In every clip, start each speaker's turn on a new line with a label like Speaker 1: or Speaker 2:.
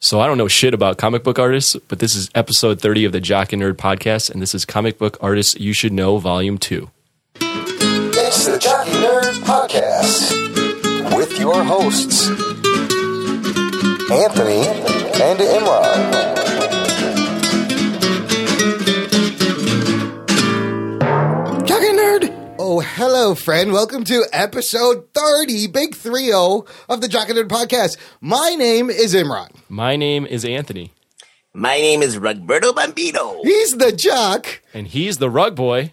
Speaker 1: So I don't know shit about comic book artists, but this is episode 30 of the Jock and Nerd podcast, and this is Comic Book Artists You Should Know, Volume 2.
Speaker 2: It's the Jockey Nerd Podcast with your hosts, Anthony and Imran.
Speaker 3: Jockey Nerd! Oh, hello, friend. Welcome to episode 30, big 3 0 of the Jockey Nerd podcast. My name is Imran.
Speaker 1: My name is Anthony,
Speaker 4: My name is Rugberto Bambino,
Speaker 3: He's the jock,
Speaker 1: and he's the rug boy,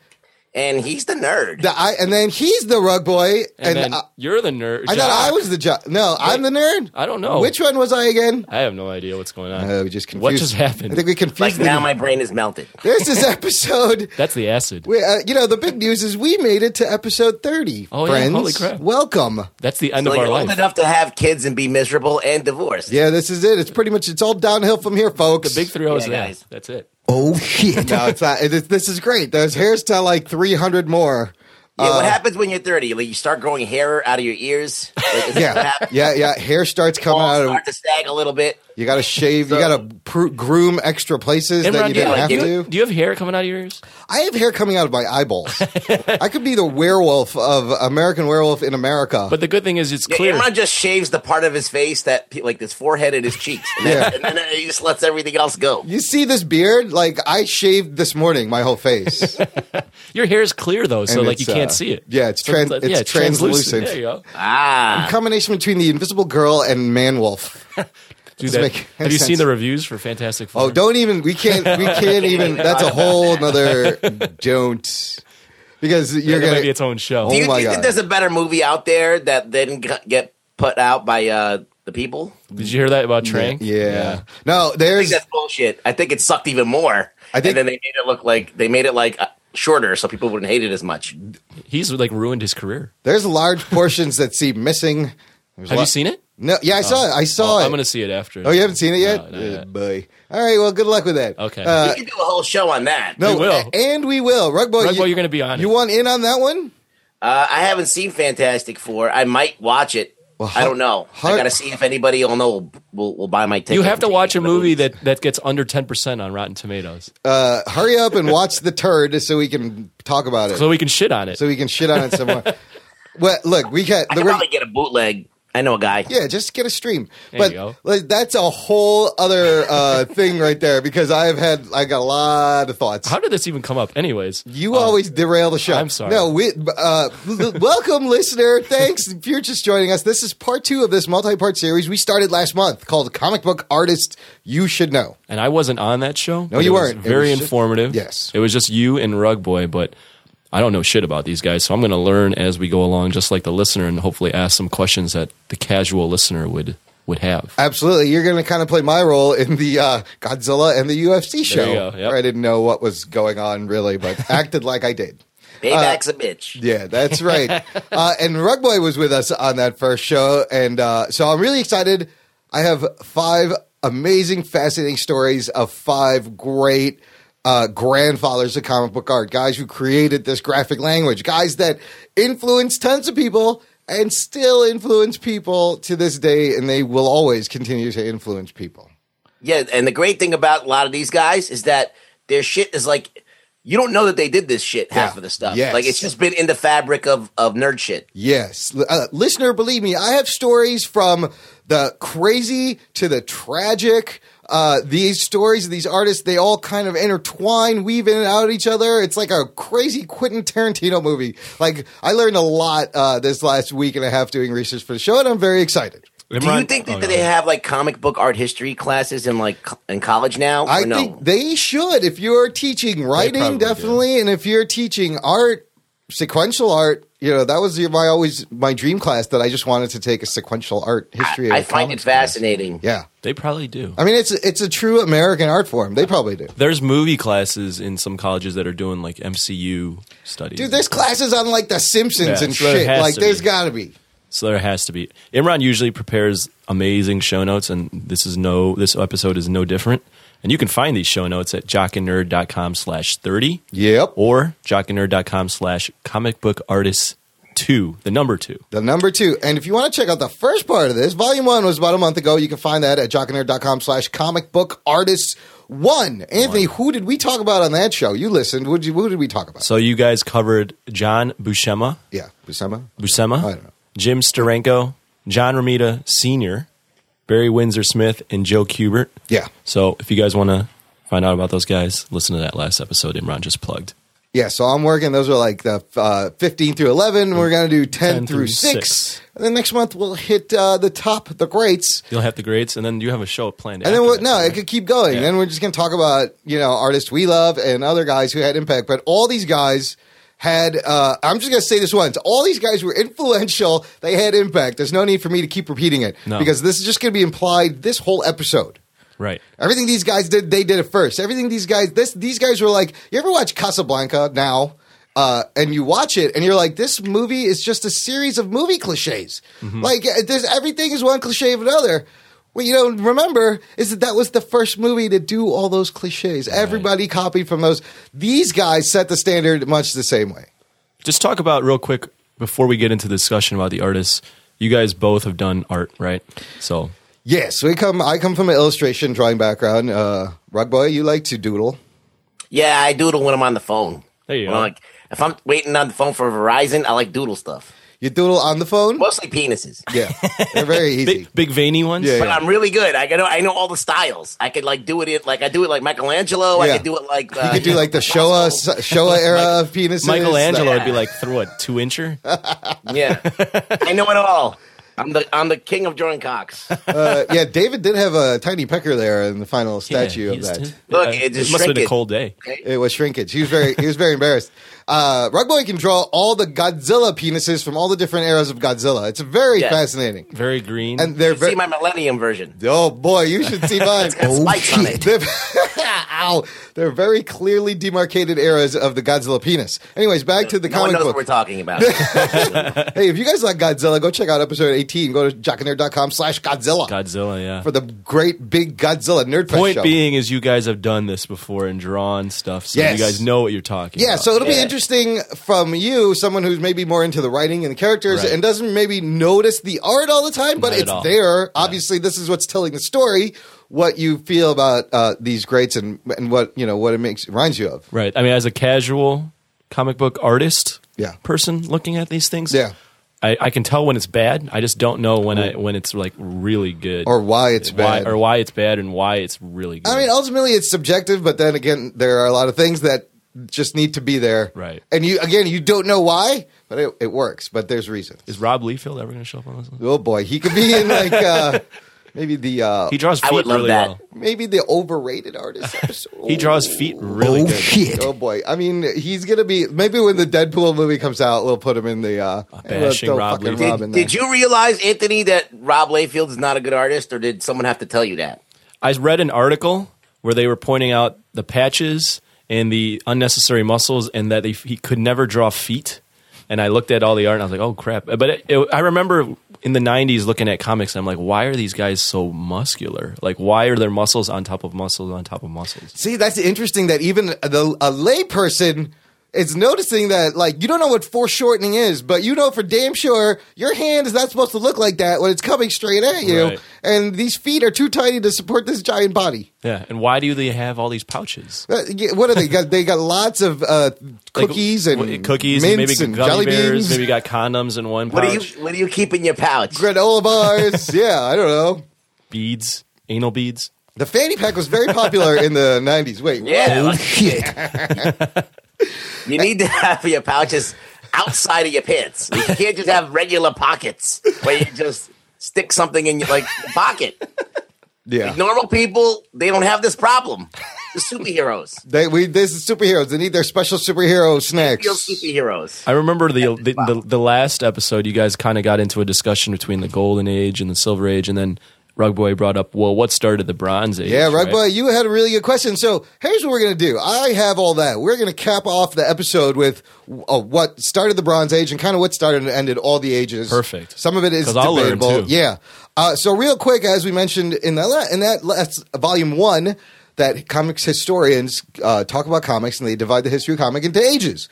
Speaker 4: and he's the nerd.
Speaker 3: the I, and then he's the rug boy,
Speaker 1: and,
Speaker 3: and,
Speaker 1: then
Speaker 3: I,
Speaker 1: you're the nerd.
Speaker 3: I
Speaker 1: jock.
Speaker 3: thought I was the jock. No, I'm the nerd.
Speaker 1: I don't know.
Speaker 3: Which one was I again?
Speaker 1: I have no idea what's going on.
Speaker 3: Oh, we just confused.
Speaker 1: What just
Speaker 3: I
Speaker 1: happened?
Speaker 3: think we confused.
Speaker 4: Like now,
Speaker 3: the-
Speaker 4: my brain is melted.
Speaker 3: this is episode.
Speaker 1: That's the acid.
Speaker 3: We, uh, you know, the big news is we made it to episode 30.
Speaker 1: Oh, yeah.
Speaker 3: friends.
Speaker 1: Holy crap.
Speaker 3: Welcome.
Speaker 1: That's the end
Speaker 4: So
Speaker 1: of
Speaker 4: you're
Speaker 1: our
Speaker 4: old
Speaker 1: life.
Speaker 4: enough to have kids and be miserable and divorced.
Speaker 3: Yeah, this is it. It's pretty much, it's all downhill from here, folks.
Speaker 1: Big 3 0 is
Speaker 4: Yeah,
Speaker 1: that.
Speaker 4: guys.
Speaker 1: That's it.
Speaker 3: Oh shit! no, it's not. It, this is great. Those hairs tell like three hundred more.
Speaker 4: Yeah,
Speaker 3: uh,
Speaker 4: what happens when you're 30? Like you start growing hair out of your ears. Like, is that what
Speaker 3: Yeah,
Speaker 4: happens?
Speaker 3: yeah, yeah. Hair starts coming
Speaker 4: Balls
Speaker 3: out. Of,
Speaker 4: start to sag a little bit.
Speaker 3: you got to shave. you got to pr- groom extra places that
Speaker 1: Imran,
Speaker 3: you
Speaker 1: do, you,
Speaker 3: didn't have
Speaker 1: do, you,
Speaker 3: to.
Speaker 1: do you have hair coming out of your ears?
Speaker 3: I have hair coming out of my eyeballs. I could be the werewolf of American Werewolf in America.
Speaker 1: But the good thing is it's
Speaker 4: Yeah,
Speaker 1: clear.
Speaker 4: Imran just shaves the part of his face that, pe- like his forehead and his cheeks, and then, and then he just lets everything else go.
Speaker 3: you see this beard? Like I shaved this morning, my whole face.
Speaker 1: Your hair is clear though, so
Speaker 3: And
Speaker 1: like you
Speaker 3: it's,
Speaker 1: can't
Speaker 3: uh,
Speaker 1: see it.
Speaker 3: yeah, it's
Speaker 1: So
Speaker 3: tran-
Speaker 1: like-
Speaker 3: it's translucent.
Speaker 1: There you go.
Speaker 4: Ah,
Speaker 3: Combination between the Invisible Girl and Man Wolf.
Speaker 1: Do
Speaker 3: Doesn't
Speaker 1: that.
Speaker 3: make
Speaker 1: Have you
Speaker 3: sense.
Speaker 1: seen the reviews for Fantastic Four?
Speaker 3: Oh, don't even. We can't. We can't even. That's a whole nother. Don't. Because you're
Speaker 1: that
Speaker 3: gonna.
Speaker 1: might be its own show.
Speaker 4: do you
Speaker 3: oh my
Speaker 4: think that
Speaker 3: God.
Speaker 4: there's a better movie out there that didn't g- get put out by uh, the people?
Speaker 1: Did you hear that about Trang?
Speaker 3: Yeah. No,
Speaker 4: I think
Speaker 3: there's.
Speaker 4: that's bullshit. I think it sucked even more.
Speaker 3: I think-
Speaker 4: and then they made it look like they made it like uh, shorter, so people wouldn't hate it as much.
Speaker 1: He's like ruined his career.
Speaker 3: There's large portions that seem missing. There's
Speaker 1: Have
Speaker 3: lo-
Speaker 1: you seen it?
Speaker 3: No. Yeah, I saw it. I saw it.
Speaker 1: I'm gonna see it after.
Speaker 3: oh, you haven't seen it
Speaker 1: No,
Speaker 3: yet?
Speaker 1: not yet.
Speaker 3: Uh, boy. All right. Well, good luck with that.
Speaker 1: Okay.
Speaker 3: Uh,
Speaker 4: we can do a whole show on that.
Speaker 3: no,
Speaker 1: We will.
Speaker 3: a- and we will. Rug boy,
Speaker 1: Rug Boy, you're gonna be on
Speaker 3: You
Speaker 1: it.
Speaker 3: want in on that one?
Speaker 4: Uh, I haven't seen Fantastic Four. I might watch it.
Speaker 3: Well,
Speaker 4: I don't know.
Speaker 3: how-
Speaker 4: I gotta see if anybody will know will, will buy my ticket.
Speaker 1: You have to watch a
Speaker 4: But-
Speaker 1: movie that, that gets under 10% on Rotten Tomatoes.
Speaker 3: Uh, hurry up and watch the turd so we can talk about it.
Speaker 1: so we can shit on it.
Speaker 3: So we can shit on it some more. well, look, we got
Speaker 4: I
Speaker 3: the
Speaker 4: could
Speaker 3: re-
Speaker 4: probably get a bootleg. I know a guy.
Speaker 3: Yeah, just get a stream.
Speaker 1: There
Speaker 3: but
Speaker 1: you go.
Speaker 3: like, that's a whole other uh, thing right there because I've had I got a lot of thoughts.
Speaker 1: How did this even come up? Anyways,
Speaker 3: you always derail the show.
Speaker 1: Oh. I'm sorry.
Speaker 3: No, we, uh, l- welcome, listener. Thanks if you're just joining us. This is part two of this multi-part series we started last month called "Comic Book Artist You Should Know."
Speaker 1: and I wasn't on that show. but it
Speaker 3: you
Speaker 1: was
Speaker 3: weren't. It
Speaker 1: Very
Speaker 3: was just-
Speaker 1: informative.
Speaker 3: Yes.
Speaker 1: It was just you and Rug Boy, but I don't know shit about these guys, so I'm gonna learn as we go along, just like the listener, and hopefully ask some questions that the casual listener would would have.
Speaker 3: Absolutely, you're going to kind of play my role in the uh, Godzilla and the UFC show.
Speaker 1: you go, yep.
Speaker 3: where I didn't know what was going on really, but acted like I did.
Speaker 4: Payback's a bitch.
Speaker 3: uh, Yeah, that's right. uh, and Rugboy was with us on that first show, and uh, so I'm really excited. I have five amazing, fascinating stories of five great uh, grandfathers of comic book art, guys who created this graphic language, guys that influenced tons of people and still influence people to this day, and they will always continue to influence people.
Speaker 4: Yeah, and the great thing about a lot of these guys is that their shit is like you don't know that they did this shit half
Speaker 3: Yeah.
Speaker 4: of the stuff.
Speaker 3: Yes.
Speaker 4: Like it's just been in the fabric of of nerd shit.
Speaker 3: Yes. L- Uh, listener, believe me, I have stories from the crazy to the tragic. Uh, these stories of these artists, they all kind of intertwine, weave in and out each other. It's like a crazy Quentin Tarantino movie. Like, I learned a lot uh, this last week and a half doing research for the show, and I'm very excited.
Speaker 4: Do you think that
Speaker 1: oh,
Speaker 4: they have like comic book art history classes in like co- in college now?
Speaker 3: I
Speaker 4: or no?
Speaker 3: think they should. If you're teaching
Speaker 1: probably
Speaker 3: writing,
Speaker 1: do.
Speaker 3: definitely, and if you're teaching art, sequential art, you know that was my always my dream class that I just wanted to take a sequential art history.
Speaker 4: I
Speaker 3: of
Speaker 4: find it
Speaker 3: comics.
Speaker 4: fascinating.
Speaker 3: Yeah,
Speaker 1: They probably do.
Speaker 3: I mean, it's it's a true American art form. They probably do.
Speaker 1: There's movie classes in some colleges that are doing like MCU studies.
Speaker 3: Dude, there's classes on like The Simpsons
Speaker 1: Yeah,
Speaker 3: and
Speaker 1: so there
Speaker 3: shit.
Speaker 1: has
Speaker 3: Like,
Speaker 1: to
Speaker 3: there's
Speaker 1: be.
Speaker 3: got to be.
Speaker 1: so there has to be. Imran usually prepares amazing show notes, and this is no. This episode is no different. And you can find these show notes at jockandnerd.com slash 30
Speaker 3: Yep.
Speaker 1: or jockandnerd.com slash comic book artists two, the number two.
Speaker 3: The number two. And if you want to check out the first part of this, volume one was about a month ago. You can find that at jockandnerd.com slash comic book artists one. Anthony, who did we talk about on that show? You listened. What did, you, who did we talk about?
Speaker 1: So you guys covered John Buscema,
Speaker 3: yeah, Buscema.
Speaker 1: Buscema,
Speaker 3: I don't know.
Speaker 1: Jim Steranko, John Romita Sr., Barry Windsor Smith, and Joe Kubert.
Speaker 3: Yeah.
Speaker 1: So if you guys want to find out about those guys, listen to that last episode Imran just plugged.
Speaker 3: Yeah, so I'm working. Those are like the uh, 15 through 11. We're going to do 10,
Speaker 1: 10
Speaker 3: through,
Speaker 1: through
Speaker 3: 6.
Speaker 1: six.
Speaker 3: And then next month we'll hit uh, the top, the greats.
Speaker 1: You'll have the grades, and then you have a show planned.
Speaker 3: And then
Speaker 1: after
Speaker 3: we'll,
Speaker 1: that,
Speaker 3: no, it
Speaker 1: right?
Speaker 3: could keep going.
Speaker 1: Yeah.
Speaker 3: Then we're just going to talk about, you know, artists we love and other guys who had impact. But all these guys had, uh, I'm just going to say this once. All these guys were influential. They had impact. There's no need for me to keep repeating it
Speaker 1: No.
Speaker 3: because this is just going to be implied this whole episode.
Speaker 1: right.
Speaker 3: Everything these guys did, they did it first. Everything these guys, this these guys were like. You ever watch Casablanca now? Uh, and you watch it, and you're like, this movie is just a series of movie cliches. Like, uh, there's everything is one cliche of another. What you don't remember is that that was the first movie to do all those cliches. Everybody copied from those. These guys set the standard much the same way.
Speaker 1: Just talk about real quick before we get into the discussion about the artists. You guys both have done art, right? So
Speaker 3: Yes, we come. I come from an illustration drawing background. Uh, Rug boy, you like to doodle.
Speaker 4: Yeah, I doodle when I'm on the phone.
Speaker 1: There you
Speaker 4: When
Speaker 1: go.
Speaker 4: I'm Like if I'm waiting on the phone for Verizon, I like doodle stuff,
Speaker 3: You doodle on the phone.
Speaker 4: mostly penises.
Speaker 3: Yeah, they're very easy.
Speaker 1: big, big veiny ones.
Speaker 3: Yeah,
Speaker 4: But
Speaker 3: yeah.
Speaker 4: I'm really good. I know I know all the styles. I could like do it in, like I do it like Michelangelo. I
Speaker 3: Yeah.
Speaker 4: could do it like uh,
Speaker 3: You could do like the Showa Showa era of penises.
Speaker 1: Michelangelo
Speaker 4: Yeah.
Speaker 1: would be like, throw a two incher.
Speaker 4: yeah. I know it all. I'm the I'm the king of drawing cocks.
Speaker 3: Uh, yeah, David did have a tiny pecker there in the final statue
Speaker 1: Yeah,
Speaker 3: of
Speaker 1: he's- uh,
Speaker 3: that.
Speaker 4: Look, it just
Speaker 1: must have been a
Speaker 4: shrinkage.
Speaker 1: cold day.
Speaker 3: It was shrinkage. He was very he was very embarrassed. Uh, Rugboy can draw all the Godzilla penises from all the different eras of Godzilla. It's very
Speaker 4: Yes.
Speaker 3: fascinating,
Speaker 1: Very green.
Speaker 3: and they're
Speaker 4: See
Speaker 3: very.
Speaker 4: my Millennium version.
Speaker 3: Oh boy, you should see mine. Oh,
Speaker 4: got spikes on it.
Speaker 3: They're, ow! They're very clearly demarcated eras of the Godzilla penis. Anyways, back to the
Speaker 4: No one
Speaker 3: comic
Speaker 4: knows
Speaker 3: book.
Speaker 4: what we're talking about.
Speaker 3: Hey, if you guys like Godzilla, go check out episode 18. Go to jockandair.com slash Godzilla
Speaker 1: Godzilla, yeah.
Speaker 3: for the great big Godzilla Nerd Fest
Speaker 1: Point
Speaker 3: show.
Speaker 1: being is you guys have done this before and drawn stuff, so
Speaker 3: Yes.
Speaker 1: you guys know what you're talking
Speaker 3: yeah,
Speaker 1: about.
Speaker 3: so it'll be
Speaker 4: Yeah.
Speaker 3: interesting from you, someone who's maybe more into the writing and the characters
Speaker 1: Right.
Speaker 3: and doesn't maybe notice the art all the time, but
Speaker 1: Not at
Speaker 3: it's
Speaker 1: all.
Speaker 3: there. Obviously, this is what's telling the story, what you feel about uh, these greats and, and what, you know, what it makes, reminds you of.
Speaker 1: Right. I mean, as a casual comic book artist
Speaker 3: Yeah.
Speaker 1: person looking at these things,
Speaker 3: Yeah.
Speaker 1: I, I can tell when it's bad. I just don't know when I when it's like really good
Speaker 3: Or why it's bad.
Speaker 1: or why it's bad and why it's really good.
Speaker 3: I mean, ultimately, it's subjective, but then again, there are a lot of things that just need to be there.
Speaker 1: Right.
Speaker 3: And you, again, you don't know why, but it, it works, but there's reasons.
Speaker 1: is Rob Liefeld ever going to show up on this one?
Speaker 3: Oh boy, he could be in like uh, maybe the uh,
Speaker 1: He draws
Speaker 4: I
Speaker 1: feet
Speaker 4: would love
Speaker 1: really
Speaker 4: that.
Speaker 1: well.
Speaker 3: maybe the overrated artist. episode.
Speaker 1: He draws feet really good.
Speaker 3: Oh boy! I mean, he's gonna be maybe when the Deadpool movie comes out, we'll put him in the uh, hey, let's
Speaker 1: bashing
Speaker 3: throw
Speaker 1: Rob
Speaker 3: fucking
Speaker 1: Liefeld.
Speaker 3: in
Speaker 4: did,
Speaker 3: there.
Speaker 4: did you realize, Anthony, that Rob Layfield is not a good artist, or did someone have to tell you that?
Speaker 1: I read an article where they were pointing out the patches and the unnecessary muscles, and that they, he could never draw feet. And I looked at all the art, and I was like, "Oh crap!" But it, it, I remember in the '90s looking at comics, and I'm like, "Why are these guys so muscular? Like, why are their muscles on top of muscles on top of muscles?"
Speaker 3: See, that's interesting that even the, a layperson is noticing that, like, you don't know what foreshortening is, but you know for damn sure your hand is not supposed to look like that when it's coming straight at you,
Speaker 1: Right.
Speaker 3: and these feet are too tiny to support this giant body.
Speaker 1: Yeah, and why do they have all these pouches?
Speaker 3: Uh, yeah, What are they got? They got lots of uh,
Speaker 1: Like,
Speaker 3: cookies
Speaker 1: w-
Speaker 3: and
Speaker 1: cookies, and
Speaker 3: mints
Speaker 1: maybe
Speaker 3: and
Speaker 1: gummy
Speaker 3: jelly
Speaker 1: bears,
Speaker 3: beans,
Speaker 1: maybe you got condoms in one pouch,
Speaker 4: What do you What do you keep in your pouch?
Speaker 3: granola bars. yeah, I don't know.
Speaker 1: beads, anal beads.
Speaker 3: The fanny pack was very popular in the '90s. Wait,
Speaker 4: Yeah, like- you need to have your pouches outside of your pants. You can't just have regular pockets where you just stick something in your like pocket.
Speaker 3: yeah.
Speaker 4: Normal people, they don't have this problem. The superheroes,
Speaker 3: They, we, this is superheroes. They need their special superhero snacks.
Speaker 4: real superheroes.
Speaker 1: I remember the the, the, the last episode you guys kind of got into a discussion between the golden age and the silver age, and then Rugboy brought up, well, what started the bronze age?
Speaker 3: Yeah, right,
Speaker 1: right?
Speaker 3: boy. You had a really good question. So here's what we're going to do. I have all that. We're going to cap off the episode with uh, what started the Bronze Age and kind of what started and ended all the ages.
Speaker 1: Perfect.
Speaker 3: Some of it is
Speaker 1: 'Cause I'll learn,
Speaker 3: debatable.
Speaker 1: too.
Speaker 3: Yeah. Uh, so real quick, as we mentioned in that la- in that last volume one, that comics historians uh, talk about comics and they divide the history of comic into ages.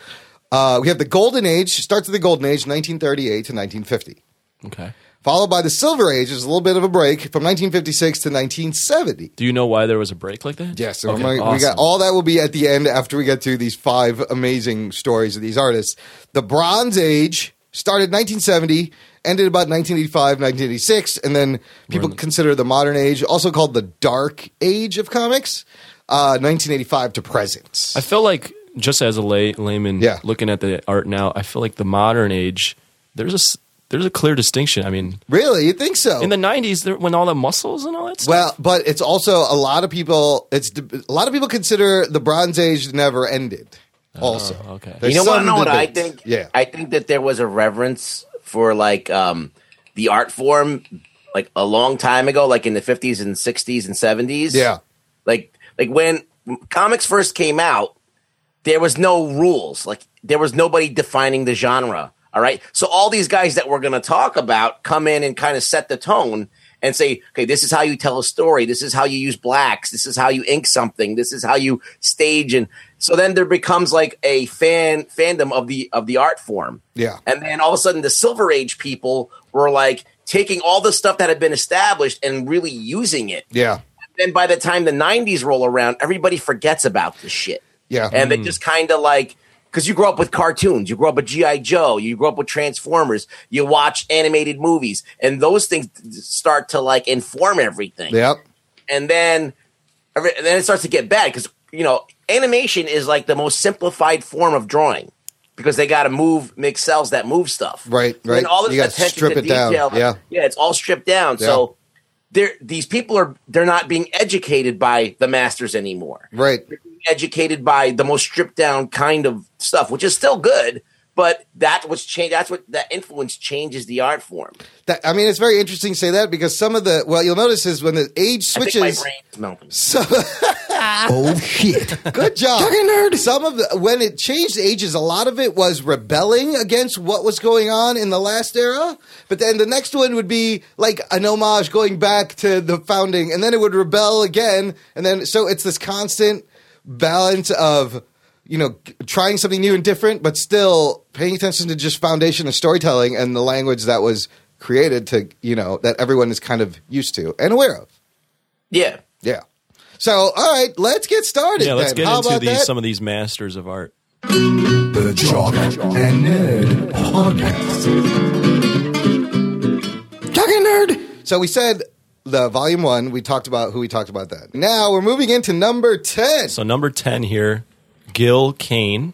Speaker 3: Uh, we have the Golden Age, starts with the Golden Age, 1938 to 1950,
Speaker 1: Okay.
Speaker 3: followed by the Silver Age, which is a little bit of a break from 1956 to 1970.
Speaker 1: Do you know why there was a break like that?
Speaker 3: Yes, so
Speaker 1: Okay,
Speaker 3: my- we got
Speaker 1: awesome.
Speaker 3: all that will be at the end after we get to these five amazing stories of these artists. The Bronze Age started 1970, ended about 1985, 1986, and then people consider the modern age, also called the Dark Age of comics, uh, 1985 to present.
Speaker 1: I feel like just as a lay, layman
Speaker 3: Yeah.
Speaker 1: looking at the art now, I feel like the modern age there's a s- there's a clear distinction. I mean,
Speaker 3: really, you think so?
Speaker 1: in the '90s, there, when all the muscles and all that stuff.
Speaker 3: well, but it's also a lot of people. It's a lot of people consider the Bronze Age never ended. Also,
Speaker 1: Oh, okay.
Speaker 3: There's
Speaker 4: you know what?
Speaker 3: some
Speaker 4: know what I
Speaker 3: debates.
Speaker 4: think?
Speaker 3: Yeah,
Speaker 4: I think that there was a reverence for like um, the art form, like a long time ago, like in the fifties and sixties and seventies.
Speaker 3: yeah.
Speaker 4: like like when comics first came out, there was no rules. Like there was nobody defining the genre. All right, so all these guys that we're going to talk about come in and kind of set the tone and say, okay, this is how you tell a story. This is how you use blacks. This is how you ink something. This is how you stage. And so then there becomes like a fan fandom of the of the art form.
Speaker 3: Yeah.
Speaker 4: And then all of a sudden, the Silver Age people were like taking all the stuff that had been established and really using it
Speaker 3: Yeah.
Speaker 4: then by the time the 90s roll around, everybody forgets about this shit.
Speaker 3: Yeah.
Speaker 4: And they just kind of like, because you grow up with cartoons, you grow up with G.I. Joe, you grow up with Transformers, you watch animated movies, and those things start to like inform everything.
Speaker 3: Yep.
Speaker 4: And then, every- and then it starts to get bad because, you know, animation is like the most simplified form of drawing because they got to move, make cells that move stuff.
Speaker 3: Right,
Speaker 4: And then
Speaker 3: right.
Speaker 4: all this
Speaker 3: You gotta
Speaker 4: attention
Speaker 3: strip
Speaker 4: to
Speaker 3: it down.
Speaker 4: detail,
Speaker 3: Yeah.
Speaker 4: Yeah. It's all stripped down.
Speaker 3: Yeah.
Speaker 4: So, they're, these people are they're not being educated by the masters anymore
Speaker 3: Right.
Speaker 4: educated by the most stripped down kind of stuff which is still good but that was change that's what that influence changes the art form
Speaker 3: That, I mean, it's very interesting to say that because some of the well, you'll notice is when the age
Speaker 4: I think my
Speaker 3: switches.
Speaker 4: brain is melting
Speaker 3: Some,
Speaker 5: Oh shit!
Speaker 3: good job, nerd. Some of the, when it changed ages, a lot of it was rebelling against what was going on in the last era. But then the next one would be like an homage going back to the founding, and then it would rebel again, and then so it's this constant balance of you know g- trying something new and different, but still paying attention to just foundation of storytelling and the language that was created to you know that everyone is kind of used to and aware of.
Speaker 4: yeah
Speaker 3: Yeah. So, all right, let's get started.
Speaker 1: yeah, let's
Speaker 3: then.
Speaker 1: get
Speaker 3: How
Speaker 1: into
Speaker 3: about
Speaker 1: these
Speaker 3: that?
Speaker 1: some of these masters of art.
Speaker 5: The Jock and Nerd Podcast. Jock and Nerd.
Speaker 3: so we said the volume one. We talked about who we talked about that. Now we're moving into number ten.
Speaker 1: So number ten here, Gil Kane.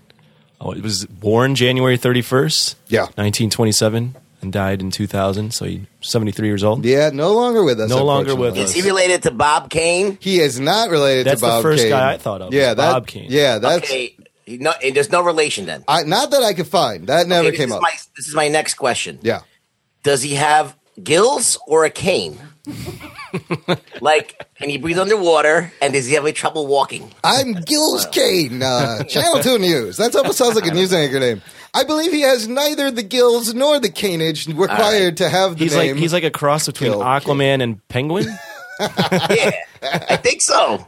Speaker 1: Oh, it was born January thirty first,
Speaker 3: Yeah.
Speaker 1: nineteen twenty seven, and died in two thousand. So he's seventy three years old.
Speaker 3: yeah, no longer with us.
Speaker 1: No longer
Speaker 3: unfortunately.
Speaker 1: with
Speaker 4: is he related to bob kane
Speaker 3: He is not related
Speaker 1: That's
Speaker 3: to
Speaker 1: the
Speaker 3: Bob.
Speaker 1: first
Speaker 3: Kane.
Speaker 1: guy I thought of,
Speaker 3: Yeah,
Speaker 1: was
Speaker 3: that,
Speaker 1: Bob Kane.
Speaker 3: Yeah, that's
Speaker 4: okay he- no and there's no relation then
Speaker 3: I, not that I could find. That never
Speaker 4: Okay, this,
Speaker 3: came
Speaker 4: is
Speaker 3: up.
Speaker 4: my, this is my next question
Speaker 3: yeah,
Speaker 4: does he have gills or a cane like can he breathe underwater and does he have any trouble walking
Speaker 3: I'm Gil's Kane. Uh, Channel Two News. That's almost sounds like a news anchor name. I believe he has neither the gills nor the caneage required to have the
Speaker 1: He's
Speaker 3: name.
Speaker 1: like he's like a cross between
Speaker 3: Gil
Speaker 1: Aquaman and Penguin.
Speaker 4: yeah i think so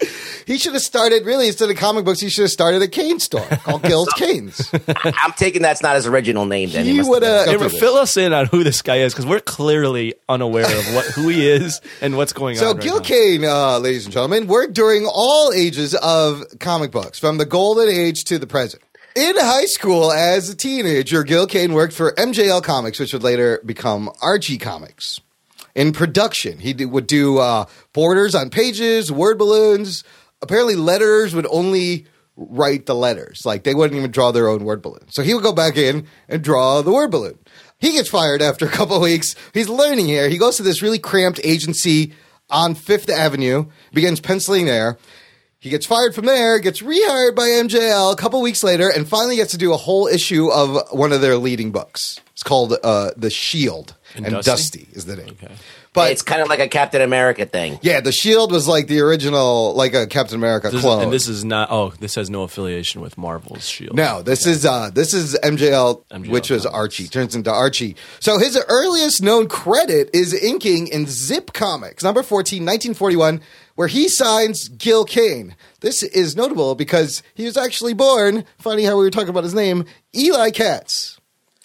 Speaker 3: He should have started really instead of comic books. He should have started a cane store called Gil's Canes.
Speaker 4: I'm taking that's not his original name. Then
Speaker 3: He
Speaker 4: must
Speaker 3: would
Speaker 4: have.
Speaker 3: have.
Speaker 1: Hey, fill us in on who this guy is because we're clearly unaware of what who he is and what's going
Speaker 3: So
Speaker 1: on. right
Speaker 3: Gil
Speaker 1: now.
Speaker 3: Kane, uh, ladies and gentlemen, worked during all ages of comic books, from the golden age to the present. In high school, as a teenager, Gil Kane worked for MJL Comics, which would later become Archie Comics. In production, he d- would do uh, borders on pages, word balloons. Apparently, letters would only write the letters; like they wouldn't even draw their own word balloon. So he would go back in and draw the word balloon. He gets fired after a couple weeks. He's learning here. He goes to this really cramped agency on Fifth Avenue, begins penciling there. He gets fired from there, gets rehired by MJL a couple weeks later, and finally gets to do a whole issue of one of their leading books. It's called uh, The Shield, and, Dusty?
Speaker 1: Dusty?
Speaker 3: is the name. But
Speaker 4: It's kind of like a Captain America thing.
Speaker 3: yeah, The Shield was like the original, like a Captain America
Speaker 1: This is-
Speaker 3: clone.
Speaker 1: and this is not. Oh, this has no affiliation with Marvel's Shield.
Speaker 3: No, this is uh, this is MJL,
Speaker 1: MJL
Speaker 3: which was
Speaker 1: comics.
Speaker 3: Archie. Turns into Archie. So his earliest known credit is inking in Zip Comics, number 14, 1941, where he signs Gil Kane. This is notable because he was actually born, funny how we were talking about his name, Eli Katz.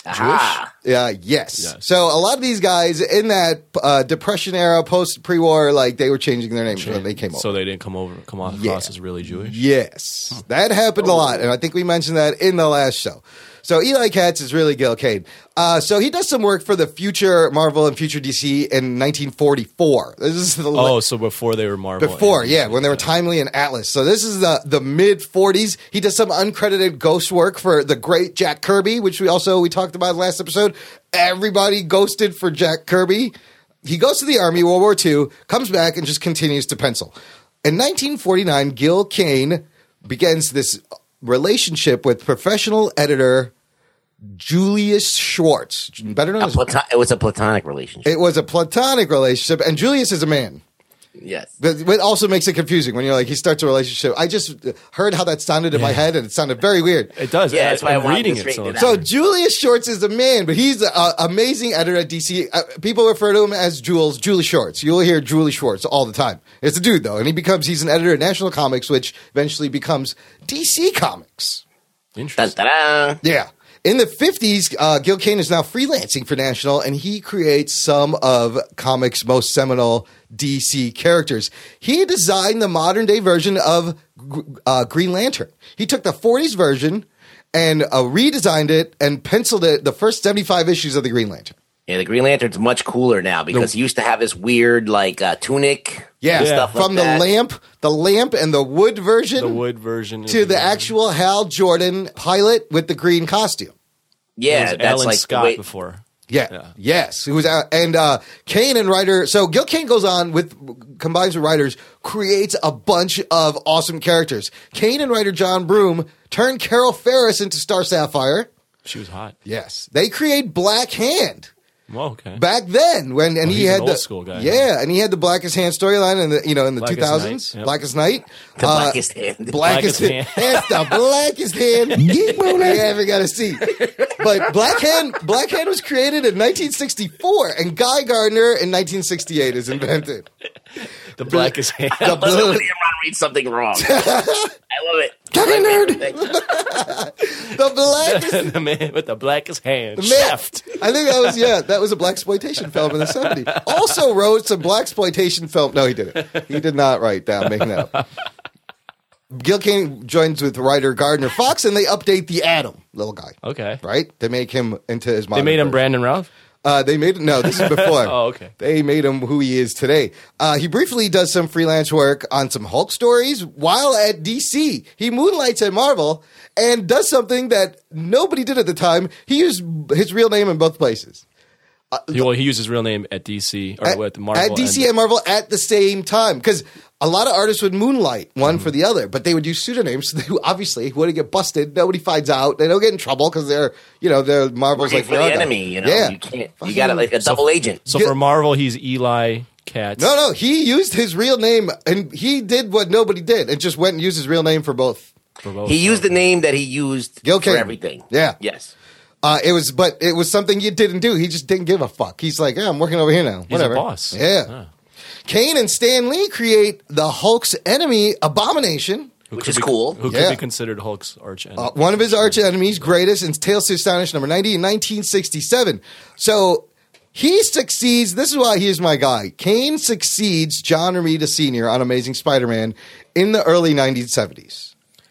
Speaker 4: Aha.
Speaker 3: Yeah, yes. So a lot of these guys in that uh, Depression era, post pre war, like they were changing their names when they came over.
Speaker 1: So they didn't come over, come off
Speaker 3: Yeah.
Speaker 1: across as really Jewish.
Speaker 3: Yes, that happened a lot, and I think we mentioned that in the last show. So Eli Katz is really Gil Kane. Uh, so he does some work for the future Marvel and future DC in 1944. This is the
Speaker 1: Oh, so before they were Marvel.
Speaker 3: before,
Speaker 1: and-
Speaker 3: yeah, when they were Timely and Atlas. So this is the the mid 40s. He does some uncredited ghost work for the great Jack Kirby, which we also we talked about last episode. Everybody ghosted for Jack Kirby. He goes to the army, World War II, comes back and just continues to pencil. In 1949, Gil Kane begins this relationship with professional editor Julius Schwartz, better known
Speaker 4: A
Speaker 3: as
Speaker 4: platon- it was a platonic relationship.
Speaker 3: it was a platonic relationship, and Julius is a man.
Speaker 4: yes.
Speaker 3: But but it also makes it confusing when you're like, he starts a relationship. I just heard how that sounded in my head, and it sounded very weird.
Speaker 1: It does.
Speaker 4: Yeah, that's why I
Speaker 1: am
Speaker 4: wanted
Speaker 1: reading
Speaker 4: to
Speaker 1: it.
Speaker 4: straighten
Speaker 1: So
Speaker 4: it
Speaker 1: it's-
Speaker 3: So Julius Shorts is a man, but he's an amazing editor at DC. Uh, people refer to him as Jules, Julie Shorts. You'll hear Julie Shorts all the time. It's a dude though, and he becomes he's an editor at National Comics, which eventually becomes DC Comics.
Speaker 4: Dun,
Speaker 1: interesting.
Speaker 4: dun, dun.
Speaker 3: Yeah. In the 50s, uh, Gil Kane is now freelancing for National, and he creates some of comics' most seminal DC characters. He designed the modern day version of Gr- uh, Green Lantern. He took the 40s version and uh, redesigned it and penciled it the first 75 issues of the Green Lantern.
Speaker 4: Yeah, the Green Lantern's much cooler now because he used to have this weird like uh, tunic.
Speaker 3: Yeah,
Speaker 4: and stuff like
Speaker 3: from the
Speaker 4: that.
Speaker 3: lamp, the lamp and the wood version
Speaker 1: The wood version
Speaker 3: to the actual Hal Jordan pilot with the green costume.
Speaker 1: It was
Speaker 4: Yeah, that's
Speaker 1: Alan
Speaker 4: like the
Speaker 1: Scott
Speaker 4: way-
Speaker 1: before.
Speaker 3: Yeah.
Speaker 1: Yeah.
Speaker 3: Yes. Who was out and uh Kane and Ryder so Gil Kane goes on with combines with writers, creates a bunch of awesome characters. Kane and writer John Broome turn Carol Ferris into Star Sapphire.
Speaker 1: She was hot.
Speaker 3: Yes. They create Black Hand.
Speaker 1: Well, okay.
Speaker 3: Back then, when and
Speaker 1: Oh, he's
Speaker 3: he had
Speaker 1: an old
Speaker 3: the
Speaker 1: school guy,
Speaker 3: yeah, and he had the Blackest Hand storyline in the you know in the two
Speaker 1: Blackest
Speaker 3: thousands,
Speaker 1: Night, yep.
Speaker 3: Blackest Night,
Speaker 4: the
Speaker 3: Uh,
Speaker 4: blackest hand.
Speaker 3: blackest, hand.
Speaker 1: Blackest
Speaker 3: That's the blackest hand you ever got to see. But Black Hand, Black Hand was created in 1964, and Guy Gardner in 1968 is invented.
Speaker 1: the blackest hand.
Speaker 3: The
Speaker 4: Listen, when
Speaker 3: blue-
Speaker 4: Imran reads something wrong. I love it.
Speaker 5: Talking nerd.
Speaker 3: the blackest
Speaker 1: the man with the blackest hand.
Speaker 3: Shaft. I think that was yeah, that was a black exploitation film in the 70s. Also wrote some black exploitation film. No, he didn't. He did not write down making that up. Gil Kane joins with writer Gardner Fox, and they update the Atom, little guy.
Speaker 1: Okay.
Speaker 3: Right? They make him into his
Speaker 1: They
Speaker 3: modern
Speaker 1: made him
Speaker 3: version.
Speaker 1: Brandon Ralph.
Speaker 3: Uh, they made no. This is before.
Speaker 1: Oh, okay.
Speaker 3: They made him who he is today. Uh, he briefly does some freelance work on some Hulk stories while at DC. He moonlights at Marvel and does something that nobody did at the time. He used his real name in both places.
Speaker 1: He, well, he used his real name at DC or with Marvel.
Speaker 3: at DC
Speaker 1: and-
Speaker 3: and Marvel at the same time because a lot of artists would moonlight one
Speaker 1: Mm-hmm.
Speaker 3: for the other, but they would use pseudonyms. So they obviously wouldn't get busted. Nobody finds out. They don't get in trouble because they're you know they're Marvel's
Speaker 4: Working
Speaker 3: like
Speaker 4: for the
Speaker 3: "You're not."
Speaker 4: enemy, you know.
Speaker 3: Yeah.
Speaker 4: You can't. You got it like a double agent.
Speaker 1: so for Marvel, he's Eli Katz.
Speaker 3: No, no, he used his real name and he did what nobody did and just went and used his real name for both.
Speaker 1: for both.
Speaker 4: He used the name that he used
Speaker 3: Gil Kane.
Speaker 4: for everything.
Speaker 3: Yeah.
Speaker 4: Yes.
Speaker 3: Uh, it was, but it was something you didn't do. He just didn't give a fuck. He's like, yeah, I'm working over here now.
Speaker 1: He's
Speaker 3: Whatever.
Speaker 1: a boss.
Speaker 3: Yeah.
Speaker 1: Ah.
Speaker 3: Kane and Stan Lee create the Hulk's enemy, Abomination.
Speaker 1: Who
Speaker 4: Which
Speaker 1: could
Speaker 4: is
Speaker 1: be-
Speaker 4: cool.
Speaker 1: Who
Speaker 3: Yeah.
Speaker 1: could be considered Hulk's arch enemy?
Speaker 3: Uh, one of his arch enemies, greatest, in Tales to Astonish number 90 in 1967. So he succeeds. This is why he's my guy. Kane succeeds John Romita Sr. on Amazing Spider Man in the early 1970s.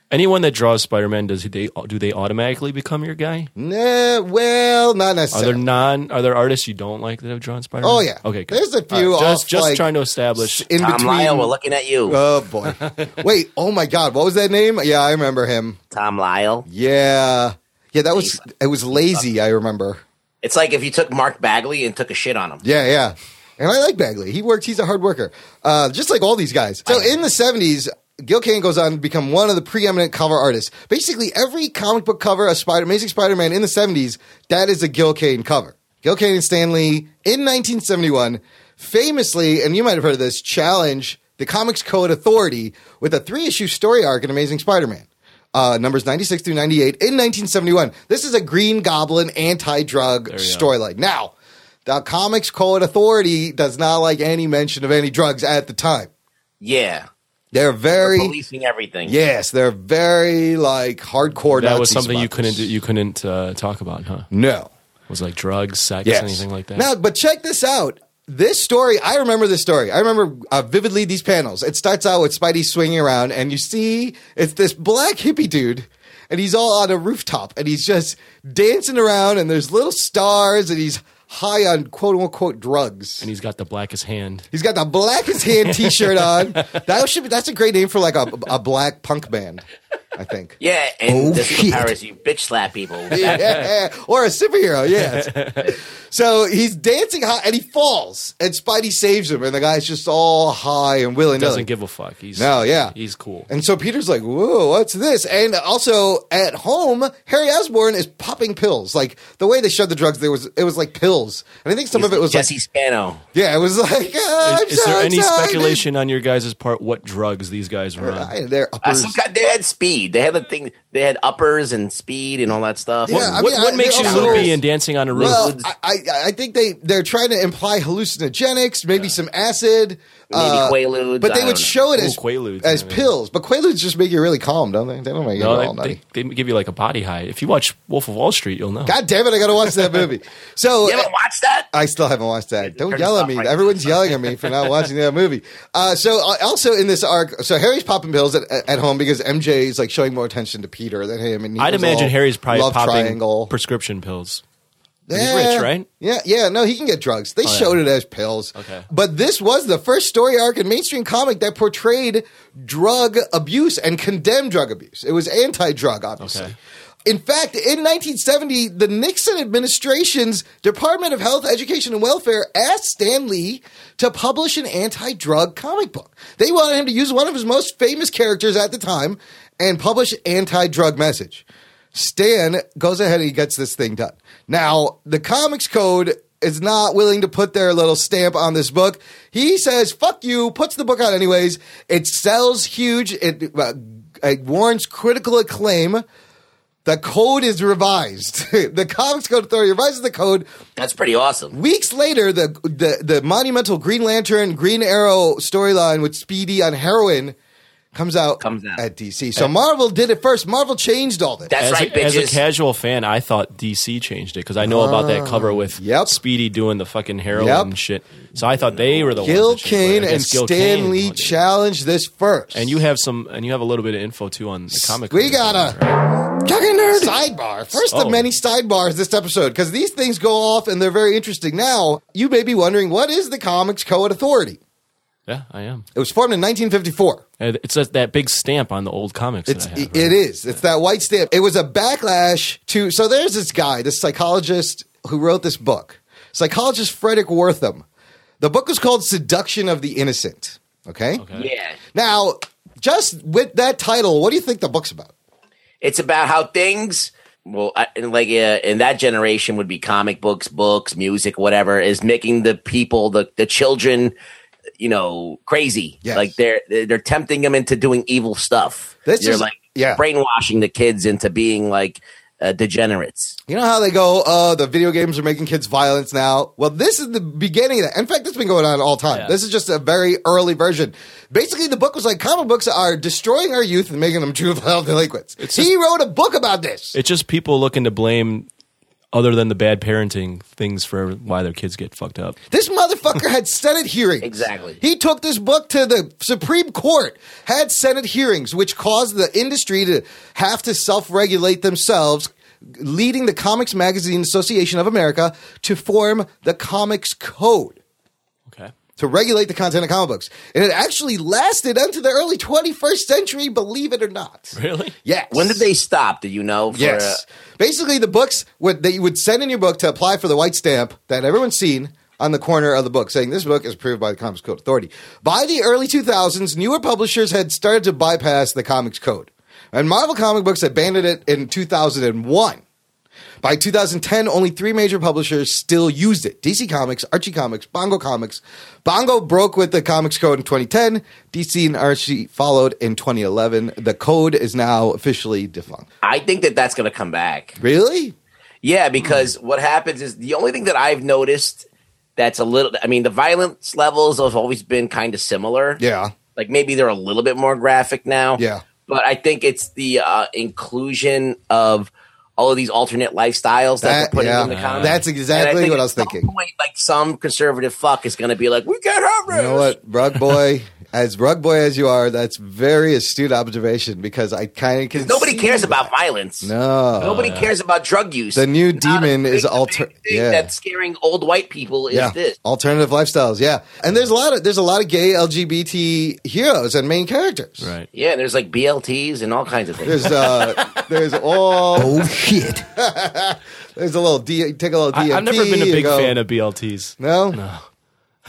Speaker 1: Anyone that draws Spider Man, does they do they automatically become your guy?
Speaker 3: Nah, well, not
Speaker 1: Are there
Speaker 3: necessarily.
Speaker 1: non? Are there artists you don't like that have drawn Spider Man?
Speaker 3: Oh, yeah.
Speaker 1: Okay. Good.
Speaker 3: There's a
Speaker 1: All right,
Speaker 3: few
Speaker 1: Just
Speaker 3: off,
Speaker 1: just
Speaker 3: like,
Speaker 1: trying to establish.
Speaker 3: in
Speaker 4: Tom
Speaker 3: between.
Speaker 4: Lyle, we're looking at you.
Speaker 3: Oh boy! Wait. Oh my God! What was that name? Yeah, I remember him.
Speaker 4: Tom Lyle.
Speaker 3: Yeah, yeah. That was it. Was lazy. I remember.
Speaker 4: It's like if you took Mark Bagley and took a shit on him.
Speaker 3: Yeah, yeah. And I like Bagley. He works. He's a hard worker, uh, just like all these guys. So in the seventies, Gil Kane goes on to become one of the preeminent cover artists. Basically, every comic book cover of Spider Amazing Spider Man in the seventies that is a Gil Kane cover. Gil Kane and Stanley in nineteen seventy one famously, and you might have heard of this, challenge the Comics Code Authority with a three issue story arc in Amazing Spider Man. Uh, numbers 96 through 98 in 1971. This is a Green Goblin anti drug
Speaker 1: you go.
Speaker 3: storyline. Now, the Comics Code Authority does not like any mention of any drugs at the time.
Speaker 4: Yeah.
Speaker 3: They're very
Speaker 4: Policing everything.
Speaker 3: yes, they're very like hardcore.
Speaker 1: That
Speaker 3: Nazi
Speaker 1: was something you couldn't
Speaker 3: smugglers.
Speaker 1: do, you couldn't uh, talk about, huh?
Speaker 3: No,
Speaker 1: Was like drugs, sex,
Speaker 3: yes.
Speaker 1: anything like that.
Speaker 3: Now, but check this out. This story, I remember this story. I remember uh, vividly these panels. It starts out with Spidey swinging around, and you see it's this black hippie dude, and he's all on a rooftop, and he's just dancing around, and there's little stars, and he's high on quote unquote drugs.
Speaker 1: and he's got the blackest hand.
Speaker 3: He's got the blackest hand T-shirt on. That should be, that's a great name for like a, a black punk band, I think.
Speaker 4: Yeah, and
Speaker 5: Oh,
Speaker 4: this is
Speaker 5: shit.
Speaker 4: the Paris. You bitch slap people.
Speaker 3: Yeah, or a superhero, yes. So he's dancing high and he falls, and Spidey saves him, and the guy's just all high and willy nilly.
Speaker 1: Doesn't give a fuck. He's
Speaker 3: No, yeah.
Speaker 1: he's cool.
Speaker 3: and so Peter's like, "Whoa, what's this?" And also at home, Harry Osborn is popping pills. Like the way they showed the drugs, there was it was like pills, and I think some of it was
Speaker 4: Jesse
Speaker 3: like,
Speaker 4: Spano.
Speaker 3: yeah, it was like, "Ah, I'm
Speaker 1: Is, is
Speaker 3: so
Speaker 1: there any
Speaker 3: excited."
Speaker 1: speculation on your guys' part what drugs these guys were on?
Speaker 3: I- They're
Speaker 4: Uh,
Speaker 3: uppers.
Speaker 4: some kind, they had speed. They had the thing. They had uppers and speed and all that stuff.
Speaker 3: Yeah, I
Speaker 1: what
Speaker 3: mean,
Speaker 1: what
Speaker 3: I-
Speaker 1: makes you
Speaker 3: they also-
Speaker 1: loopy and dancing on a roof?
Speaker 3: Well, I, I, I think they they're trying to imply hallucinogenics, maybe some acid, uh,
Speaker 4: Maybe Quaaludes,
Speaker 3: But
Speaker 4: I
Speaker 3: they
Speaker 4: don't
Speaker 3: would
Speaker 4: know.
Speaker 3: show it
Speaker 1: Ooh,
Speaker 3: as
Speaker 1: Quaaludes,
Speaker 3: as
Speaker 1: I mean.
Speaker 3: pills, but Quaaludes just make you really calm, don't they? They don't make you all
Speaker 1: no,
Speaker 3: nutty.
Speaker 1: they, they, they give you like a body high. If you watch Wolf of Wall Street, you'll know.
Speaker 3: God damn it! I gotta watch that movie. So
Speaker 4: You haven't watched that?
Speaker 3: I still haven't watched that. Don't
Speaker 4: turn
Speaker 3: yell
Speaker 4: this
Speaker 3: at
Speaker 4: off
Speaker 3: me.
Speaker 4: right now.
Speaker 3: Everyone's yelling at me for not watching that movie. Uh, so uh, also in this arc, so Harry's popping pills at, at home because MJ is like showing more attention to Peter than him. And he
Speaker 1: I'd
Speaker 3: was all
Speaker 1: imagine Harry's probably
Speaker 3: love
Speaker 1: popping
Speaker 3: triangle.
Speaker 1: prescription pills. he's
Speaker 3: yeah.
Speaker 1: rich, right? Oh,
Speaker 3: Yeah, yeah. No, he can get drugs. They
Speaker 1: yeah.
Speaker 3: showed it as pills.
Speaker 1: Okay.
Speaker 3: But this was the first story arc in mainstream comic that portrayed drug abuse and condemned drug abuse. It was anti-drug, obviously.
Speaker 1: Okay.
Speaker 3: In fact, in 1970, the Nixon administration's Department of Health, Education, and Welfare asked Stan Lee to publish an anti drug comic book. They wanted him to use one of his most famous characters at the time and publish an anti drug message. Stan goes ahead and he gets this thing done. Now, the Comics Code is not willing to put their little stamp on this book. He says, fuck you, puts the book out anyways. It sells huge, it, uh, it warrants critical acclaim. The code is revised. the Comics Code Authority revises the code.
Speaker 4: That's pretty awesome.
Speaker 3: Weeks later, the the, the monumental Green Lantern, Green Arrow storyline with Speedy on heroin comes out,
Speaker 4: Comes out.
Speaker 3: at DC. So Marvel did it first. Marvel changed all this.
Speaker 4: That's
Speaker 1: As,
Speaker 4: right,
Speaker 1: a, as a
Speaker 4: bitches.
Speaker 1: casual fan, I thought DC changed it because I know about that cover with
Speaker 3: Ah. yep.
Speaker 1: Speedy doing the fucking heroin
Speaker 3: Yep.
Speaker 1: and shit. So I thought they were the
Speaker 3: Gil
Speaker 1: ones. that changed it.
Speaker 3: Kane
Speaker 1: I
Speaker 3: and
Speaker 1: guess Gil
Speaker 3: Stan
Speaker 1: Kane
Speaker 3: Lee
Speaker 1: wanted it.
Speaker 3: challenged this first.
Speaker 1: And you have some, and you have a little bit of info too on the comic.
Speaker 3: we
Speaker 1: book.
Speaker 3: got a
Speaker 5: Talking nerd.
Speaker 3: sidebar. First of
Speaker 1: Oh.
Speaker 3: many sidebars this episode because these things go off and they're very interesting. Now you may be wondering what is the Comics Code Authority?
Speaker 1: yeah, I am.
Speaker 3: It was formed in 1954.
Speaker 1: And It's that, that big stamp on the old comics.
Speaker 3: It's
Speaker 1: that I have, right?
Speaker 3: it is. It's that white stamp. It was a backlash to. So there's this guy, this psychologist who wrote this book, psychologist Frederick Wortham. The book was called "Seduction of the Innocent." Okay.
Speaker 1: Okay.
Speaker 4: Yeah.
Speaker 3: Now, just with that title, what do you think the book's about?
Speaker 4: It's about how things, well, I, and like uh, in that generation would be comic books, books, music, whatever, is making the people, the, the children, you know, crazy.
Speaker 3: Yes.
Speaker 4: Like they're they're tempting them into doing evil stuff.
Speaker 3: This
Speaker 4: they're
Speaker 3: is-
Speaker 4: like
Speaker 3: yeah.
Speaker 4: brainwashing the kids into being like uh, degenerates.
Speaker 3: You know how they go, uh, the video games are making kids violence now? Well, this is the beginning of that. In fact, it's been going on all time.
Speaker 1: Yeah.
Speaker 3: This is just a very early version. Basically, the book was like comic books are destroying our youth and making them juvenile delinquents. he wrote a book about this.
Speaker 1: It's just people looking to blame other than the bad parenting things for why their kids get fucked up.
Speaker 3: This motherfucker had Senate hearings.
Speaker 4: Exactly.
Speaker 3: He took this book to the Supreme Court, had Senate hearings, which caused the industry to have to self regulate themselves, leading the Comics Magazine Association of America to form the Comics Code
Speaker 1: Okay.
Speaker 3: to regulate the content of comic books. And it actually lasted until the early 21st century, believe it or not.
Speaker 1: Really?
Speaker 3: Yes.
Speaker 4: When did they stop? Do you know? For, uh,
Speaker 3: Yes. Basically, the books would, that you would send in your book to apply for the white stamp that everyone's seen on the corner of the book, saying this book is approved by the Comics Code Authority. By the early 2000s, newer publishers had started to bypass the Comics Code, and Marvel Comic Books abandoned it in 2001. By 2010, only three major publishers still used it DC Comics, Archie Comics, Bongo Comics. Bongo broke with the Comics Code in 2010. DC and Archie followed in 2011. The code is now officially defunct.
Speaker 4: I think that that's going to come back.
Speaker 3: Really?
Speaker 4: Yeah, because
Speaker 3: Mm.
Speaker 4: what happens is the only thing that I've noticed that's a little. I mean, the violence levels have always been kind of similar.
Speaker 3: Yeah.
Speaker 4: Like maybe they're a little bit more graphic now.
Speaker 3: Yeah.
Speaker 4: But I think it's the uh, inclusion of all of these alternate lifestyles that, they're
Speaker 3: That-
Speaker 4: putting
Speaker 3: yeah.
Speaker 4: in the comic.
Speaker 3: That's
Speaker 4: And
Speaker 3: exactly
Speaker 4: think
Speaker 3: what
Speaker 4: at
Speaker 3: I was
Speaker 4: some
Speaker 3: thinking.
Speaker 4: Point, like some conservative fuck is going to be like, we can't have this.
Speaker 3: You know what, rug boy, as rug boy as you are, that's very astute observation because I kind of can.
Speaker 4: Nobody
Speaker 3: see-
Speaker 4: cares about violence.
Speaker 3: No.
Speaker 4: Nobody cares about drug use.
Speaker 3: The new
Speaker 4: Not a
Speaker 3: demon
Speaker 4: big-
Speaker 3: is
Speaker 4: the big
Speaker 3: alter-
Speaker 4: thing
Speaker 3: yeah.
Speaker 4: That's scaring old white people is
Speaker 3: yeah.
Speaker 4: this.
Speaker 3: Alternative lifestyles. Yeah, and there's a lot of there's a lot of gay LGBT heroes and main characters.
Speaker 1: Right.
Speaker 4: Yeah, and there's like BLTs and all kinds of things.
Speaker 3: There's uh, there's all
Speaker 5: Oh shit.
Speaker 3: there's a little D, take a little DMT.
Speaker 1: I, I've never been a
Speaker 3: you
Speaker 1: big
Speaker 3: go-
Speaker 1: fan of BLTs.
Speaker 3: no no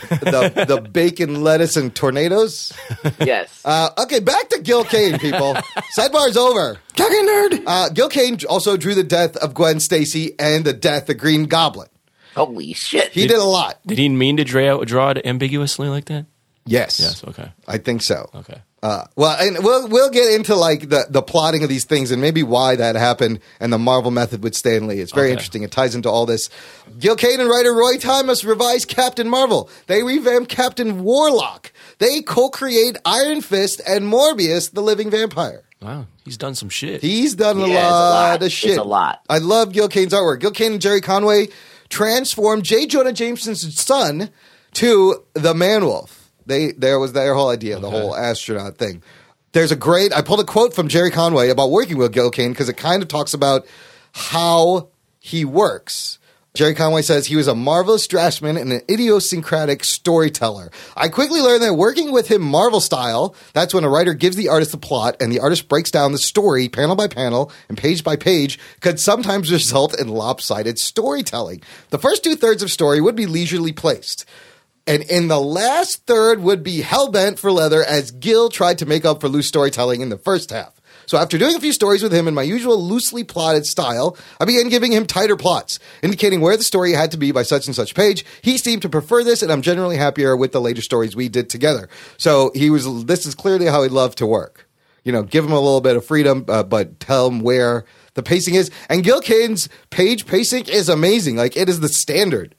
Speaker 3: the the bacon lettuce and tornadoes.
Speaker 4: yes.
Speaker 3: Uh, okay, back to Gil Kane, people. Sidebar's over.
Speaker 5: Talking nerd.
Speaker 3: Uh, Gil Kane also drew the death of Gwen Stacy and the death of Green Goblin.
Speaker 4: Holy shit.
Speaker 3: He did a lot.
Speaker 1: Did he mean to draw, draw it ambiguously like that?
Speaker 3: Yes.
Speaker 1: Yes. Okay.
Speaker 3: I think so.
Speaker 1: Okay.
Speaker 3: Uh, well, and we'll we'll get into like the, the plotting of these things and maybe why that happened and the Marvel method with Stanley. It's very
Speaker 1: Okay.
Speaker 3: interesting. It ties into all this. Gil Kane and writer Roy Thomas revise Captain Marvel. They revamp Captain Warlock. They co-create Iron Fist and Morbius, the Living Vampire.
Speaker 1: Wow. He's done some shit.
Speaker 3: He's done a,
Speaker 4: Yeah, it's a
Speaker 3: lot
Speaker 4: lot.
Speaker 3: of
Speaker 4: It's
Speaker 3: shit.
Speaker 4: a lot.
Speaker 3: I love Gil Kane's artwork. Gil Kane and Jerry Conway transformed J. Jonah Jameson's son to the man wolf. They there was their whole idea, the whole astronaut thing. There's a great I pulled a quote from Jerry Conway about working with Gil Kane because it kind of talks about how he works. Jerry Conway says he was a marvelous draftsman and an idiosyncratic storyteller. I quickly learned that working with him Marvel style, that's when a writer gives the artist the plot and the artist breaks down the story panel by panel and page by page, could sometimes result in lopsided storytelling. The first two thirds of story would be leisurely placed. And in the last third would be hellbent for leather as Gill tried to make up for loose storytelling in the first half. So after doing a few stories with him in my usual loosely plotted style, I began giving him tighter plots, indicating where the story had to be by such and such page. He seemed to prefer this, and I'm generally happier with the later stories we did together. So he was, this is clearly how he loved to work you know, give him a little bit of freedom, uh, but tell him where the pacing is. And Gil Kane's page pacing is amazing. Like it is the standard.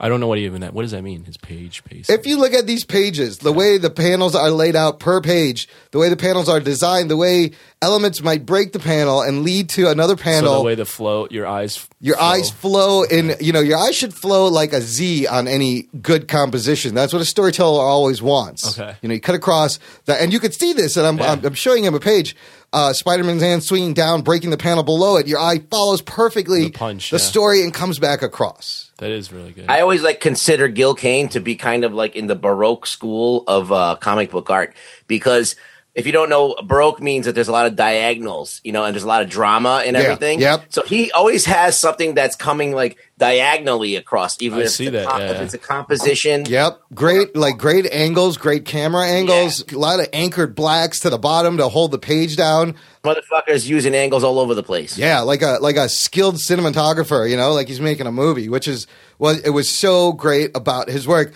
Speaker 1: I don't know what he even that. What does that mean? His page pace.
Speaker 3: If you look at these pages, the way the panels are laid out per page, the way the panels are designed, the way elements might break the panel and lead to another
Speaker 1: so
Speaker 3: panel,
Speaker 1: the way the flow, your eyes,
Speaker 3: your
Speaker 1: flow.
Speaker 3: eyes flow in, you know, your eyes should flow like a Z on any good composition. That's what a storyteller always wants.
Speaker 1: Okay.
Speaker 3: You know, you cut across the, and you could see this, and I'm,
Speaker 1: Yeah.
Speaker 3: I'm, I'm showing him a page. Uh, Spider-Man's hand swinging down, breaking the panel below it. Your eye follows perfectly
Speaker 1: The punch,
Speaker 3: the
Speaker 1: yeah.
Speaker 3: story and comes back across.
Speaker 1: That is really good.
Speaker 4: I always like consider Gil Kane to be kind of like in the Baroque school of uh, comic book art because if you don't know, Baroque means that there's a lot of diagonals, you know, and there's a lot of drama and
Speaker 3: Yeah,
Speaker 4: everything.
Speaker 3: yep.
Speaker 4: So he always has something that's coming like diagonally across, even
Speaker 1: I
Speaker 4: if,
Speaker 1: see
Speaker 4: the
Speaker 1: that,
Speaker 4: com-
Speaker 1: yeah.
Speaker 4: if it's a composition.
Speaker 3: Yep. Great, like great angles, great camera angles, a lot of anchored blacks to the bottom to hold the page down.
Speaker 4: Motherfuckers using angles all over the place.
Speaker 3: Yeah, like a like a skilled cinematographer, you know, like he's making a movie, which is well, it was so great about his work.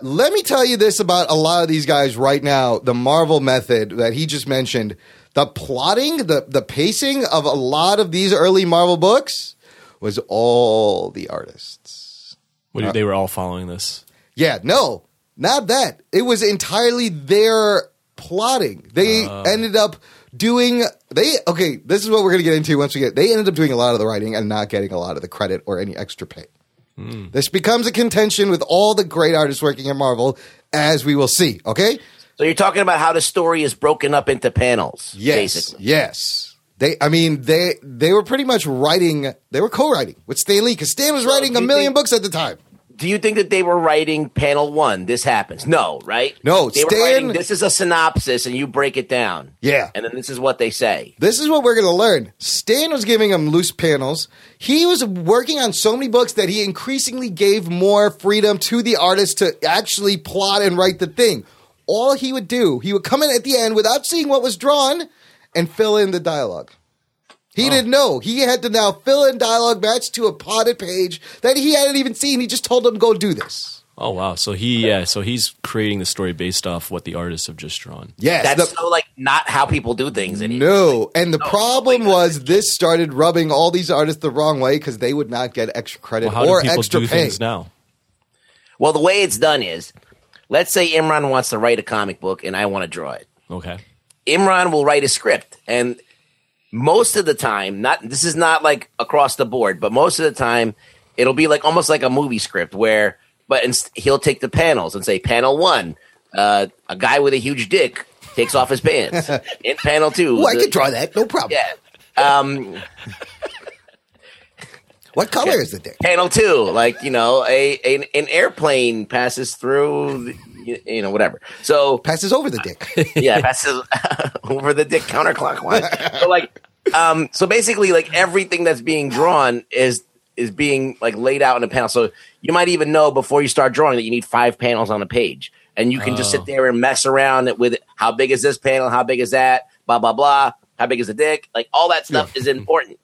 Speaker 3: Let me tell you this about a lot of these guys right now. The Marvel method that he just mentioned, the plotting, the the pacing of a lot of these early Marvel books was all the artists.
Speaker 1: What do- they were all following this.
Speaker 3: Yeah, no, not that. It was entirely their plotting. They ended up doing they okay, this is what we're gonna get into once we get they ended up doing a lot of the writing and not getting a lot of the credit or any extra pay. This becomes a contention with all the great artists working at Marvel, as we will see. Okay?
Speaker 4: So you're talking about how the story is broken up into panels.
Speaker 3: Yes.
Speaker 4: Basically.
Speaker 3: Yes. They I mean they they were pretty much writing they were co writing with Stan Lee because Stan was writing
Speaker 4: do
Speaker 3: a
Speaker 4: you
Speaker 3: million
Speaker 4: think-
Speaker 3: books at the time.
Speaker 4: Do you think that they were writing panel one? This happens. No, right?
Speaker 3: No,
Speaker 4: They
Speaker 3: Stan-
Speaker 4: were writing this is a synopsis and you break it down.
Speaker 3: Yeah.
Speaker 4: And then this is what they say.
Speaker 3: This is what we're going to learn. Stan was giving him loose panels. He was working on so many books that he increasingly gave more freedom to the artist to actually plot and write the thing. All he would do, he would come in at the end without seeing what was drawn and fill in the dialogue. He didn't know. He had to now fill in dialogue match to a plotted page that he hadn't even seen. He just told him, go do this.
Speaker 1: Oh wow. So he yeah. So he's creating the story based off what the artists have just drawn.
Speaker 3: Yes.
Speaker 4: That's
Speaker 3: the-
Speaker 4: so like not how people do things anymore.
Speaker 3: No, and the problem was this started rubbing all these artists the wrong way because they would not get extra credit
Speaker 1: Well, how
Speaker 3: or
Speaker 1: do people
Speaker 3: extra
Speaker 1: do
Speaker 3: pay.
Speaker 1: things now?
Speaker 4: Well, the way it's done is Let's say Imran wants to write a comic book and I want to draw it.
Speaker 1: Okay.
Speaker 4: Imran will write a script and most of the time not this is not like across the board but most of the time it'll be like almost like a movie script where but inst- he'll take the panels and say panel 1 uh, a guy with a huge dick takes off his pants in panel 2
Speaker 3: Oh, I
Speaker 4: the-
Speaker 3: could draw that. No problem.
Speaker 4: yeah um
Speaker 3: What color is the dick?
Speaker 4: panel two, like you know, a, an an airplane passes through, the, you, you know, whatever. So
Speaker 3: Passes over the dick.
Speaker 4: yeah, passes over the dick counterclockwise. So like, um, so basically, like everything that's being drawn is is being like laid out in a panel. So you might even know before you start drawing that you need five panels on a page, and you can just sit there and mess around with how big is this panel, how big is that, blah blah blah, how big is the dick, like all that stuff is important.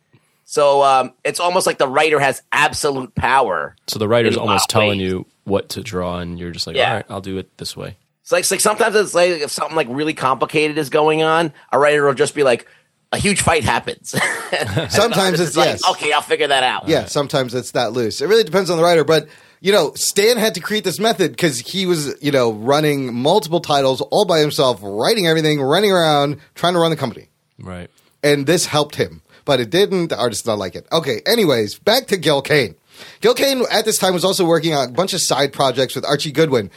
Speaker 4: So um, it's almost like the writer has absolute power
Speaker 1: So the writer's
Speaker 4: In a lot
Speaker 1: almost
Speaker 4: of
Speaker 1: telling
Speaker 4: ways.
Speaker 1: you what to draw, and you're just like,
Speaker 4: Yeah.
Speaker 1: all right, I'll do it this way.
Speaker 4: It's like, it's like sometimes it's like if something like really complicated is going on, a writer will just be like, a huge fight happens. And
Speaker 3: Sometimes it's
Speaker 4: like,
Speaker 3: yes.
Speaker 4: okay, I'll figure that out.
Speaker 3: Yeah, sometimes it's that loose. It really depends on the writer, but you know, Stan had to create this method because he was, you know, running multiple titles all by himself, writing everything, running around, trying to run the company.
Speaker 1: Right.
Speaker 3: And this helped him. But it didn't. The artist did not like it. Okay, anyways, back to Gil Kane. Gil Kane at this time was also working on a bunch of side projects with Archie Goodwin.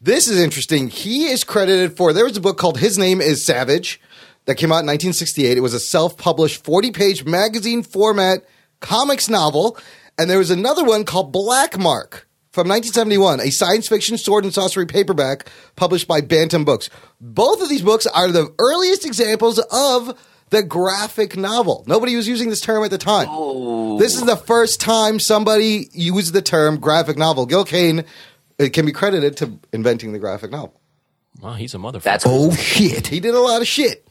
Speaker 3: This is interesting. He is credited for there was a book called His Name is Savage that came out in 1968. It was a self-published 40-page magazine format comics novel, and there was another one called Black Mark from 1971, a science fiction sword and sorcery paperback published by Bantam Books. Both of these books are the earliest examples of the graphic novel. Nobody was using this term at the time.
Speaker 5: Oh.
Speaker 3: This is the first time somebody used the term graphic novel. Gil Kane it can be credited to inventing the graphic novel.
Speaker 1: Wow, he's a motherfucker.
Speaker 4: That's
Speaker 5: Oh shit.
Speaker 3: He did a lot of shit.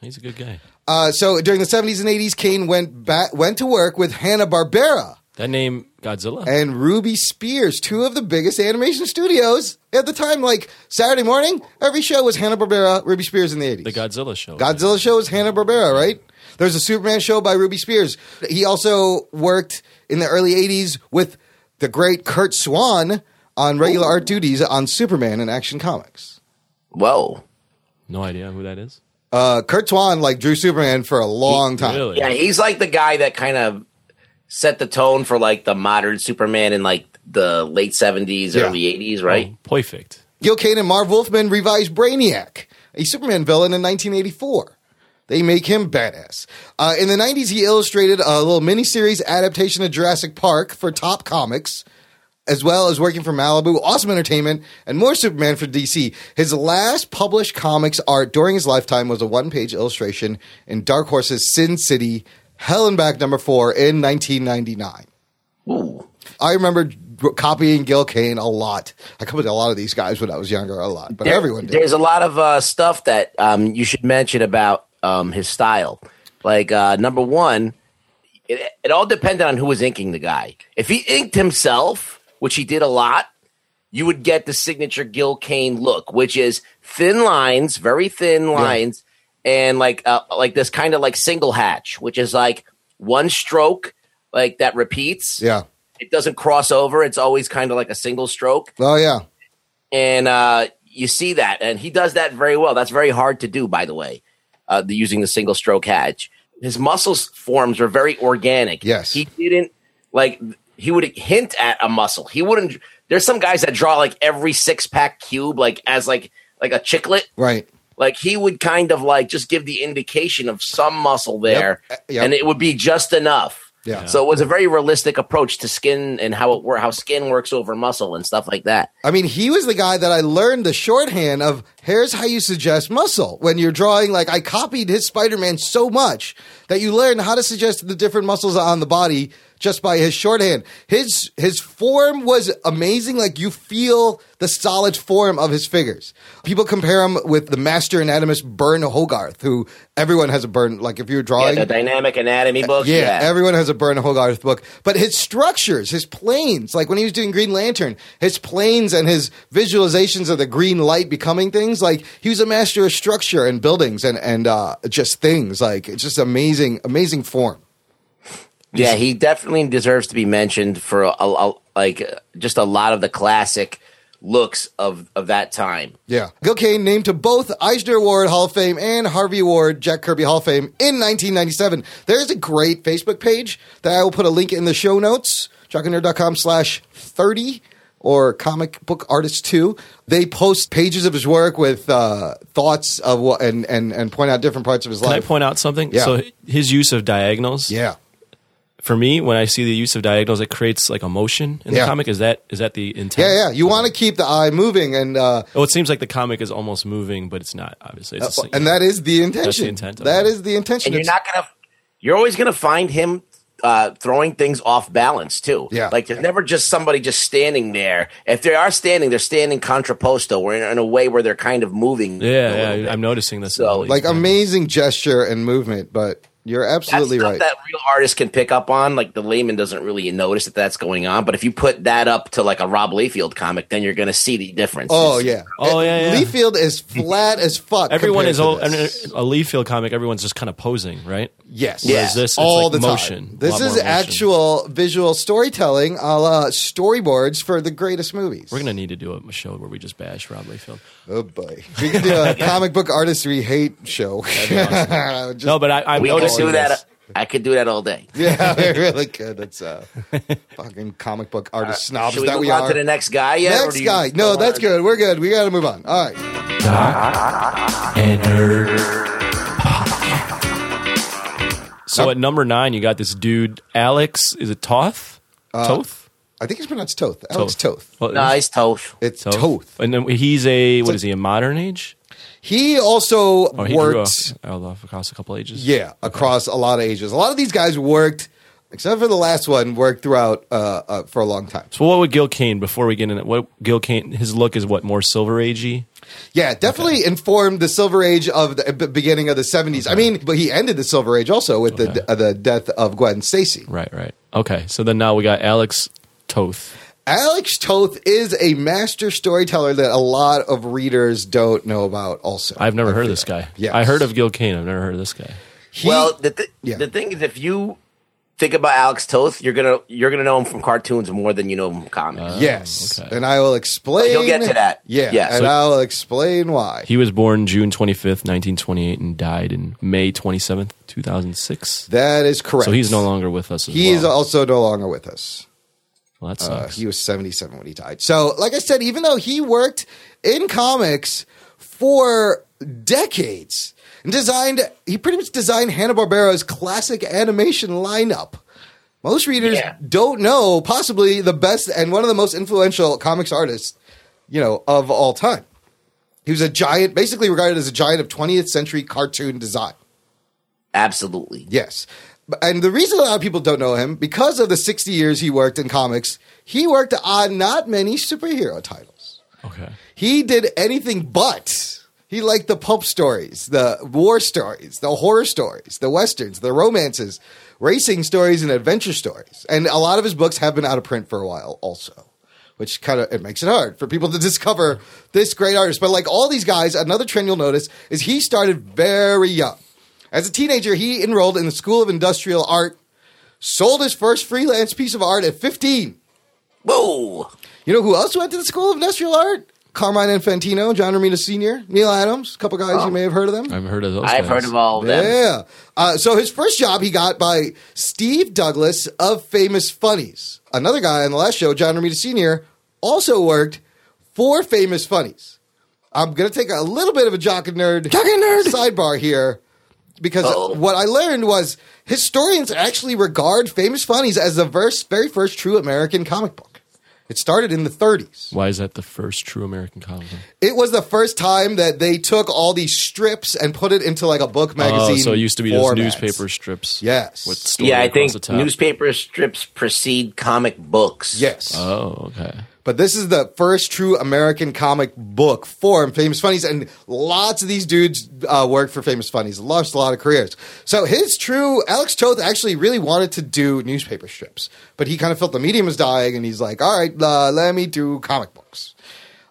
Speaker 1: he's a good guy.
Speaker 3: Uh, so during the 70s and 80s, Kane went back, went to work with Hanna Barbera.
Speaker 1: That name Godzilla.
Speaker 3: and Ruby Spears, two of the biggest animation studios at the time. Like Saturday morning, every show was Hanna Barbera, Ruby Spears in the eighties.
Speaker 1: the Godzilla show.
Speaker 3: Godzilla show was Hanna Barbera, right? There's a Superman show by Ruby Spears. He also worked in the early '80s with the great Kurt Swan on regular art duties on Superman and Action Comics.
Speaker 4: whoa.
Speaker 1: No idea who that is.
Speaker 3: Uh, Kurt Swan like drew Superman for a long time.
Speaker 1: Really?
Speaker 4: Yeah, he's like the guy that kind of set the tone for like the modern Superman in like the late seventies,
Speaker 3: Yeah.
Speaker 4: early eighties, right?
Speaker 1: Oh, perfect.
Speaker 3: Gil Kane and Marv Wolfman revised Brainiac, a Superman villain in 1984. They make him badass. Uh, in the 90s, he illustrated a little miniseries adaptation of Jurassic Park for Top Comics, as well as working for Malibu, Awesome Entertainment, and more Superman for DC. His last published comics art during his lifetime was a one page illustration in Dark Horse's Sin City, Hell and Back number four in 1999.
Speaker 4: Ooh.
Speaker 3: I remember copying Gil Kane a lot. I copied a lot of these guys when I was younger, a lot, but
Speaker 4: There-
Speaker 3: everyone did.
Speaker 4: There's a lot of uh, stuff that um, you should mention about um, his style. Like uh, number one, it, it all depended on who was inking the guy. If he inked himself, which he did a lot, you would get the signature Gil Kane look, which is thin lines, very thin lines, and like uh, like this kind of like single hatch, which is like one stroke, like that repeats.
Speaker 3: Yeah.
Speaker 4: It doesn't cross over. It's always kind of like a single stroke
Speaker 3: Oh yeah.
Speaker 4: and uh, you see that, and he does that very well. That's very hard to do, by the way, uh, the, using the single stroke hatch. His muscles forms were very organic.
Speaker 3: Yes.
Speaker 4: he didn't like he would hint at a muscle. He wouldn't. There's some guys that draw like every six pack cube, like as like like a chiclet.
Speaker 3: Right.
Speaker 4: Like he would kind of like just give the indication of some muscle there,
Speaker 3: Yep. Uh, yep.
Speaker 4: and it would be just enough.
Speaker 3: Yeah.
Speaker 4: So it was a very realistic approach to skin and how it wor- how skin works over muscle and stuff like that.
Speaker 3: I mean, he was the guy that I learned the shorthand of here's how you suggest muscle when you're drawing. Like, I copied his Spider Man so much that you learn how to suggest the different muscles on the body just by his shorthand. His his form was amazing. Like, you feel the solid form of his figures. People compare him with the master anatomist Bern Hogarth, who everyone has a Bern. Like, if you're
Speaker 4: Yeah,
Speaker 3: drawing,
Speaker 4: the dynamic anatomy book.
Speaker 3: yeah, everyone has a Bern Hogarth book, but his structures, his planes, like when he was doing Green Lantern, his planes and his visualizations of the green light becoming things, like he was a master of structure and buildings and and uh, just things, like it's just amazing, amazing form.
Speaker 4: Yeah, he definitely deserves to be mentioned for a, a- like uh, just a lot of the classic looks of of that time.
Speaker 3: Yeah. Gil Kane named to both Eisner Award Hall of Fame and Harvey Award Jack Kirby Hall of Fame in 1997. There's a great Facebook page that I will put a link in the show notes, jockandnerd.com slash 30 or comic book artist 2. They post pages of his work with uh, thoughts of what and, and, and point out different parts of his
Speaker 1: Can I
Speaker 3: life.
Speaker 1: point out something?
Speaker 3: Yeah.
Speaker 1: So his use of diagonals.
Speaker 3: yeah.
Speaker 1: For me, when I see the use of diagonals, it creates like emotion in
Speaker 3: Yeah.
Speaker 1: the comic. Is that is that the intent?
Speaker 3: Yeah, yeah. You want to keep the eye moving and uh,
Speaker 1: Oh, it seems like the comic is almost moving, but it's not. Obviously, it's just,
Speaker 3: and that is the intention.
Speaker 1: intent of
Speaker 3: That
Speaker 1: it.
Speaker 3: is the intention.
Speaker 4: and you're
Speaker 3: It's-
Speaker 4: not gonna you're always gonna find him uh, throwing things off balance too.
Speaker 3: Yeah.
Speaker 4: like there's never just somebody just standing there. If they are standing, they're standing contrapposto, or in, in a way where they're kind of moving. a
Speaker 1: yeah,
Speaker 4: little
Speaker 1: yeah,
Speaker 4: bit.
Speaker 1: I'm noticing this.
Speaker 4: So,
Speaker 1: early.
Speaker 3: like amazing gesture and movement, but you're
Speaker 4: That's
Speaker 3: absolutely
Speaker 4: stuff
Speaker 3: right.
Speaker 4: that real artists can pick up on. Like the layman doesn't really notice that that's going on, but if you put that up to like a Rob Layfield comic, then you're gonna see the difference.
Speaker 3: Oh
Speaker 4: It's-
Speaker 3: yeah.
Speaker 1: Oh, yeah, yeah.
Speaker 3: Lee Field is flat as fuck.
Speaker 1: everyone
Speaker 3: compared
Speaker 1: is
Speaker 3: to
Speaker 1: all, and
Speaker 3: this.
Speaker 1: a Lee Field comic. Everyone's just kind of posing, right?
Speaker 3: yes.
Speaker 4: Yeah.
Speaker 1: Whereas this, it's
Speaker 3: All
Speaker 1: like
Speaker 3: the
Speaker 1: motion.
Speaker 3: time.
Speaker 1: a lot
Speaker 3: This
Speaker 1: more
Speaker 3: is
Speaker 1: motion.
Speaker 3: actual visual storytelling, a la storyboards for the greatest movies.
Speaker 1: We're gonna need to do a show where we just bash Rob Layfield.
Speaker 3: oh boy, we could do a comic book artistry hate show. Just-
Speaker 1: No, but I, I'm
Speaker 4: we could
Speaker 3: Oh,
Speaker 1: noticing
Speaker 4: do
Speaker 1: this.
Speaker 4: that. I could do that all day.
Speaker 3: yeah, we really could. It's uh, fucking comic book artist snobs
Speaker 4: Uh, Should we
Speaker 3: that
Speaker 4: move
Speaker 3: we
Speaker 4: on
Speaker 3: are.
Speaker 4: to the next guy? Yet, or
Speaker 3: next
Speaker 4: do you
Speaker 3: guy.
Speaker 4: still
Speaker 3: No,
Speaker 4: wanna-
Speaker 3: that's good. We're good. We got to move on. All right.
Speaker 1: So at number nine, you got this dude, Alex. Is it Toth? Toth?
Speaker 3: I think it's pronounced Uh, Toth. Alex Toth.
Speaker 1: Well, it is
Speaker 4: Nice toast.
Speaker 3: It's
Speaker 1: Toth.
Speaker 3: Toth.
Speaker 1: And then he's a what is he? A modern age?
Speaker 3: He also
Speaker 1: Or Oh, he
Speaker 3: worked.
Speaker 1: grew up, uh, across a couple ages.
Speaker 3: Yeah, across a lot of ages. A lot of these guys worked, except for the last one, worked throughout uh, uh, for a long time.
Speaker 1: So what would Gil Kane? Before we get into what Gil Kane, his look is what more silver agey.
Speaker 3: Yeah, definitely informed the Silver Age of the b- beginning of the 70s. I mean, but he ended the Silver Age also with
Speaker 1: Okay.
Speaker 3: the uh, the death of Gwen Stacy.
Speaker 1: Right, right. Okay, so then now we got Alex Toth.
Speaker 3: Alex Toth is a master storyteller that a lot of readers don't know about also.
Speaker 1: I've never heard of this guy.
Speaker 3: Yes.
Speaker 1: I heard of Gil Kane. I've never heard of this guy.
Speaker 3: He-
Speaker 4: well, the th-
Speaker 3: yeah.
Speaker 4: the thing is, if you think about Alex Toth, you're gonna you're gonna know him from cartoons more than you know him from
Speaker 1: Uh.
Speaker 4: comics.
Speaker 3: yes.
Speaker 1: okay.
Speaker 3: And I will explain.
Speaker 4: You'll get to that.
Speaker 3: Yeah.
Speaker 4: Yeah.
Speaker 3: And
Speaker 4: So-
Speaker 3: I'll explain why.
Speaker 1: He was born June 25th, 1928, and died in May 27th, 2006.
Speaker 3: that is correct.
Speaker 1: So he's no longer with us. As
Speaker 3: He is
Speaker 1: well.
Speaker 3: also no longer with us.
Speaker 1: Well, that
Speaker 3: Uh,
Speaker 1: sucks.
Speaker 3: he was 77 when he died. So, like I said, even though he worked in comics for decades and designed, he pretty much designed Hanna-Barbera's classic animation lineup. Most readers
Speaker 4: Yeah.
Speaker 3: don't know possibly the best and one of the most influential comics artists, you know, of all time. He was a giant, basically regarded as a giant of 20th century cartoon design.
Speaker 4: Absolutely.
Speaker 3: Yes. B- And the reason a lot of people don't know him, because of the 60 years he worked in comics, he worked on not many superhero titles.
Speaker 1: okay.
Speaker 3: He did anything but. He liked the pulp stories, the war stories, the horror stories, the westerns, the romances, racing stories, and adventure stories. And a lot of his books have been out of print for a while also. Which kind of it makes it hard for people to discover this great artist. But like all these guys, another trend you'll notice is he started very young. As a teenager, he enrolled in the School of Industrial Art, sold his first freelance piece of art at 15.
Speaker 4: Whoa.
Speaker 3: You know who else went to the School of Industrial Art? Carmine Infantino, John Romita Sr., Neil Adams, a couple guys you may have heard of them.
Speaker 1: I've heard of those.
Speaker 4: I've
Speaker 1: guys.
Speaker 4: heard of all of them.
Speaker 3: Yeah. Uh, so his first job he got by Steve Douglas of Famous Funnies. Another guy on the last show, John Romita Sr., also worked for Famous Funnies. I'm going to take a little bit of a jock and nerd, jock and nerd sidebar here because
Speaker 4: Uh-oh.
Speaker 3: what I learned was historians actually regard Famous Funnies as the first, very first true American comic book. It started in the 30s.
Speaker 1: Why is that the first true American comic? book?
Speaker 3: It was the first time that they took all these strips and put it into like a book magazine.
Speaker 1: Oh, so it used to be those
Speaker 3: formats.
Speaker 1: newspaper strips.
Speaker 3: Yes.
Speaker 1: With story
Speaker 4: Yeah, I
Speaker 1: across
Speaker 4: think
Speaker 1: the top.
Speaker 4: newspaper strips precede comic books.
Speaker 3: Yes,
Speaker 1: Oh, okay.
Speaker 3: but this is the first true American comic book form, Famous Funnies, and lots of these dudes uh, worked for Famous Funnies, lost a lot of careers. So his true Alex Toth actually really wanted to do newspaper strips, but he kind of felt the medium was dying, and he's like, "All right, uh, let me do comic books."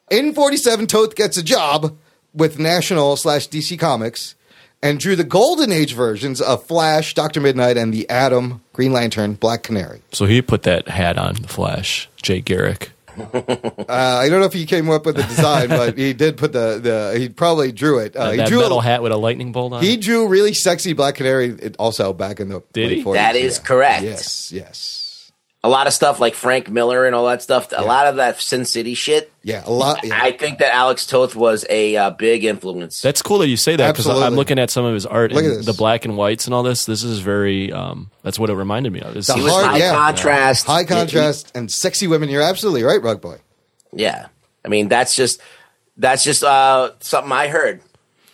Speaker 3: In 47, Toth gets a job with National slash DC Comics and drew the Golden Age versions of Flash, Dr. Midnight, and the Atom, Green Lantern, Black Canary.
Speaker 1: So he put that hat on, the Flash, Jay Garrick.
Speaker 3: Uh, I don't know if he came up with the design, but he did put the, the he probably drew it. Uh, he
Speaker 1: that
Speaker 3: drew a-
Speaker 1: metal hat with a lightning bolt on.
Speaker 3: He
Speaker 1: it.
Speaker 3: drew really sexy Black Canary it- also back in the
Speaker 1: Did he?
Speaker 3: late 40s.
Speaker 4: That is
Speaker 3: yeah.
Speaker 4: correct.
Speaker 3: Yes, yes.
Speaker 4: A lot of stuff like Frank Miller and all that stuff. A lot of that Sin City shit.
Speaker 3: Yeah, a lot. Yeah.
Speaker 4: I think that Alex Toth was a uh, big influence.
Speaker 1: That's cool that you say that because I'm
Speaker 3: Absolutely.
Speaker 1: looking at some of his art
Speaker 3: Look at
Speaker 1: and
Speaker 3: this.
Speaker 1: the black and whites and all this. This is very. Um, that's what it reminded me of. It's-
Speaker 3: The
Speaker 4: he was
Speaker 3: hard-
Speaker 4: high
Speaker 3: yeah.
Speaker 4: contrast.
Speaker 3: High contrast and sexy women. You're absolutely right, Rug Boy.
Speaker 4: Yeah. I mean, that's just that's just uh, something I heard.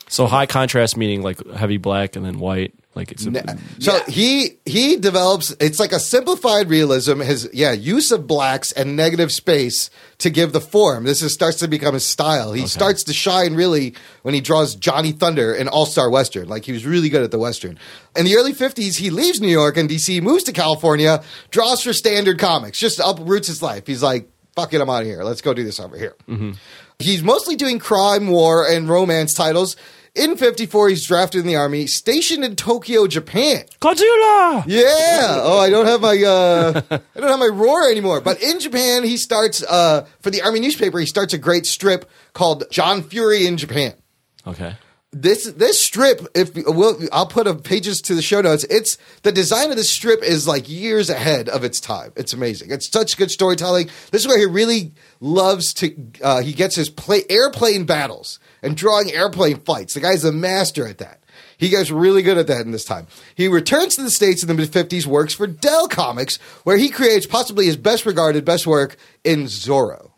Speaker 1: so high contrast meaning like heavy black and then white. Like it's a,
Speaker 3: So he he develops it's like a simplified realism his yeah use of blacks and negative space to give the form this is, starts to become his style he starts to shine really when he draws Johnny Thunder in All Star Western like he was really good at the Western in the early 50s he leaves New York and DC moves to California draws for Standard Comics just uproots his life he's like fuck it I'm out of here let's go do this over here He's mostly doing crime, war, and romance titles. In 54, he's drafted in the army, stationed in Tokyo, Japan.
Speaker 1: Godzilla.
Speaker 3: Yeah. Oh, I don't have my uh, I don't have my roar anymore. But in Japan, he starts uh, for the army newspaper. He starts a great strip called John Fury in Japan.
Speaker 1: Okay.
Speaker 3: This this strip, if we'll, I'll put a pages to the show notes. It's the design of this strip is like years ahead of its time. It's amazing. It's such good storytelling. This is where he really loves to. Uh, he gets his play airplane battles and drawing airplane fights. The guy's a master at that. He gets really good at that in this time. He returns to the States in the mid 50s, works for Dell Comics, where he creates possibly his best regarded, best work in Zorro.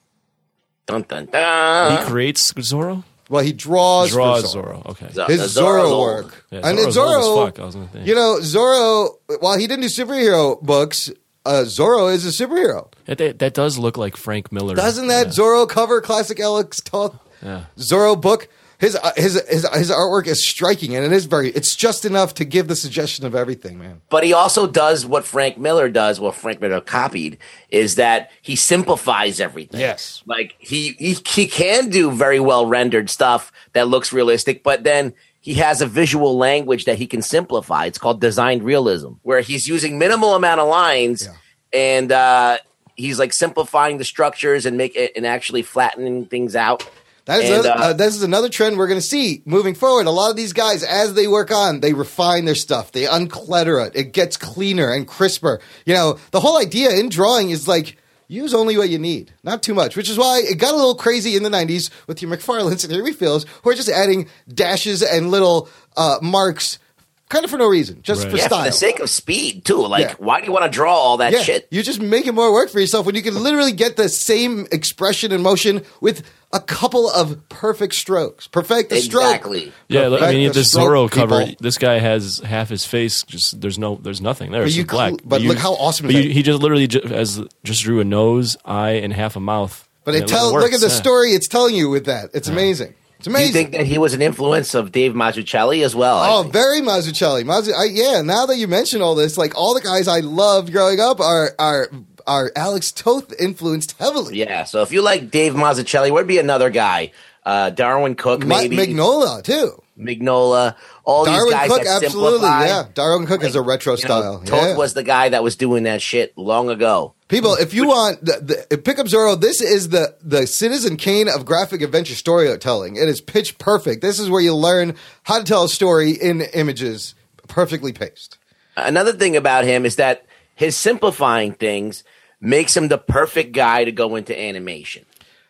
Speaker 4: Dun dun dun.
Speaker 1: He creates Zorro.
Speaker 3: Well, he draws, for
Speaker 1: Draws
Speaker 3: Zorro.
Speaker 1: Zorro. Okay.
Speaker 4: Zo-
Speaker 3: His
Speaker 4: the Zorro's
Speaker 3: Zorro
Speaker 4: old.
Speaker 3: work.
Speaker 1: Yeah,
Speaker 3: and
Speaker 1: Zorro's
Speaker 3: it's
Speaker 1: old as
Speaker 3: Zorro,
Speaker 1: fuck, I was gonna think.
Speaker 3: you know, Zorro, while he didn't do superhero books, uh, Zorro is a superhero.
Speaker 1: That, that, that does look like Frank Miller.
Speaker 3: Doesn't that
Speaker 1: Yeah.
Speaker 3: Zorro cover classic Alex Toth
Speaker 1: Yeah.
Speaker 3: Zorro book? His, uh, his his his artwork is striking and it is very it's just enough to give the suggestion of everything, man.
Speaker 4: But he also does what Frank Miller does, what Frank Miller copied, is that he simplifies everything.
Speaker 3: Yes.
Speaker 4: Like he he, he can do very well rendered stuff that looks realistic, but then he has a visual language that he can simplify. It's called designed realism, where he's using minimal amount of lines and uh he's like simplifying the structures and make it and actually flattening things out.
Speaker 3: That is
Speaker 4: And,
Speaker 3: another,
Speaker 4: uh,
Speaker 3: uh, this is another trend we're going to see moving forward. A lot of these guys, as they work on, they refine their stuff, they unclutter it, it gets cleaner and crisper. You know, the whole idea in drawing is like use only what you need, not too much, which is why it got a little crazy in the '90s with your McFarlane's and your refills, who are just adding dashes and little uh, marks, kind of for no reason, just
Speaker 1: Right.
Speaker 3: for
Speaker 4: Yeah,
Speaker 3: style.
Speaker 4: for the sake of speed too. Like,
Speaker 3: Yeah.
Speaker 4: why do you want to draw all that
Speaker 3: Yeah,
Speaker 4: shit?
Speaker 3: you're just making more work for yourself when you can literally get the same expression and motion with a couple of perfect strokes. Perfect the
Speaker 4: Exactly.
Speaker 3: stroke.
Speaker 1: Yeah, look, I
Speaker 3: Perfect
Speaker 1: mean the Zorro
Speaker 3: stroke,
Speaker 1: cover.
Speaker 3: people.
Speaker 1: This guy has half his face. Just there's no, there's nothing there. It's
Speaker 3: you
Speaker 1: just black.
Speaker 3: cl- but look how awesome
Speaker 1: But
Speaker 3: is
Speaker 1: you,
Speaker 3: that?
Speaker 1: he just literally ju- as just drew a nose, eye, and half a mouth.
Speaker 3: But
Speaker 1: And
Speaker 3: it tell
Speaker 1: works,
Speaker 3: look at the
Speaker 1: yeah.
Speaker 3: story it's telling you with that. It's amazing. It's
Speaker 4: Do
Speaker 3: amazing.
Speaker 4: you think that he was an influence of Dave Mazzucchelli as well? I
Speaker 3: Oh,
Speaker 4: think.
Speaker 3: very Mazzucchelli. Mazzu- I, yeah, now that you mention all this, like all the guys I loved growing up are are are Alex Toth influenced heavily.
Speaker 4: yeah. So if you like Dave Mazzucchelli, where'd be another guy? Uh, Darwin Cook,
Speaker 3: Ma-
Speaker 4: maybe
Speaker 3: Mignola too.
Speaker 4: Mignola. All these
Speaker 3: Darwin
Speaker 4: guys
Speaker 3: Cook,
Speaker 4: that
Speaker 3: absolutely.
Speaker 4: simplify.
Speaker 3: Yeah, Darwin Cook is a retro
Speaker 4: You know,
Speaker 3: style.
Speaker 4: Toth
Speaker 3: yeah.
Speaker 4: was the guy that was doing that shit long ago.
Speaker 3: People, if you want the, the, pick up Zorro, this is the the Citizen Kane of graphic adventure storytelling. It is pitch perfect. This is where you learn how to tell a story in images, perfectly paced.
Speaker 4: Another thing about him is that his simplifying things makes him the perfect guy to go into animation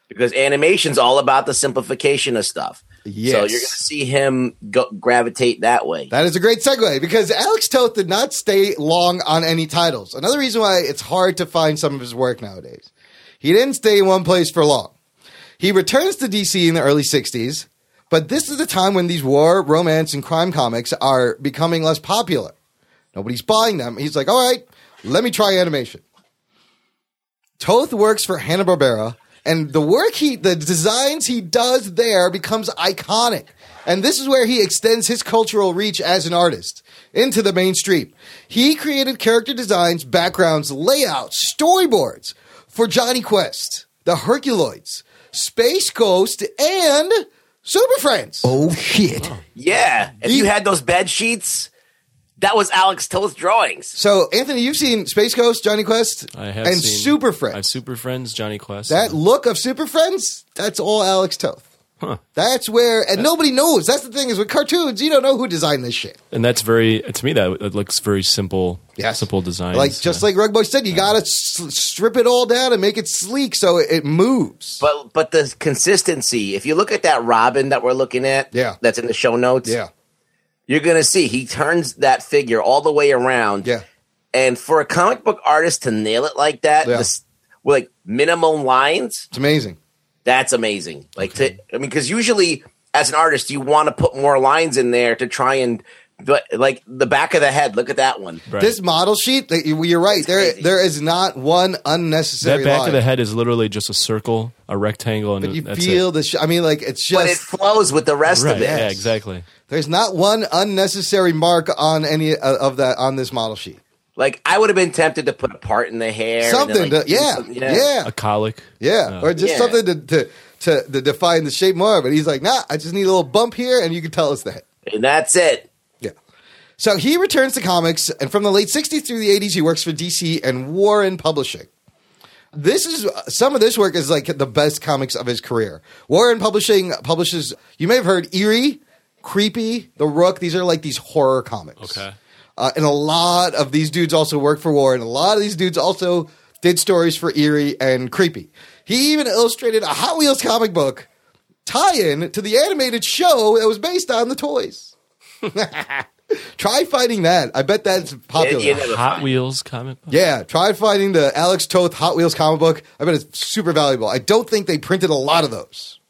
Speaker 4: because animation's all about the simplification of stuff.
Speaker 3: Yes.
Speaker 4: So you're going to see him go- gravitate that way.
Speaker 3: That is a great segue because Alex Toth did not stay long on any titles. Another reason why it's hard to find some of his work nowadays. He didn't stay in one place for long. He returns to DC in the early 60s, but this is the time when these war, romance, and crime comics are becoming less popular. Nobody's buying them. He's like, all right, let me try animation. Toth works for Hanna-Barbera, and the work he, the designs he does there becomes iconic. And this is where he extends his cultural reach as an artist into the mainstream. He created character designs, backgrounds, layouts, storyboards for Johnny Quest, the Herculoids, Space Ghost, and Super Friends.
Speaker 5: Oh shit.
Speaker 4: Yeah, if
Speaker 3: He-
Speaker 4: you had those bed sheets, That was Alex Till's drawings.
Speaker 3: So, Anthony, you've seen Space Ghost, Johnny Quest,
Speaker 1: I have
Speaker 3: and
Speaker 1: seen,
Speaker 3: Super Friends.
Speaker 1: I've Super Friends, Johnny Quest.
Speaker 3: That look of Super Friends, that's all Alex Toth. That's where, and nobody knows. That's the thing is with cartoons, you don't know who designed this shit.
Speaker 1: and that's very to me that it looks very simple.
Speaker 3: Yes.
Speaker 1: simple design.
Speaker 3: Like just like Rugboy said, you gotta s- strip it all down and make it sleek so it, it moves.
Speaker 4: But but the consistency, if you look at that Robin that we're looking at,
Speaker 3: Yeah.
Speaker 4: that's in the show notes,
Speaker 3: yeah,
Speaker 4: you're gonna see he turns that figure all the way around.
Speaker 3: yeah,
Speaker 4: And for a comic book artist to nail it like that,
Speaker 3: Yeah.
Speaker 4: this, with like minimum lines,
Speaker 3: it's amazing.
Speaker 4: that's amazing. Like to, I mean, because usually as an artist, you want to put more lines in there to try and, but like the back of the head. Look at that one.
Speaker 1: Right.
Speaker 3: This model sheet, that you- you're right. There,
Speaker 4: crazy.
Speaker 3: there is not one unnecessary
Speaker 1: that back
Speaker 3: line.
Speaker 1: of the head is literally just a circle, a rectangle, and
Speaker 3: But you
Speaker 1: that's
Speaker 3: feel
Speaker 1: it.
Speaker 3: the. Sh- I mean, like it's
Speaker 4: But it
Speaker 3: just
Speaker 4: flows with the rest
Speaker 1: Right?
Speaker 4: of it.
Speaker 1: Yeah, exactly.
Speaker 3: there's not one unnecessary mark on any uh, of that on this model sheet.
Speaker 4: Like I would have been tempted to put a part in the hair. and then,
Speaker 3: Something,
Speaker 4: like,
Speaker 3: to,
Speaker 4: do
Speaker 3: yeah,
Speaker 4: something, you know?
Speaker 3: yeah,
Speaker 1: A colic.
Speaker 3: Yeah,
Speaker 1: No.
Speaker 3: or just
Speaker 4: Yeah.
Speaker 3: something to, to to to define the shape more. But he's like, nah, I just need a little bump here, and you can tell us that.
Speaker 4: And that's it.
Speaker 3: Yeah. So he returns to comics, and from the late '60s through the '80s, he works for DC and Warren Publishing. This is some of this work is like the best comics of his career. Warren Publishing publishes. You may have heard Eerie, Creepy, The Rook. These are like these horror comics.
Speaker 1: Okay.
Speaker 3: Uh, and a lot of these dudes also worked for Warren. A lot of these dudes also did stories for Eerie and Creepy. He even illustrated a Hot Wheels comic book tie-in to the animated show that was based on the toys. try finding that. I bet that's popular.
Speaker 4: You never
Speaker 1: Hot
Speaker 4: find-
Speaker 1: Wheels comic book.
Speaker 3: Yeah, try finding the Alex Toth Hot Wheels comic book. I bet it's super valuable. I don't think they printed a lot of those.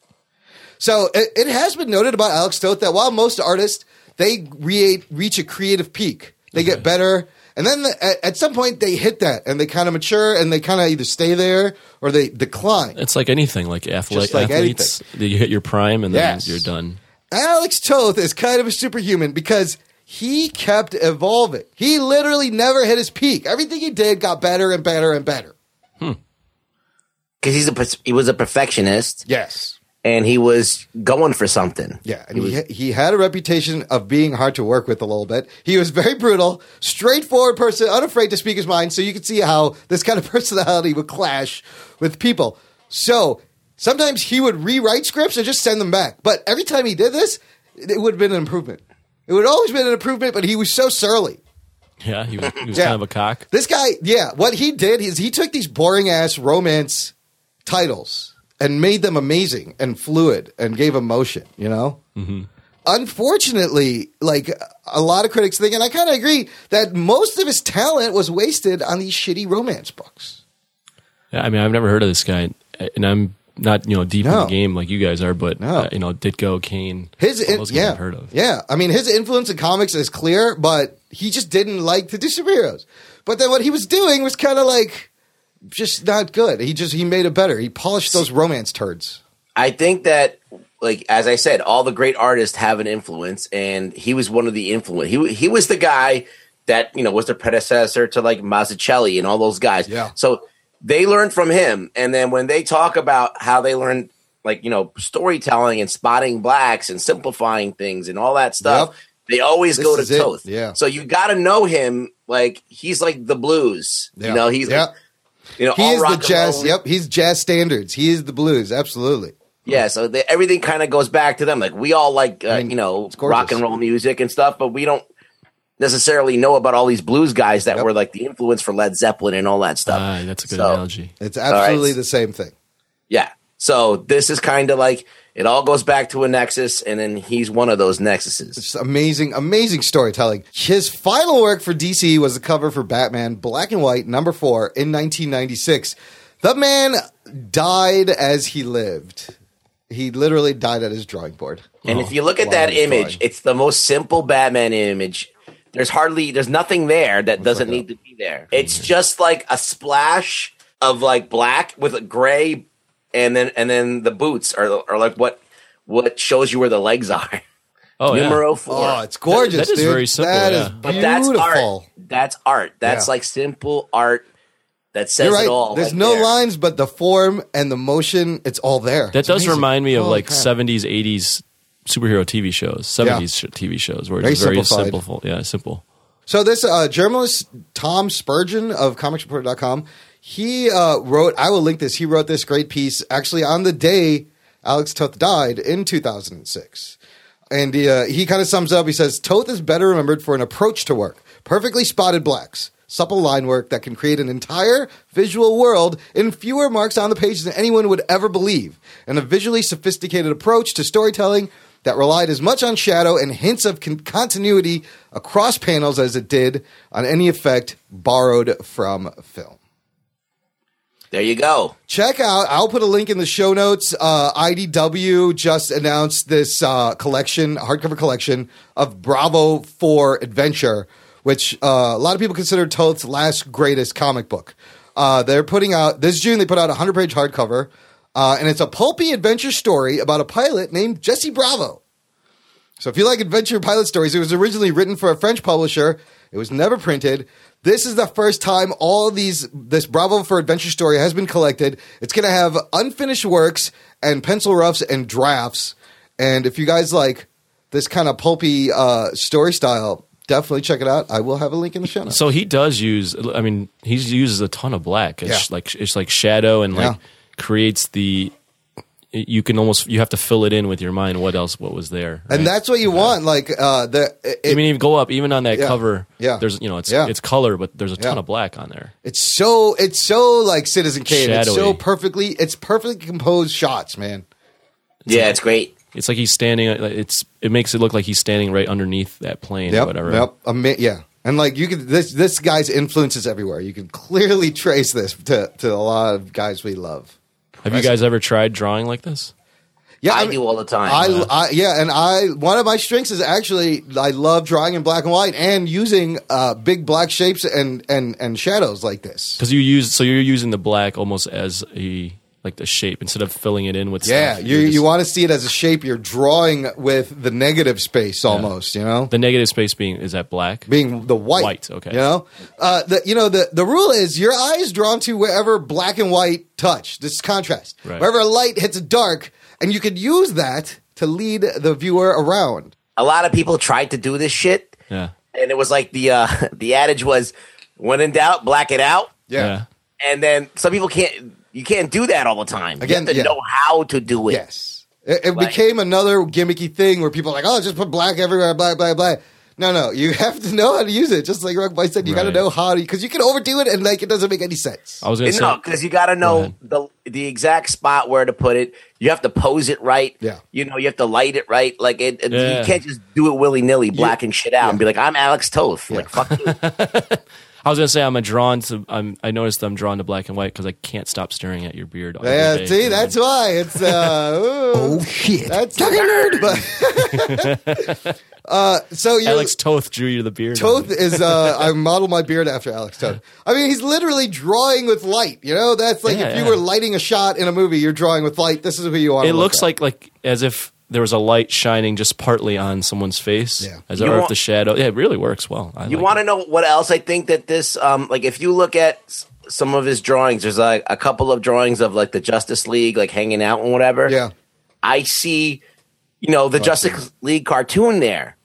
Speaker 3: So it, it has been noted about Alex Toth that while most artists they create, reach a creative peak, they get better, and then the, at, at some point they hit that and they kind of mature and they kind of either stay there or they decline.
Speaker 1: It's like anything, like athlete,
Speaker 3: Just like
Speaker 1: athletes. You hit your prime and then
Speaker 3: Yes.
Speaker 1: you're done.
Speaker 3: Alex Toth is kind of a superhuman because he kept evolving. He literally never hit his peak. Everything he did got better and better and better.
Speaker 4: because he's a pers- he was a perfectionist
Speaker 3: Yes.
Speaker 4: and he was going for something.
Speaker 3: Yeah, and he, he had a reputation of being hard to work with a little bit. He was very brutal, straightforward person, unafraid to speak his mind. So you could see how this kind of personality would clash with people. So sometimes he would rewrite scripts and just send them back. But every time he did this, it would have been an improvement. It would always been an improvement, but he was so surly.
Speaker 1: Yeah, he was, he was
Speaker 3: Yeah.
Speaker 1: kind of a cock.
Speaker 3: This guy, yeah, what he did is he took these boring ass romance titles and made them amazing and fluid and gave emotion, you know? Mm-hmm. Unfortunately, like a lot of critics think, and I kind of agree, that most of his talent was wasted on these shitty romance books.
Speaker 1: Yeah, I mean, I've never heard of this guy, and I'm not you know deep in
Speaker 3: No.
Speaker 1: the game like you guys are, but
Speaker 3: No.
Speaker 1: uh, you know Ditko, Kane,
Speaker 3: His,
Speaker 1: all
Speaker 3: in,
Speaker 1: those guys
Speaker 3: yeah,
Speaker 1: I've heard of.
Speaker 3: yeah. I mean, his influence in comics is clear, but he just didn't like to do superheroes. But then what he was doing was kind of like just not good. He just he made it better. He polished those romance turds.
Speaker 4: I think that like as I said, all the great artists have an influence, and he was one of the influence. He wa- he was the guy that you know was the predecessor to like Mazzucchelli and all those guys.
Speaker 3: Yeah.
Speaker 4: So they learned from him, and then when they talk about how they learned like you know storytelling and spotting blacks and simplifying things and all that stuff.
Speaker 3: Yep.
Speaker 4: They always
Speaker 3: This
Speaker 4: go to
Speaker 3: is it.
Speaker 4: Toth.
Speaker 3: Yeah.
Speaker 4: So you got to know him. Like he's like the blues.
Speaker 3: Yeah.
Speaker 4: You know he's
Speaker 3: Yeah.
Speaker 4: like, you know
Speaker 3: he
Speaker 4: all
Speaker 3: is
Speaker 4: rock
Speaker 3: the
Speaker 4: and
Speaker 3: jazz.
Speaker 4: roll.
Speaker 3: Yep, he's jazz standards. He is the blues. Absolutely.
Speaker 4: Yeah, so they, everything kind of goes back to them. Like we all like uh,
Speaker 3: I mean,
Speaker 4: you know
Speaker 3: it's gorgeous.
Speaker 4: rock and roll music and stuff, but we don't necessarily know about all these blues guys that were like the influence for Led Zeppelin and all that stuff.
Speaker 1: Ah, that's a good
Speaker 4: So,
Speaker 1: analogy.
Speaker 3: It's absolutely
Speaker 4: right.
Speaker 3: the same thing.
Speaker 4: Yeah. So this is kind of like it all goes back to a nexus, and then he's one of those nexuses.
Speaker 3: It's amazing, amazing storytelling. His final work for DC was the cover for Batman Black and White number 4 in 1996. The man died as he lived. He literally died at his drawing board.
Speaker 4: And if you look at
Speaker 3: Oh, wow,
Speaker 4: that
Speaker 3: that's
Speaker 4: image,
Speaker 3: fine.
Speaker 4: it's the most simple Batman image. There's hardly there's nothing there that doesn't need to be there. It's just like a splash of like black with a gray and then and then the boots are are like what what shows you where the legs are.
Speaker 1: Oh yeah.
Speaker 4: Numero 4.
Speaker 3: Oh, it's
Speaker 1: That-
Speaker 3: gorgeous.
Speaker 1: that is
Speaker 3: dude.
Speaker 1: very simple,
Speaker 3: That is
Speaker 1: yeah.
Speaker 4: but
Speaker 3: beautiful.
Speaker 4: that's art. That's art. That's
Speaker 3: Yeah.
Speaker 4: like simple art that says
Speaker 3: You're right.
Speaker 4: it all.
Speaker 3: There's
Speaker 4: right
Speaker 3: no
Speaker 4: there.
Speaker 3: lines, but the form and the motion, it's all there.
Speaker 1: That
Speaker 3: It's
Speaker 1: does
Speaker 3: amazing. Oh,
Speaker 1: remind me of
Speaker 3: Holy
Speaker 1: like
Speaker 3: crap.
Speaker 1: seventies, eighties superhero TV shows, seventies sh TV shows, where it's
Speaker 3: Very
Speaker 1: very
Speaker 3: simplified.
Speaker 1: simple. Yeah, simple.
Speaker 3: So this uh, journalist Tom Spurgeon of comicsreporter.com, he uh, wrote. I will link this. He wrote this great piece actually on the day Alex Toth died in 2006, and he, uh, he kind of sums up. He says Toth is better remembered for an approach to work, perfectly spotted blacks. Supple line work that can create an entire visual world in fewer marks on the page than anyone would ever believe, and a visually sophisticated approach to storytelling that relied as much on shadow and hints of con- continuity across panels as it did on any effect borrowed from film.
Speaker 4: There you go.
Speaker 3: Check out, I'll put a link in the show notes. Uh, IDW just announced this uh, collection, hardcover collection of Bravo 4 Adventure, which uh, a lot of people consider Toth's last greatest comic book. Uh, they're putting out, this June, they put out a 100 page hardcover, uh, and it's a pulpy adventure story about a pilot named Jesse Bravo. So if you like adventure pilot stories, it was originally written for a French publisher. It was never printed. This is the first time all these this Bravo for Adventure story has been collected. It's going to have unfinished works and pencil roughs and drafts. And if you guys like this kind of pulpy uh, story style, definitely check it out. I will have a link in the show notes.
Speaker 1: So he does use. I mean, he uses a ton of black. It's
Speaker 3: Yeah.
Speaker 1: like it's like shadow and like
Speaker 3: Yeah.
Speaker 1: creates the. You can almost you have to fill it in with your mind. What else? What was there?
Speaker 3: And
Speaker 1: right?
Speaker 3: that's what you want. Like uh, the it,
Speaker 1: I mean, even go up even on that
Speaker 3: Yeah.
Speaker 1: cover.
Speaker 3: Yeah.
Speaker 1: there's you know it's
Speaker 3: Yeah.
Speaker 1: it's color, but there's a ton
Speaker 3: Yeah.
Speaker 1: of black on there.
Speaker 3: it's so it's so like Citizen Kane. It's so
Speaker 1: Shadowy.
Speaker 3: perfectly it's perfectly composed shots, man.
Speaker 4: yeah, it's great.
Speaker 1: It's like he's standing. like, It's it makes it look like he's standing right underneath that plane
Speaker 3: yep,
Speaker 1: or whatever.
Speaker 3: Yep. Ama- yeah. And like you could this this guy's influence is everywhere. You can clearly trace this to, to a lot of guys we love.
Speaker 1: Have you guys ever tried drawing like this?
Speaker 3: Yeah,
Speaker 4: I
Speaker 3: I'm-
Speaker 4: do all the time. Uh,
Speaker 3: I, I yeah, and I one of my strengths is actually I love drawing in black and white and using uh, big black shapes and and and shadows like this.
Speaker 1: Because you use so you're using the black almost as a like the shape instead of filling it in with
Speaker 3: Yeah,
Speaker 1: stuff,
Speaker 3: you
Speaker 1: you're just-
Speaker 3: you want to see it as a shape. You're drawing with the negative space almost. You know,
Speaker 1: the negative space being is that black.
Speaker 3: being the white.
Speaker 1: White, okay.
Speaker 3: You know, uh, the you know the the rule is your eye is drawn to wherever black and white touch. This is contrast.
Speaker 1: Right.
Speaker 3: Wherever a light hits a dark, and you could use that to lead the viewer around.
Speaker 4: a lot of people tried to do this shit,
Speaker 1: yeah.
Speaker 4: and it was like the uh, the adage was, "When in doubt, black it out."
Speaker 1: yeah,
Speaker 4: And then some people can't. You can't do that all the time.
Speaker 3: Again,
Speaker 4: you have to
Speaker 3: yeah.
Speaker 4: know how to do it.
Speaker 3: Yes. It, it
Speaker 4: Like-
Speaker 3: became another gimmicky thing where people are like, oh, just put black everywhere, black, black, black. No, no, you have to know how to use it. Just like Rock Boy said, you got to
Speaker 1: Right.
Speaker 3: know how to because you can overdo it and like it doesn't make any sense.
Speaker 1: I was gonna say
Speaker 4: no, because you got to know
Speaker 1: ahead.
Speaker 4: the the exact spot where to put it. You have to pose it right.
Speaker 3: Yeah.
Speaker 4: You know, you have to light it right. Like it, it-
Speaker 1: Yeah.
Speaker 4: you can't just do it willy nilly, blacking shit out, and be like, "I'm Alex Toth." Like fuck you.
Speaker 1: I was gonna say I'm a drawn to. I'm, I noticed I'm drawn to black and white because I can't stop staring at your beard. every
Speaker 3: Yeah,
Speaker 1: day.
Speaker 3: see, that's why it's uh, ooh,
Speaker 5: Oh shit.
Speaker 3: that's
Speaker 5: Talking nerd.
Speaker 3: uh, so you
Speaker 1: Alex Toth drew you the beard. on
Speaker 3: Toth
Speaker 1: me.
Speaker 3: is uh, I model my beard after Alex Toth. I mean, he's literally drawing with light. You know, that's like
Speaker 1: Yeah,
Speaker 3: if you
Speaker 1: yeah.
Speaker 3: were lighting a shot in a movie, you're drawing with light. This is who you are.
Speaker 1: It looks like like as if there was a light shining just partly on someone's face.
Speaker 3: Yeah.
Speaker 1: As
Speaker 4: You
Speaker 1: or if
Speaker 4: want-
Speaker 1: the shadow. Yeah, it really works well. I
Speaker 4: You
Speaker 1: like
Speaker 4: want
Speaker 1: it.
Speaker 4: to know what else I think that this um like if you look at s- some of his drawings, there's like a couple of drawings of like the Justice League like hanging out and whatever.
Speaker 3: Yeah.
Speaker 4: I see, you know, the
Speaker 3: Oh,
Speaker 4: Justice League cartoon there.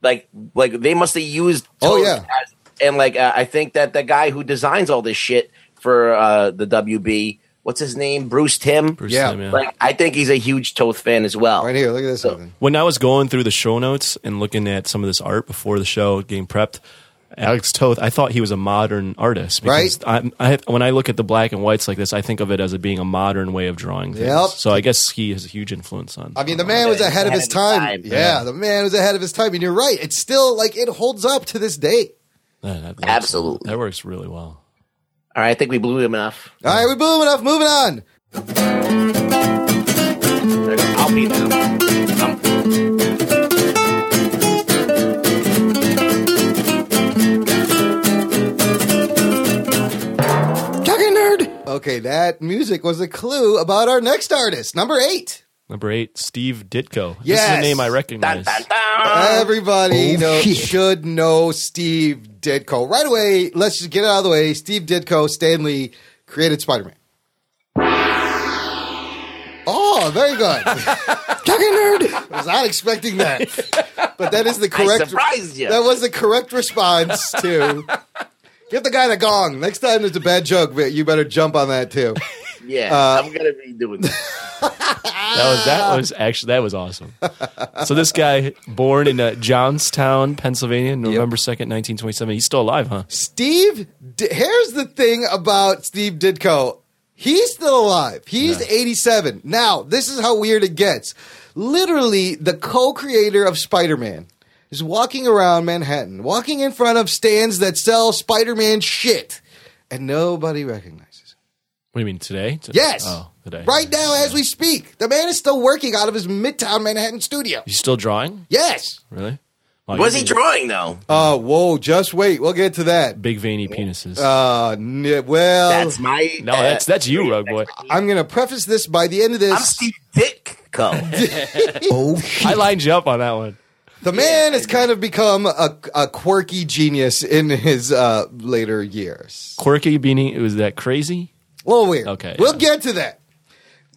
Speaker 4: Like, like they must have used.
Speaker 3: Mm-hmm. Oh,
Speaker 4: Toad
Speaker 3: yeah.
Speaker 4: as- and like uh, I think that the guy who designs all this shit for uh, the WB, what's his name, Bruce Tim.
Speaker 1: Bruce
Speaker 3: Yeah.
Speaker 1: Timm,
Speaker 4: Like I think he's a huge Toth fan as well.
Speaker 3: right here. Look at this. one.
Speaker 1: When I was going through the show notes and looking at some of this art before the show, getting prepped, Alex Toth, I thought he was a modern artist. because I, I, when I look at the black and whites like this, I think of it as it being a modern way of drawing things.
Speaker 3: Yep.
Speaker 1: So I guess he has a huge influence on.
Speaker 3: I mean, the man was
Speaker 4: Yeah,
Speaker 3: ahead of his time. Yeah,
Speaker 1: yeah.
Speaker 3: the man was ahead of his time, and you're right. It's still like it holds up to this day.
Speaker 1: Yeah, that works-
Speaker 4: Absolutely.
Speaker 1: that works really well.
Speaker 4: All right, I think we blew him enough.
Speaker 3: All right, we're booming off. Moving on.
Speaker 4: I'll be down. Um,
Speaker 5: Talking nerd.
Speaker 3: Okay, that music was a clue about our next artist, number eight.
Speaker 1: Number eight, Steve Ditko. This is
Speaker 3: Yes.
Speaker 1: a name I
Speaker 4: dun,
Speaker 1: recognize.
Speaker 4: dun, dun.
Speaker 3: Everybody
Speaker 5: Oh,
Speaker 3: knows,
Speaker 5: shit.
Speaker 3: should know Steve Ditko. Right away, let's just get it out of the way. Steve Ditko, Stanley created Spider Man. Oh, Oh, very good. I
Speaker 5: Jockey Nerd!
Speaker 3: was not expecting that. But that is the correct
Speaker 4: surprised you.
Speaker 3: That was the correct response to Get the guy the gong. Next time there's a bad joke, but you better jump on that too.
Speaker 4: Yeah,
Speaker 3: uh,
Speaker 4: I'm gonna be doing that.
Speaker 1: That was that was actually that was awesome. so this guy, born in uh, Johnstown, Pennsylvania, November second, nineteen twenty seven. He's still alive, huh?
Speaker 3: Steve, D- here's the thing about Steve Ditko. He's still alive. He's 87. Now, this is how weird it gets. Literally, the co creator of Spider Man is walking around Manhattan, walking in front of stands that sell Spider Man shit, and nobody recognizes him.
Speaker 1: What do you mean today? T-
Speaker 3: Yes.
Speaker 1: Oh, today.
Speaker 3: Right now, as we speak, the man is still working out of his midtown Manhattan studio.
Speaker 1: He's still drawing.
Speaker 3: Yes.
Speaker 1: Really? Wow,
Speaker 4: Was
Speaker 1: you-
Speaker 4: he drawing though?
Speaker 3: Oh, whoa, just wait. We'll get to that.
Speaker 1: Big veiny penises.
Speaker 3: Uh, n- well,
Speaker 4: That's my.
Speaker 1: no, that's that's you, rug boy.
Speaker 3: I'm going to preface this by the end of this.
Speaker 4: I'm Steve Ditko.
Speaker 5: Oh shit.
Speaker 1: I lined you up on that one.
Speaker 3: The man has kind of become a, a quirky genius in his uh, later years.
Speaker 1: Quirky beanie. It was that crazy.
Speaker 3: A little weird.
Speaker 1: Okay,
Speaker 3: We'll
Speaker 1: yeah.
Speaker 3: get to that.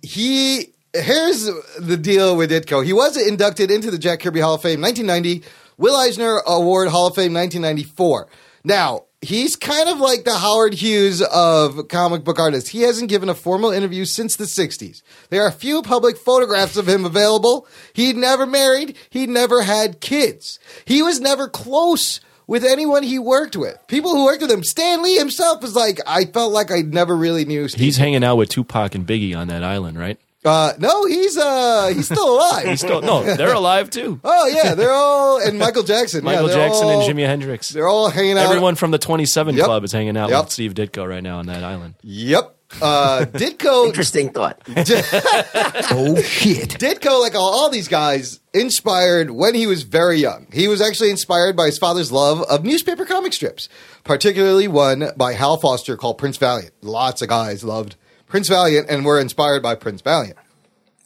Speaker 3: He here's the deal with Ditko. He was inducted into the Jack Kirby Hall of Fame 1990, Will Eisner Award Hall of Fame 1994. Now, he's kind of like the Howard Hughes of comic book artists. He hasn't given a formal interview since the 60s. There are few public photographs of him available. He'd never married, he'd never had kids. He was never close with anyone he worked with. People who worked with him, Stan Lee himself was like, I felt like I never really knew Steve
Speaker 1: He's hanging out with Tupac and Biggie on that island, right?
Speaker 3: uh, no, he's uh, he's still alive.
Speaker 1: He's still no. They're alive too.
Speaker 3: oh yeah, they're all and Michael Jackson.
Speaker 1: Michael
Speaker 3: yeah, they're
Speaker 1: Jackson
Speaker 3: all,
Speaker 1: and Jimi Hendrix.
Speaker 3: They're all hanging out.
Speaker 1: Everyone from the Twenty Seven
Speaker 3: Yep.
Speaker 1: Club is hanging out
Speaker 3: Yep.
Speaker 1: with Steve Ditko right now on that island.
Speaker 3: Yep. Uh, Ditko.
Speaker 4: Interesting thought.
Speaker 5: Oh shit.
Speaker 3: Ditko, like all, all these guys, inspired when he was very young. He was actually inspired by his father's love of newspaper comic strips, particularly one by Hal Foster called Prince Valiant. Lots of guys loved Prince Valiant and were inspired by Prince Valiant.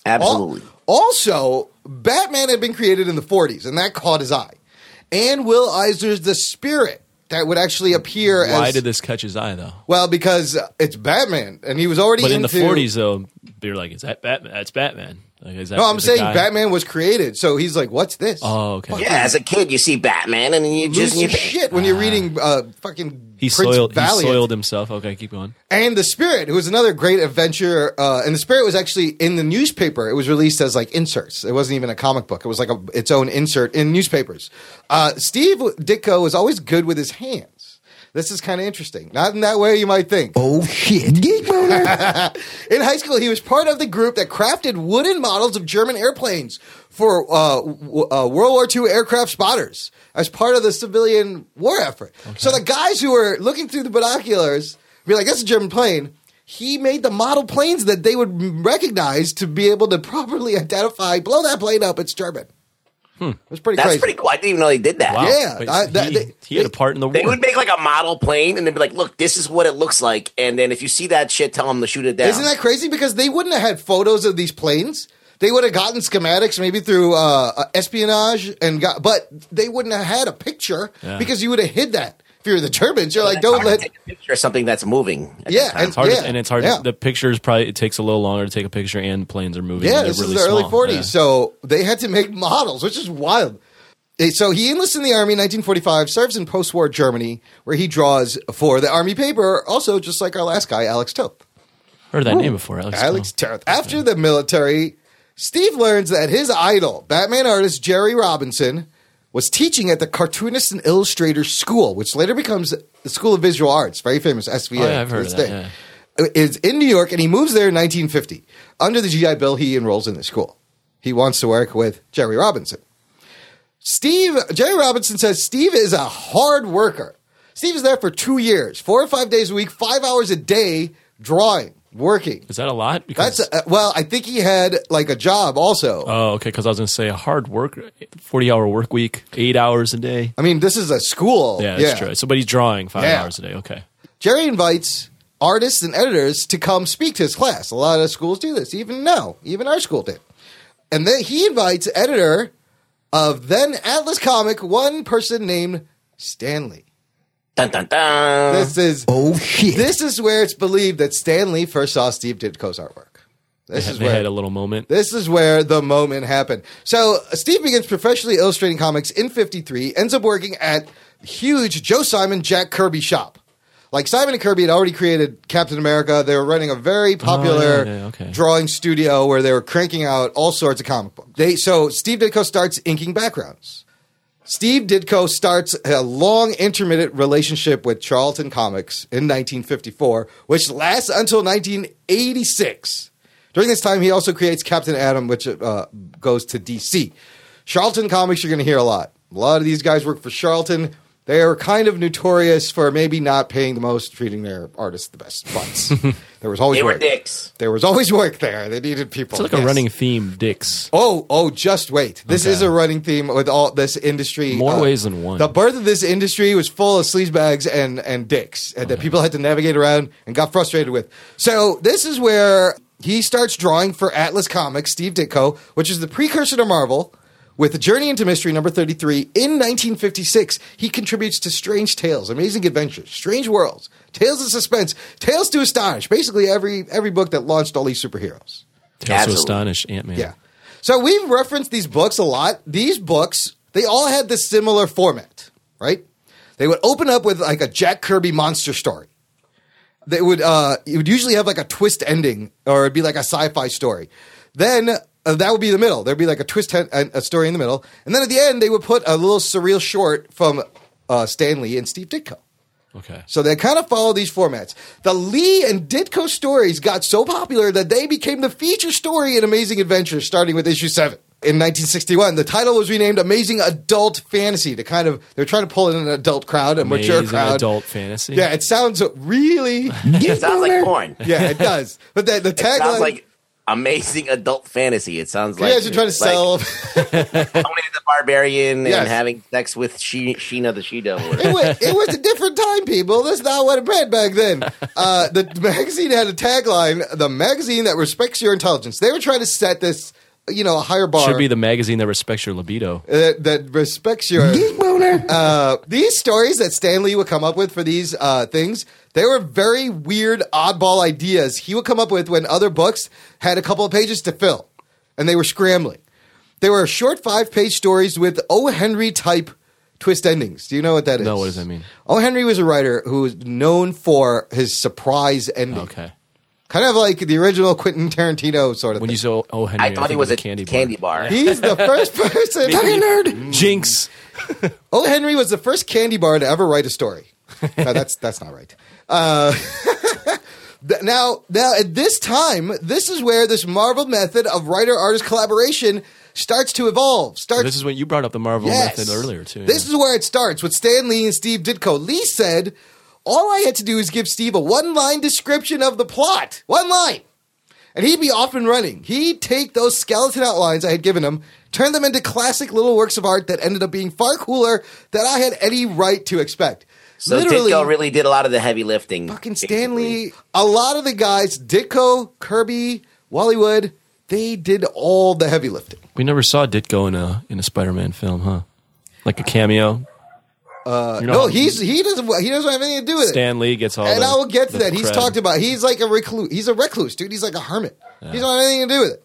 Speaker 3: Al-
Speaker 4: Absolutely.
Speaker 3: Also, Batman had been created in the 40s, and that caught his eye. And Will Eisner's The Spirit that would actually appear
Speaker 1: Why
Speaker 3: as
Speaker 1: did this catch his eye though?
Speaker 3: well because it's Batman, and he was already
Speaker 1: But in the
Speaker 3: into,
Speaker 1: forties, though, they were like, "Is that Batman? That's Batman." Like, is that
Speaker 3: No, I'm
Speaker 1: the
Speaker 3: saying
Speaker 1: guy?
Speaker 3: Batman was created, so he's like, "What's this?
Speaker 1: Oh, okay.
Speaker 4: Yeah, as a kid, you see Batman, and then you just
Speaker 3: Lose
Speaker 4: you Ah.
Speaker 3: your shit when you're reading uh, fucking
Speaker 1: He
Speaker 3: Prince
Speaker 1: soiled. He
Speaker 3: Valiant.
Speaker 1: soiled himself. Okay, keep going.
Speaker 3: and the spirit who was another great adventure uh, and the spirit was actually in the newspaper it was released as like inserts it wasn't even a comic book it was like a, its own insert in newspapers uh, steve ditko was always good with his hands this is kind of interesting not in that way you might think
Speaker 5: Oh shit. Geek boner.
Speaker 3: in high school he was part of the group that crafted wooden models of german airplanes for uh, w- uh, world war ii aircraft spotters as part of the civilian war effort so the guys who were looking through the binoculars be like that's a german plane he made the model planes that they would recognize to be able to properly identify blow that plane up it's german it was pretty
Speaker 4: Hmm. That's
Speaker 3: crazy
Speaker 4: pretty cool. I didn't even know they did that.
Speaker 1: Wow.
Speaker 3: Yeah,
Speaker 1: Wait,
Speaker 3: I-
Speaker 1: he,
Speaker 3: that- they-
Speaker 1: he had a part in the war.
Speaker 4: They would make like a model plane, and they'd be like, "Look, this is what it looks like." And then if you see that shit, tell them to shoot it down.
Speaker 3: Isn't that crazy? Because they wouldn't have had photos of these planes. They would have gotten schematics maybe through uh, uh, espionage and got, but they wouldn't have had a picture
Speaker 1: Yeah.
Speaker 3: because you would have hid that. If you're the Germans, you're like,
Speaker 4: It's hard
Speaker 3: don't
Speaker 4: to
Speaker 3: let.
Speaker 4: take a picture of something that's moving. at
Speaker 3: Yeah,
Speaker 4: that time.
Speaker 3: and-
Speaker 1: Hard to-
Speaker 3: yeah,
Speaker 1: and it's hard.
Speaker 3: yeah.
Speaker 1: To, the pictures probably it takes a little longer to take a picture, and planes are moving. and
Speaker 3: Yeah,
Speaker 1: they're
Speaker 3: this
Speaker 1: really
Speaker 3: is the early
Speaker 1: small.
Speaker 3: 40s.
Speaker 1: Yeah.
Speaker 3: So they had to make models, which is wild. Eh, So he enlists in the army in 1945, serves in post war Germany, where he draws for the army paper, also just like our last guy, Alex Toth.
Speaker 1: heard that name before. Alex. Oh.
Speaker 3: Alex
Speaker 1: Jones.
Speaker 3: Toth. After the military, Steve learns that his idol, Batman artist Jerry Robinson, was teaching at the Cartoonist and Illustrator School, which later becomes the School of Visual Arts, very famous SVA.
Speaker 1: Oh, yeah, I've
Speaker 3: to
Speaker 1: heard
Speaker 3: this
Speaker 1: of that,
Speaker 3: day.
Speaker 1: yeah.
Speaker 3: Is in New York, and he moves there in 1950. Under the GI Bill, he enrolls in the school. He wants to work with Jerry Robinson. Steve Jerry Robinson says Steve is a hard worker. Steve is there for two years, four or five days a week, five hours a day, drawing, working.
Speaker 1: Is that a lot? Because
Speaker 3: That's uh, well, I think he had like a job also.
Speaker 1: oh, okay. Because I was going to say a hard work, forty-hour work week, eight hours a day.
Speaker 3: I mean, this is a school.
Speaker 1: Yeah, that's true. So, but he's drawing five
Speaker 3: Yeah.
Speaker 1: hours a day. Okay.
Speaker 3: Jerry invites artists and editors to come speak to his class. A lot of schools do this, even now, even our school did. And then he invites editor of then Atlas Comic, one person named Stanley.
Speaker 4: Dun, dun, dun.
Speaker 1: Uh-huh.
Speaker 3: This is
Speaker 5: Oh shit.
Speaker 3: this is where it's believed that Stanley first saw Steve Ditko's artwork. This
Speaker 1: They-
Speaker 3: is
Speaker 1: they
Speaker 3: where
Speaker 1: had a little moment.
Speaker 3: This is where the moment happened. So Steve begins professionally illustrating comics in 53, ends up working at huge Joe Simon, Jack Kirby shop. Like Simon and Kirby had already created Captain America. They were running a very
Speaker 1: Oh,
Speaker 3: popular
Speaker 1: yeah, yeah, okay.
Speaker 3: drawing studio where they were cranking out all sorts of comic books. They, so Steve Ditko starts inking backgrounds. Steve Ditko starts a long intermittent relationship with Charlton Comics in 1954, which lasts until 1986. During this time, he also creates Captain Atom, which uh, goes to DC. Charlton Comics, you're going to hear a lot. A lot of these guys work for Charlton. They are kind of notorious for maybe not paying the most, treating their artists the best. But there was always
Speaker 4: They were
Speaker 3: work.
Speaker 4: dicks.
Speaker 3: There was always work there. They needed people.
Speaker 1: It's like a
Speaker 3: Yes.
Speaker 1: running theme, dicks.
Speaker 3: Oh, oh, just wait. This
Speaker 1: Okay.
Speaker 3: is a running theme with all this industry. uh,
Speaker 1: More ways than one.
Speaker 3: The birth of this industry was full of sleazebags and, and dicks and that people had to navigate around and got frustrated with. So this is where he starts drawing for Atlas Comics, Steve Ditko, which is the precursor to Marvel. With Journey into Mystery number 33 in 1956, he contributes to Strange Tales, Amazing Adventures, Strange Worlds, Tales of Suspense, Tales to Astonish, basically every every book that launched all these superheroes.
Speaker 1: Tales to
Speaker 4: Absolutely.
Speaker 1: Astonish, Ant Man.
Speaker 3: Yeah. So we've referenced these books a lot. These books, they all had this similar format, right? They would open up with like a Jack Kirby monster story. They would uh it would usually have like a twist ending or it'd be like a sci-fi story. Then uh, that would be the middle. There'd be like a twist hen- a a story in the middle. And then at the end they would put a little surreal short from uh Stanley and Steve Ditko.
Speaker 1: Okay.
Speaker 3: So they kind of follow these formats. The Lee and Ditko stories got so popular that they became the feature story in Amazing Adventures, starting with issue seven. In 1961, the title was renamed Amazing Adult Fantasy to kind of, they're trying to pull in an adult crowd, a mature
Speaker 1: Amazing
Speaker 3: crowd.
Speaker 1: adult fantasy.
Speaker 3: Yeah, it sounds really,
Speaker 4: It sounds like porn.
Speaker 3: yeah, it does. But that, the
Speaker 4: It sounds
Speaker 3: tagline,
Speaker 4: like amazing adult fantasy. It sounds
Speaker 3: you
Speaker 4: like
Speaker 3: guys are trying to
Speaker 4: like
Speaker 3: sell.
Speaker 4: Conan the Barbarian
Speaker 3: Yes.
Speaker 4: and having sex with she- Sheena the She Devil.
Speaker 3: it, was, it was a different time, people. That's not what it meant back then. Uh, the magazine had a tagline: "The magazine that respects your intelligence." They were trying to set this, you know, a higher bar
Speaker 1: Should be the magazine that respects your libido.
Speaker 3: that, that respects your.
Speaker 5: Geek boner.
Speaker 3: Uh, these stories that Stanley would come up with for these uh, things, they were very weird, oddball ideas he would come up with when other books had a couple of pages to fill, and they were scrambling. They were short five-page stories with O. Henry type twist endings. Do you know what that is?
Speaker 1: No, what does that mean?
Speaker 3: O. Henry was a writer who was known for his surprise ending,
Speaker 1: Okay.
Speaker 3: kind of like the original Quentin Tarantino sort of.
Speaker 1: When
Speaker 3: thing.
Speaker 1: you said Oh Henry,
Speaker 4: I thought he
Speaker 1: think
Speaker 4: was a
Speaker 1: of
Speaker 4: candy bar.
Speaker 3: He's the first person.
Speaker 5: Fucking nerd.
Speaker 1: Jinx.
Speaker 3: O. Henry was the first candy bar to ever write a story. No, that's that's not right. Uh, th- now, now at this time, this is where this Marvel method of writer-artist collaboration starts to evolve. Starts
Speaker 1: This is when you brought up the Marvel
Speaker 3: Yes.
Speaker 1: method earlier too.
Speaker 3: This is where it starts with Stan Lee and Steve Ditko. Lee said, "All I had to do is give Steve a one-line description of the plot, one line, and he'd be off and running. He'd take those skeleton outlines I had given him, turn them into classic little works of art that ended up being far cooler than I had any right to expect."
Speaker 4: So Ditko really did a lot of the heavy lifting.
Speaker 3: fucking Stanley. A lot of the guys, Ditko, Kirby, Wally Wood, they did all the heavy lifting.
Speaker 1: we never saw Ditko in a in a Spider-Man film, huh? Like a cameo. Uh,
Speaker 3: No, he's he doesn't he doesn't have anything to do with it.
Speaker 1: Stan Lee gets all.
Speaker 3: and
Speaker 1: the-
Speaker 3: I will get to
Speaker 1: the
Speaker 3: that. He's
Speaker 1: cred.
Speaker 3: talked about. He's like a recluse. He's a recluse, dude. He's like a hermit. He's not anything to do with it.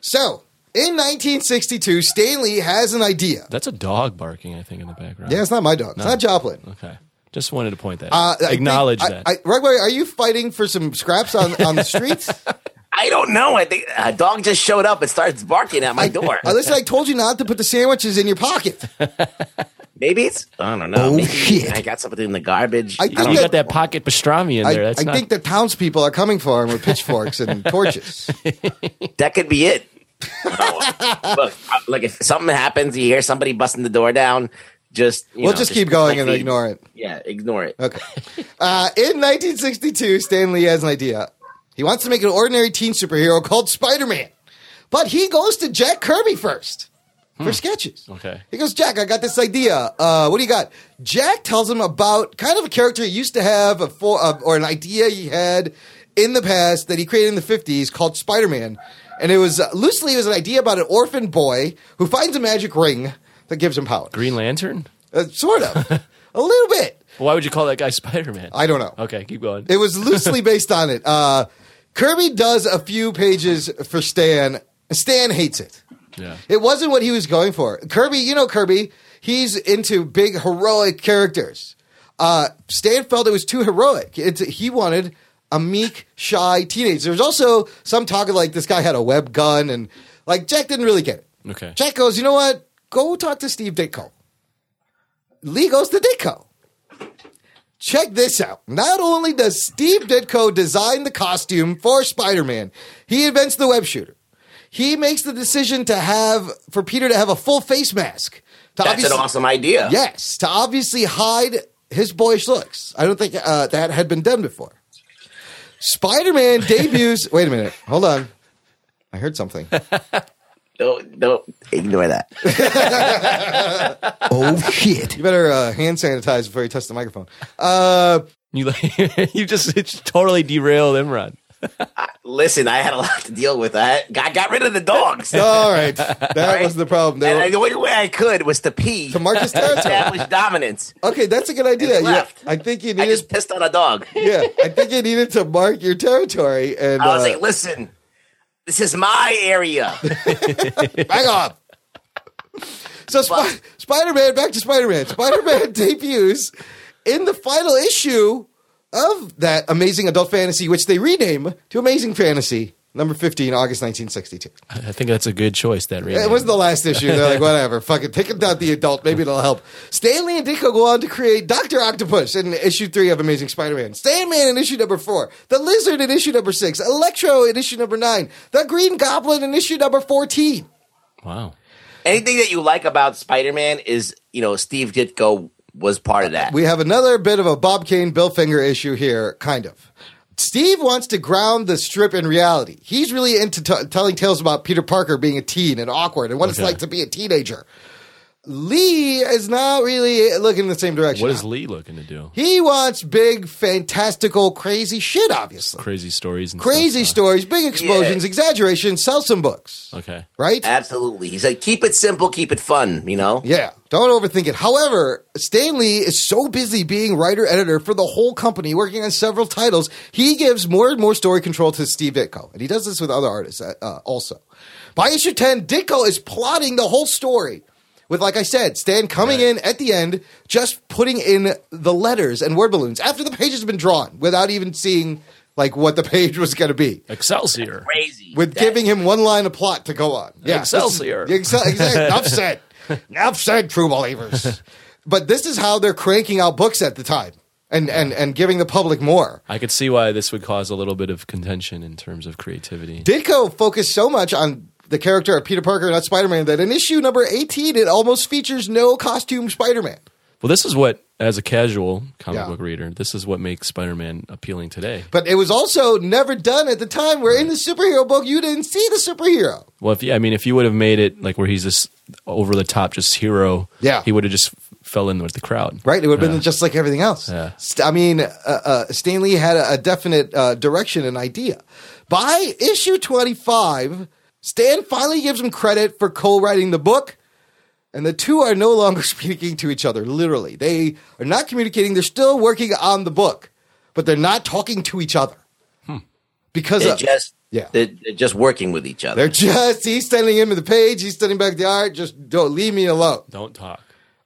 Speaker 3: So in 1962, Stanley has an idea.
Speaker 1: That's a dog barking, I think, in the background.
Speaker 3: Yeah, it's not my dog. It's not Joplin.
Speaker 1: Okay. Just wanted to point that.
Speaker 3: Uh,
Speaker 1: out.
Speaker 3: I think-
Speaker 1: Acknowledge
Speaker 3: I-
Speaker 1: that.
Speaker 3: I, Rugboy, are you fighting for some scraps on, on the streets?
Speaker 4: I don't know. I think a dog just showed up and starts barking at my door.
Speaker 3: Uh, Listen, I told you not to put the sandwiches in your pocket.
Speaker 4: Maybe it's I don't know.
Speaker 5: Oh,
Speaker 4: Maybe
Speaker 5: shit.
Speaker 4: I got something in the garbage.
Speaker 3: I
Speaker 4: I
Speaker 3: think
Speaker 4: don't
Speaker 1: you
Speaker 3: that-
Speaker 1: got that pocket pastrami in there.
Speaker 3: I,
Speaker 1: That's
Speaker 3: I
Speaker 1: not.
Speaker 3: think the townspeople are coming for him with pitchforks and torches.
Speaker 4: that could be it. I don't know. Look, I- like if something happens, you hear somebody busting the door down. Just you
Speaker 3: We'll
Speaker 4: know,
Speaker 3: just keep going and
Speaker 4: like the-
Speaker 3: ignore it.
Speaker 4: Yeah, ignore it.
Speaker 3: Okay. Uh, in 1962, Stan Lee has an idea. He wants to make an ordinary teen superhero called Spider Man. But he goes to Jack Kirby first for sketches.
Speaker 1: Hmm. Okay.
Speaker 3: He goes, Jack, I got this idea. Uh, what do you got? Jack tells him about kind of a character he used to have a for, uh, or an idea he had in the past that he created in the 50s called Spider Man. And it was uh, loosely, it was an idea about an orphan boy who finds a magic ring that gives him power.
Speaker 1: Green Lantern.
Speaker 3: Uh, sort of. a little bit.
Speaker 1: Why would you call that guy Spider-Man?
Speaker 3: I don't know.
Speaker 1: Okay, keep going.
Speaker 3: It was loosely based on it. Uh, Kirby does a few pages for Stan. Stan hates it.
Speaker 1: Yeah.
Speaker 3: It wasn't what he was going for. Kirby, you know Kirby, he's into big heroic characters. Uh, Stan felt it was too heroic. It's, he wanted a meek, shy teenager. There was also some talk of like this guy had a web gun and like Jack didn't really get it.
Speaker 1: Okay.
Speaker 3: Jack goes, you know what? Go talk to Steve Ditko. Lee goes to Ditko. Check this out. Not only does Steve Ditko design the costume for Spider Man, he invents the web shooter. He makes the decision to have, for Peter to have a full face mask. To
Speaker 4: That's
Speaker 3: obviously-
Speaker 4: an awesome idea.
Speaker 3: Yes, to obviously hide his boyish looks. I don't think uh, that had been done before. Spider Man debuts. wait a minute. Hold on. I heard something.
Speaker 4: No, no, ignore that.
Speaker 5: Oh shit.
Speaker 3: You better uh, hand sanitize before you touch the microphone. Uh,
Speaker 1: You like, you just it's totally derailed Imran.
Speaker 4: Listen, I had a lot to deal with. I, I got rid of the dogs.
Speaker 3: All right. That was the problem. They
Speaker 4: And
Speaker 3: were-
Speaker 4: I, the only way I could was to pee.
Speaker 3: to mark his territory.
Speaker 4: Establish dominance.
Speaker 3: Okay, that's a good idea.
Speaker 4: And they
Speaker 3: Yeah,
Speaker 4: left.
Speaker 3: I think you
Speaker 4: I
Speaker 3: needed.
Speaker 4: just pissed on a dog.
Speaker 3: yeah, I think you needed to mark your territory. And
Speaker 4: I was
Speaker 3: uh,
Speaker 4: like, listen, this is my area.
Speaker 3: back off. uh, So Sp- Spider Man, back to Spider Man. Spider Man debuts in the final issue of that amazing adult fantasy, which they rename to Amazing Fantasy. Number 15, August 1962.
Speaker 1: I think that's a good choice. That
Speaker 3: It wasn't the last issue. They're like, whatever, fucking take him down to the adult. Maybe it'll help. Stanley and Ditko go on to create Dr. Octopus in issue three of Amazing Spider Man, Sandman in issue number four, The Lizard in issue number six, Electro in issue number nine, The Green Goblin in issue number 14.
Speaker 1: wow.
Speaker 4: Anything that you like about Spider Man is, you know, Steve Ditko was part of that.
Speaker 3: We have another bit of a Bob Kane, Bill Finger issue here, kind of. Steve wants to ground the strip in reality. He's really into t- telling tales about Peter Parker being a teen and awkward and what it's
Speaker 1: Okay.
Speaker 3: like to be a teenager. Lee is not really looking in the same direction.
Speaker 1: What is Lee looking to do?
Speaker 3: He wants big, fantastical, crazy shit, obviously.
Speaker 1: Crazy stories and
Speaker 3: Crazy
Speaker 1: stuff.
Speaker 3: stories, big explosions, exaggeration, sell some books,
Speaker 1: Okay.
Speaker 3: right?
Speaker 4: Absolutely. He said, keep it simple, keep it fun, you know?
Speaker 3: Yeah, don't overthink it. However, Stanley is so busy being writer editor for the whole company, working on several titles, he gives more and more story control to Steve Ditko, and he does this with other artists uh, uh, also. By issue ten, Ditko is plotting the whole story. With, like I said, Stan coming in at the end, just putting in the letters and word balloons after the page has been drawn without even seeing like what the page was going to be
Speaker 1: Excelsior.
Speaker 4: Crazy.
Speaker 3: with
Speaker 4: That-
Speaker 3: giving him one line of plot to go on. Yeah,
Speaker 1: Excelsior.
Speaker 3: this is- Excel- exactly. Enough said. Enough said, true believers. but this is how they're cranking out books at the time and, and, and giving the public more.
Speaker 1: I could see why this would cause a little bit of contention in terms of creativity.
Speaker 3: Ditko focused so much on the character of Peter Parker, not Spider Man, that in issue number 18, it almost features no costume Spider Man.
Speaker 1: Well, this is what, as a casual comic
Speaker 3: Yeah.
Speaker 1: book reader, this is what makes Spider-Man appealing today.
Speaker 3: But it was also never done at the time where in the superhero book, you didn't see the superhero.
Speaker 1: Well, if, yeah, I mean, if you would have made it like where he's this over the top, just hero,
Speaker 3: Yeah.
Speaker 1: he would have just f- fell in with the crowd,
Speaker 3: Right, it would have been just like everything else.
Speaker 1: Yeah.
Speaker 3: St- I mean, uh, uh, Stanley had a, a definite uh, direction and idea. By issue 25, Stan finally gives him credit for co writing the book, and the two are no longer speaking to each other, literally. They are not communicating. They're still working on the book, but they're not talking to each other. Because
Speaker 4: They're
Speaker 3: of-
Speaker 4: just,
Speaker 3: Yeah.
Speaker 4: they're, they're just working with each other.
Speaker 3: they're just, he's sending him the page, he's sending back the art, just don't leave me alone.
Speaker 1: Don't talk.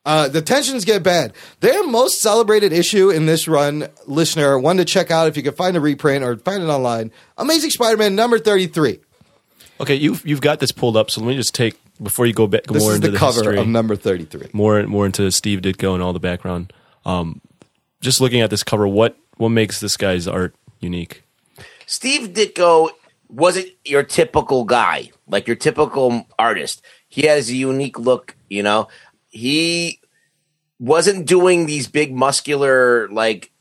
Speaker 3: Uh, the tensions get bad. Their most celebrated issue in this run, listener, one to check out if you can find a reprint or find it online. Amazing Spider-Man number thirty-three.
Speaker 1: Okay, you've you've got this pulled up, so let me just take before you go back
Speaker 3: This
Speaker 1: more
Speaker 3: is
Speaker 1: into
Speaker 3: the,
Speaker 1: the,
Speaker 3: cover
Speaker 1: history,
Speaker 3: of number thirty-three.
Speaker 1: more more into Steve Ditko and all the background. Um, just looking at this cover, what what makes this guy's art unique?
Speaker 4: Steve Ditko wasn't your typical guy, like your typical artist. He has a unique look, you know. He wasn't doing these big muscular like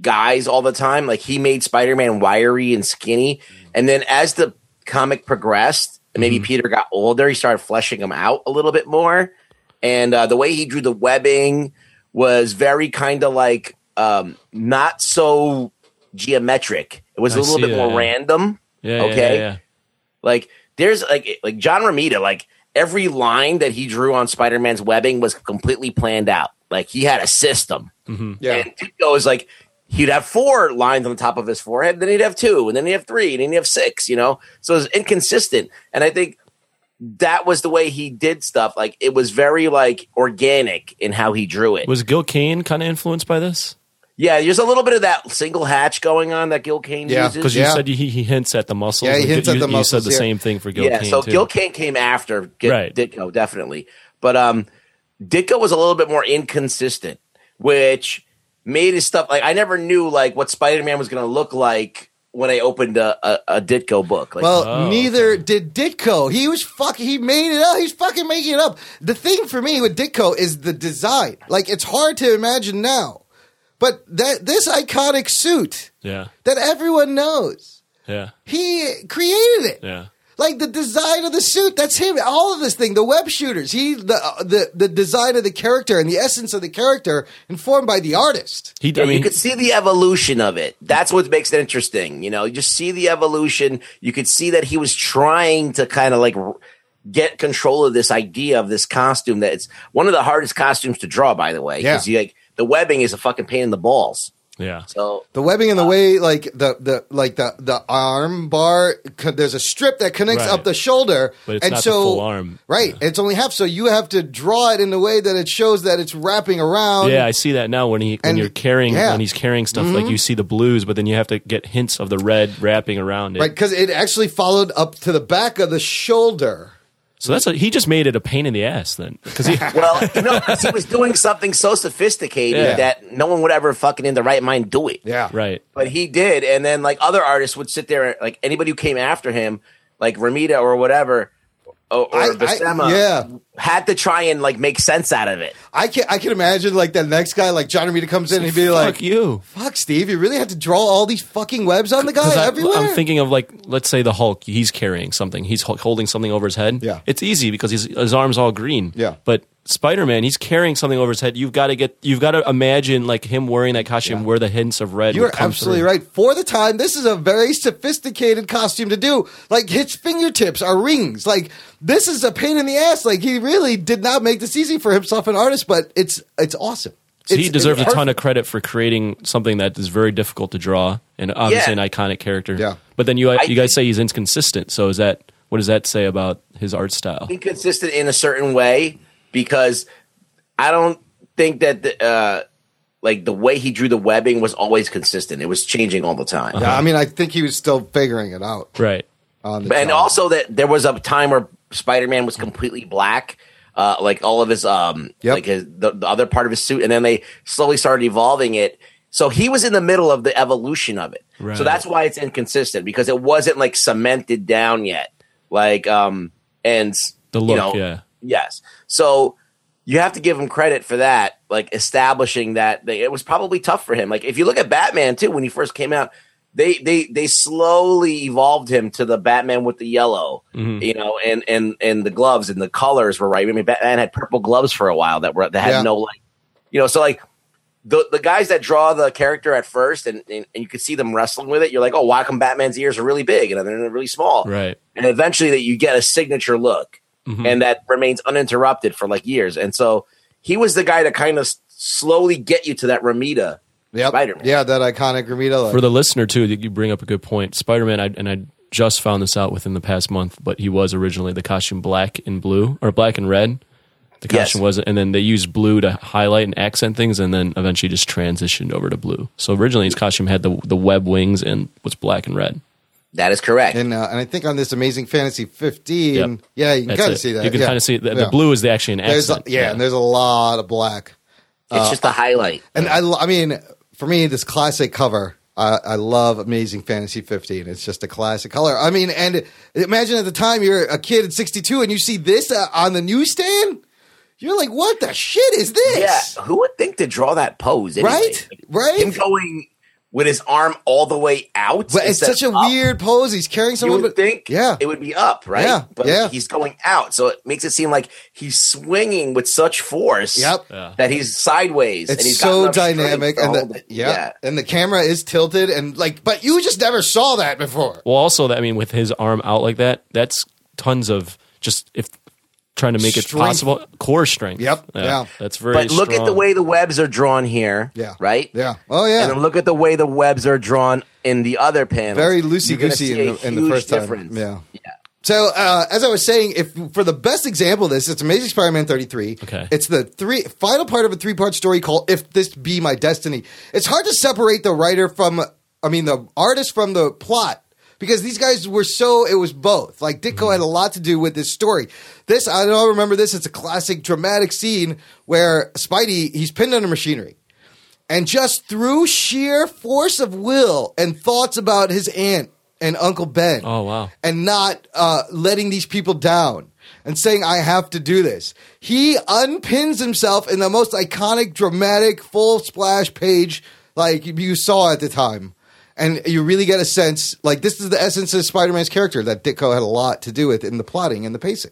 Speaker 4: guys all the time. Like he made Spider-Man wiry and skinny, and then as the comic progressed, and
Speaker 1: Mm-hmm.
Speaker 4: maybe Peter got older, he started fleshing him out a little bit more, and uh, the way he drew the webbing was very kind of like um, not so geometric. It was
Speaker 1: I
Speaker 4: a little
Speaker 1: see
Speaker 4: bit
Speaker 1: that,
Speaker 4: more
Speaker 1: yeah.
Speaker 4: random.
Speaker 1: Yeah, yeah,
Speaker 4: okay.
Speaker 1: yeah, yeah.
Speaker 4: Like there's like like John Romita, like every line that he drew on Spider
Speaker 1: Hmm.
Speaker 4: Man's webbing was completely planned out. Like he had a system.
Speaker 3: Yeah,
Speaker 4: And Ditko is like, he'd have four lines on the top of his forehead, then he'd have two, and then he'd have three, and then he'd have six, you know? So it's inconsistent. And I think that was the way he did stuff. Like it was very like organic in how he drew it.
Speaker 1: Was Gil Kane kind of influenced by this?
Speaker 4: yeah, there's a little bit of that single hatch going on that Gil Kane
Speaker 3: Yeah,
Speaker 4: uses.
Speaker 1: Because you
Speaker 3: Yeah.
Speaker 1: said he, he hints at the muscles.
Speaker 3: Yeah, he
Speaker 1: and
Speaker 3: hints
Speaker 1: you,
Speaker 3: at the
Speaker 1: you
Speaker 3: muscles,
Speaker 1: said the
Speaker 3: yeah.
Speaker 1: same thing for Gil
Speaker 4: yeah,
Speaker 1: Kane
Speaker 4: so
Speaker 1: too.
Speaker 4: Gil Kane came after G-
Speaker 1: Right.
Speaker 4: Ditko, definitely. But um, Ditko was a little bit more inconsistent, which made his stuff like I never knew like what Spider Man was going to look like when I opened a, a, a Ditko book. Like,
Speaker 3: Well,
Speaker 1: Oh,
Speaker 3: neither did Ditko. He was fuck. He made it up. He's fucking making it up. The thing for me with Ditko is the design. Like it's hard to imagine now, but that this iconic suit
Speaker 1: yeah,
Speaker 3: that everyone knows,
Speaker 1: yeah,
Speaker 3: he created it.
Speaker 1: yeah.
Speaker 3: Like the design of the suit, that's him. All of this thing, the web shooters, he the uh, the the design of the character and the essence of the character informed by the artist.
Speaker 1: He,
Speaker 4: Yeah,
Speaker 1: I mean,
Speaker 4: you could see the evolution of it. That's what makes it interesting. You know, you just see the evolution. You could see that he was trying to kind of like r- get control of this idea of this costume that it's one of the hardest costumes to draw, by the way. Because you like the webbing is a fucking pain in the balls.
Speaker 1: yeah,
Speaker 4: So
Speaker 3: The webbing and the way, like the the like the the arm bar, co- there's a strip that connects
Speaker 1: Right.
Speaker 3: up the shoulder,
Speaker 1: But it's
Speaker 3: and
Speaker 1: not the
Speaker 3: so
Speaker 1: full arm.
Speaker 3: right? It's only half, so you have to draw it in a way that it shows that it's wrapping around.
Speaker 1: yeah. I see that now when he when
Speaker 3: And-
Speaker 1: you're carrying
Speaker 3: yeah. Mm-hmm.
Speaker 1: when he's carrying stuff like you see the blues, but then you have to get hints of the red wrapping around it.
Speaker 3: right, because it actually followed up to the back of the shoulder.
Speaker 1: So that's a, he just made it a pain in the ass then because he
Speaker 4: well, you know, 'cause he was doing something so sophisticated
Speaker 1: Yeah.
Speaker 4: that no one would ever fucking in the right mind do it.
Speaker 3: Yeah,
Speaker 1: right.
Speaker 4: But he did, and then like other artists would sit there, like anybody who came after him, like Ramita or whatever, or, or
Speaker 3: I- I-
Speaker 4: Buscema,
Speaker 3: yeah.
Speaker 4: had to try and like make sense out of it.
Speaker 3: I can I can imagine like that next guy, like John Romita comes in and he'd be
Speaker 1: Fuck
Speaker 3: like,
Speaker 1: you.
Speaker 3: "Fuck, Steve, you really have to draw all these fucking webs on the guy
Speaker 1: I,
Speaker 3: everywhere."
Speaker 1: am thinking of like, let's say the Hulk. He's carrying something. He's ho- holding something over his head.
Speaker 3: Yeah.
Speaker 1: it's easy because his his arms all green.
Speaker 3: Yeah.
Speaker 1: but Spider Man, he's carrying something over his head. You've got to get. You've got to imagine like him wearing that costume where the hints of red.
Speaker 3: You're
Speaker 1: would come
Speaker 3: absolutely
Speaker 1: through.
Speaker 3: right. For the time, this is a very sophisticated costume to do. Like his fingertips are rings. Like this is a pain in the ass. Like he really did not make this easy for himself an artist, but it's it's awesome.
Speaker 1: So he
Speaker 3: It's-
Speaker 1: deserves
Speaker 3: it's
Speaker 1: a ton
Speaker 3: perfect.
Speaker 1: of credit for creating something that is very difficult to draw and obviously
Speaker 4: Yeah.
Speaker 1: an iconic character.
Speaker 3: Yeah.
Speaker 1: But then you you guys say he's inconsistent. So is that what does that say about his art style?
Speaker 4: Inconsistent in a certain way because I don't think that the uh, like the way he drew the webbing was always consistent. It was changing all the time.
Speaker 3: Yeah, I mean, I think he was still figuring it out.
Speaker 1: Right.
Speaker 3: On the
Speaker 4: and
Speaker 3: job.
Speaker 4: also that there was a time where Spider-Man was completely black, uh, like all of his um,
Speaker 3: Yep.
Speaker 4: like his, the, the other part of his suit, and then they slowly started evolving it. So he was in the middle of the evolution of it.
Speaker 1: Right.
Speaker 4: So that's why it's inconsistent because it wasn't like cemented down yet. Like um, and
Speaker 1: The
Speaker 4: you
Speaker 1: look,
Speaker 4: know,
Speaker 1: yeah.
Speaker 4: yes. So you have to give him credit for that, like establishing that they, it was probably tough for him. Like if you look at Batman too, when he first came out, they they they slowly evolved him to the Batman with the yellow, you know, and and and the gloves and the colors were right. I mean, Batman had purple gloves for a while that were that had
Speaker 3: Yeah.
Speaker 4: no like, you know, so like. The, the guys that draw the character at first and, and, and you could see them wrestling with it, you're like, oh, why come Batman's ears are really big and then they're really small?
Speaker 1: Right.
Speaker 4: and eventually that you get a signature look and that remains uninterrupted for like years and so he was the guy to kind of s- slowly get you to that ramita
Speaker 3: Yep.
Speaker 4: Spider-Man.
Speaker 3: Yeah, that iconic Romita. Like,
Speaker 1: for the listener too you bring up a good point spider-man I, and i just found this out within the past month but he was originally the costume black and blue or black and red the
Speaker 4: Yes.
Speaker 1: costume was and then they used blue to highlight and accent things and then eventually just transitioned over to blue so originally his costume had the, the web wings and was black and red
Speaker 4: that is correct
Speaker 3: and, uh, and I think on this Amazing Fantasy 15,
Speaker 1: Yep.
Speaker 3: yeah, you can
Speaker 1: That's
Speaker 3: kind
Speaker 1: it.
Speaker 3: of see that.
Speaker 1: you can
Speaker 3: yeah.
Speaker 1: kind of see the,
Speaker 3: Yeah.
Speaker 1: the blue is the actually an
Speaker 3: There's a,
Speaker 1: accent
Speaker 3: yeah, and there's a lot of black. uh,
Speaker 4: it's just a highlight
Speaker 3: And I, lo- I mean, for me, this classic cover. I, I love Amazing Fantasy 15. It's just a classic color. I mean, and imagine at the time you're a kid at 62 and you see this uh, on the newsstand. You're like, what the shit is
Speaker 4: yeah
Speaker 3: this?
Speaker 4: who would think to draw that pose anyway?
Speaker 3: Right?
Speaker 4: Like,
Speaker 3: Right?
Speaker 4: him going with his arm all the way out
Speaker 3: But it's
Speaker 4: instead
Speaker 3: such a
Speaker 4: of up.
Speaker 3: weird pose. He's carrying
Speaker 4: you
Speaker 3: someone.
Speaker 4: would
Speaker 3: but-
Speaker 4: think
Speaker 3: Yeah.
Speaker 4: it would be up, right?
Speaker 3: Yeah,
Speaker 4: But
Speaker 3: yeah.
Speaker 4: he's going out. So it makes it seem like he's swinging with such force
Speaker 3: Yep.
Speaker 1: Yeah.
Speaker 4: that he's sideways. and
Speaker 3: it's
Speaker 4: he's got
Speaker 3: so
Speaker 4: enough strength
Speaker 3: dynamic.
Speaker 4: to
Speaker 3: And
Speaker 4: hold
Speaker 3: the,
Speaker 4: it.
Speaker 3: yeah, And the camera is tilted and like, but you just never saw that before.
Speaker 1: Well, also, that- I mean, with his arm out like that, that's tons of just if trying to make it
Speaker 3: Strength.
Speaker 1: possible. Core strength.
Speaker 3: Yep, yeah.
Speaker 1: That's very.
Speaker 4: But look at the
Speaker 1: strong.
Speaker 4: way the webs are drawn here.
Speaker 3: Yeah.
Speaker 4: Right?
Speaker 3: Yeah. Oh, yeah.
Speaker 4: And then look at the way the webs are drawn in the other panels.
Speaker 3: Very
Speaker 4: You're gonna
Speaker 3: loosey-goosey
Speaker 4: see
Speaker 3: in
Speaker 4: a
Speaker 3: the, in the
Speaker 4: huge
Speaker 3: first time.
Speaker 4: difference.
Speaker 3: Yeah.
Speaker 4: Yeah.
Speaker 3: So uh, as I was saying, if for the best example of this, it's Amazing Spider-Man 33.
Speaker 1: Okay.
Speaker 3: It's the three final part of a three-part story called If This Be My Destiny. It's hard to separate the writer from I mean the artist from the plot. Because these guys were so, it was both. Like Ditko had a lot to do with this story. This, I don't remember this. It's a classic dramatic scene where Spidey, he's pinned under machinery. And just through sheer force of will and thoughts about his aunt and Uncle Ben.
Speaker 1: Oh, wow.
Speaker 3: And not uh, letting these people down and saying, I have to do this. He unpins himself in the most iconic, dramatic, full splash page like you saw at the time. And you really get a sense, like, this is the essence of Spider Man's character that Ditko had a lot to do with in the plotting and the pacing.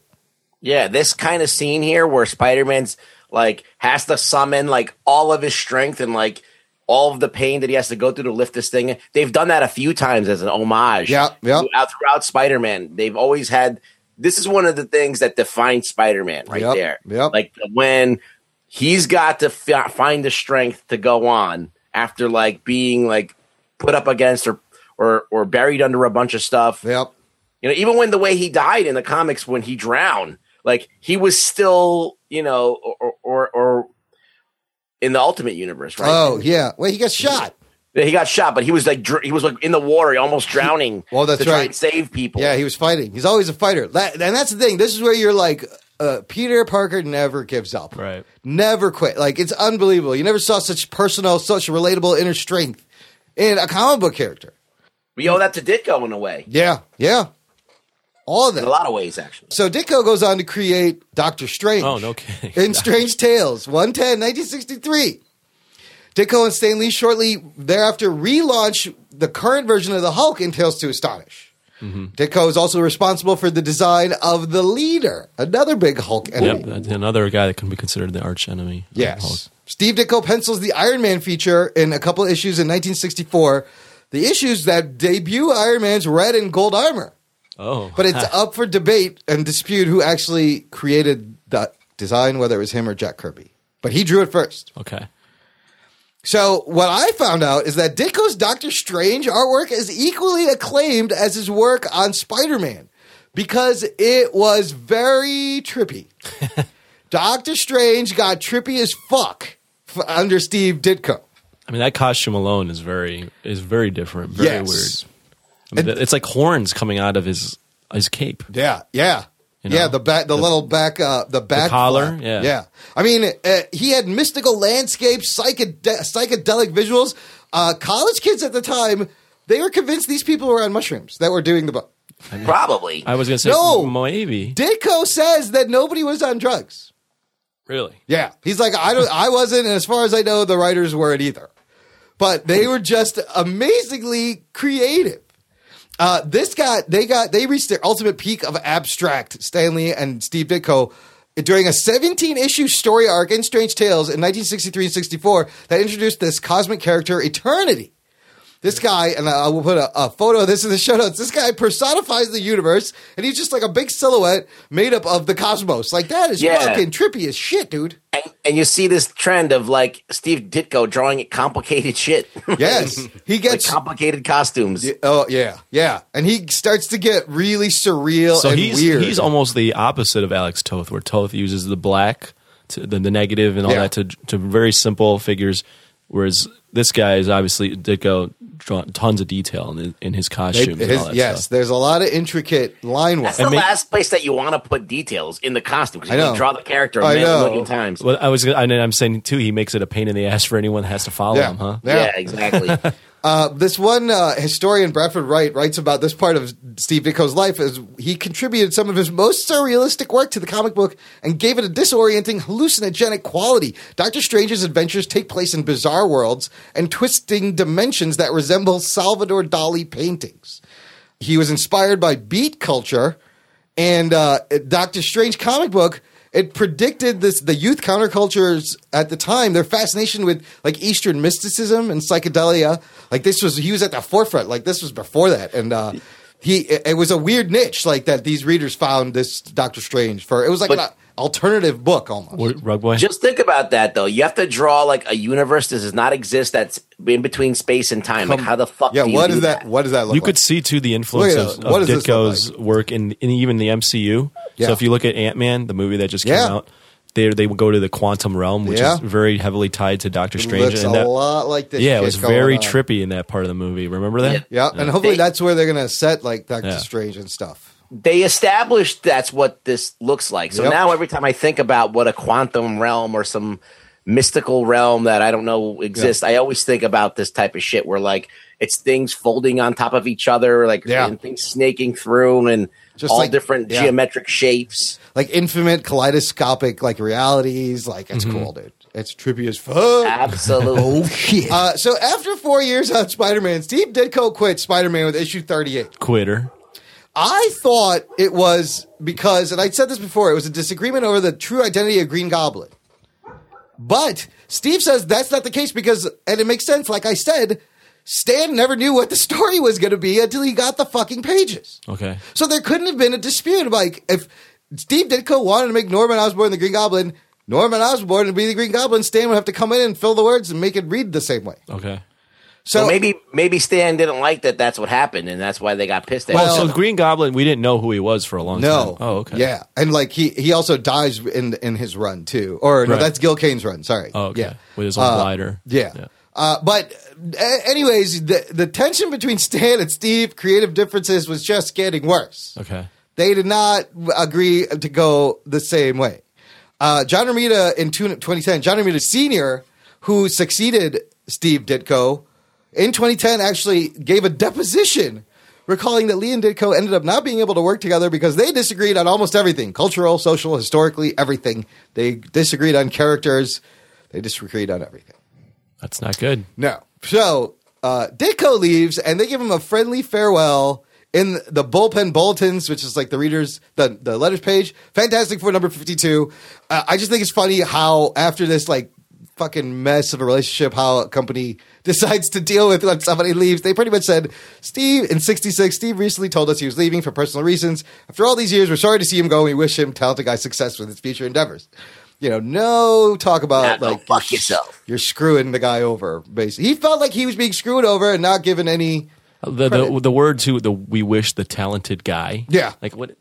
Speaker 4: Yeah, this kind of scene here where Spider Man's like has to summon like all of his strength and like all of the pain that he has to go through to lift this thing. They've done that a few times as an homage.
Speaker 3: Yeah, yeah.
Speaker 4: Throughout, throughout Spider Man, they've always had this is one of the things that defines Spider Man right
Speaker 3: Yep,
Speaker 4: there.
Speaker 3: yep.
Speaker 4: Like when he's got to fi- find the strength to go on after like being like put up against or or or buried under a bunch of stuff.
Speaker 3: Yep.
Speaker 4: You know, even when the way he died in the comics when he drowned, like he was still, you know, or or, or in the Ultimate Universe, right?
Speaker 3: Oh, yeah. Well, he got shot.
Speaker 4: He got shot, but he was like dr- he was like in the water, almost drowning.
Speaker 3: Well, that's
Speaker 4: to try
Speaker 3: right.
Speaker 4: and save people.
Speaker 3: Yeah, he was fighting. He's always a fighter. That, and that's the thing. This is where you're like, uh, Peter Parker never gives up.
Speaker 1: Right.
Speaker 3: Never quit. Like, it's unbelievable. You never saw such personal, such relatable inner strength in a comic book character.
Speaker 4: we owe that to Ditko in a way,
Speaker 3: Yeah. Yeah. All of
Speaker 4: in
Speaker 3: that.
Speaker 4: a lot of ways, actually.
Speaker 3: So Ditko goes on to create Doctor Strange.
Speaker 1: Oh, no kidding.
Speaker 3: In Strange Tales, 110, 1963. Ditko and Stan Lee shortly thereafter relaunch the current version of the Hulk in Tales to Astonish.
Speaker 1: Mm-hmm.
Speaker 3: Ditko is also responsible for the design of the leader, another big Hulk enemy.
Speaker 1: Yep, that's another guy that can be considered the arch enemy. of Hulk.
Speaker 3: Yes. Steve Ditko pencils the Iron Man feature in a couple issues in 1964, the issues that debut Iron Man's red and gold armor.
Speaker 1: Oh,
Speaker 3: But it's up for debate and dispute who actually created that design, whether it was him or Jack Kirby. But he drew it first.
Speaker 1: okay.
Speaker 3: So what I found out is that Ditko's Doctor Strange artwork is equally acclaimed as his work on Spider-Man because it was very trippy. Doctor Strange got trippy as fuck f- under Steve Ditko.
Speaker 1: I mean, that costume alone is very is very different. Very
Speaker 3: Yes.
Speaker 1: weird. I mean, it's like horns coming out of his his cape.
Speaker 3: Yeah, yeah.
Speaker 1: You know,
Speaker 3: yeah, the back, the, little back, uh, the back
Speaker 1: collar,
Speaker 3: flap.
Speaker 1: yeah.
Speaker 3: yeah. I mean, uh, he had mystical landscapes, psychede- psychedelic visuals. Uh, college kids at the time, they were convinced these people were on mushrooms that were doing the book.
Speaker 4: Probably.
Speaker 1: I was gonna say
Speaker 3: No!
Speaker 1: maybe.
Speaker 3: Ditko says that nobody was on drugs.
Speaker 1: really?
Speaker 3: Yeah, he's like I don't, I wasn't, and as far as I know, the writers weren't either. But they were just amazingly creative. Uh, this got they got they reached their ultimate peak of abstract. Stanley and Steve Ditko during a 17 issue story arc in Strange Tales in 1963 and 64 that introduced this cosmic character Eternity. This guy, and I will put a, a photo of this in the show notes. This guy personifies the universe, and he's just like a big silhouette made up of the cosmos. Like that is
Speaker 4: Yeah.
Speaker 3: fucking trippy as shit, dude.
Speaker 4: and, and you see this trend of like Steve Ditko drawing complicated shit.
Speaker 3: Yes, he
Speaker 4: like
Speaker 3: gets.
Speaker 4: complicated costumes.
Speaker 3: oh yeah, yeah, and he starts to get really surreal
Speaker 1: So
Speaker 3: and
Speaker 1: he's
Speaker 3: weird.
Speaker 1: he's almost the opposite of Alex Toth, where Toth uses the black, to, the, the negative, and all
Speaker 3: Yeah.
Speaker 1: that to to very simple figures, whereas this guy is obviously Ditko drawn tons of detail in, in his
Speaker 3: They-
Speaker 1: costumes. and
Speaker 3: his-
Speaker 1: all that
Speaker 3: yes,
Speaker 1: stuff.
Speaker 3: there's a lot of intricate line work.
Speaker 4: That's the
Speaker 1: make-
Speaker 4: last place that you want to put details in the costume because
Speaker 3: I
Speaker 4: you
Speaker 3: know.
Speaker 4: can draw the character a
Speaker 3: I
Speaker 4: million,
Speaker 3: know.
Speaker 4: million times.
Speaker 1: Well, I was, gonna- and I'm saying too, he makes it a pain in the ass for anyone that has to follow
Speaker 3: Yeah,
Speaker 1: him, huh?
Speaker 3: yeah.
Speaker 4: yeah. exactly.
Speaker 3: Uh, this one uh, historian, Bradford Wright, writes about this part of Steve Ditko's life as he contributed some of his most surrealistic work to the comic book and gave it a disorienting, hallucinogenic quality. Doctor Strange's adventures take place in bizarre worlds and twisting dimensions that resemble Salvador Dali paintings. He was inspired by beat culture and uh, Doctor Strange comic book. It predicted this the youth countercultures at the time their fascination with like Eastern mysticism and psychedelia. Like this was he was at the forefront. Like this was before that, and uh, he it, it was a weird niche like that. These readers found this Doctor Strange for it was like
Speaker 4: But-
Speaker 3: an uh, alternative book almost.
Speaker 1: Rug boy.
Speaker 4: Just think about that though. You have to draw like a universe that does not exist that's in between space and time. Like how the fuck?
Speaker 3: yeah,
Speaker 4: do you
Speaker 3: what
Speaker 4: do
Speaker 3: is that? What does that look?
Speaker 1: you
Speaker 3: like?
Speaker 1: could see too the influence
Speaker 3: Look at
Speaker 1: of,
Speaker 3: this. What
Speaker 1: of
Speaker 3: does this look
Speaker 1: Ditko's work in, in even the MCU.
Speaker 3: Yeah.
Speaker 1: So if you look at Ant Man, the movie that just came
Speaker 3: Yeah.
Speaker 1: out, they they would go to the quantum realm, which
Speaker 3: Yeah.
Speaker 1: is very heavily tied to Doctor Strange.
Speaker 3: looks
Speaker 1: and
Speaker 3: a
Speaker 1: that-
Speaker 3: lot like this.
Speaker 1: yeah, it
Speaker 3: shit
Speaker 1: was
Speaker 3: going
Speaker 1: very
Speaker 3: on.
Speaker 1: trippy in that part of the movie. Remember that?
Speaker 3: Yeah, and hopefully
Speaker 4: They-
Speaker 3: that's where they're gonna set like Doctor
Speaker 1: Yeah.
Speaker 3: Strange and stuff.
Speaker 4: They established that's what this looks like. So
Speaker 3: Yep.
Speaker 4: now every time I think about what a quantum realm or some mystical realm that I don't know exists, I always think about this type of shit where like it's things folding on top of each other, like
Speaker 3: Yeah.
Speaker 4: and things snaking through and
Speaker 3: Just
Speaker 4: all
Speaker 3: like-
Speaker 4: different
Speaker 3: yeah.
Speaker 4: geometric shapes.
Speaker 3: Like infinite kaleidoscopic like realities. Like it's cool, dude. It's trippy as fuck.
Speaker 4: Ah. Absolutely.
Speaker 5: Oh shit.
Speaker 3: Uh, so after four years on Spider-Man, Steve Ditko quit Spider-Man with issue 38.
Speaker 1: Quitter.
Speaker 3: I thought it was because, and I said this before, it was a disagreement over the true identity of Green Goblin. But Steve says that's not the case because, and it makes sense, like I said, Stan never knew what the story was going to be until he got the fucking pages.
Speaker 1: Okay.
Speaker 3: So there couldn't have been a dispute. Like if Steve Ditko wanted to make Norman Osborn the Green Goblin, Norman Osborn would be the Green Goblin. Stan would have to come in and fill the words and make it read the same way.
Speaker 1: Okay.
Speaker 3: So
Speaker 4: Well, maybe maybe Stan didn't like that. That's what happened, and that's why they got pissed at.
Speaker 3: Well-
Speaker 4: Well,
Speaker 1: So Green Goblin, we didn't know who he was for a long time.
Speaker 3: no,
Speaker 1: Oh, okay.
Speaker 3: yeah, and like he he also dies in in his run too, or no,
Speaker 1: Right.
Speaker 3: that's Gil Kane's run. Sorry,
Speaker 1: Oh, okay.
Speaker 3: yeah,
Speaker 1: With his own glider.
Speaker 3: Yeah. Uh, but a- anyways, the the tension between Stan and Steve, creative differences, was just getting worse.
Speaker 1: Okay.
Speaker 3: They did not agree to go the same way. Uh, John Romita in two- 2010, John Romita Sr., who succeeded Steve Ditko, in 2010 actually gave a deposition recalling that Lee and Ditko ended up not being able to work together because they disagreed on almost everything cultural, social, historically, everything. They disagreed on characters, they disagreed on everything.
Speaker 1: That's not good.
Speaker 3: No. So uh, Ditko leaves, and they give him a friendly farewell in the bullpen bulletins, which is like the readers, the the letters page. Fantastic for number fifty two. Uh, I just think it's funny how after this like fucking mess of a relationship, how a company decides to deal with when somebody leaves. They pretty much said, Steve in sixty six. Steve recently told us he was leaving for personal reasons. After all these years, we're sorry to see him go. and We wish him talented guy success with his future endeavors. You know, no talk about
Speaker 4: Not no
Speaker 3: like
Speaker 4: fuck yourself.
Speaker 3: you're screwing the guy over. Basically, he felt like he was being screwed over and not given any.
Speaker 1: The the, the word to the we wish the talented guy.
Speaker 3: Yeah.
Speaker 1: Like what?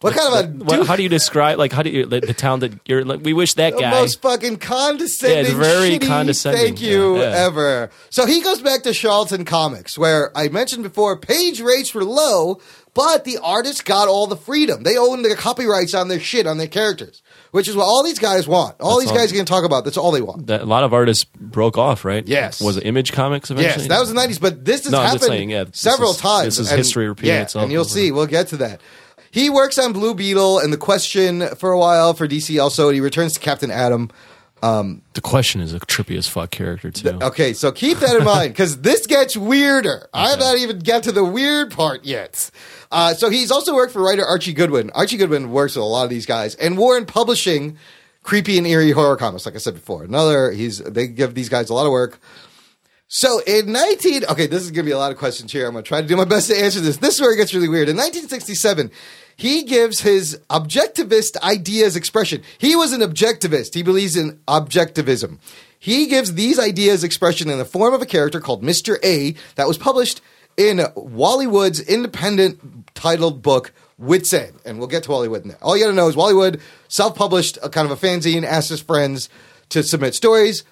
Speaker 3: What kind of a
Speaker 1: what how do you describe? Like how do you the, the talented? You're like we wish that
Speaker 3: the
Speaker 1: guy.
Speaker 3: most fucking condescending,
Speaker 1: Yeah, it's very
Speaker 3: shitty,
Speaker 1: condescending,
Speaker 3: Thank you,
Speaker 1: yeah, yeah.
Speaker 3: ever. So he goes back to Charlton Comics, where I mentioned before, page rates were low, but the artists got all the freedom. They owned the copyrights on their shit, on their characters, which is what all these guys want. All
Speaker 1: That's
Speaker 3: these
Speaker 1: all-
Speaker 3: guys can talk about. That's all they want.
Speaker 1: that a lot of artists broke off, right?
Speaker 3: Yes.
Speaker 1: Was it Image Comics eventually?
Speaker 3: Yes, that was the nineties, but this has
Speaker 1: No, I'm just
Speaker 3: happened
Speaker 1: saying, yeah, this
Speaker 3: several
Speaker 1: is-
Speaker 3: times.
Speaker 1: this is
Speaker 3: and-
Speaker 1: history repeating
Speaker 3: yeah,
Speaker 1: itself.
Speaker 3: And you'll see, we'll get to that. He works on Blue Beetle and The Question for a while for DC also, and he returns to Captain Atom.
Speaker 1: The question is a trippy as fuck character too.
Speaker 3: Okay, so keep that in mind because this gets weirder. I have not even get to the weird part yet. Uh, so he's also worked for writer Archie Goodwin. Archie Goodwin works with a lot of these guys, and Warren Publishing, creepy and eerie horror comics. Like I said before, another he's they give these guys a lot of work. So in 19, okay, this is going to be a lot of questions here. I'm going to try to do my best to answer this. This is where it gets really weird. In 1967, he gives his objectivist ideas expression. He was an objectivist. He believes in objectivism. He gives these ideas expression in the form of a character called Mr. A that was published in Wally Wood's independent titled book, Wits End. And we'll get to Wally Wood in there. All you got to know is Wally Wood self published a kind of a fanzine, asked his friends to submit stories.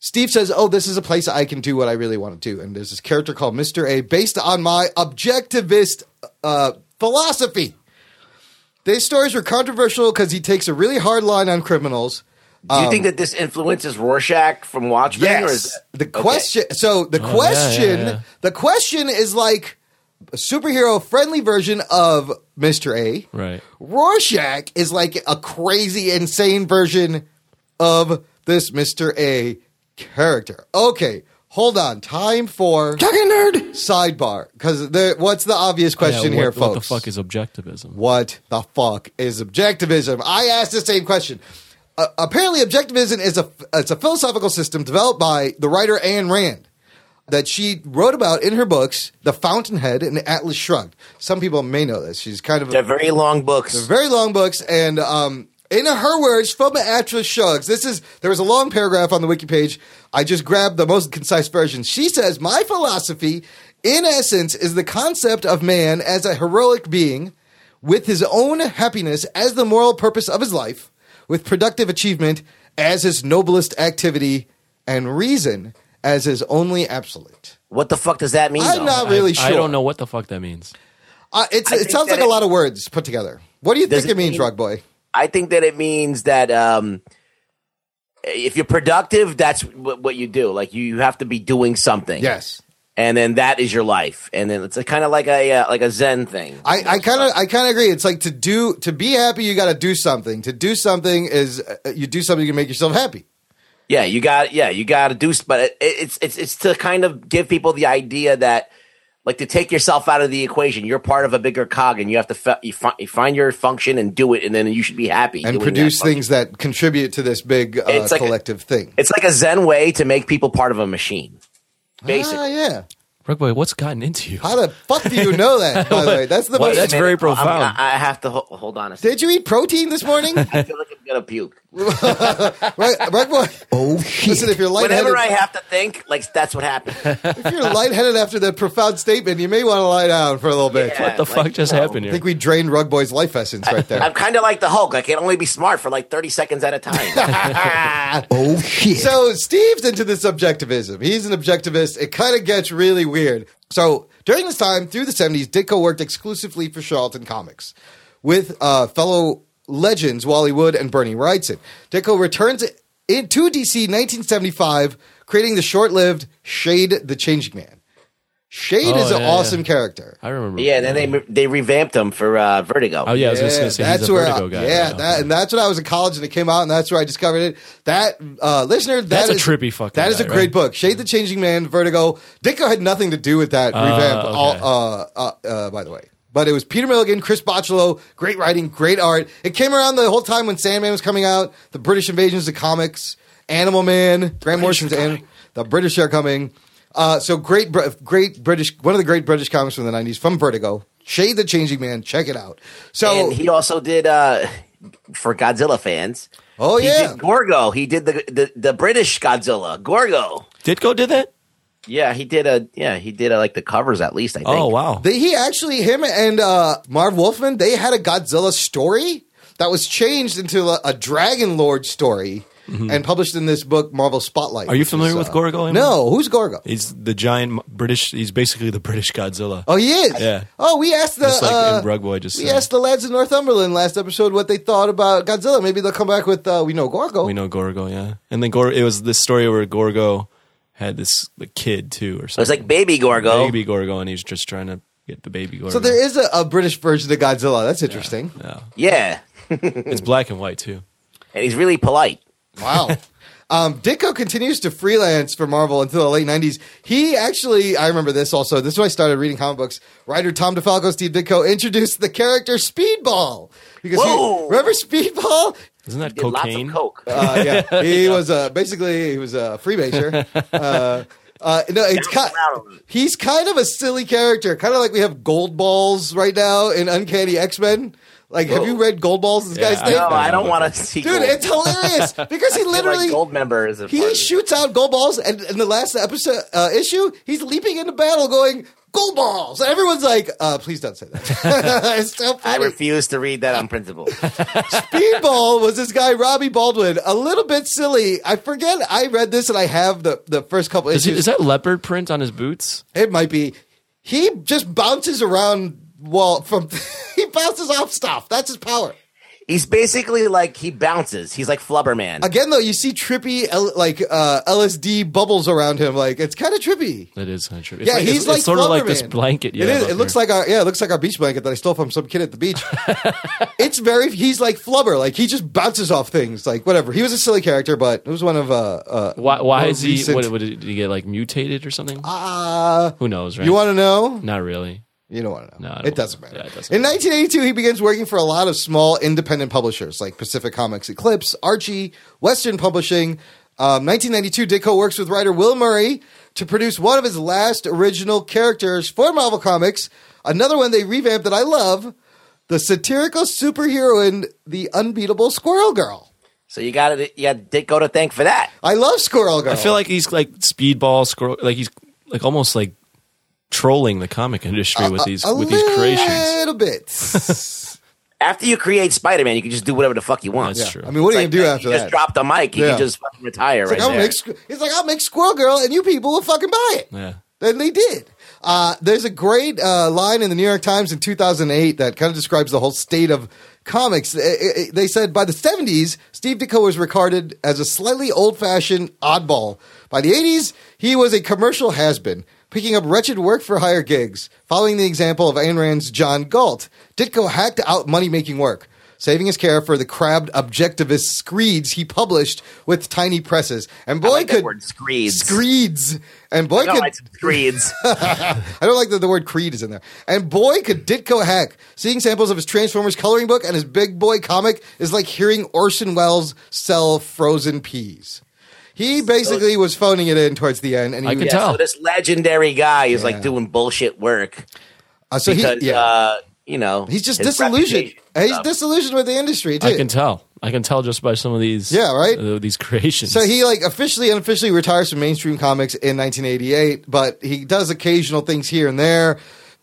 Speaker 3: Steve says, Oh, this is a place I can do what I really want to do. And there's this character called Mr. A based on my objectivist uh, philosophy. These stories were controversial because he takes a really hard line on criminals.
Speaker 4: do
Speaker 3: um,
Speaker 4: you think that this influences Rorschach from Watchmen? Or is that-
Speaker 3: The
Speaker 4: okay.
Speaker 3: question. So the question.
Speaker 1: Oh, yeah.
Speaker 3: The question is like a superhero friendly version of Mister A.
Speaker 1: Right.
Speaker 3: Rorschach is like a crazy, insane version of this Mister A character. Okay, hold on. Time for
Speaker 5: Talking nerd.
Speaker 3: sidebar because what's the obvious question
Speaker 1: Yeah, what,
Speaker 3: here,
Speaker 1: what
Speaker 3: folks?
Speaker 1: the fuck is objectivism?
Speaker 3: what the fuck is objectivism? I asked the same question. Uh, apparently, objectivism is a it's a philosophical system developed by the writer Ayn Rand. that she wrote about in her books, The Fountainhead and Atlas Shrugged. Some people may know this. She's kind of
Speaker 4: They're very long books.
Speaker 3: very long books and um in her words from actress shrugs this is there was a long paragraph on the wiki page i just grabbed the most concise version she says my philosophy in essence is the concept of man as a heroic being with his own happiness as the moral purpose of his life with productive achievement as his noblest activity and reason as his only absolute
Speaker 4: What the fuck does that mean?
Speaker 3: i'm
Speaker 4: though?
Speaker 3: not really sure
Speaker 1: I don't know what the fuck that means.
Speaker 3: uh, it's,
Speaker 4: I
Speaker 3: it
Speaker 4: think
Speaker 3: sounds
Speaker 4: that
Speaker 3: like a
Speaker 4: it-
Speaker 3: lot of words put together what do you
Speaker 4: Does
Speaker 3: think it,
Speaker 4: it
Speaker 3: means
Speaker 4: mean-
Speaker 3: rug boy
Speaker 4: I think that it means that um, if you're productive, that's w- what you do. Like you, you have to be doing something.
Speaker 3: yes
Speaker 4: and then that is your life. And then it's a, kind of like a uh, like a Zen thing.
Speaker 3: I I kind of I kind of agree. It's like to do to be happy, you got to do something. To do something is uh, you do something to make yourself happy.
Speaker 4: yeah, you got yeah, you got to do. s- But it, it's it's it's to kind of give people the idea that like to take yourself out of the equation. You're part of a bigger cog, and you have to fe- you, fi- you find your function and do it, and then you should be happy
Speaker 3: and
Speaker 4: doing
Speaker 3: produce
Speaker 4: that function.
Speaker 3: things that contribute to this big uh,
Speaker 4: It's like a-
Speaker 3: collective thing.
Speaker 4: It's like a Zen way to make people part of a machine. Basically,
Speaker 3: Ah, yeah.
Speaker 1: Rugboy, what's gotten into you?
Speaker 3: How the fuck do you know that? By the way, that's the
Speaker 1: What?
Speaker 3: most.
Speaker 1: That's very
Speaker 4: I'm-
Speaker 1: profound.
Speaker 4: I, I have to ho- hold on a second.
Speaker 3: Did you eat protein this morning?
Speaker 4: I feel like I'm gonna puke.
Speaker 3: right, right boy.
Speaker 5: Oh shit.
Speaker 3: Listen, if you're lightheaded,
Speaker 4: Whenever I have to think, like that's what happens.
Speaker 3: if you're lightheaded after that profound statement, you may want to lie down for a little bit.
Speaker 1: what the
Speaker 4: like,
Speaker 1: fuck just
Speaker 4: no.
Speaker 1: happened
Speaker 3: I
Speaker 1: here?
Speaker 3: think we drained Rug Boy's life essence right
Speaker 4: I'm
Speaker 3: there.
Speaker 4: kind of like the Hulk. I can only be smart for like 30 seconds at a time.
Speaker 5: Oh shit.
Speaker 3: So Steve's into this objectivism. He's an objectivist. It kind of gets really weird. So during this time, through the 70s, Ditko worked exclusively for Charlton Comics with uh, fellow legends Wally Wood and Bernie Wrightson. Ditko returns in, to DC 1975, creating the short-lived Shade the Changing Man. Shade
Speaker 1: Oh,
Speaker 3: is an
Speaker 1: yeah,
Speaker 3: awesome character.
Speaker 1: I remember.
Speaker 4: yeah, and then they they revamped him for uh, Vertigo.
Speaker 1: Oh yeah, I was just gonna say he's a Vertigo
Speaker 3: I,
Speaker 1: guy.
Speaker 3: yeah,
Speaker 1: now.
Speaker 3: that, and that's when I was in college and it came out, and that's where I discovered it. That uh, listener, that
Speaker 1: That's a
Speaker 3: is-
Speaker 1: trippy fucking
Speaker 3: That is
Speaker 1: guy,
Speaker 3: a great
Speaker 1: right?
Speaker 3: book. Shade the Changing Man, Vertigo. Ditko had nothing to do with that revamp.
Speaker 1: okay.
Speaker 3: All, uh, uh, uh, by the way. But it was Peter Milligan, Chris Bocciolo, great writing, great art. It came around the whole time when Sandman was coming out, the British invasions of comics, Animal Man, Grant Morrison's, and the British are coming. Uh, so great, Br- great British, one of the great British comics from the '90s from Vertigo, Shade the Changing Man. Check it out. So
Speaker 4: And he also did uh, for Godzilla fans.
Speaker 3: Oh,
Speaker 4: he
Speaker 3: yeah.
Speaker 4: did Gorgo. He did the, the the British Godzilla Gorgo.
Speaker 1: Ditko did that.
Speaker 4: Yeah, he did a yeah he did a, like the covers at least. I think.
Speaker 1: Oh wow.
Speaker 3: They, he actually, him and uh, Marv Wolfman, they had a Godzilla story that was changed into a, a Dragon Lord story and published in this book, Marvel Spotlight.
Speaker 1: Mm-hmm. Are you
Speaker 3: which is,
Speaker 1: familiar with
Speaker 3: uh,
Speaker 1: Gorgo? Emma?
Speaker 3: No, who's Gorgo?
Speaker 1: He's the giant m- British. He's basically the British Godzilla.
Speaker 3: Oh, he is.
Speaker 1: Yeah.
Speaker 3: Oh, we asked the
Speaker 1: Just like
Speaker 3: uh,
Speaker 1: in Rugboy just
Speaker 3: we
Speaker 1: said.
Speaker 3: asked the lads in Northumberland last episode what they thought about Godzilla. Maybe they'll come back with uh, we know Gorgo.
Speaker 1: We know Gorgo, yeah. And then Gor- it was this story where Gorgo had this the kid too, or
Speaker 4: It was
Speaker 1: something.
Speaker 4: like Baby Gorgo.
Speaker 1: baby Gorgo, and he's just trying to get the baby Gorgo.
Speaker 3: so there is a, a British version of Godzilla. That's interesting.
Speaker 4: Yeah,
Speaker 1: It's black and white too.
Speaker 4: and he's really polite.
Speaker 3: Wow. Um, Ditko continues to freelance for Marvel until the late 90s. He actually, I remember this also. This is when I started reading comic books. Writer Tom DeFalco, Steve Ditko introduced the character Speedball. Because he-
Speaker 4: Whoa.
Speaker 3: remember Speedball?
Speaker 1: Isn't that
Speaker 4: Did
Speaker 1: cocaine?
Speaker 4: lots of coke.
Speaker 3: Uh, yeah, he was uh, basically he was a freemason. Uh, uh, no, it's
Speaker 4: Bouncing
Speaker 3: ki-
Speaker 4: around a little.
Speaker 3: he's kind of a silly character, kind of like we have Gold Balls right now in Uncanny X Men. Like, have
Speaker 4: Whoa.
Speaker 3: you read Gold Balls? This
Speaker 1: Yeah,
Speaker 3: guy's
Speaker 1: I-
Speaker 3: name,
Speaker 4: no, I don't want to see.
Speaker 3: dude,
Speaker 4: gold.
Speaker 3: it's hilarious because he
Speaker 4: I feel like
Speaker 3: literally
Speaker 4: gold member is a part
Speaker 3: he
Speaker 4: of it.
Speaker 3: shoots out goal balls, and in the last episode uh, issue, he's leaping into battle, going goal balls. And everyone's like, uh, "Please don't say that." it's so
Speaker 4: I
Speaker 3: funny.
Speaker 4: refuse to read that on principle.
Speaker 3: Speedball was this guy Robbie Baldwin, a little bit silly. I forget. I read this, and I have the the first couple
Speaker 1: Is,
Speaker 3: issues.
Speaker 1: it, is that leopard print on his boots?
Speaker 3: It might be. He just bounces around. Well, from he bounces off stuff. That's his power.
Speaker 4: He's basically like he bounces. He's like Flubberman.
Speaker 3: Again, though, you see trippy L- like uh, LSD bubbles around him. Like it's kind of trippy.
Speaker 1: That is kind of true. It's
Speaker 3: Yeah,
Speaker 1: like,
Speaker 3: he's
Speaker 1: it's,
Speaker 3: like
Speaker 1: it's sort of like this
Speaker 3: Flubberman.
Speaker 1: blanket. You
Speaker 3: it
Speaker 1: have
Speaker 3: is.
Speaker 1: up
Speaker 3: It looks
Speaker 1: there.
Speaker 3: like our yeah, it looks like our beach blanket that I stole from some kid at the beach. it's very. He's like flubber. Like he just bounces off things. Like whatever. He was a silly character, but it was one of uh uh.
Speaker 1: why. Why
Speaker 3: more
Speaker 1: is he?
Speaker 3: recent-
Speaker 1: What, what did he get? Like mutated or something?
Speaker 3: Uh,
Speaker 1: Who knows? Right?
Speaker 3: you want to know?
Speaker 1: Not really.
Speaker 3: You don't want to know.
Speaker 1: No, I don't
Speaker 3: it doesn't
Speaker 1: wanna
Speaker 3: matter.
Speaker 1: know. Yeah, it doesn't
Speaker 3: In 1982, he begins working for a lot of small independent publishers like Pacific Comics Eclipse, Archie, Western Publishing, Um, 1992, Ditko works with writer Will Murray to produce one of his last original characters for Marvel Comics. Another one they revamped that I love the satirical superheroine, the unbeatable Squirrel Girl.
Speaker 4: So you got to you got Ditko to thank for that.
Speaker 3: I love Squirrel Girl.
Speaker 1: I feel like he's like speedball, scroll, like he's like almost like trolling the comic industry with these
Speaker 3: a
Speaker 1: with these creations.
Speaker 3: little bit.
Speaker 4: After you create Spider Man, you can just do whatever the fuck you want.
Speaker 1: That's true.
Speaker 3: I mean, what are you
Speaker 4: Like,
Speaker 3: gonna do
Speaker 4: you
Speaker 3: after
Speaker 4: just
Speaker 3: that?
Speaker 4: drop the mic. You
Speaker 3: Yeah.
Speaker 4: can just fucking retire
Speaker 3: It's like,
Speaker 4: right
Speaker 3: I'll
Speaker 4: there.
Speaker 3: make, Squ- it's like I'll make Squirrel Girl, and you people will fucking buy it.
Speaker 1: Yeah.
Speaker 3: And they did. Uh, there's a great uh, line in the New York Times in 2008 that kind of describes the whole state of comics. I- I- I- they said by the 70s, Steve Ditko was regarded as a slightly old-fashioned oddball. By the 80s, he was a commercial has-been, picking up wretched work-for-hire gigs, following the example of Ayn Rand's John Galt. Ditko hacked out money-making work saving his care for the crabbed objectivist screeds he published with tiny presses. And boy
Speaker 4: like that
Speaker 3: could
Speaker 4: word, screeds.
Speaker 3: Screeds. And boy
Speaker 4: No,
Speaker 3: could
Speaker 4: like some creeds.
Speaker 3: I don't like that the word creed is in there. And boy could Ditko hack. Seeing samples of his Transformers coloring book and his big boy comic is like hearing Orson Welles sell frozen peas. He basically was phoning it in towards the end, and he,
Speaker 1: I could
Speaker 4: yeah,
Speaker 1: tell.
Speaker 4: so this legendary guy is
Speaker 3: Yeah.
Speaker 4: like doing bullshit work
Speaker 3: uh, so he,
Speaker 4: because
Speaker 3: yeah,
Speaker 4: uh, you know
Speaker 3: he's just
Speaker 4: his
Speaker 3: disillusioned.
Speaker 4: reputation um, and
Speaker 3: He's
Speaker 4: stuff.
Speaker 3: disillusioned with the industry too.
Speaker 1: I can tell. I can tell just by some of these.
Speaker 3: Yeah, right?
Speaker 1: uh, these creations.
Speaker 3: So he like officially and officially retires from mainstream comics in 1988, but he does occasional things here and there.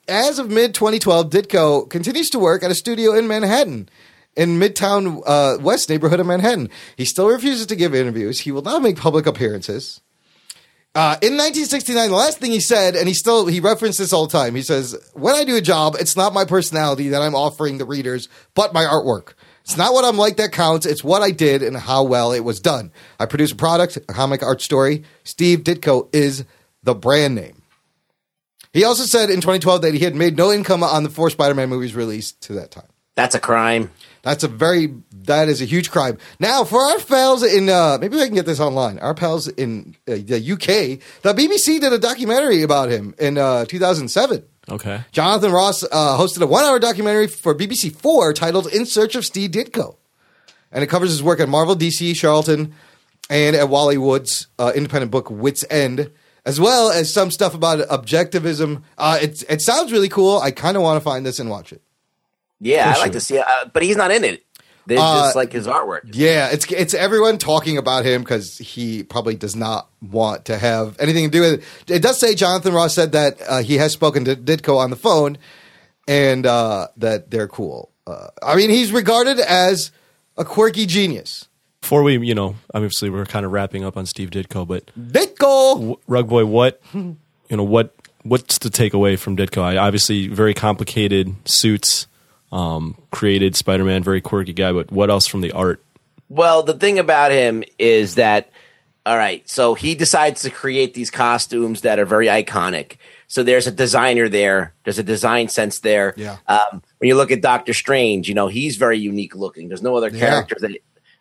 Speaker 3: As of mid 2012, Ditko continues to work at a studio in Manhattan, in Midtown uh, West neighborhood of Manhattan. He still refuses to give interviews. He will not make public appearances. Uh, in 1969, the last thing he said, and he still he referenced this all the time. He says, "When I do a job, it's not my personality that I'm offering the readers, but my artwork. It's not what I'm like that counts. It's what I did and how well it was done. I produce a product, a comic art story. Steve Ditko is the brand name." He also said in 2012 that he had made no income on the four Spider-Man movies released to that time.
Speaker 4: That's a crime.
Speaker 3: That's a very that is a huge crime. Now for our pals in uh, maybe we can get this online. Our pals in uh, the UK, the BBC did a documentary about him in uh, 2007.
Speaker 1: okay.
Speaker 3: Jonathan Ross uh, hosted a one-hour documentary for BBC Four titled "In Search of Steve Ditko," and it covers his work at Marvel, DC, Charlton, and at Wally Wood's uh, independent book "Wits End," as well as some stuff about objectivism. Uh, it it sounds really cool. I kind of want to find this and watch it.
Speaker 4: Yeah, I like to see it, uh, but he's not in it. There's
Speaker 3: Uh,
Speaker 4: just like his artwork.
Speaker 3: Yeah, it's it's everyone talking about him because he probably does not want to have anything to do with it. It does say Jonathan Ross said that uh, he has spoken to Ditko on the phone, and uh, that they're cool. Uh, I mean, he's regarded as a quirky genius.
Speaker 1: Before we, you know, obviously we're kind of wrapping up on Steve Ditko, but
Speaker 3: Ditko.
Speaker 1: w- Rug Boy, what you know, what what's the takeaway from Ditko? I, obviously, very complicated suits, um, created Spider Man, very quirky guy. But what else from the art?
Speaker 4: Well, the thing about him is that all right, so he decides to create these costumes that are very iconic. So there's a designer there. There's a design sense there.
Speaker 3: Yeah.
Speaker 4: Um, when you look at Doctor Strange, you know he's very unique looking. There's no other character that.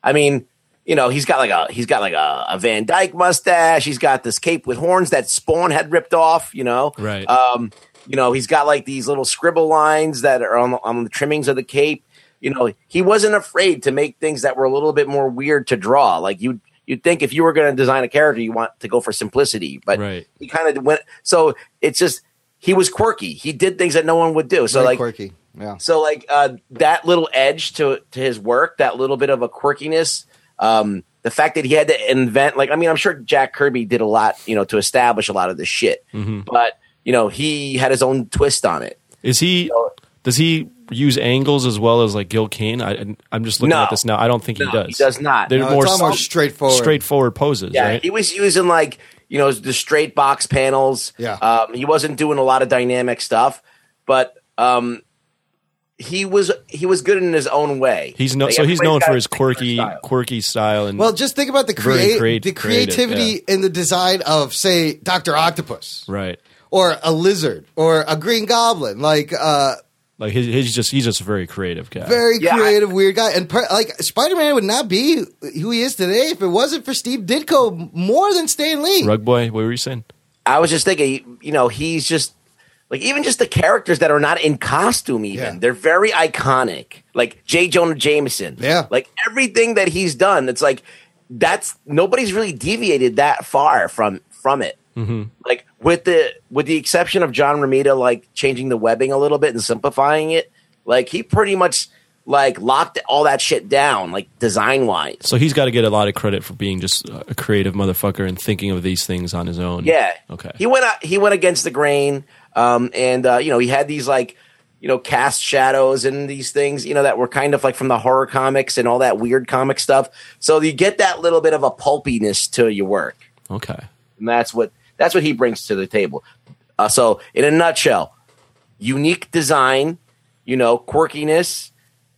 Speaker 4: I mean, you know he's got like a he's got like a, a Van Dyke mustache. He's got this cape with horns that Spawn had ripped off. You know.
Speaker 1: Right.
Speaker 4: Um, you know he's got like these little scribble lines that are on on the trimmings of the cape. You know he wasn't afraid to make things that were a little bit more weird to draw. Like you. You'd think if you were going to design a character, you want to go for simplicity, but
Speaker 1: Right.
Speaker 4: he kind of went. So it's just he was quirky. He did things that no one would do. So
Speaker 3: Very
Speaker 4: like
Speaker 3: quirky. Yeah.
Speaker 4: so like uh, that little edge to to his work, that little bit of a quirkiness, um, the fact that he had to invent like I mean I'm sure Jack Kirby did a lot you know to establish a lot of this shit,
Speaker 1: Mm-hmm.
Speaker 4: but you know he had his own twist on it.
Speaker 1: Is he does he use angles as well as like Gil Kane? I, I'm just looking
Speaker 4: No.
Speaker 1: at this now. I don't think
Speaker 4: No,
Speaker 1: he does.
Speaker 4: he does not.
Speaker 1: They're
Speaker 3: No,
Speaker 1: more
Speaker 3: it's all more
Speaker 1: s-
Speaker 3: straightforward.
Speaker 1: straightforward poses,
Speaker 4: Yeah,
Speaker 1: right?
Speaker 4: he was using like you know the straight box panels.
Speaker 3: Yeah.
Speaker 4: um, he wasn't doing a lot of dynamic stuff, but um, he was he was good in his own way.
Speaker 1: He's no,
Speaker 4: Like,
Speaker 1: so he's
Speaker 4: everybody's
Speaker 1: known
Speaker 4: got
Speaker 1: for
Speaker 4: a
Speaker 1: his
Speaker 4: particular
Speaker 1: quirky,
Speaker 4: style.
Speaker 1: quirky style, and
Speaker 3: Well, just think about the
Speaker 1: Very
Speaker 3: create
Speaker 1: creat-
Speaker 3: the
Speaker 1: creative,
Speaker 3: creativity in the design of say Doctor Octopus
Speaker 1: right,
Speaker 3: or a lizard or a Green Goblin. Like uh,
Speaker 1: like he's, he's just he's just a very creative guy.
Speaker 3: very
Speaker 4: Yeah, I-
Speaker 3: creative, weird guy. And per, like Spider Man would not be who he is today if it wasn't for Steve Ditko more than Stan Lee.
Speaker 1: Rug boy, what were you saying?
Speaker 4: I was just thinking, you know, he's just like even just the characters that are not in costume, even
Speaker 3: Yeah.
Speaker 4: they're very iconic. Like J. Jonah Jameson.
Speaker 3: Yeah.
Speaker 4: Like everything that he's done, it's like that's nobody's really deviated that far from from it.
Speaker 3: Mm-hmm.
Speaker 4: Like with the with the exception of John Romita, like changing the webbing a little bit and simplifying it, like he pretty much like locked all that shit down, like design wise.
Speaker 1: So he's got to get a lot of credit for being just a creative motherfucker and thinking of these things on his own.
Speaker 4: Yeah.
Speaker 1: Okay.
Speaker 4: He went out, he went against the grain, um, and uh, you know he had these like you know cast shadows and these things you know that were kind of like from the horror comics and all that weird comic stuff. So you get that little bit of a pulpiness to your work,
Speaker 1: okay.
Speaker 4: and that's what that's what he brings to the table. Uh, so in a nutshell, unique design, you know, quirkiness,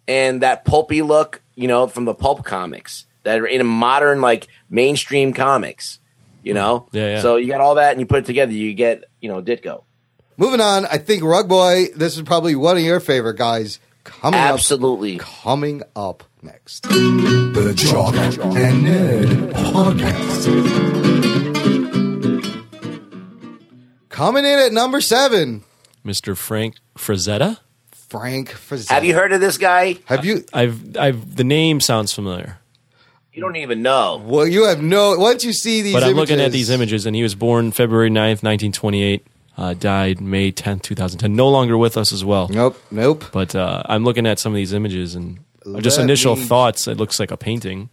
Speaker 4: and that pulpy look, you know, from the pulp comics that are in modern like mainstream comics, you know.
Speaker 1: Yeah, yeah.
Speaker 4: So you got all that, and you put it together, you get you know Ditko.
Speaker 3: Moving on, I think Rug Boy, this is probably one of your favorite guys coming
Speaker 4: Absolutely.
Speaker 3: up. Coming up next.
Speaker 2: The Jock and Nerd Podcast.
Speaker 3: Coming in at number seven,
Speaker 1: Mr. Frank Frazetta.
Speaker 3: Frank Frazetta.
Speaker 4: Have you heard of this guy?
Speaker 3: Have you?
Speaker 1: I've I've the name sounds familiar,
Speaker 4: You don't even know.
Speaker 3: Well, you have no. Once you see these,
Speaker 1: but I'm
Speaker 3: images-
Speaker 1: looking at these images, and he was born February 9th, 1928. Uh, died May 10th, 2010. No longer with us as well.
Speaker 3: Nope, nope.
Speaker 1: But uh, I'm looking at some of these images and just
Speaker 3: Let
Speaker 1: initial
Speaker 3: me-
Speaker 1: thoughts. It looks like a painting.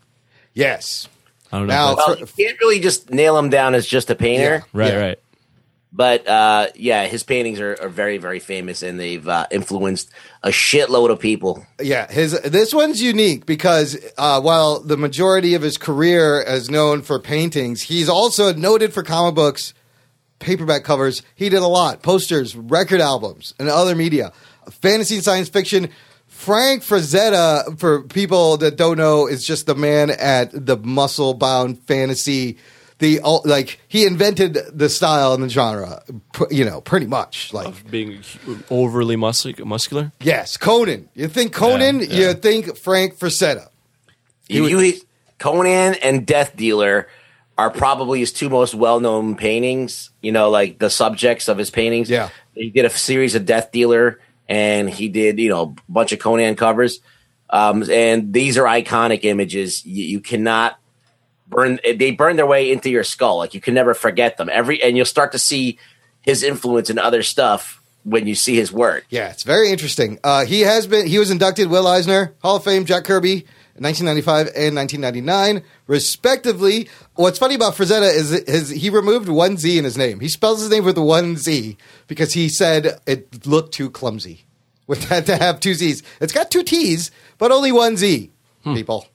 Speaker 3: Yes,
Speaker 1: I don't know.
Speaker 3: Now- uh,
Speaker 1: if that's-
Speaker 4: Well, you can't really just nail him down as just a painter.
Speaker 3: Yeah.
Speaker 1: right, right.
Speaker 4: but uh, yeah, his paintings are, are very, very famous, and they've uh, influenced a shitload of people.
Speaker 3: yeah. His this one's unique because uh, while the majority of his career is known for paintings, he's also noted for comic books, paperback covers. He did a lot: posters, record albums, and other media, fantasy and science fiction. Frank Frazetta, for people that don't know, is just the man at the muscle bound fantasy. The all- like he invented the style and the genre, pr- you know, pretty much like
Speaker 1: Being overly muscu- muscular.
Speaker 3: Yes, Conan. You think Conan,
Speaker 1: Yeah, yeah.
Speaker 3: you think Frank Frazetta.
Speaker 4: You, you- Conan and Death Dealer are probably his two most well-known paintings. You know, like the subjects of his paintings.
Speaker 3: Yeah.
Speaker 4: he did a series of Death Dealer, and he did you know a bunch of Conan covers. Um, and these are iconic images. You, you cannot burn; they burn their way into your skull. Like you can never forget them. Every and you'll start to see his influence in other stuff when you see his work.
Speaker 3: Yeah, it's very interesting. Uh, he has been he was inducted Will Eisner, Hall of Fame, Jack Kirby, 1995 and 1999, respectively. What's funny about Frazetta is his he removed one Z in his name. He spells his name with one Z because he said it looked too clumsy with that to have two Z's. It's got two T's, but only one Z.
Speaker 1: Hmm.
Speaker 3: People.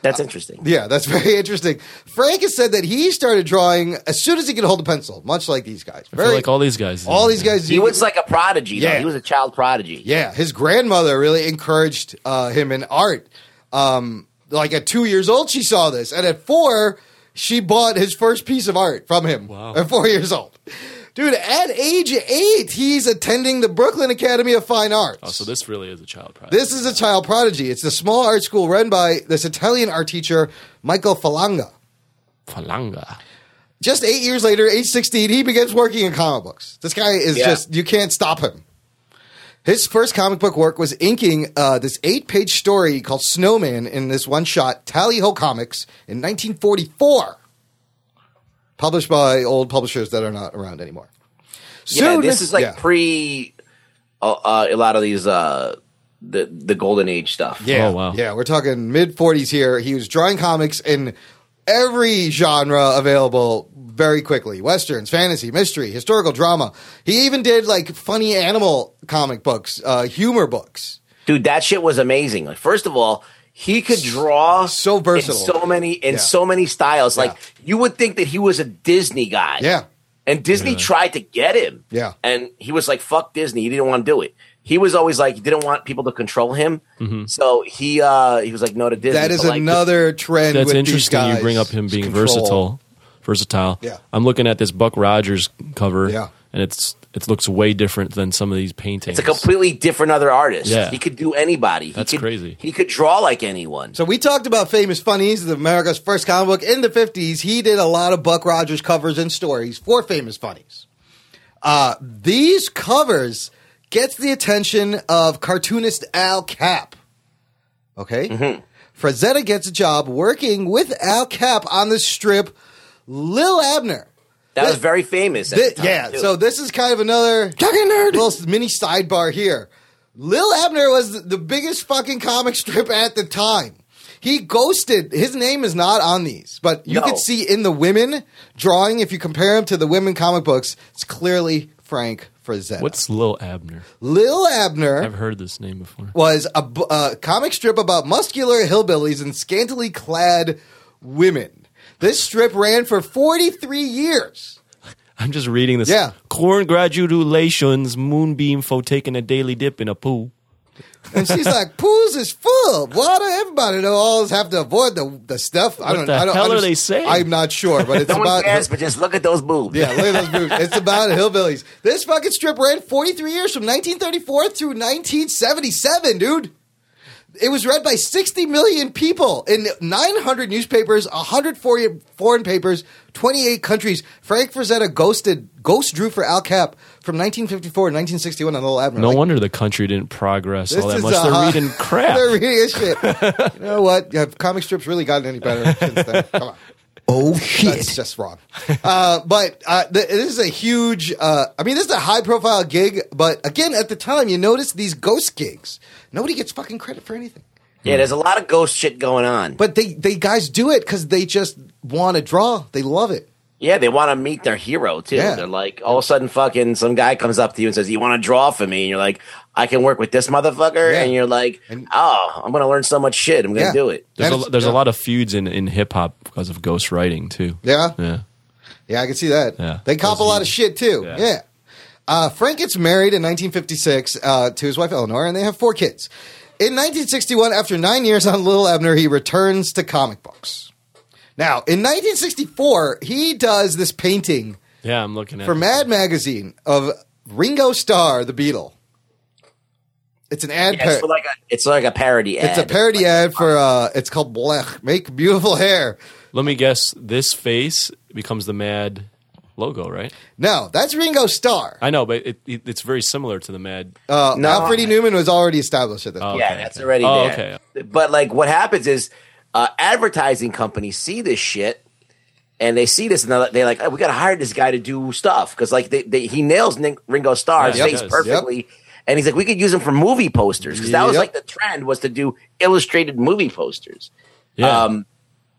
Speaker 4: That's interesting.
Speaker 3: Yeah, that's very interesting. Frank has said that he started drawing as soon as he could hold a pencil, much like these guys.
Speaker 1: I feel
Speaker 3: Very,
Speaker 1: like all these guys.
Speaker 3: all these guys.
Speaker 4: He was like a prodigy.
Speaker 3: Yeah.
Speaker 4: though. he was a child prodigy.
Speaker 3: yeah, his grandmother really encouraged uh, him in art. Um, like at two years old, she saw this, and at four, she bought his first piece of art from him.
Speaker 1: Wow.
Speaker 3: At four years old, dude. At age eight, he's attending the Brooklyn Academy of Fine Arts.
Speaker 1: Oh, so this really is a child pride.
Speaker 3: This is a child prodigy. It's the small art school run by this Italian art teacher, Michael Falanga.
Speaker 1: Falanga.
Speaker 3: just eight years later, age 16, he begins working in comic books. This guy is
Speaker 4: Yeah.
Speaker 3: just, you can't stop him. His first comic book work was inking uh, this eight page story called Snowman in this one shot Tally Ho Comics in 1944, published by old publishers that are not around anymore.
Speaker 4: Yeah,
Speaker 3: Soon-
Speaker 4: this is like
Speaker 3: Yeah.
Speaker 4: pre uh, uh, a lot of these uh, the the golden age stuff.
Speaker 1: Yeah. Oh, wow.
Speaker 3: Yeah, we're talking mid 40s here. He was drawing comics in every genre available very quickly westerns, fantasy, mystery, historical drama. He even did like funny animal comic books, uh, humor books.
Speaker 4: dude, that shit was amazing. Like, first of all, he could draw
Speaker 3: So versatile.
Speaker 4: in so many in
Speaker 3: Yeah.
Speaker 4: so many styles. Like
Speaker 3: Yeah.
Speaker 4: you would think that he was a Disney guy.
Speaker 3: Yeah. Mm-hmm.
Speaker 4: and Disney tried to get him.
Speaker 3: Yeah.
Speaker 4: and he was like, "Fuck Disney," he didn't want to do it. He was always like, he didn't want people to control him. So he uh he was like, "No to Disney."
Speaker 3: Mm-hmm. That is
Speaker 4: But, like,
Speaker 3: another trend.
Speaker 1: That's
Speaker 3: with these
Speaker 1: interesting. You
Speaker 3: guys.
Speaker 1: bring up him
Speaker 3: It's
Speaker 1: being
Speaker 3: control.
Speaker 1: versatile. Versatile.
Speaker 3: Yeah.
Speaker 1: I'm looking at this Buck Rogers cover.
Speaker 3: Yeah.
Speaker 1: And it's it looks way different than some of these paintings.
Speaker 4: It's a completely different other artist.
Speaker 1: Yeah.
Speaker 4: He could do anybody.
Speaker 1: That's
Speaker 4: he could,
Speaker 1: crazy.
Speaker 4: He could draw like anyone.
Speaker 3: So we talked about famous funnies, the America's first comic book in the fifties. He did a lot of Buck Rogers covers and stories for famous funnies. Uh, these covers gets the attention of cartoonist Al Cap. Okay, Frazetta gets a job working with Al Cap on the strip. Lil Abner.
Speaker 4: That was
Speaker 3: Thi-
Speaker 4: very famous. At
Speaker 3: Thi-
Speaker 4: the time,
Speaker 3: yeah,
Speaker 4: too.
Speaker 3: so this is kind of another
Speaker 5: nerd.
Speaker 3: little mini sidebar here. Lil Abner was the- the biggest fucking comic strip at the time. He ghosted. His name is not on these, but you
Speaker 4: No.
Speaker 3: can see in the women drawing, if you compare him to the women comic books, it's clearly Frank Frazetta.
Speaker 1: What's Lil Abner?
Speaker 3: Lil Abner?
Speaker 1: I've heard this name before.
Speaker 3: was a, b- a comic strip about muscular hillbillies and scantily clad women. This strip ran for 43 years.
Speaker 1: I'm just reading this.
Speaker 3: Yeah.
Speaker 1: Congratulations, Moonbeam, for taking a daily dip in a pool.
Speaker 3: And she's like, pools is full of water. Everybody they always have to avoid the, the stuff. I
Speaker 1: What
Speaker 3: don't,
Speaker 1: the
Speaker 3: I don't
Speaker 1: hell are
Speaker 3: underst-
Speaker 1: they saying?
Speaker 3: I'm not sure, but it's
Speaker 4: no one
Speaker 3: about.
Speaker 4: cares, but just look at those boobs.
Speaker 3: Yeah, look at those moves. It's about hillbillies. This fucking strip ran 43 years from 1934 through 1977, dude. It was read by 60 million people in 900 newspapers, 140 foreign papers, 28 countries. Frank Frazetta ghosted, ghost drew for Al Cap from 1954 to 1961 on Little Abner.
Speaker 1: No
Speaker 3: Like,
Speaker 1: wonder the country didn't progress all that
Speaker 3: is
Speaker 1: much.
Speaker 3: a
Speaker 1: They're
Speaker 3: hot-
Speaker 1: reading crap.
Speaker 3: They're reading this shit. you know what? Have comic strips really gotten any better since then? Come on.
Speaker 5: Oh
Speaker 3: That's
Speaker 5: shit.
Speaker 3: just wrong. Uh, but uh, th- this is a huge. Uh, I mean, this is a high-profile gig. But again, at the time, you notice these ghost gigs. Nobody gets fucking credit for anything.
Speaker 4: Yeah, there's a lot of ghost shit going on.
Speaker 3: But they they guys do it because they just want to draw. They love it.
Speaker 4: yeah, they want to meet their hero too.
Speaker 3: Yeah.
Speaker 4: They're like, all of a sudden, fucking some guy comes up to you and says, "You want to draw for me?" And you're like, "I can work with this motherfucker."
Speaker 3: Yeah.
Speaker 4: And you're like,
Speaker 3: And-
Speaker 4: "Oh, I'm gonna learn so much shit. I'm gonna
Speaker 3: Yeah.
Speaker 4: do it."
Speaker 1: There's,
Speaker 3: That is-
Speaker 1: a, there's
Speaker 3: yeah.
Speaker 1: a lot of feuds in, in hip hop because of ghost writing too.
Speaker 3: Yeah?
Speaker 1: yeah.
Speaker 3: Yeah, I can see that.
Speaker 1: Yeah.
Speaker 3: They cop a lot of shit too. Yeah.
Speaker 1: Yeah.
Speaker 3: Uh, Frank gets married in 1956 uh, to his wife Eleanor, and they have four kids. In 1961, after nine years on Little Abner, he returns to comic books. Now, in 1964, he does this painting
Speaker 1: Yeah, I'm looking at
Speaker 3: for
Speaker 1: it.
Speaker 3: Mad Magazine of Ringo Starr, the Beatle. It's an ad.
Speaker 4: Yeah,
Speaker 3: par-
Speaker 4: it's like a, it's like a parody ad.
Speaker 3: it's a parody ad for. Uh, it's called Blech. Make beautiful hair.
Speaker 1: Let me guess. This face becomes the Mad logo, right?
Speaker 3: No, that's Ringo Starr.
Speaker 1: I know, but it, it, it's very similar to the Mad.
Speaker 3: Uh,
Speaker 4: No.
Speaker 3: Alfred E. Newman was already established at this point.
Speaker 4: yeah,
Speaker 1: okay,
Speaker 4: that's
Speaker 1: okay.
Speaker 4: already
Speaker 1: Oh,
Speaker 4: there. But like, what happens is uh, advertising companies see this shit. And they see this, and they're they're like, oh, "We got to hire this guy to do stuff because, like, they, they, he nails Ning- Ringo Starr's
Speaker 1: Yeah, he
Speaker 4: face
Speaker 1: does.
Speaker 4: perfectly." And he's like, "We could use him for movie posters because that was
Speaker 3: Yep.
Speaker 4: like the trend was to do illustrated movie posters."
Speaker 1: Yeah.
Speaker 4: Um,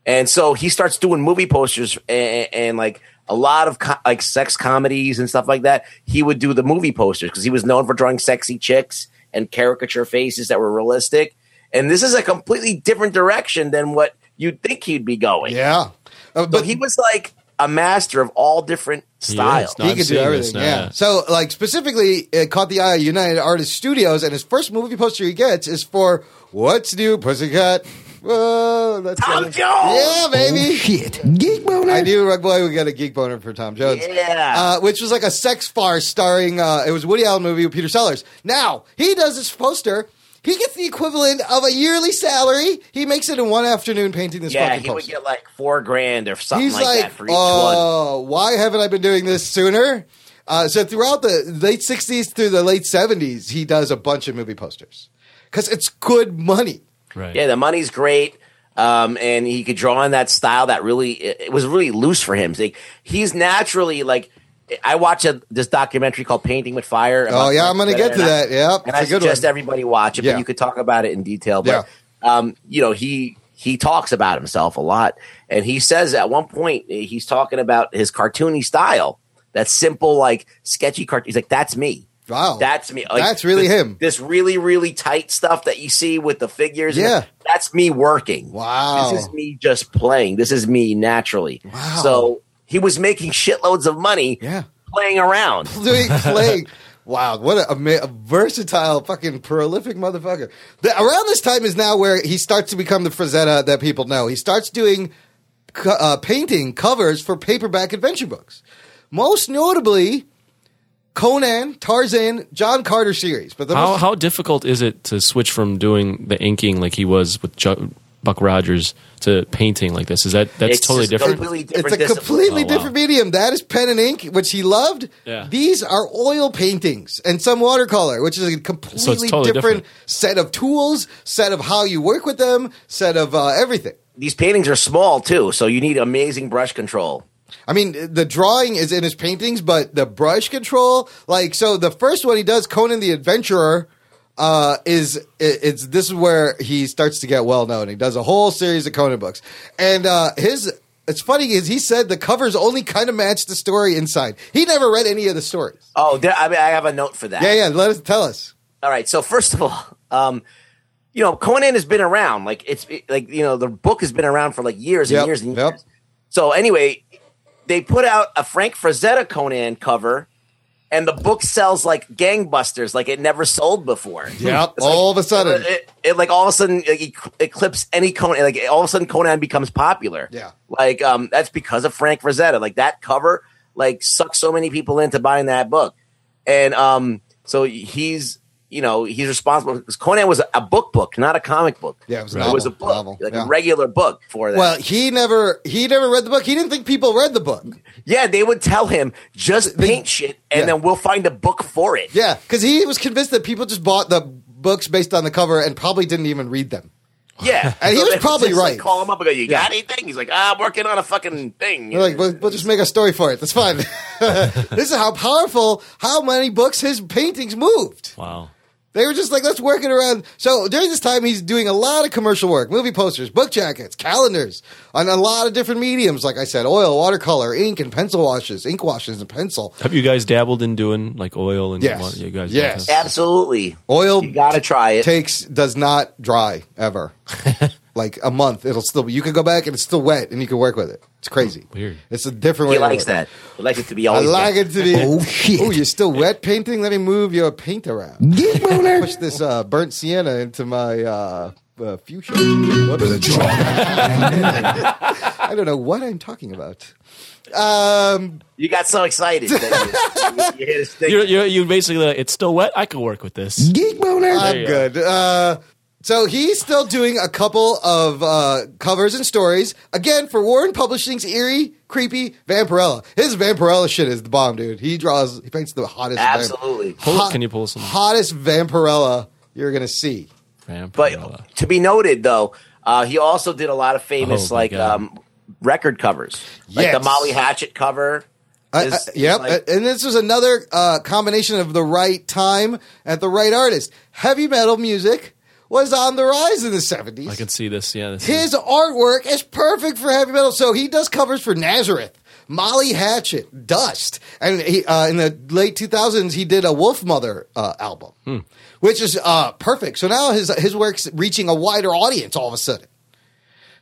Speaker 4: and so he starts doing movie posters and, and like a lot of co- like sex comedies and stuff like that. He would do the movie posters because he was known for drawing sexy chicks and caricature faces that were realistic. And this is a completely different direction than what you'd think he'd be going.
Speaker 3: Yeah. Uh,
Speaker 4: But
Speaker 3: but
Speaker 4: he was like a master of all different styles.
Speaker 1: No,
Speaker 3: he
Speaker 1: I'm
Speaker 3: could do
Speaker 1: seeing this now,
Speaker 3: everything. yeah.
Speaker 1: yeah.
Speaker 3: So, like specifically, it caught the eye of United Artists Studios, and his first movie poster he gets is for "What's New, Pussycat." Whoa, that's
Speaker 4: Tom
Speaker 3: good.
Speaker 4: Jones!
Speaker 3: Yeah, baby.
Speaker 5: Oh shit. Geek boner.
Speaker 3: I knew Rug Boy would get a geek boner for Tom Jones.
Speaker 4: Yeah.
Speaker 3: Uh, which was like a sex farce starring, uh, it was a Woody Allen movie with Peter Sellers. Now, he does this poster. He gets the equivalent of a yearly salary. He makes it in one afternoon painting this
Speaker 4: yeah,
Speaker 3: fucking
Speaker 4: he would
Speaker 3: poster.
Speaker 4: get like four grand or something
Speaker 3: He's
Speaker 4: like,
Speaker 3: like,
Speaker 4: that for each one.
Speaker 3: oh, why haven't I been doing this sooner? Uh, so throughout the late 60s through the late 70s, he does a bunch of movie posters because it's good money.
Speaker 1: right.
Speaker 4: Yeah, the money's great. Um, and he could draw in that style that really it it was really loose for him. Like he's naturally like I watch a, this documentary called Painting with Fire.
Speaker 3: Oh,
Speaker 4: about
Speaker 3: yeah,
Speaker 4: Frank
Speaker 3: I'm going to get
Speaker 4: Frazetta,
Speaker 3: to
Speaker 4: and I-
Speaker 3: that. Yep.
Speaker 4: and
Speaker 3: it's
Speaker 4: I
Speaker 3: a good
Speaker 4: suggest
Speaker 3: one.
Speaker 4: everybody watch it.
Speaker 3: Yeah.
Speaker 4: But you could talk about it in detail. But um, you know, he he talks about himself a lot, and he says at one point eh, he's talking about his cartoony style, that simple like sketchy cartoon. He's like, "That's me."
Speaker 3: Wow.
Speaker 4: That's me. Like,
Speaker 3: Oh, That's really
Speaker 4: this-
Speaker 3: him.
Speaker 4: This really, really tight stuff that you see with the figures. and
Speaker 3: Yeah.
Speaker 4: that- That's me working.
Speaker 3: Wow.
Speaker 4: This is me just playing. This is me naturally.
Speaker 3: Wow.
Speaker 4: So he was making shitloads of money
Speaker 3: Yeah.
Speaker 4: playing around.
Speaker 3: doing playing. Wow, what a, ama- a versatile, fucking prolific motherfucker. The, around this time is now where he starts to become the Frazetta that people know. He starts doing co- uh, painting covers for paperback adventure books, most notably Conan, Tarzan, John Carter series. But the
Speaker 1: How
Speaker 3: most-
Speaker 1: how difficult is it to switch from doing the inking like he was with Chuck Buck Rogers to painting like this? Is that that's
Speaker 4: It's
Speaker 1: totally
Speaker 4: just
Speaker 1: different?
Speaker 4: Completely
Speaker 3: It's
Speaker 4: different
Speaker 3: a
Speaker 4: discipline.
Speaker 3: completely
Speaker 1: Oh, wow.
Speaker 3: different medium. That is pen and ink, which he loved.
Speaker 1: Yeah.
Speaker 3: These are oil paintings and some watercolor, which is a completely
Speaker 1: totally different.
Speaker 3: set of tools, set of how you work with them, set of uh, everything.
Speaker 4: These paintings are small too, so you need amazing brush control.
Speaker 3: I mean, the drawing is in his paintings, but the brush control, like, so the first one he does, Conan the Adventurer, uh, is it, it's this is where he starts to get well known. He does a whole series of Conan books, and uh, his it's funny is he said the covers only kind of match the story inside. He never read any of the stories.
Speaker 4: Oh, there, I, mean, I have a note for that.
Speaker 3: Yeah, yeah. Let us tell us.
Speaker 4: All right. So first of all, um, you know, Conan has been around. Like it's like you know, the book has been around for like years and
Speaker 3: Yep,
Speaker 4: years and
Speaker 3: yep.
Speaker 4: years. So anyway, they put out a Frank Frazetta Conan cover, and the book sells like gangbusters, like it never sold before.
Speaker 3: Yep.
Speaker 4: It's like- uh,
Speaker 3: All of a sudden,
Speaker 4: it, it, like all of a sudden like, it eclipse any Conan. Like all of a sudden, Conan becomes popular.
Speaker 3: Yeah.
Speaker 4: like um, that's because of Frank Rosetta. Like that cover, like sucked so many people into buying that book, and um, so he's you know he's responsible because Conan was a book book, not a comic book.
Speaker 3: Yeah, it was a
Speaker 4: it was a
Speaker 3: novel,
Speaker 4: book,
Speaker 3: novel,
Speaker 4: like
Speaker 3: yeah.
Speaker 4: a regular book for that.
Speaker 3: well, he never he never read the book. He didn't think people read the book.
Speaker 4: yeah, they would tell him just
Speaker 3: They-
Speaker 4: paint shit, and
Speaker 3: yeah.
Speaker 4: then we'll find a book for it.
Speaker 3: Yeah, because he was convinced that people just bought the books based on the cover and probably didn't even read them.
Speaker 4: yeah.
Speaker 3: And he was
Speaker 4: they would
Speaker 3: probably
Speaker 4: just, like,
Speaker 3: right.
Speaker 4: call him up and go, "You got anything?" He's like, "Ah, "I'm working on a fucking thing."
Speaker 3: They're like, we'll, we'll just make a story for it. That's fine. this is how powerful, how many books his paintings moved.
Speaker 1: wow.
Speaker 3: They were just like, let's work it around. So during this time, he's doing a lot of commercial work, movie posters, book jackets, calendars, on a lot of different mediums. Like I said, oil, watercolor, ink, and pencil washes, ink washes, and pencil.
Speaker 1: Have you guys dabbled in doing like oil and
Speaker 3: Yes.
Speaker 1: what- you guys?
Speaker 3: Yes.
Speaker 1: Yeah.
Speaker 4: Absolutely.
Speaker 3: Oil
Speaker 4: You gotta try it.
Speaker 3: takes does not dry ever. like a month, it'll still. be You can go back and it's still wet, and you can work with it. It's crazy.
Speaker 1: Weird.
Speaker 3: It's a different way.
Speaker 4: He
Speaker 3: to
Speaker 4: likes
Speaker 3: work.
Speaker 4: that. He likes it to be
Speaker 3: I
Speaker 4: always.
Speaker 3: like it to be.
Speaker 5: Oh, shit.
Speaker 3: Oh, you're still wet painting. Let me move your paint around.
Speaker 5: Geek Boner.
Speaker 3: Push this uh, burnt sienna into my uh, uh, fuchsia.
Speaker 2: The
Speaker 3: Whoops.
Speaker 2: Jog
Speaker 3: I don't know what I'm talking about. Um,
Speaker 4: You got so excited. That you, you hit his thing.
Speaker 1: You're, you're, you basically like, it's still wet. I could work with this.
Speaker 5: Geek Boner.
Speaker 3: I'm good. Uh, so he's still doing a couple of uh, covers and stories again for Warren Publishing's eerie, creepy Vampirella. His Vampirella shit is the bomb, dude. He draws, he paints the hottest. vamp-
Speaker 4: Absolutely.
Speaker 1: Pull- can you pull some?
Speaker 3: hottest Vampirella you're gonna see?
Speaker 1: Vampirella.
Speaker 4: But to be noted, though, uh, he also did a lot of famous
Speaker 1: Oh, my
Speaker 4: like
Speaker 1: God.
Speaker 4: um, record covers, like the
Speaker 3: Yes.
Speaker 4: Molly Hatchet cover.
Speaker 3: Uh,
Speaker 4: is-
Speaker 3: uh,
Speaker 4: is
Speaker 3: yep,
Speaker 4: like-
Speaker 3: uh, and this was another uh, combination of the right time at the right artist. Heavy metal music was on the rise in the seventies.
Speaker 1: I can see this. Yeah. This is-
Speaker 3: His artwork is perfect for heavy metal. So he does covers for Nazareth, Molly Hatchet, Dust, and he, uh, in the late 2000s he did a Wolf Mother uh, album, which is uh, perfect. So now his his work's reaching a wider audience all of a sudden.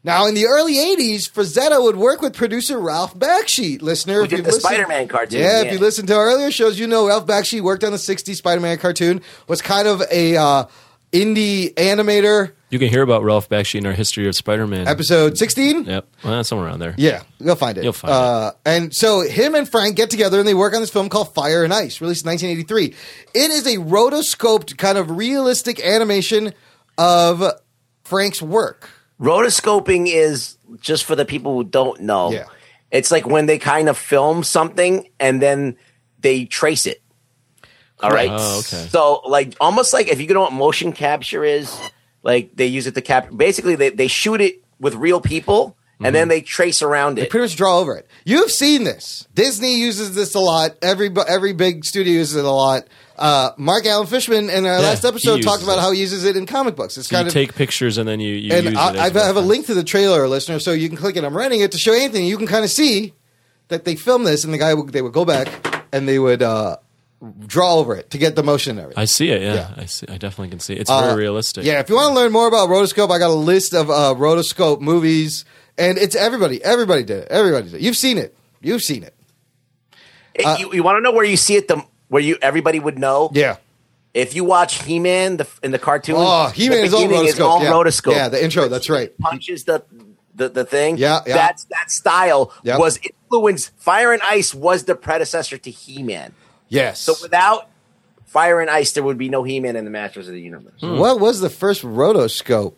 Speaker 3: Now in the early 80s, Frazetta would work with producer Ralph Bakshi. Listener,
Speaker 4: Who
Speaker 3: if
Speaker 4: did
Speaker 3: you've
Speaker 4: the
Speaker 3: listened-
Speaker 4: Spider-Man cartoon,
Speaker 3: Yeah, if
Speaker 4: yeah.
Speaker 3: you listen to our earlier shows, you know Ralph Bakshi worked on the 60s Spider-Man cartoon. Was kind of a uh, indie animator.
Speaker 1: you can hear about Ralph Bakshi in our history of Spider-Man
Speaker 3: Episode 16.
Speaker 1: Yep. Well, somewhere around there.
Speaker 3: Yeah, you'll find it.
Speaker 1: You'll find
Speaker 3: uh, And so him and Frank get together and they work on this film called Fire and Ice, released in 1983. It is a rotoscoped kind of realistic animation of Frank's work.
Speaker 4: Rotoscoping is just for the people who don't know.
Speaker 3: Yeah.
Speaker 4: It's like when they kind of film something and then they trace it. All right.
Speaker 1: Oh, okay.
Speaker 4: So like almost like if you know what motion capture is, like they use it to capture basically they, they shoot it with real people and then they trace around
Speaker 3: Mm-hmm. They
Speaker 4: it.
Speaker 3: pretty much draw over it. You've seen this. Disney uses this a lot. Every every big studio uses it a lot. Uh, Mark Allen Fishman in our
Speaker 1: Yeah,
Speaker 3: last
Speaker 1: he
Speaker 3: episode
Speaker 1: uses
Speaker 3: talked about
Speaker 1: it.
Speaker 3: how he uses it in comic books. It's
Speaker 1: So
Speaker 3: kind
Speaker 1: you
Speaker 3: of
Speaker 1: take pictures and then you, you
Speaker 3: and
Speaker 1: use it
Speaker 3: I, I
Speaker 1: as
Speaker 3: have a link to the trailer, listener, so you can click it. I'm renting it to show Anthony. You can kind of see that they filmed this, and the guy would, they would go back and they would uh, draw over it to get the motion and everything.
Speaker 1: I see it. Yeah,
Speaker 3: Yeah.
Speaker 1: I see. I definitely can see it. It's
Speaker 3: Uh,
Speaker 1: very realistic.
Speaker 3: Yeah, if you want to learn more about Rotoscope, I got a list of uh, Rotoscope movies, and it's everybody. Everybody did it. Everybody did it. You've seen it. You've seen it.
Speaker 4: It- you you want to know where you see it the where you everybody would know?
Speaker 3: uh, Yeah.
Speaker 4: If you watch He Man the in the cartoon,
Speaker 3: Oh,
Speaker 4: the
Speaker 3: He-Man is all
Speaker 4: beginning
Speaker 3: rotoscope.
Speaker 4: is all
Speaker 3: yeah.
Speaker 4: rotoscope.
Speaker 3: Yeah, the intro. That's right.
Speaker 4: punches the the, the thing.
Speaker 3: Yeah, yeah.
Speaker 4: That's that style
Speaker 3: Yep.
Speaker 4: was influenced. Fire and Ice was the predecessor to He Man.
Speaker 3: Yes.
Speaker 4: So without
Speaker 1: Hmm.
Speaker 4: Fire and Ice, there would be no He Man in the Masters of the Universe.
Speaker 3: what was the first Rotoscope?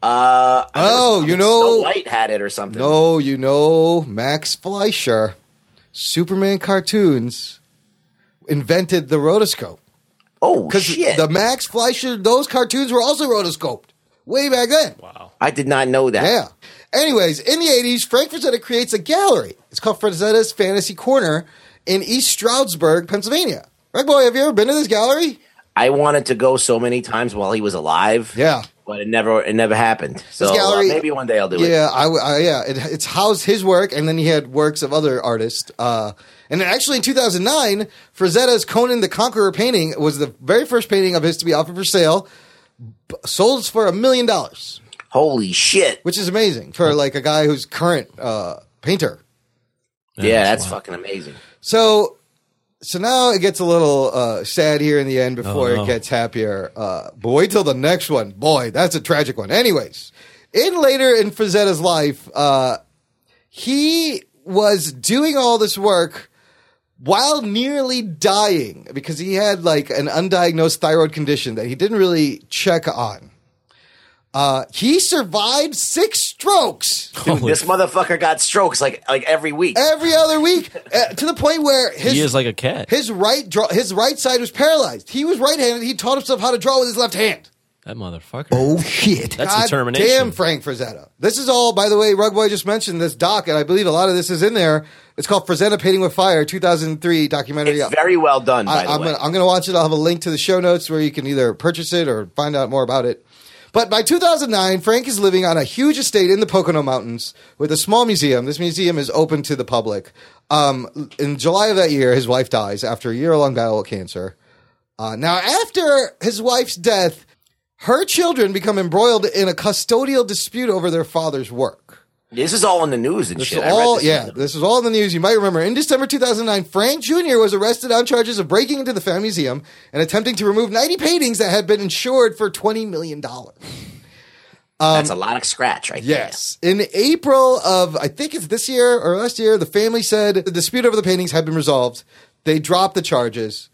Speaker 4: Uh, I remember
Speaker 3: Oh,
Speaker 4: Snow
Speaker 3: you know-
Speaker 4: White had it or something.
Speaker 3: No, you know Max Fleischer, Superman cartoons, invented the rotoscope.
Speaker 4: oh
Speaker 3: Because
Speaker 4: shit!
Speaker 3: the Max Fleischer, those cartoons were also rotoscoped way back then.
Speaker 4: I did not know that.
Speaker 3: Yeah. Anyways, in the 80s, Frank Frazetta creates a gallery. It's called Frazetta's Fantasy Corner in East Stroudsburg, Pennsylvania. Right, boy, have you ever been to this gallery?
Speaker 4: I wanted to go so many times while he was alive.
Speaker 3: Yeah.
Speaker 4: but it never it never happened. So uh,
Speaker 3: gallery-
Speaker 4: maybe one day I'll do it.
Speaker 3: Yeah, I, w- I- yeah, it, it's housed his work, and then he had works of other artists. Uh, and then actually, in 2009, Frazetta's Conan the Conqueror painting was the very first painting of his to be offered for sale, b- sold for a million dollars,
Speaker 4: Holy shit!
Speaker 3: which is amazing for like a guy who's current uh, painter.
Speaker 4: Yeah, that's fucking amazing.
Speaker 3: So, so now it gets a little uh, sad here in the end before
Speaker 1: Oh, no.
Speaker 3: it gets happier. Uh, but wait till the next one. Boy, that's a tragic one. Anyways, in later in Frazetta's life, uh, he was doing all this work while nearly dying because he had like an undiagnosed thyroid condition that he didn't really check on. Uh, he survived six strokes.
Speaker 4: Dude, this motherfucker got strokes like like every week.
Speaker 3: Every other week, uh, to the point where his
Speaker 1: He is like a cat.
Speaker 3: his right draw, his right side was paralyzed. He was right-handed. He taught himself how to draw with his left hand.
Speaker 1: that motherfucker.
Speaker 5: Oh shit.
Speaker 1: That's
Speaker 3: God
Speaker 1: determination.
Speaker 3: Damn, Frank Frazetta. This is all, by the way. Rugboy just mentioned this doc, and I believe a lot of this is in there. It's called Frazetta Painting with Fire, 2003 documentary.
Speaker 4: It's very well done. By
Speaker 3: I,
Speaker 4: the
Speaker 3: I'm
Speaker 4: way.
Speaker 3: gonna, I'm going to watch it. I'll have a link to the show notes where you can either purchase it or find out more about it. But by 2009, Frank is living on a huge estate in the Pocono Mountains with a small museum. This museum is open to the public. Um, in July of that year, his wife dies after a year long battle with cancer. Uh, now, after his wife's death, her children become embroiled in a custodial dispute over their father's work.
Speaker 4: this is all in the news and
Speaker 3: This
Speaker 4: shit.
Speaker 3: is
Speaker 4: I read
Speaker 3: all,
Speaker 4: this
Speaker 3: yeah,
Speaker 4: shit.
Speaker 3: this is all in the news. You might remember in December 2009, Frank Jr. was arrested on charges of breaking into the Family Museum and attempting to remove 90 paintings that had been insured for $20 million.
Speaker 4: that's a lot of scratch, right?
Speaker 3: um, Yes. In April of, I think it's this year or last year, the family said the dispute over the paintings had been resolved. They dropped the charges.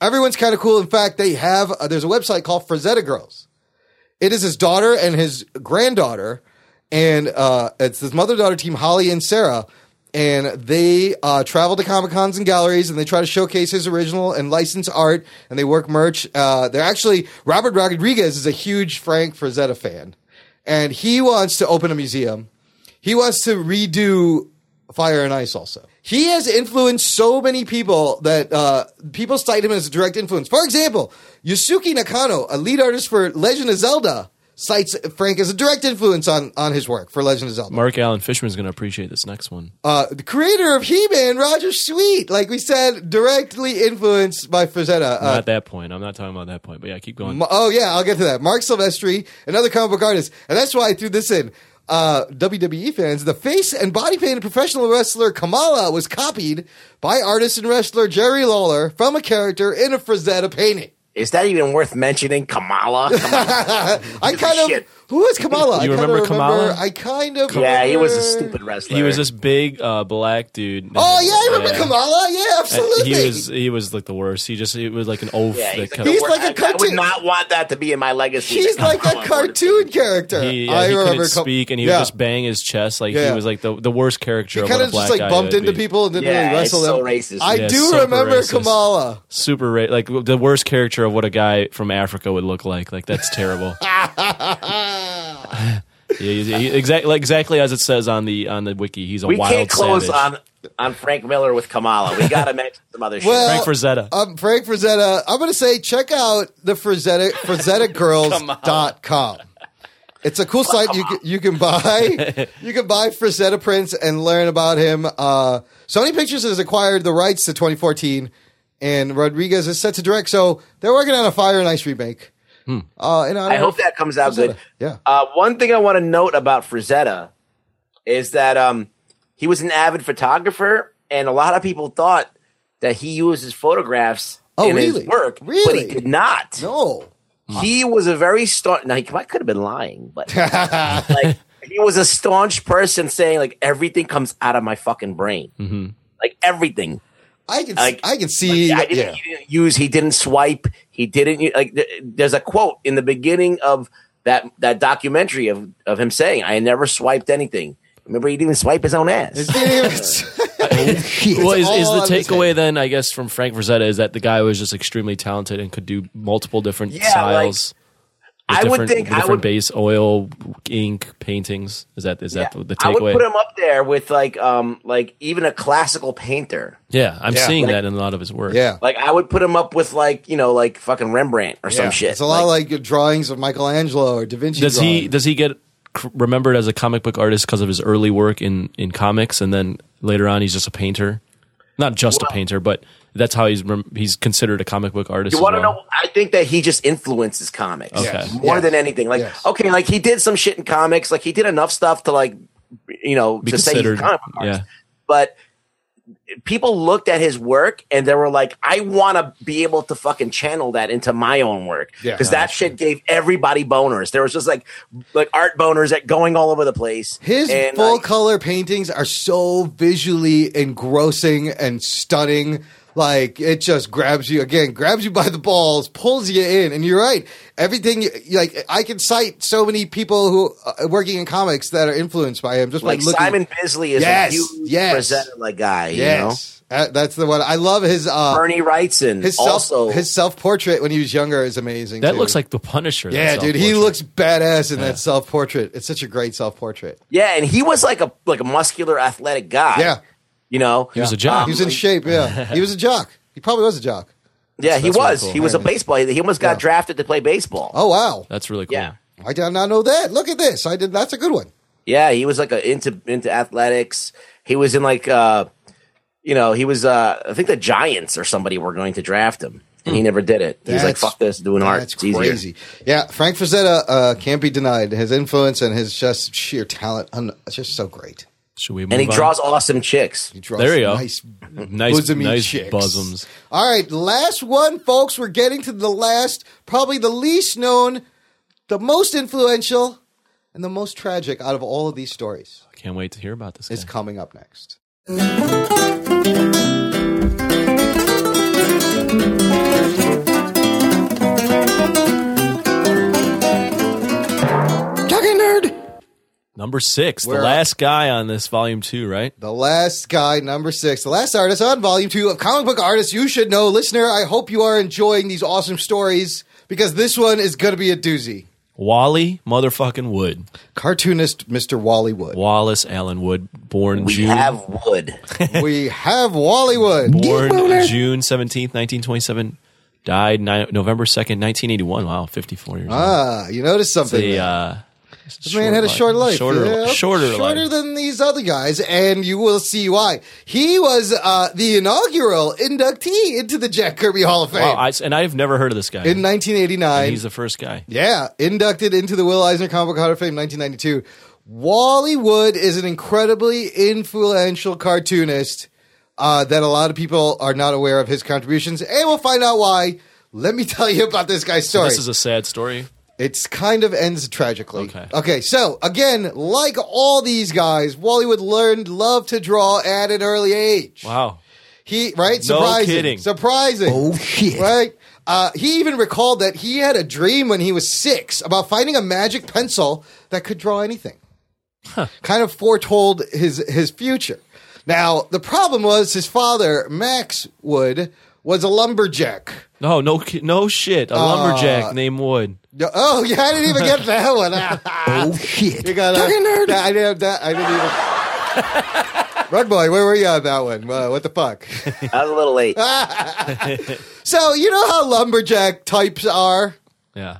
Speaker 3: Everyone's kind of cool. In fact, they have, uh, there's a website called Frazetta Girls. It is his daughter and his granddaughter, and uh, it's his mother daughter team, Holly and Sarah. And they uh, travel to comic cons and galleries, and they try to showcase his original and licensed art, and they work merch. Uh, they're actually Robert Rodriguez is a huge Frank Frazetta fan, and he wants to open a museum. He wants to redo Fire and Ice also. He has influenced so many people that uh, people cite him as a direct influence. For example, Yusuke Nakano, a lead artist for Legend of Zelda, cites Frank as a direct influence on, on his work for Legend of Zelda.
Speaker 1: Mark Allen Fishman's going to appreciate this next one.
Speaker 3: Uh, the creator of He Man, Roger Sweet, like we said, directly influenced by Frazetta.
Speaker 1: not
Speaker 3: Uh,
Speaker 1: at that point. I'm not talking about that point. But yeah, keep going.
Speaker 3: Ma- oh yeah, I'll get to that. Mark Silvestri, another comic book artist, and that's why I threw this in. Uh, WWE fans, the face and body paint of professional wrestler Kamala was copied by artist and wrestler Jerry Lawler from a character in a Frazetta painting.
Speaker 4: Yeah. Is that even worth mentioning? Kamala. Come on.
Speaker 3: I
Speaker 4: Give a
Speaker 3: kind of
Speaker 4: shit.
Speaker 3: who is
Speaker 1: You
Speaker 3: Kamala? I kind
Speaker 1: remember
Speaker 3: of
Speaker 1: Kamala?
Speaker 3: I kind of
Speaker 4: yeah, he was a
Speaker 3: remember-
Speaker 4: stupid wrestler.
Speaker 1: he was this big uh, black dude.
Speaker 3: Oh yeah, I remember
Speaker 1: Yeah.
Speaker 3: Kamala. Yeah,
Speaker 1: And
Speaker 3: absolutely.
Speaker 1: Uh, He was he was like the worst. He just he was like an oaf
Speaker 4: Yeah,
Speaker 1: that
Speaker 4: he's,
Speaker 1: cut
Speaker 4: the
Speaker 3: He's
Speaker 4: wor-
Speaker 3: like a
Speaker 4: I- I would
Speaker 3: cartoon-
Speaker 4: not want that to be in my legacy.
Speaker 3: He's
Speaker 4: That
Speaker 3: like
Speaker 4: Kamala
Speaker 3: a
Speaker 4: wanted
Speaker 3: cartoon character.
Speaker 1: He, yeah,
Speaker 3: I
Speaker 1: he
Speaker 3: remember
Speaker 1: couldn't
Speaker 3: Kam-
Speaker 1: speak, and he
Speaker 3: Yeah.
Speaker 1: would just bang his chest. Like
Speaker 3: Yeah.
Speaker 1: he was like the, the worst
Speaker 3: He
Speaker 1: caricature. of
Speaker 3: kind
Speaker 1: what a
Speaker 3: of
Speaker 1: black
Speaker 3: just
Speaker 1: guy
Speaker 3: like bumped
Speaker 1: would
Speaker 3: into
Speaker 1: be.
Speaker 3: people and didn't
Speaker 4: Yeah,
Speaker 3: really
Speaker 4: it's
Speaker 3: wrestle
Speaker 4: so
Speaker 3: them.
Speaker 4: racist.
Speaker 3: I
Speaker 1: Yeah,
Speaker 3: do
Speaker 1: super
Speaker 3: remember
Speaker 1: racist.
Speaker 3: Kamala.
Speaker 1: Super ra- like the worst caricature of what a guy from Africa would look like. Like that's terrible. yeah, exactly. Like, exactly as it says on the on the wiki. He's a
Speaker 4: We
Speaker 1: wild
Speaker 4: can't close
Speaker 1: savage.
Speaker 4: on on Frank Miller with Kamala. We got to mention some other shit.
Speaker 3: Well,
Speaker 1: Frank Frazetta.
Speaker 4: Oh,
Speaker 3: Um, Frank Frazetta. I'm going to say check out the Frazetta FrazettaGirls.com. It's a cool site you can, you can buy you can buy Frazetta prints and learn about him. Uh, Sony Pictures has acquired the rights to 2014, and Rodriguez is set to direct. So they're working on a Fire and Ice remake.
Speaker 1: Hmm.
Speaker 3: Uh, and
Speaker 4: I hope that comes out good.
Speaker 3: Yeah.
Speaker 4: Uh, one thing I want to note about Frazetta is that um, he was an avid photographer, and a lot of people thought that he used his photographs
Speaker 3: Oh,
Speaker 4: in
Speaker 3: really?
Speaker 4: his work, but
Speaker 3: Really?
Speaker 4: he did not.
Speaker 3: No.
Speaker 4: He was a very staunch. Now he might could have been lying, but like he was a staunch person saying like everything comes out of my fucking brain,
Speaker 3: Mm-hmm.
Speaker 4: like everything.
Speaker 3: I can
Speaker 4: Like-
Speaker 3: I can see
Speaker 4: I didn't,
Speaker 3: yeah.
Speaker 4: He didn't use. He didn't swipe. He didn't u- like. th- There's a quote in the beginning of that that documentary of of him saying, "I never swiped anything." Remember, he didn't even swipe his own ass.
Speaker 1: well, is, is
Speaker 3: Oh, all on
Speaker 1: the
Speaker 3: this
Speaker 1: takeaway then? I guess from Frank Frazetta is that the guy was just extremely talented and could do multiple different
Speaker 4: Yeah,
Speaker 1: styles. with
Speaker 4: I would
Speaker 1: different-
Speaker 4: think- I
Speaker 1: different
Speaker 4: would-
Speaker 1: base oil, ink, paintings. Is that is that
Speaker 4: Yeah.
Speaker 1: the, the
Speaker 4: I would
Speaker 1: takeaway?
Speaker 4: put him up there with like um like even a classical painter.
Speaker 1: yeah, I'm
Speaker 3: Yeah.
Speaker 1: seeing
Speaker 4: Like-
Speaker 1: that in a lot of his work.
Speaker 3: yeah.
Speaker 4: Like I would put him up with like you know like fucking Rembrandt or some
Speaker 3: Yeah.
Speaker 4: shit.
Speaker 3: It's a lot like, drawings of Michelangelo or Da Vinci.
Speaker 1: does he
Speaker 3: drawings.
Speaker 1: does he get cr- remembered as a comic book artist because of his early work in in comics, and then later on he's just a painter? Not just a painter, but that's how he's rem- he's considered a comic book artist.
Speaker 4: You
Speaker 1: as
Speaker 4: want to
Speaker 1: well.
Speaker 4: know?
Speaker 3: uh,
Speaker 4: I think that he just influences comics
Speaker 1: Okay.
Speaker 4: more
Speaker 3: Yes.
Speaker 4: than anything. Like,
Speaker 3: Yes.
Speaker 4: okay, like he did some shit in comics. Like he did enough stuff to like, you know,
Speaker 1: Be
Speaker 4: to say he's a
Speaker 1: considered-
Speaker 4: comic book artist.
Speaker 1: yeah.
Speaker 4: But people looked at his work and they were like, I want to be able to fucking channel that into my own work
Speaker 3: Yeah.
Speaker 4: because that shit gave everybody boners. There was just like like art boners that going all over the place.
Speaker 3: His
Speaker 4: And,
Speaker 3: full
Speaker 4: like,
Speaker 3: color paintings are so visually engrossing and stunning. Like it just grabs you again, grabs you by the balls, pulls you in, and you're right. Everything you- like I can cite so many people who uh, working in comics that are influenced by him just
Speaker 4: like
Speaker 3: by looking.
Speaker 4: Simon Bisley is
Speaker 3: Yes,
Speaker 4: a huge
Speaker 3: yes.
Speaker 4: presenter like guy.
Speaker 3: yes, Uh, that's the one. I love his
Speaker 4: You know?
Speaker 3: uh,
Speaker 4: Bernie Wrightson
Speaker 3: his self
Speaker 4: also
Speaker 3: his self portrait when he was younger is amazing.
Speaker 1: That
Speaker 3: too.
Speaker 1: looks like the Punisher. that
Speaker 3: yeah, dude. He
Speaker 1: self-portrait.
Speaker 3: looks badass in that self portrait. It's such a great self portrait.
Speaker 4: Yeah, and he was like a like a muscular, athletic guy.
Speaker 3: Yeah.
Speaker 4: you know, Um,
Speaker 1: He was a jock.
Speaker 3: He was in shape. Yeah, he was a jock. He probably was a jock.
Speaker 4: yeah, he
Speaker 1: that's really
Speaker 4: was.
Speaker 1: cool.
Speaker 4: He was a baseball. He almost got drafted to play baseball.
Speaker 3: Oh wow,
Speaker 1: That's really cool.
Speaker 4: yeah,
Speaker 3: I did not know that. Look at this. I did. That's a good one.
Speaker 4: yeah. He was like a, into into athletics. He was in like uh, you know, he was uh, I think the Giants or somebody were going to draft him, and he never did it. He was like,
Speaker 3: Hmm. That's-
Speaker 4: "Fuck this, doing art.
Speaker 3: That's
Speaker 4: it's easier."
Speaker 3: crazy. Yeah, Frank Frazetta uh, can't be denied. His influence and his just sheer talent, un- it's just so great.
Speaker 1: Should we? Move
Speaker 4: And he
Speaker 1: on?
Speaker 4: draws awesome chicks.
Speaker 3: He draws
Speaker 1: There you go.
Speaker 3: Nice,
Speaker 1: nice,
Speaker 3: bosomy
Speaker 1: nice
Speaker 3: chicks.
Speaker 1: bosoms.
Speaker 3: All right, last one, folks. We're getting to the last, probably the least known, the most influential, and the most tragic out of all of these stories.
Speaker 1: I can't wait to hear about this.
Speaker 3: Is
Speaker 1: guy.
Speaker 3: coming up next.
Speaker 5: Talking nerd.
Speaker 1: Number six,
Speaker 3: We're
Speaker 1: the last guy on this volume two, right?
Speaker 3: The last guy, number six, the last artist on volume two of Comic Book Artists You Should Know. Listener, I hope you are enjoying these awesome stories because this one is going to be a doozy.
Speaker 1: Wally motherfucking Wood.
Speaker 3: Cartoonist Mr. Wally Wood.
Speaker 1: Wallace Allen Wood, born
Speaker 4: We
Speaker 1: June
Speaker 4: have wood.
Speaker 3: we have Wally Wood.
Speaker 1: born
Speaker 5: boner.
Speaker 1: June seventeenth, nineteen twenty seven, died ni- November second, nineteen eighty one. Wow, fifty four years old.
Speaker 3: Ah, you noticed something.
Speaker 1: The,
Speaker 3: there.
Speaker 1: uh,
Speaker 3: This man had a short life.
Speaker 1: Shorter,
Speaker 3: Yeah,
Speaker 1: shorter,
Speaker 3: shorter
Speaker 1: life.
Speaker 3: than these other guys, and you will see why. He was uh, the inaugural inductee into the Jack Kirby Hall of Fame
Speaker 1: Wow, I, and I've never heard of this guy.
Speaker 3: in 1989.
Speaker 1: He's the first guy.
Speaker 3: Yeah, inducted into the Will Eisner Comic Book Hall of Fame 1992. Wally Wood is an incredibly influential cartoonist uh, that a lot of people are not aware of his contributions, and we'll find out why. Let me tell you about this guy's story.
Speaker 1: This is a sad story.
Speaker 3: It's kind of ends tragically.
Speaker 1: Okay.
Speaker 3: so again, like all these guys, Wally Wood learned love to draw at an early age.
Speaker 1: Wow.
Speaker 3: He right?
Speaker 1: No
Speaker 3: Surprising.
Speaker 1: kidding.
Speaker 3: Surprising.
Speaker 5: Oh shit.
Speaker 3: Right? Uh, he even recalled that he had a dream when he was six about finding a magic pencil that could draw anything. Kind of foretold his his future. Now the problem was his father Max Wood was a lumberjack.
Speaker 1: No, no, ki- no shit. A lumberjack
Speaker 3: Uh,
Speaker 1: named Wood.
Speaker 3: Oh yeah, I didn't even get that one.
Speaker 5: Oh shit.
Speaker 3: You got
Speaker 5: Talking nerd.
Speaker 3: I didn't have that. I didn't even. Rug boy, where were you on that one? Uh, what the fuck?
Speaker 4: I was a little late.
Speaker 3: so you know how lumberjack types are,
Speaker 1: Yeah.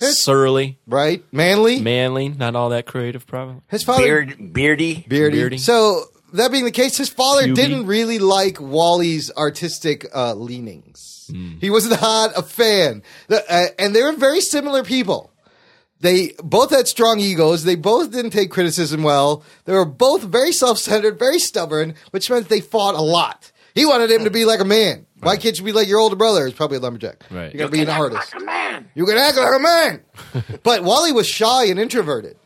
Speaker 1: Surly,
Speaker 3: right? Manly.
Speaker 1: manly, not all that creative, probably.
Speaker 3: His father
Speaker 4: Beard, beardy.
Speaker 3: Beardy.
Speaker 1: Beardy.
Speaker 3: So that being the case, his father
Speaker 1: Cubey.
Speaker 3: didn't really like Wally's artistic uh, leanings.
Speaker 5: Hmm.
Speaker 3: He was not a fan, The- uh, and they were very similar people. They both had strong egos. They both didn't take criticism well. They were both very self-centered, very stubborn, which meant they fought a lot. He wanted him to be like a man. Why can't you be like your older brother? He's probably a lumberjack.
Speaker 1: Right.
Speaker 3: You gotta be an artist. You can act like a man. but Wally was shy and introverted.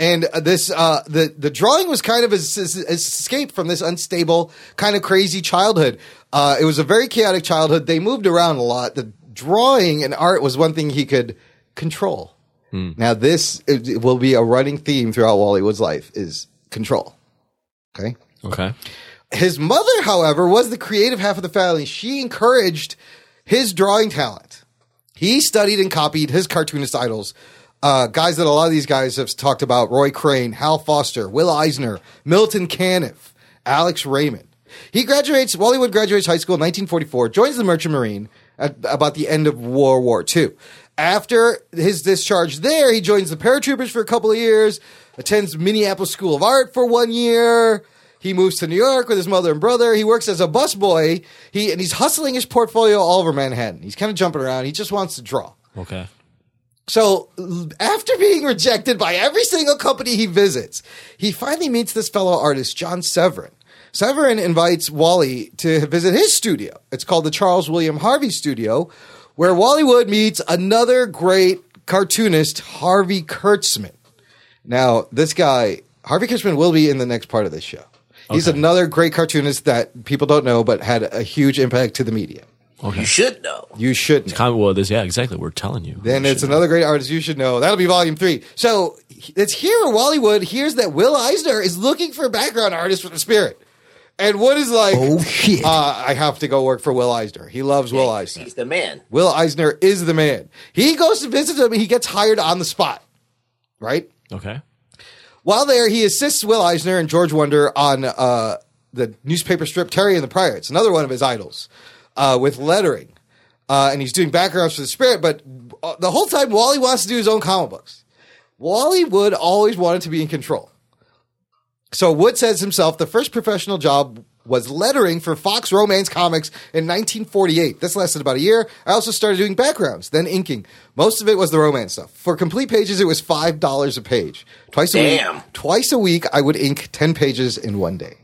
Speaker 3: And uh, this, uh, the the drawing was kind of his, his- his escape from this unstable, kind of crazy childhood. Uh, it was a very chaotic childhood. They moved around a lot. The drawing and art was one thing he could control. Now this it, it will be a running theme throughout Wally Wood's life is control. Okay.
Speaker 1: Okay.
Speaker 3: His mother, however, was the creative half of the family. She encouraged his drawing talent. He studied and copied his cartoonist idols. Uh, guys that a lot of these guys have talked about Roy Crane, Hal Foster, Will Eisner, Milton Caniff, Alex Raymond. He graduates, Wally Wood graduates high school in 1944, joins the Merchant Marine at about the end of World War II. After his discharge there, he joins the paratroopers for a couple of years, attends Minneapolis School of Art for one year. He moves to New York with his mother and brother. He works as a busboy. He and he's hustling his portfolio all over Manhattan. He's kind of jumping around. He just wants to draw.
Speaker 1: Okay.
Speaker 3: So l- after being rejected by every single company he visits, he finally meets this fellow artist, John Severin. Severin invites Wally to visit his studio. It's called the Charles William Harvey Studio, where Wally Wood meets another great cartoonist, Harvey Kurtzman. Now, this guy, Harvey Kurtzman, will be in the next part of this show. He's another great cartoonist that people don't know, but had a huge impact to the media.
Speaker 4: You should know.
Speaker 3: You should know.
Speaker 1: Comment well, this yeah, exactly. We're telling you.
Speaker 3: Then it's another great artist you should know. That'll be volume three. So it's here where Wally Wood hears that Will Eisner is looking for a background artist for the spirit. And Wood is like,
Speaker 2: Oh, shit.
Speaker 3: Uh, I have to go work for Will Eisner. He loves Will Eisner.
Speaker 4: He's the man.
Speaker 3: Will Eisner is the man. He goes to visit him and he gets hired on the spot. Right?
Speaker 1: Okay.
Speaker 3: While there, he assists Will Eisner and George Wonder on uh, the newspaper strip Terry and the Pirates, another one of his idols, uh, with lettering. Uh, and he's doing backgrounds for the spirit, but uh, the whole time, Wally wants to do his own comic books. Wally Wood always wanted to be in control. So Wood says himself the first professional job was lettering for Fox Romance Comics in 1948. This lasted about a year. I also started doing backgrounds, then inking. Most of it was the romance stuff. For complete pages, it was five dollars a page. Twice a
Speaker 4: Damn.
Speaker 3: week. Twice a week, I would ink ten pages in one day.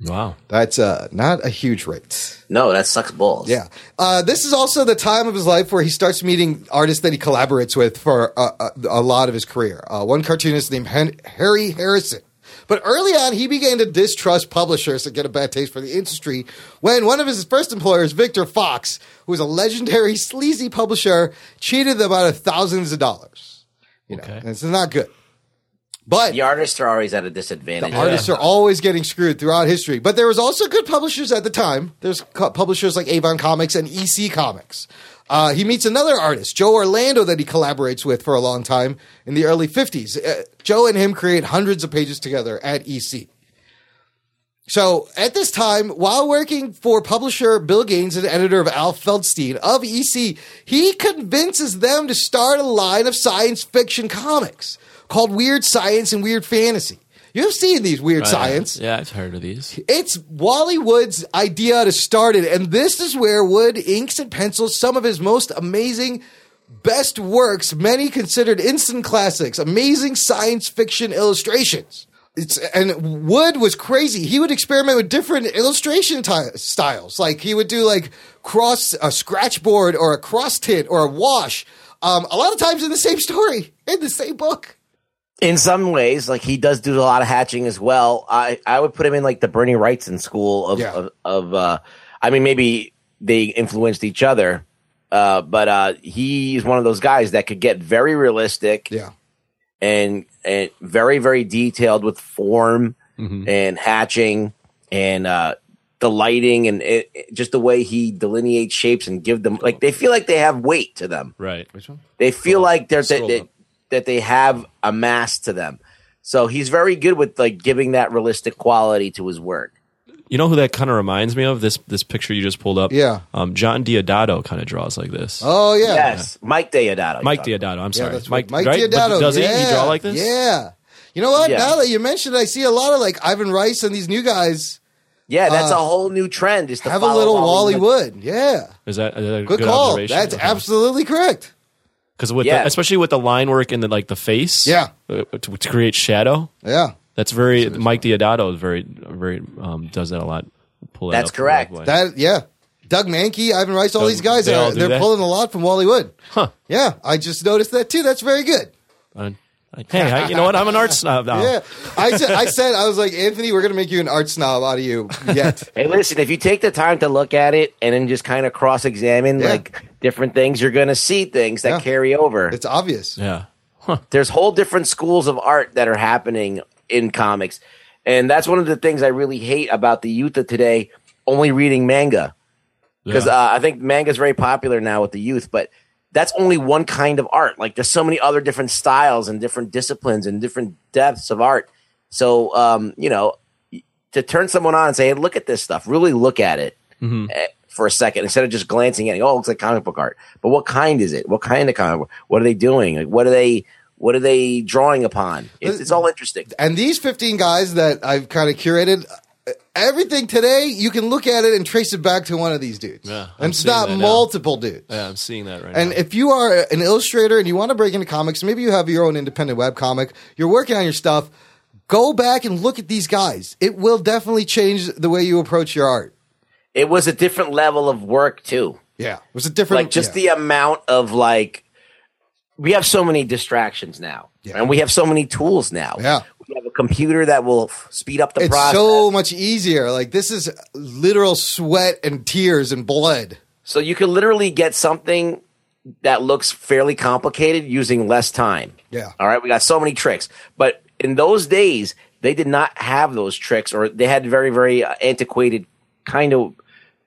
Speaker 1: Wow.
Speaker 3: That's uh, not a huge rate.
Speaker 4: No, that sucks balls.
Speaker 3: Yeah. Uh, this is also the time of his life where he starts meeting artists that he collaborates with for a, a, a lot of his career. Uh, one cartoonist named Hen- Harry Harrison. But early on, he began to distrust publishers and get a bad taste for the industry when one of his first employers, Victor Fox, who was a legendary sleazy publisher, cheated them out of thousands of dollars. You know,
Speaker 1: Okay.
Speaker 3: and this is not good. But
Speaker 4: The artists are always at a disadvantage.
Speaker 3: Artists are always getting screwed throughout history. But there was also good publishers at the time. There's co- publishers like Avon Comics and EC Comics. Uh, he meets another artist, Joe Orlando, that he collaborates with for a long time in the early 50s. Uh, Joe and him create hundreds of pages together at EC. So at this time, while working for publisher Bill Gaines and editor of Al Feldstein of EC, he convinces them to start a line of science fiction comics called Weird Science and Weird Fantasy. You've seen these weird science.
Speaker 1: Oh, Yeah, I've heard of these.
Speaker 3: It's Wally Wood's idea to start it, and this is where Wood inks and pencils some of his most amazing, best works, many considered instant classics, amazing science fiction illustrations. It's, and Wood was crazy. He would experiment with different illustration ty- styles. Like he would do like cross a scratch board or a cross tit or a wash. Um, a lot of times in the same story, in the same book.
Speaker 4: in some ways, like he does do a lot of hatching as well. I, I would put him in like the Bernie Wrightson school of
Speaker 3: Yeah.
Speaker 4: of, of uh, I mean, maybe they influenced each other, uh, but uh, he is one of those guys that could get very realistic
Speaker 3: Yeah.
Speaker 4: and and very very detailed with form
Speaker 3: Mm-hmm.
Speaker 4: and hatching and uh, the lighting and it, it- just the way he delineates shapes and give them like they feel like they have weight to them
Speaker 1: Right. Which one?
Speaker 4: they feel like they're, that
Speaker 1: Scroll
Speaker 4: that
Speaker 1: up.
Speaker 4: that they have a mass to them. So he's very good with like giving that realistic quality to his work.
Speaker 1: You know who that kind of reminds me of? This this picture you just pulled up.
Speaker 3: Yeah.
Speaker 1: Um, John Diodato kind of draws like this.
Speaker 3: Oh yeah.
Speaker 4: Yes, Mike Deodato.
Speaker 1: Mike
Speaker 4: Deodato.
Speaker 1: Diodato. I'm
Speaker 3: Yeah,
Speaker 1: sorry.
Speaker 3: that's
Speaker 1: Mike.
Speaker 3: right. Mike
Speaker 1: right? But
Speaker 3: Diodato.
Speaker 1: Does
Speaker 3: yeah,
Speaker 1: he? He draw like this?
Speaker 3: Yeah. You know what?
Speaker 4: Yeah.
Speaker 3: Now that you mentioned, it, I see a lot of like Ivan Rice and these new guys
Speaker 4: Yeah, that's a whole new trend. Is to
Speaker 3: Uh, have a
Speaker 4: follow
Speaker 3: little
Speaker 4: Wally
Speaker 3: Wally Wood. Yeah.
Speaker 1: Is that, is that a
Speaker 3: Good,
Speaker 1: good,
Speaker 3: call.
Speaker 1: observation?
Speaker 3: That's
Speaker 1: Okay.
Speaker 3: absolutely correct.
Speaker 1: Because with
Speaker 4: Yeah.
Speaker 1: the, especially with the line work and the like the face,
Speaker 3: Yeah.
Speaker 1: uh, to, to create shadow.
Speaker 3: Yeah.
Speaker 1: That's very Mike Diodato is very very um, does that a lot. Pull that
Speaker 4: That's
Speaker 1: up for
Speaker 4: correct.
Speaker 1: Rockaway.
Speaker 3: That yeah. Doug Mankey, Ivan Rice, all
Speaker 1: Doug-
Speaker 3: these guys
Speaker 1: they all
Speaker 3: are
Speaker 1: do
Speaker 3: they're
Speaker 1: that?
Speaker 3: pulling a lot from Wally Wood.
Speaker 1: Huh.
Speaker 3: Yeah, I just noticed that too. That's very good.
Speaker 1: Uh, hey, I, you know what? I'm an art snob now.
Speaker 3: Yeah, I said, I said, I was like, Anthony, we're gonna make you an art snob out of you yet.
Speaker 4: Hey, listen, if you take the time to look at it and then just kind of cross examine
Speaker 3: Yeah.
Speaker 4: like different things, you're going to see things that
Speaker 3: Yeah.
Speaker 4: carry over.
Speaker 3: it's obvious.
Speaker 1: Yeah.
Speaker 4: There's whole different schools of art that are happening in comics. And that's one of the things I really hate about the youth of today only reading manga. Because uh, I think manga is very popular now with the youth, but that's only one kind of art. Like there's so many other different styles and different disciplines and different depths of art. So, um, you know, to turn someone on and say, hey, look at this stuff, really look at it eh, for a second instead of just glancing at it. Oh, it looks like comic book art. But what kind is it? What kind of comic book? What are they doing? Like, what are they? What are they drawing upon? It's, it's all interesting.
Speaker 3: And these 15 guys that I've kind of curated, uh, everything today, you can look at it and trace it back to one of these dudes.
Speaker 1: Yeah, I'm
Speaker 3: and it's
Speaker 1: seeing
Speaker 3: not
Speaker 1: that now.
Speaker 3: multiple dudes.
Speaker 1: Yeah, I'm seeing that right
Speaker 3: And
Speaker 1: now.
Speaker 3: if you are an illustrator and you want to break into comics, maybe you have your own independent web comic, you're working on your stuff, go back and look at these guys. It will definitely change the way you approach your art.
Speaker 4: It was a different level of work too.
Speaker 3: Yeah. It was a different
Speaker 4: Like just
Speaker 3: yeah.
Speaker 4: the amount of like we have so many distractions now,
Speaker 3: Yeah.
Speaker 4: and we have so many tools now.
Speaker 3: Yeah.
Speaker 4: we have a computer that will f- speed up the
Speaker 3: it's
Speaker 4: process.
Speaker 3: so much easier. Like this is literal sweat and tears and blood.
Speaker 4: So you can literally get something that looks fairly complicated using less time.
Speaker 3: Yeah.
Speaker 4: All right. We got so many tricks. But in those days, they did not have those tricks or they had very, very uh, antiquated kind of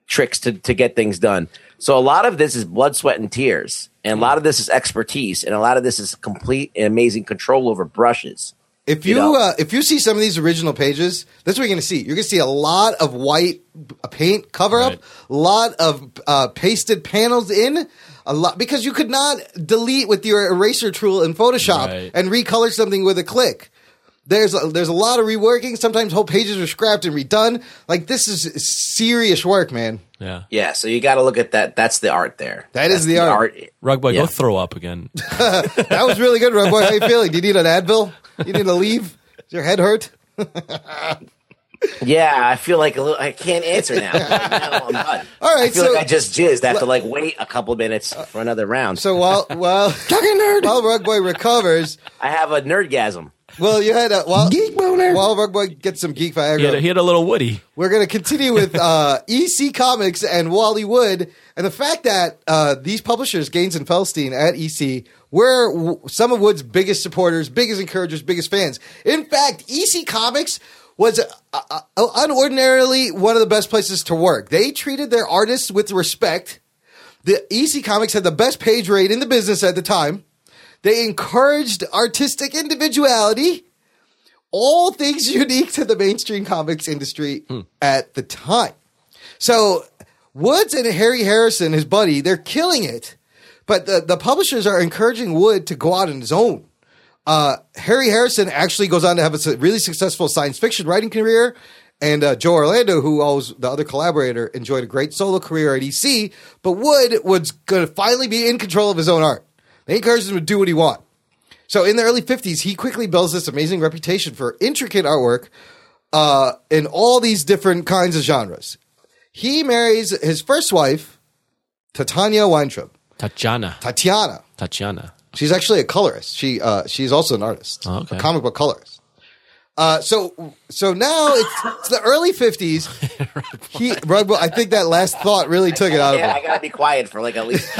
Speaker 4: tricks to, to get things done. So a lot of this is blood, sweat, and tears. And a lot of this is expertise. And a lot of this is complete and amazing control over brushes.
Speaker 3: If you,
Speaker 4: You know?
Speaker 3: uh, if you see some of these original pages, that's what you're going to see. You're going to see a lot of white uh, paint cover up,
Speaker 1: Right.
Speaker 3: a lot of uh, pasted panels in, a lot because you could not delete with your eraser tool in Photoshop
Speaker 1: Right.
Speaker 3: and recolor something with a click. There's a, there's a lot of reworking. Sometimes whole pages are scrapped and redone. Like this is serious work, man.
Speaker 1: yeah.
Speaker 4: Yeah. So you got to look at that. That's the art there.
Speaker 3: That is
Speaker 4: That's
Speaker 3: the art.
Speaker 1: Rugboy,
Speaker 4: Yeah.
Speaker 1: go throw up again.
Speaker 3: That was really good, Red Boy. How you feeling? Do you need an Advil? You need to leave? Is your head hurt?
Speaker 4: Yeah, I feel like a little. I can't answer now. Like, no, I'm done.
Speaker 3: All right,
Speaker 4: I feel
Speaker 3: so- Uh,
Speaker 4: like I just jizzed. I have to like wait a couple minutes for another round.
Speaker 3: So while while
Speaker 5: Talking nerd.
Speaker 3: while Rug Boy recovers,
Speaker 4: I have a nerdgasm.
Speaker 3: well, you had a while
Speaker 5: Geek boner.
Speaker 3: while Rug Boy gets some geek Viagra.
Speaker 1: He had, a, he had a little Woody.
Speaker 3: We're going to continue with uh, EC Comics and Wally Wood, and the fact that uh, these publishers, Gaines and Felstein at EC, were w- some of Wood's biggest supporters, biggest encouragers, biggest fans. In fact, EC Comics was uh, uh, unordinarily one of the best places to work. They treated their artists with respect. The EC Comics had the best page rate in the business at the time. They encouraged artistic individuality, all things unique to the mainstream comics industry at the time. So Woods and Harry Harrison, his buddy, they're killing it, but the, the publishers are encouraging Wood to go out on his own. Uh, Harry Harrison actually goes on to have a su- really successful science fiction writing career. And uh, Joe Orlando, who always the other collaborator, enjoyed a great solo career at EC. But Wood was going to finally be in control of his own art. They encouraged him to do what he wanted. So in the early 50s, he quickly builds this amazing reputation for intricate artwork uh, in all these different kinds of genres. He marries his first wife, Titania Weintraub,
Speaker 1: Tatiana.
Speaker 3: Tatiana.
Speaker 1: Tatiana.
Speaker 3: She's actually a colorist. She uh, she's also an artist,
Speaker 1: Oh, okay.
Speaker 3: a comic book colorist. Uh, so so now it's, it's the early 50s. he, Rugbo, I think that last thought really took it out of him.
Speaker 4: Yeah, I gotta be quiet for like at least.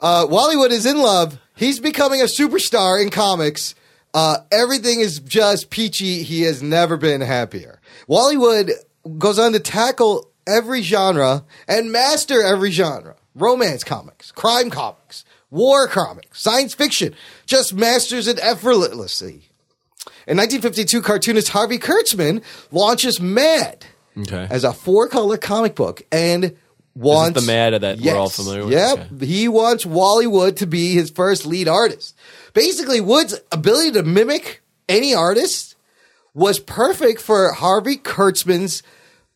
Speaker 3: Uh, Wallywood is in love. He's becoming a superstar in comics. Uh, everything is just peachy. He has never been happier. Wallywood goes on to tackle every genre and master every genre romance comics, crime comics, war comics, science fiction. Just masters it effortlessly. In 1952, cartoonist Harvey Kurtzman launches Mad
Speaker 1: Okay.
Speaker 3: as a four color comic book and wants
Speaker 1: the Mad that we're all familiar with?
Speaker 3: Yep, he wants Wally Wood to be his first lead artist. Basically, Wood's ability to mimic any artist was perfect for Harvey Kurtzman's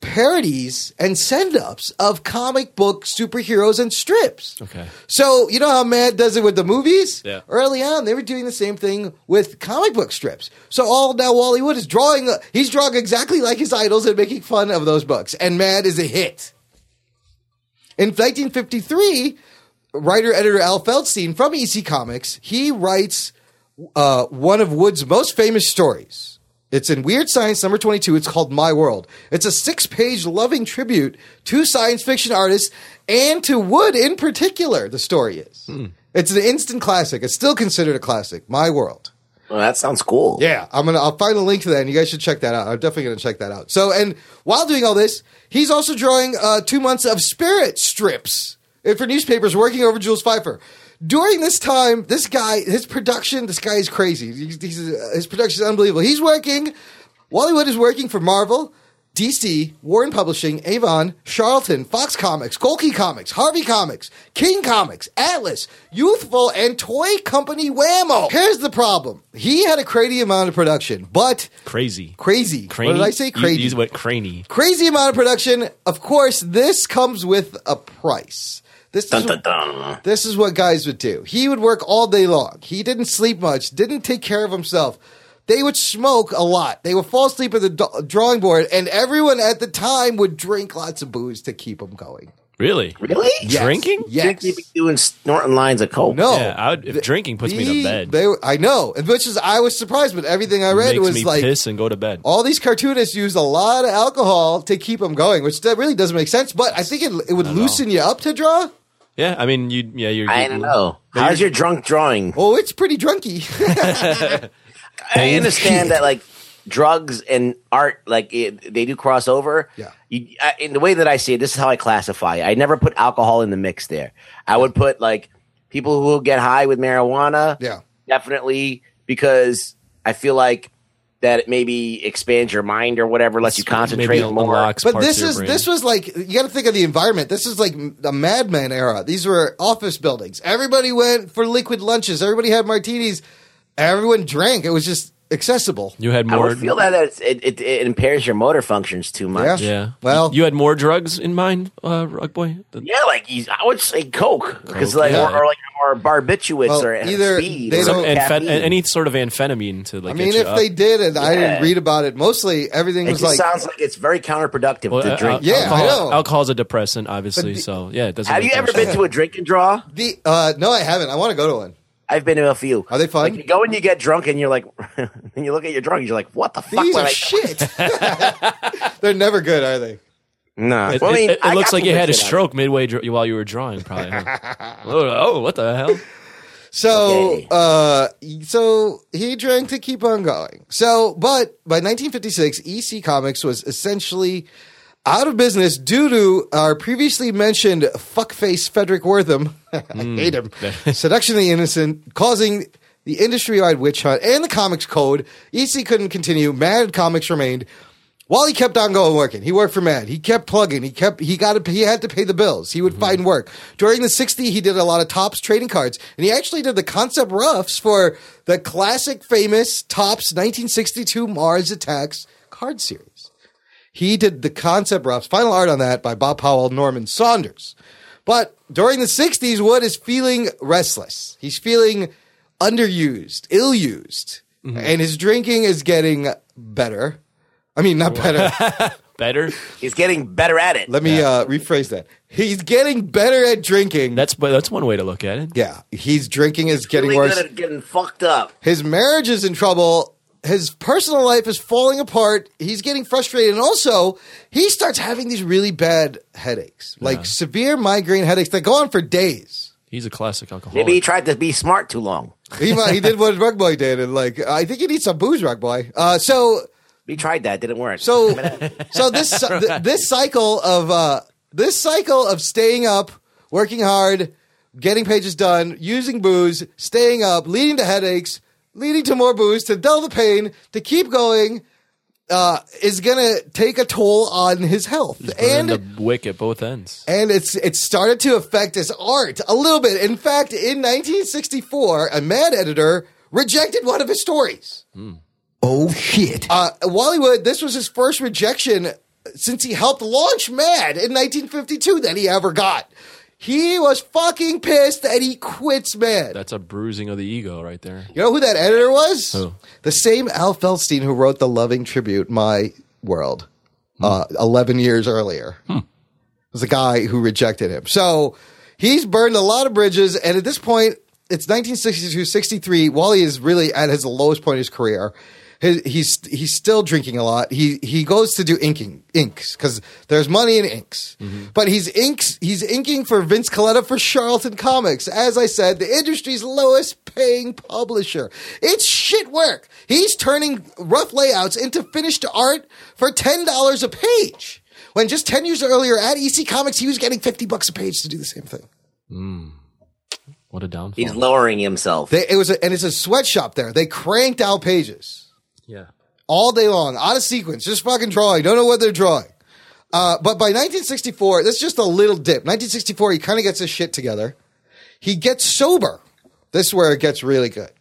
Speaker 3: parodies and send ups of comic book superheroes and strips.
Speaker 1: Okay.
Speaker 3: So you know how Mad does it with the movies?
Speaker 1: Yeah.
Speaker 3: Early on, they were doing the same thing with comic book strips. So all now Wally Wood is drawing. He's drawing exactly like his idols and making fun of those books. And Mad is a hit. In 1953, writer editor Al Feldstein from EC Comics he writes uh, one of Wood's most famous stories. It's in Weird Science number 22. It's called My World. It's a six page loving tribute to science fiction artists and to Wood in particular, the story is. It's an instant classic. It's still considered a classic. My world.
Speaker 4: Well, that sounds cool.
Speaker 3: Yeah, I'm gonna. I'll find a link to that, and you guys should check that out. I'm definitely gonna check that out. So, and while doing all this, he's also drawing uh, two months of spirit strips and for newspapers, working over Jules Pfeiffer. During this time, this guy, his production, this guy is crazy. He's, he's, uh, his production is unbelievable. He's working. Wallywood is working for Marvel, DC, Warren Publishing, Avon, Charlton, Fox Comics, Golkey Comics, Harvey Comics, King Comics, Atlas, Youthful, and Toy Company Whammo. Here's the problem. He had a crazy amount of production, but
Speaker 1: Crazy.
Speaker 3: crazy.
Speaker 1: Cranny?
Speaker 3: What did I say? Crazy.
Speaker 1: You, you went cranny.
Speaker 3: crazy amount of production. Of course, this comes with a price. This
Speaker 4: Dun,
Speaker 3: is
Speaker 4: dun, dun.
Speaker 3: this is what guys would do. He would work all day long. He didn't sleep much, didn't take care of himself. They would smoke a lot. They would fall asleep at the do- drawing board, and everyone at the time would drink lots of booze to keep them going.
Speaker 1: Really?
Speaker 4: Really?
Speaker 3: Yes.
Speaker 1: Drinking?
Speaker 3: Yes.
Speaker 4: You'd be doing snorting lines of coke.
Speaker 3: No.
Speaker 1: Yeah, I would, if drinking puts me
Speaker 3: He-
Speaker 1: to bed,
Speaker 3: They, were- I know, and which is I was surprised, but everything I read
Speaker 1: makes
Speaker 3: was
Speaker 1: me
Speaker 3: like
Speaker 1: piss and go to bed.
Speaker 3: all these cartoonists used a lot of alcohol to keep them going, which that really doesn't make sense. But I think it, it would loosen you up to draw.
Speaker 1: yeah, I mean, you. Yeah, you're.
Speaker 4: I don't know. How's your drunk drawing?
Speaker 3: Oh, it's pretty drunky.
Speaker 4: I understand that like drugs and art, like it, they do cross over.
Speaker 3: Yeah.
Speaker 4: You, I, in the way that I see it, this is how I classify. it. I never put alcohol in the mix there. I would put like people who get high with marijuana.
Speaker 3: Yeah.
Speaker 4: Definitely because I feel like that it maybe expands your mind or whatever, lets you concentrate
Speaker 1: Maybe it
Speaker 4: more.
Speaker 1: unlocks
Speaker 3: But
Speaker 1: parts
Speaker 3: this
Speaker 1: of your
Speaker 3: is
Speaker 1: brain.
Speaker 3: this was like you got to think of the environment. This is like the Mad Men era. These were office buildings. Everybody went for liquid lunches. Everybody had martinis. Everyone drank. It was just accessible.
Speaker 1: You had
Speaker 4: I
Speaker 1: more.
Speaker 4: would feel that it's, it, it, it impairs your motor functions too much.
Speaker 3: Yeah.
Speaker 1: Yeah.
Speaker 3: Well-
Speaker 1: you had more drugs in mind, uh, Rug Boy. The-
Speaker 4: Yeah, like he's, I would say coke because
Speaker 1: Coke,
Speaker 4: like
Speaker 1: yeah.
Speaker 4: or, or like or barbiturates
Speaker 3: Well,
Speaker 4: or
Speaker 3: either
Speaker 4: speed
Speaker 3: they
Speaker 4: or
Speaker 1: Some
Speaker 3: don't-
Speaker 1: amphet-
Speaker 4: caffeine.
Speaker 1: any sort of amphetamine to like.
Speaker 3: I mean,
Speaker 1: get you
Speaker 3: if
Speaker 1: up.
Speaker 3: they did, and I didn't
Speaker 4: Yeah.
Speaker 3: read about it, mostly everything
Speaker 4: It
Speaker 3: was like
Speaker 4: just sounds like it's very counterproductive
Speaker 1: Well,
Speaker 4: to
Speaker 1: uh,
Speaker 4: drink.
Speaker 1: al-
Speaker 3: Yeah, I
Speaker 1: alcohol,
Speaker 3: know.
Speaker 1: alcohol's a depressant, obviously.
Speaker 3: But the-
Speaker 1: so yeah, it doesn't.
Speaker 4: Have you
Speaker 1: make
Speaker 4: ever
Speaker 1: much
Speaker 4: been to a drink and draw?
Speaker 3: the. Uh, no, I haven't. I want to go to one.
Speaker 4: I've been to a few.
Speaker 3: Are they fun?
Speaker 4: Like you go and you get drunk and you're like, and you look at your drunk and you're like, what the fuck?
Speaker 3: These
Speaker 4: was
Speaker 3: are
Speaker 4: I-
Speaker 3: shit. They're never good, are they?
Speaker 4: No,
Speaker 1: It,
Speaker 4: Well, I
Speaker 1: it-
Speaker 4: mean,
Speaker 1: it
Speaker 4: I
Speaker 1: looks
Speaker 4: got
Speaker 1: like
Speaker 4: some
Speaker 1: you
Speaker 4: good
Speaker 1: had a
Speaker 4: shit out of
Speaker 1: stroke midway dr- while you were drawing, probably. huh? oh, oh, what the hell?
Speaker 3: So,
Speaker 4: Okay.
Speaker 3: uh, so he drank to keep on going. So, but by 1956, EC Comics was essentially out of business due to our previously mentioned fuckface Frederick Wortham. I hate him. Seduction of the innocent, causing the industry-wide witch hunt and the comics code. EC couldn't continue. Mad Comics remained. While he kept on going working, he worked for Mad. He kept plugging. He kept he got to, he had to pay the bills. He would find work during the '60s. He did a lot of Tops trading cards, and he actually did the concept roughs for the classic, famous Tops 1962 Mars Attacks card series. He did the concept roughs, final art on that by Bob Powell, Norman Saunders. But during the 60s, Wood is feeling restless. He's feeling underused, ill used, and his drinking is getting better. I mean, not better.
Speaker 1: Better.
Speaker 4: it. He's getting better at it.
Speaker 3: Let me uh, rephrase that. He's getting better at drinking.
Speaker 1: That's but that's one way to look at it.
Speaker 3: yeah, he's drinking is getting
Speaker 4: really
Speaker 3: worse.
Speaker 4: good at getting fucked up.
Speaker 3: His marriage is in trouble. His personal life is falling apart. He's getting frustrated. And also, he starts having these really bad headaches, like severe migraine headaches that go on for days.
Speaker 1: He's a classic alcoholic.
Speaker 4: Maybe he tried to be smart too long.
Speaker 3: He, might- he did what Rug Boy did. And, like, I think he needs some booze, Rug Boy. Uh, so
Speaker 4: We tried that, didn't work.
Speaker 3: So, so this th- this cycle of uh, this cycle of staying up, working hard, getting pages done, using booze, staying up, leading to headaches, leading to more booze to dull the pain, to keep going, uh, is gonna take a toll on his health
Speaker 1: and
Speaker 3: and.
Speaker 1: the wick at both ends.
Speaker 3: and it's it started to affect his art a little bit. In fact, in 1964, a mad editor rejected one of his stories.
Speaker 2: Oh shit.
Speaker 3: Uh, Wallywood, this was his first rejection since he helped launch Mad in 1952 that he ever got. He was fucking pissed that he quits Mad.
Speaker 1: That's a bruising of the ego right there.
Speaker 3: you know who that editor was?
Speaker 1: Who?
Speaker 3: The same Al Feldstein who wrote the loving tribute, My World, uh, 11 years earlier. It was the guy who rejected him. So he's burned a lot of bridges. And at this point, it's 1962, 63. Wally is really at his lowest point in his career. his, he's he's still drinking a lot. He he goes to do inking inks because there's money in inks, but he's inks he's inking for Vince Coletta for Charlton Comics. As I said, the industry's lowest paying publisher. It's shit work. He's turning rough layouts into finished art for ten dollars a page. When just ten years earlier at EC Comics, he was getting fifty bucks a page to do the same thing.
Speaker 1: What a downfall.
Speaker 4: He's lowering himself.
Speaker 3: They, it was a, and it's a sweatshop there. They cranked out pages.
Speaker 1: yeah.
Speaker 3: all day long, out of sequence, just fucking drawing. Don't know what they're drawing. Uh, but by 1964, that's just a little dip. 1964, he kind of gets his shit together. He gets sober. This is where it gets really good.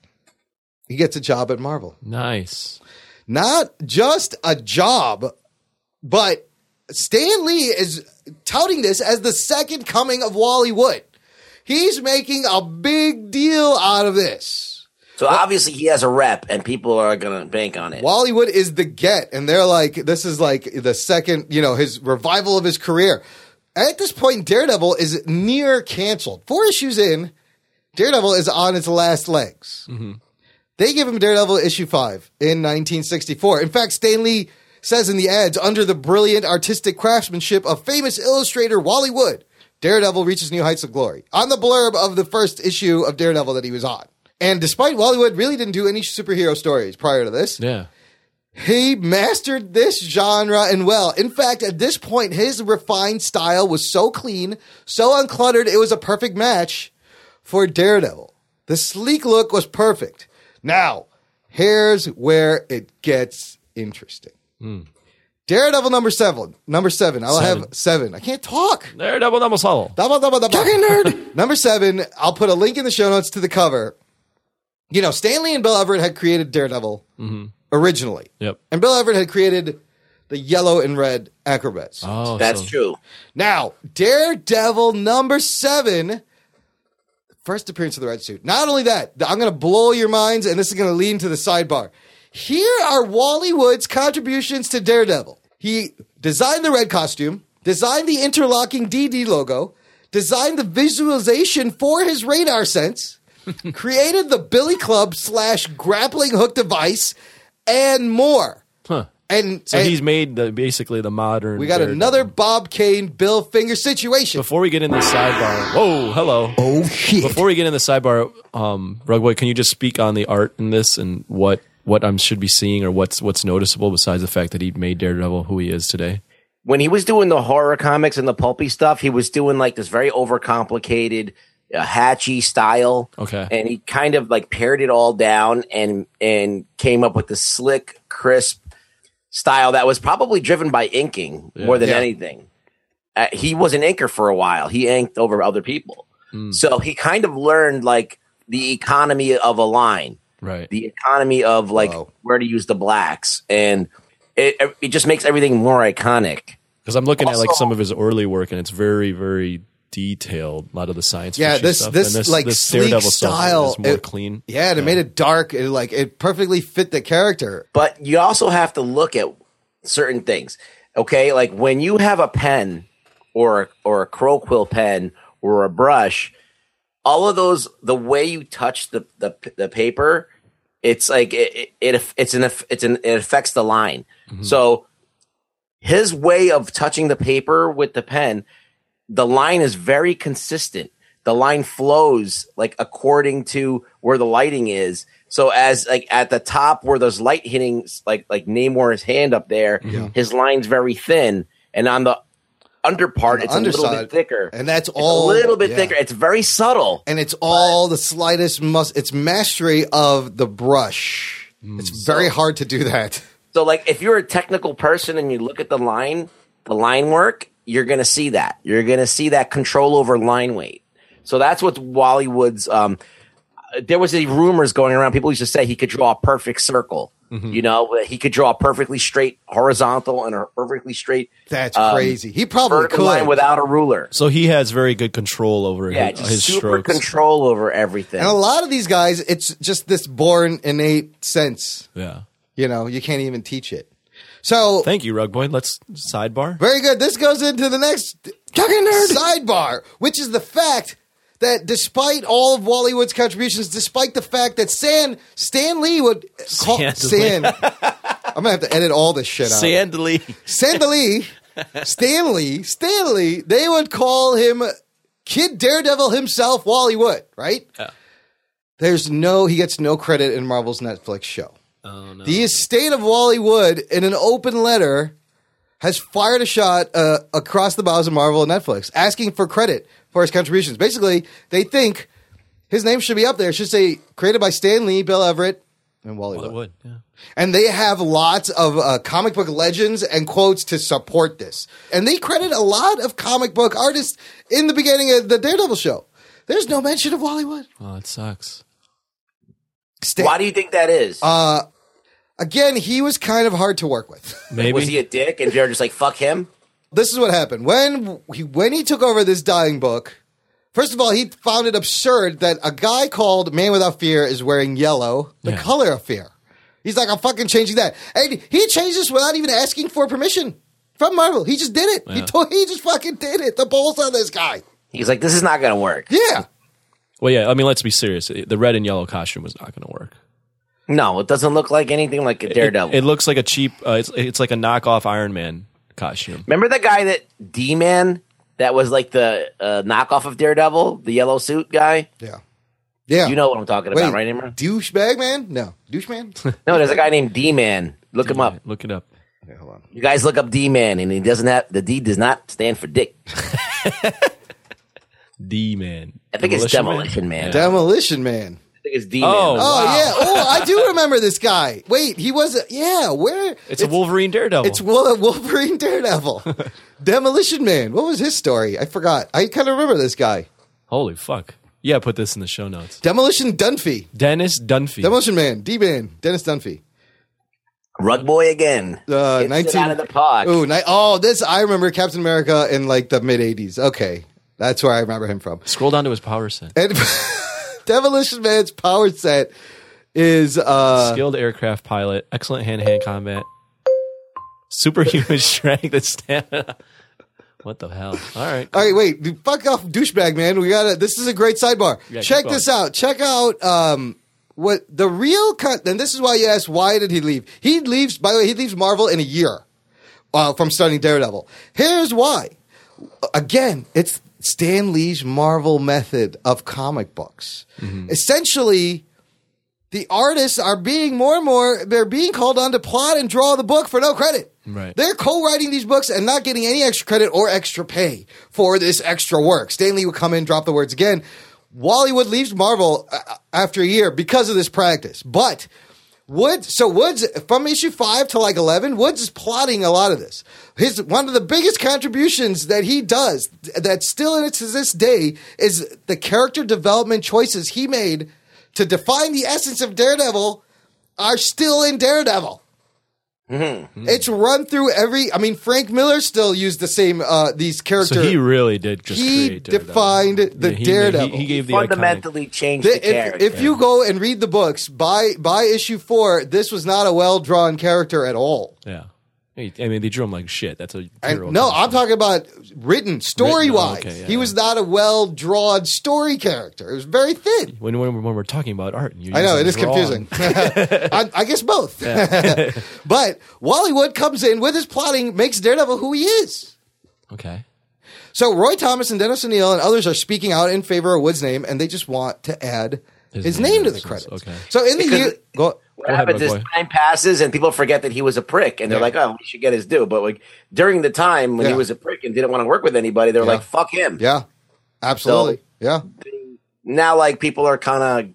Speaker 3: He gets a job at Marvel.
Speaker 1: Nice.
Speaker 3: Not just a job, but Stan Lee is touting this as the second coming of Wally Wood. He's making a big deal out of this.
Speaker 4: So obviously he has a rep, and people are gonna bank on it.
Speaker 3: Wallywood is the get, and they're like, this is like the second, you know, his revival of his career. At this point, Daredevil is near canceled. Four issues in, Daredevil is on its last legs. They give him Daredevil issue five in 1964. In fact, Stanley says in the ads, under the brilliant artistic craftsmanship of famous illustrator Wally Wood, Daredevil reaches new heights of glory. On the blurb of the first issue of Daredevil that he was on. And despite Wally Wood really didn't do any superhero stories prior to this,
Speaker 1: Yeah.
Speaker 3: he mastered this genre and well. In fact, at this point, his refined style was so clean, so uncluttered, it was a perfect match for Daredevil. The sleek look was perfect. Now, here's where it gets interesting.
Speaker 5: Hmm.
Speaker 3: Daredevil number seven. Number seven. I'll
Speaker 1: Seven.
Speaker 3: have seven. I can't talk.
Speaker 1: There, double, double, solo.
Speaker 3: Double, double, double.
Speaker 5: Talking nerd.
Speaker 3: Number seven, I'll put a link in the show notes to the cover. You know, Stanley and Bill Everett had created Daredevil
Speaker 5: Mm-hmm.
Speaker 3: originally.
Speaker 1: Yep.
Speaker 3: And Bill Everett had created the yellow and red acrobats.
Speaker 1: Oh,
Speaker 4: That's
Speaker 1: so-
Speaker 4: true.
Speaker 3: Now, Daredevil number seven, first appearance of the red suit. Not only that, I'm going to blow your minds, and this is going to lead into the sidebar. Here are Wally Wood's contributions to Daredevil. He designed the red costume, designed the interlocking DD logo, designed the visualization for his radar sense, created the Billy Club slash grappling hook device, and more.
Speaker 1: Huh.
Speaker 3: And
Speaker 1: So
Speaker 3: and
Speaker 1: he's made the, basically the modern.
Speaker 3: we got
Speaker 1: Daredevil.
Speaker 3: another Bob Kane, Bill Finger situation.
Speaker 1: Before we get in the sidebar, whoa, hello.
Speaker 2: Oh shit.
Speaker 1: Before we get in the sidebar, um, Rugboy, can you just speak on the art in this and what what I should be seeing or what's what's noticeable besides the fact that he made Daredevil who he is today?
Speaker 4: when he was doing the horror comics and the pulpy stuff, he was doing like this very overcomplicated, uh, hatchy style.
Speaker 1: Okay.
Speaker 4: and he kind of like pared it all down and and came up with the slick, crisp style that was probably driven by inking more than
Speaker 3: Yeah.
Speaker 4: anything. Uh, he was an inker for a while. He inked over other people,
Speaker 3: Hmm.
Speaker 4: so he kind of learned like the economy of a line
Speaker 1: Right.
Speaker 4: the economy of like
Speaker 3: Wow.
Speaker 4: where to use the blacks and it it just makes everything more iconic.
Speaker 1: Because I'm looking at like
Speaker 4: Also-
Speaker 1: some of his early work and it's very very detailed. A lot of the science
Speaker 3: Yeah,
Speaker 1: fiction
Speaker 3: this-
Speaker 1: stuff.
Speaker 3: this,
Speaker 1: and this
Speaker 3: like,
Speaker 1: this
Speaker 3: sleek
Speaker 1: Daredevil
Speaker 3: style,
Speaker 1: stuff is more
Speaker 3: it-
Speaker 1: clean.
Speaker 3: Yeah, and it made it dark. It like it perfectly fit the character.
Speaker 4: But you also have to look at certain things. Okay, like when you have a pen or or a crow quill pen or a brush, all of those the way you touch the the, the paper, it's like it, it, it it's an eff- it's an it affects the line. So his way of touching the paper with the pen the line is very consistent. The line flows like according to where the lighting is. So as like at the top where there's light hitting like like Namor's hand up there, his line's very thin, and on the under part it's a little bit thicker.
Speaker 3: and that's
Speaker 4: It's
Speaker 3: all
Speaker 4: a little bit
Speaker 3: yeah.
Speaker 4: thicker. It's very subtle.
Speaker 3: And it's all the slightest mus. It's mastery of the brush.
Speaker 2: Mm.
Speaker 3: it's very hard to do that.
Speaker 4: So like if you're a technical person and you look at the line, the line work, you're gonna see that. You're gonna see that control over line weight. So that's what Wally Woods um there was a rumors going around. People used to say he could draw a perfect circle.
Speaker 1: Mm-hmm.
Speaker 4: You know, but he could draw a perfectly straight horizontal and a perfectly straight
Speaker 3: That's
Speaker 4: um,
Speaker 3: crazy. He probably
Speaker 4: vertical
Speaker 3: could.
Speaker 4: line without a ruler.
Speaker 1: So he has very good control over
Speaker 4: Yeah,
Speaker 1: his,
Speaker 4: just
Speaker 1: his
Speaker 4: super
Speaker 1: strokes.
Speaker 4: control over everything.
Speaker 3: and a lot of these guys, it's just this born innate sense.
Speaker 1: Yeah.
Speaker 3: You know, you can't even teach it. So
Speaker 1: Thank you, Rugboy. Let's sidebar.
Speaker 3: very good. This goes into the next
Speaker 5: Talking nerd.
Speaker 3: sidebar, which is the fact that despite all of Wally Wood's contributions, despite the fact that Stan Stan Lee would call
Speaker 1: Stan
Speaker 3: Stan, I'm gonna have to edit all this shit out.
Speaker 1: Sandley.
Speaker 3: Stanley, Stanley, Stanley, they would call him Kid Daredevil himself, Wally Wood, right? There's no, he gets no credit in Marvel's Netflix show. The estate of Wally Wood, in an open letter, has fired a shot uh, across the bows of Marvel and Netflix, asking for credit for his contributions. Basically, they think his name should be up there. It should say created by Stan Lee, Bill Everett, and Wally Wood
Speaker 1: Wood. Yeah.
Speaker 3: and they have lots of uh, comic book legends and quotes to support this. And they credit a lot of comic book artists in the beginning of the Daredevil show. There's no mention of Wally Wood.
Speaker 1: Oh, it sucks.
Speaker 3: Stan-
Speaker 4: Why do you think that is?
Speaker 3: Uh, Again, he was kind of hard to work with.
Speaker 1: Maybe.
Speaker 4: was he a dick? And they're just like, fuck him.
Speaker 3: this is what happened when he when he took over this dying book. First of all, he found it absurd that a guy called Man Without Fear is wearing yellow, the
Speaker 1: Yeah.
Speaker 3: color of fear. He's like, I'm fucking changing that, and he changed this without even asking for permission from Marvel. He just did it. He
Speaker 1: Yeah.
Speaker 3: to- he just fucking did it. The balls on this guy.
Speaker 4: He's like, this is not gonna work.
Speaker 3: Yeah,
Speaker 1: well, yeah. I mean, let's be serious. The red and yellow costume was not going to work.
Speaker 4: No, it doesn't look like anything like a Daredevil.
Speaker 1: It, it looks like a cheap. Uh, it's it's like a knockoff Iron Man costume.
Speaker 4: Remember the guy that D Man that was like the uh, knockoff of Daredevil, the yellow suit guy.
Speaker 3: yeah, yeah.
Speaker 4: You know what I'm talking
Speaker 3: Wait,
Speaker 4: about, right, Imran?
Speaker 3: douchebag man? No, douche man.
Speaker 4: No, there's a guy named D Man. Look him up.
Speaker 1: Look it up.
Speaker 3: Okay, hold on.
Speaker 4: You guys look up D Man, and he doesn't have the D does not stand for dick.
Speaker 1: D man.
Speaker 4: I think it's Demolition Man.
Speaker 3: Demolition man.
Speaker 4: I think it's D Man.
Speaker 1: Oh,
Speaker 3: Oh yeah. Oh, I do remember this guy. Wait, he was. a- Yeah, where?
Speaker 1: It's, a Wolverine Daredevil.
Speaker 3: It's Wol- Wolverine Daredevil. Demolition Man. What was his story? I forgot. I kind of remember this guy.
Speaker 1: Holy fuck. Yeah, put this in the show notes.
Speaker 3: Demolition Dunphy.
Speaker 1: Dennis Dunphy.
Speaker 3: Demolition Man. D Man. Dennis Dunphy.
Speaker 4: Rug Boy again.
Speaker 3: Uh,
Speaker 4: Hits it
Speaker 3: 19
Speaker 4: out of the park.
Speaker 3: Ooh, ni- oh, this I remember Captain America in like the mid 80s. Okay. That's where I remember him from.
Speaker 1: Scroll down to his power set.
Speaker 3: And Demolition Man's power set is uh
Speaker 1: Skilled aircraft pilot. Excellent hand to hand combat. Superhuman strength and stamina. What the hell? All right.
Speaker 3: all right, wait, fuck off, douchebag man. We gotta. This is a great sidebar.
Speaker 1: Yeah, keep
Speaker 3: Check this out. Check out um, what the real cut. And this is why you ask, why did he leave? He leaves. By the way, he leaves Marvel in a year uh, from starting Daredevil. Here's why. Again, it's Stan Lee's Marvel method of comic books.
Speaker 1: Mm-hmm.
Speaker 3: Essentially, the artists are being more and more they're being called on to plot and draw the book for no credit.
Speaker 1: Right.
Speaker 3: They're co-writing these books and not getting any extra credit or extra pay for this extra work. Stan Lee would come in, drop the words again. Wallywood leaves Marvel uh, after a year because of this practice. But Woods, so Woods from issue five to like eleven, Woods is plotting a lot of this. His one of the biggest contributions that he does that's still in it to this day is the character development choices he made to define the essence of Daredevil are still in Daredevil.
Speaker 4: Mm-hmm.
Speaker 3: It's run through every. I mean, Frank Miller still used the same uh, these character.
Speaker 1: So he really did just
Speaker 3: He
Speaker 1: create Daredevil.
Speaker 3: defined the
Speaker 1: he- he-
Speaker 3: Daredevil.
Speaker 1: He, gave the iconic.
Speaker 4: fundamentally changed the,
Speaker 3: Th- if,
Speaker 4: character.
Speaker 3: if you go and read the books by by issue four, this was not a well drawn character at all.
Speaker 1: Yeah. Hey, I mean, they drew him like shit. That's a
Speaker 3: And-
Speaker 1: hero
Speaker 3: no,
Speaker 1: costume.
Speaker 3: I'm talking about written story wise.
Speaker 1: oh, okay, yeah,
Speaker 3: he was not a well drawn story character. It was very thin.
Speaker 1: When, when, when we're talking about art, and you're
Speaker 3: I know
Speaker 1: using
Speaker 3: it is
Speaker 1: drawn-
Speaker 3: confusing. I, I guess both. but Wally Wood comes in with his plotting, makes Daredevil who he is.
Speaker 1: Okay.
Speaker 3: So Roy Thomas and Dennis O'Neill and others are speaking out in favor of Wood's name, and they just want to add his,
Speaker 1: His
Speaker 3: name,
Speaker 1: name
Speaker 3: to
Speaker 1: to
Speaker 3: the
Speaker 1: this,
Speaker 3: credits.
Speaker 1: okay.
Speaker 3: So in the
Speaker 4: Because-
Speaker 3: year, go,
Speaker 4: what
Speaker 1: ahead,
Speaker 4: happens is
Speaker 1: Rugboy.
Speaker 4: time passes and people forget that he was a prick, and they're like, "Oh, we should get his due." But like during the time when
Speaker 3: Yeah.
Speaker 4: he was a prick and didn't want to work with anybody, they're
Speaker 3: Yeah.
Speaker 4: like, "Fuck him."
Speaker 3: yeah, absolutely,
Speaker 4: So-
Speaker 3: yeah.
Speaker 4: Now, like people are kind of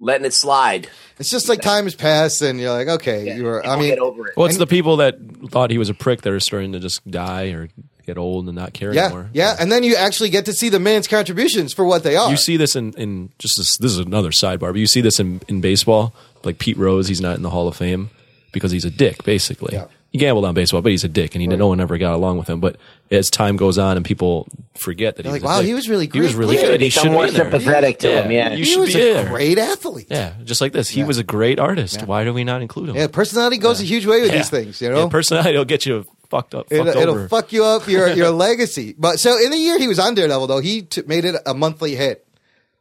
Speaker 4: letting it slide.
Speaker 3: It's just like time has passed, and you're like, okay, you were.
Speaker 4: People
Speaker 3: I mean,
Speaker 4: get over it.
Speaker 1: Well, it's the people that thought he was a prick that are starting to just die or get old and not care
Speaker 3: yeah,
Speaker 1: anymore.
Speaker 3: yeah, and then you actually get to see the man's contributions for what they are.
Speaker 1: You see this in, in just this, this is another sidebar, but you see this in, in baseball. Like Pete Rose, he's not in the Hall of Fame because he's a dick, basically. He gambled on baseball, but he's a dick, and he, no one ever got along with him. But as time goes on and people forget that he's
Speaker 3: like, wow, he was really great
Speaker 1: He was really
Speaker 3: player.
Speaker 1: good. He should
Speaker 4: Become more
Speaker 1: be there.
Speaker 4: sympathetic to him. Yeah,
Speaker 1: You
Speaker 3: he
Speaker 1: should
Speaker 3: was
Speaker 1: be
Speaker 3: a
Speaker 1: there.
Speaker 3: great athlete.
Speaker 1: Yeah, just like this. He was a great artist. Why do we not include him?
Speaker 3: Yeah, personality goes a huge way with these things, you know.
Speaker 1: Yeah, personality will get you fucked up.
Speaker 3: It,
Speaker 1: fucked
Speaker 3: it'll
Speaker 1: over.
Speaker 3: fuck you up your your legacy. But so in the year he was on Daredevil, though, he t- made it a monthly hit.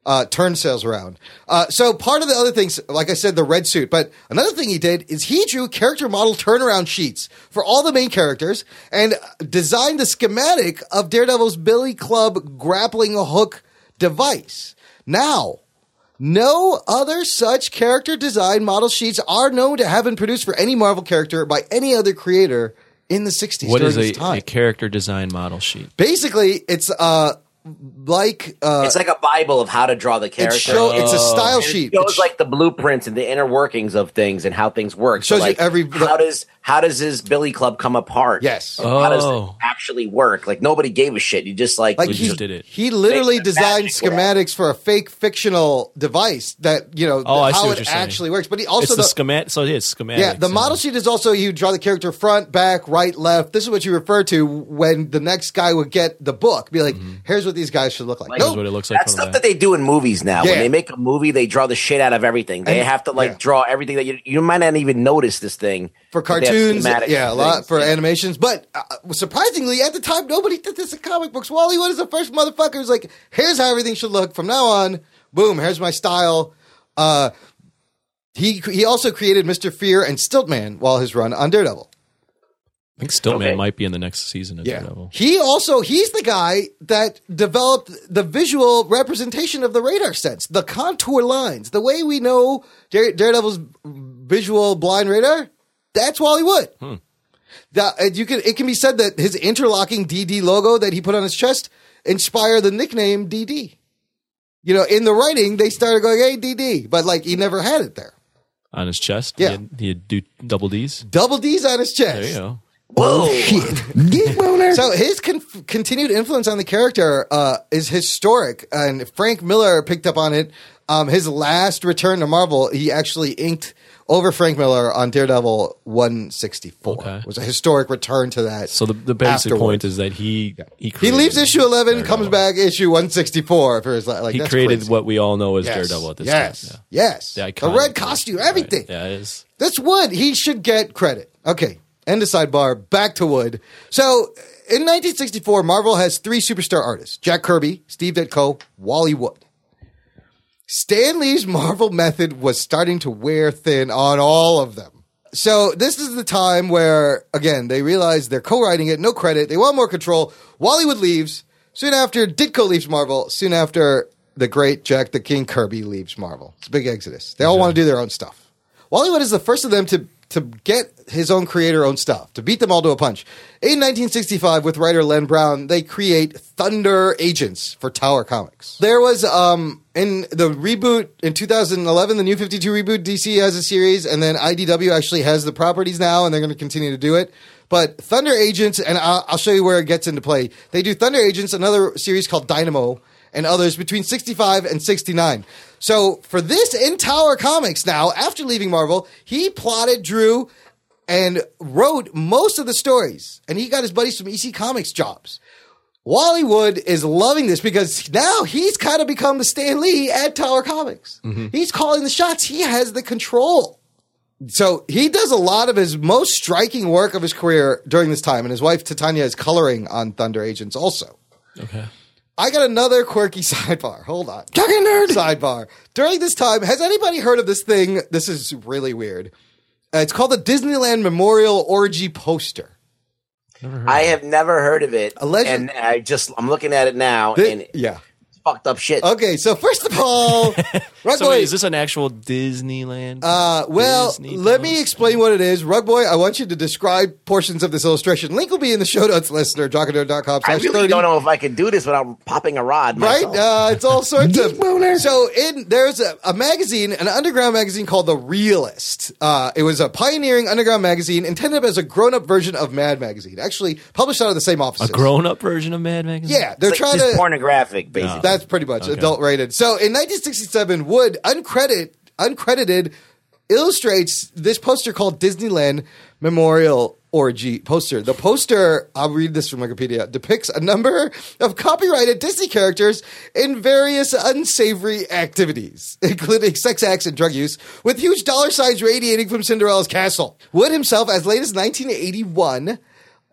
Speaker 3: Uh, turn sales around. Uh, so part of the other things, like I said, the red suit. But another thing he did is he drew character model turnaround sheets for all the main characters and designed the schematic of Daredevil's Billy Club grappling hook device. Now, no other such character design model sheets are known to have been produced for any Marvel character by any other creator in the 60s
Speaker 1: What
Speaker 3: during
Speaker 1: is
Speaker 3: this
Speaker 1: a,
Speaker 3: time.
Speaker 1: a character design model sheet?
Speaker 3: Basically, it's uh like uh
Speaker 4: it's like a bible of how to draw the
Speaker 3: it
Speaker 4: character.
Speaker 3: show, it's a style
Speaker 1: Oh.
Speaker 4: And
Speaker 3: sheet.
Speaker 4: It
Speaker 3: It's-
Speaker 4: shows like the blueprints and the inner workings of things and how things work.
Speaker 3: Shows you
Speaker 4: like,
Speaker 3: every-
Speaker 4: how does how does his Billy Club come apart?
Speaker 3: Yes.
Speaker 4: And How does it
Speaker 1: Oh.
Speaker 4: actually work? Like nobody gave a shit. You just like,
Speaker 3: like
Speaker 1: We
Speaker 3: he
Speaker 1: just did it.
Speaker 3: He literally
Speaker 4: Make the
Speaker 3: designed
Speaker 4: magic work.
Speaker 3: schematics for a fake fictional device that you know
Speaker 1: Oh, I see
Speaker 3: how
Speaker 1: what
Speaker 3: it
Speaker 1: you're saying.
Speaker 3: actually works. But he also
Speaker 1: It's the
Speaker 3: Oh, the-
Speaker 1: schematic. So yeah, it's schematic.
Speaker 3: Yeah, the model sheet is also you draw the character front, back, right, left. This is what you refer to when the next guy would get the book. Be like, here's what these guys should look like.
Speaker 4: Like,
Speaker 3: Nope.
Speaker 1: Mm-hmm. what it looks like.
Speaker 4: that's
Speaker 1: from the
Speaker 4: stuff
Speaker 1: back.
Speaker 4: that they do in movies now.
Speaker 3: Yeah.
Speaker 4: When they make a movie, they draw the shit out of everything. They
Speaker 3: And-
Speaker 4: have to like
Speaker 3: yeah.
Speaker 4: draw everything that you you might not even notice this thing
Speaker 3: for
Speaker 4: but they have
Speaker 3: cartoons,
Speaker 4: schematics
Speaker 3: yeah, a
Speaker 4: and
Speaker 3: lot
Speaker 4: things.
Speaker 3: for
Speaker 4: Yeah.
Speaker 3: animations. But uh, surprisingly, at the time, nobody did this in comic books. Wally Wood is the first motherfucker who's like, "Here's how everything should look from now on. Boom, here's my style." Uh, he he also created Mister Fear and Stiltman while his run on Daredevil.
Speaker 1: I think Stillman
Speaker 4: Okay.
Speaker 1: might be in the next season of Daredevil.
Speaker 3: He also he's the guy that developed the visual representation of the radar sense, the contour lines, the way we know Dare- Daredevil's visual blind radar. That's Wally Wood.
Speaker 1: Hmm.
Speaker 3: The- and you can it can be said that his interlocking DD logo that he put on his chest inspired the nickname DD. You know, in the writing they started going, "Hey DD," but like he never had it there.
Speaker 1: On his chest,
Speaker 3: Yeah.
Speaker 1: he had, he had do double D's.
Speaker 3: Double D's on his chest.
Speaker 1: There you go.
Speaker 2: Oh shit. Geek boner.
Speaker 3: So his con- continued influence on the character uh, is historic, and Frank Miller picked up on it. Um, his last return to Marvel, he actually inked over Frank Miller on Daredevil 164.
Speaker 1: Okay.
Speaker 3: was a historic return to that.
Speaker 1: So the, the basic
Speaker 3: afterwards.
Speaker 1: point is that he he
Speaker 3: he
Speaker 1: created,
Speaker 3: leaves issue 11, comes
Speaker 1: Daredevil.
Speaker 3: back issue 164 for his li- like
Speaker 1: He
Speaker 3: that's
Speaker 1: created
Speaker 3: crazy.
Speaker 1: what we all know as
Speaker 3: Yes.
Speaker 1: Daredevil at this
Speaker 3: yes.
Speaker 1: time.
Speaker 3: Yes,
Speaker 1: Yeah.
Speaker 3: the
Speaker 1: iconic-
Speaker 3: red costume,
Speaker 1: Right.
Speaker 3: everything.
Speaker 1: Yeah, it is.
Speaker 3: That's Wood. He should get credit. Okay. End of sidebar. Back to Wood. So in 1964, Marvel has three superstar artists Jack Kirby, Steve Ditko, Wally Wood. Stan Lee's Marvel method was starting to wear thin on all of them. So this is the time where, again, they realize they're co-writing it, no credit, they want more control. Wally Wood leaves. Soon after, Ditko leaves Marvel. Soon after, the great Jack the King Kirby leaves Marvel. It's a big exodus. They all want to do their own stuff. Wally Wood is the first of them to to get his own creator own stuff, to beat them all to a punch. In 1965, with writer Len Brown, they create Thunder Agents for Tower Comics. There was um in the reboot in 2011, the New 52 reboot, DC has a series, and then IDW actually has the properties now, and they're going to continue to do it. But Thunder Agents, and I'll, I'll show you where it gets into play. They do Thunder Agents, another series called Dynamo, and others between 65 and 69. So for this in Tower Comics now, after leaving Marvel, he plotted, drew, and wrote most of the stories. And he got his buddies from EC Comics jobs. Wally Wood is loving this because now he's kind of become the Stan Lee at Tower Comics. He's calling the shots. He has the control. So he does a lot of his most striking work of his career during this time, and his wife Titania is coloring on Thunder Agents also.
Speaker 1: Okay.
Speaker 3: I got another quirky sidebar. Hold on.
Speaker 5: Talking nerd.
Speaker 3: Sidebar. During this time, has anybody heard of this thing? This is really weird. Uh, it's called the Disneyland Memorial Orgy Poster.
Speaker 4: I have never heard of it.
Speaker 3: legend-
Speaker 4: and I just I'm looking at it now
Speaker 3: Thi-
Speaker 4: and it's
Speaker 3: yeah.
Speaker 4: fucked up shit.
Speaker 3: Okay, so first of all, Rugboy.
Speaker 1: So wait, is this an actual Disneyland?
Speaker 3: uh, well,
Speaker 1: Disney
Speaker 3: let me
Speaker 1: Plus?
Speaker 3: explain what it is. Rugboy, I want you to describe portions of this illustration. Link will be in the show notes, listener, jockador.com
Speaker 4: I
Speaker 3: slash
Speaker 4: really
Speaker 3: 30.
Speaker 4: don't know if I can do this without popping a rod.
Speaker 3: right?
Speaker 4: myself.
Speaker 3: Uh, it's all sorts of
Speaker 2: Geek boner.
Speaker 3: so in there's a, a magazine, an underground magazine called The Realist. Uh, it was a pioneering underground magazine intended as a grown-up version of Mad Magazine, actually published out of the same office.
Speaker 1: a grown-up version of Mad Magazine.
Speaker 3: Yeah, they're
Speaker 4: It's like
Speaker 3: trying
Speaker 4: just
Speaker 3: to.
Speaker 4: pornographic, basically.
Speaker 3: That's pretty much adult rated. So in 1967, Wood uncredit uncredited illustrates this poster called Disneyland Memorial Orgy poster. The poster, I'll read this from Wikipedia, depicts a number of copyrighted Disney characters in various unsavory activities, including sex acts and drug use, with huge dollar signs radiating from Cinderella's castle. Wood himself, as late as 1981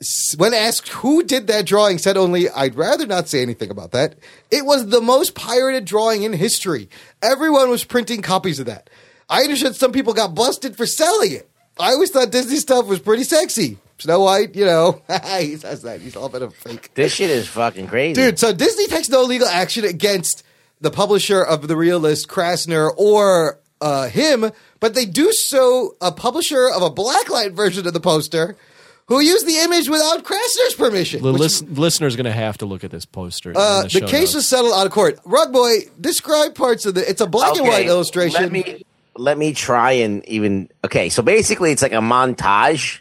Speaker 3: s- when asked who did that drawing, said only, I'd rather not say anything about that. It was the most pirated drawing in history. Everyone was printing copies of that. I understood some people got busted for selling it. I always thought Disney stuff was pretty sexy. Snow White, you know, he says that. He's all bit of fake.
Speaker 4: This shit is fucking crazy.
Speaker 3: Dude, so Disney takes no legal action against the publisher of the realist Krasner or uh, him, but they do so a publisher of a blacklight version of the poster who used the image without Krasner's permission.
Speaker 1: The
Speaker 3: which-
Speaker 1: lis- listener's going to have to look at this poster.
Speaker 3: uh, the case was settled out of court. Rugboy, describe parts of the. It's a black and white illustration.
Speaker 4: Let me let me try and even okay. So basically, it's like a montage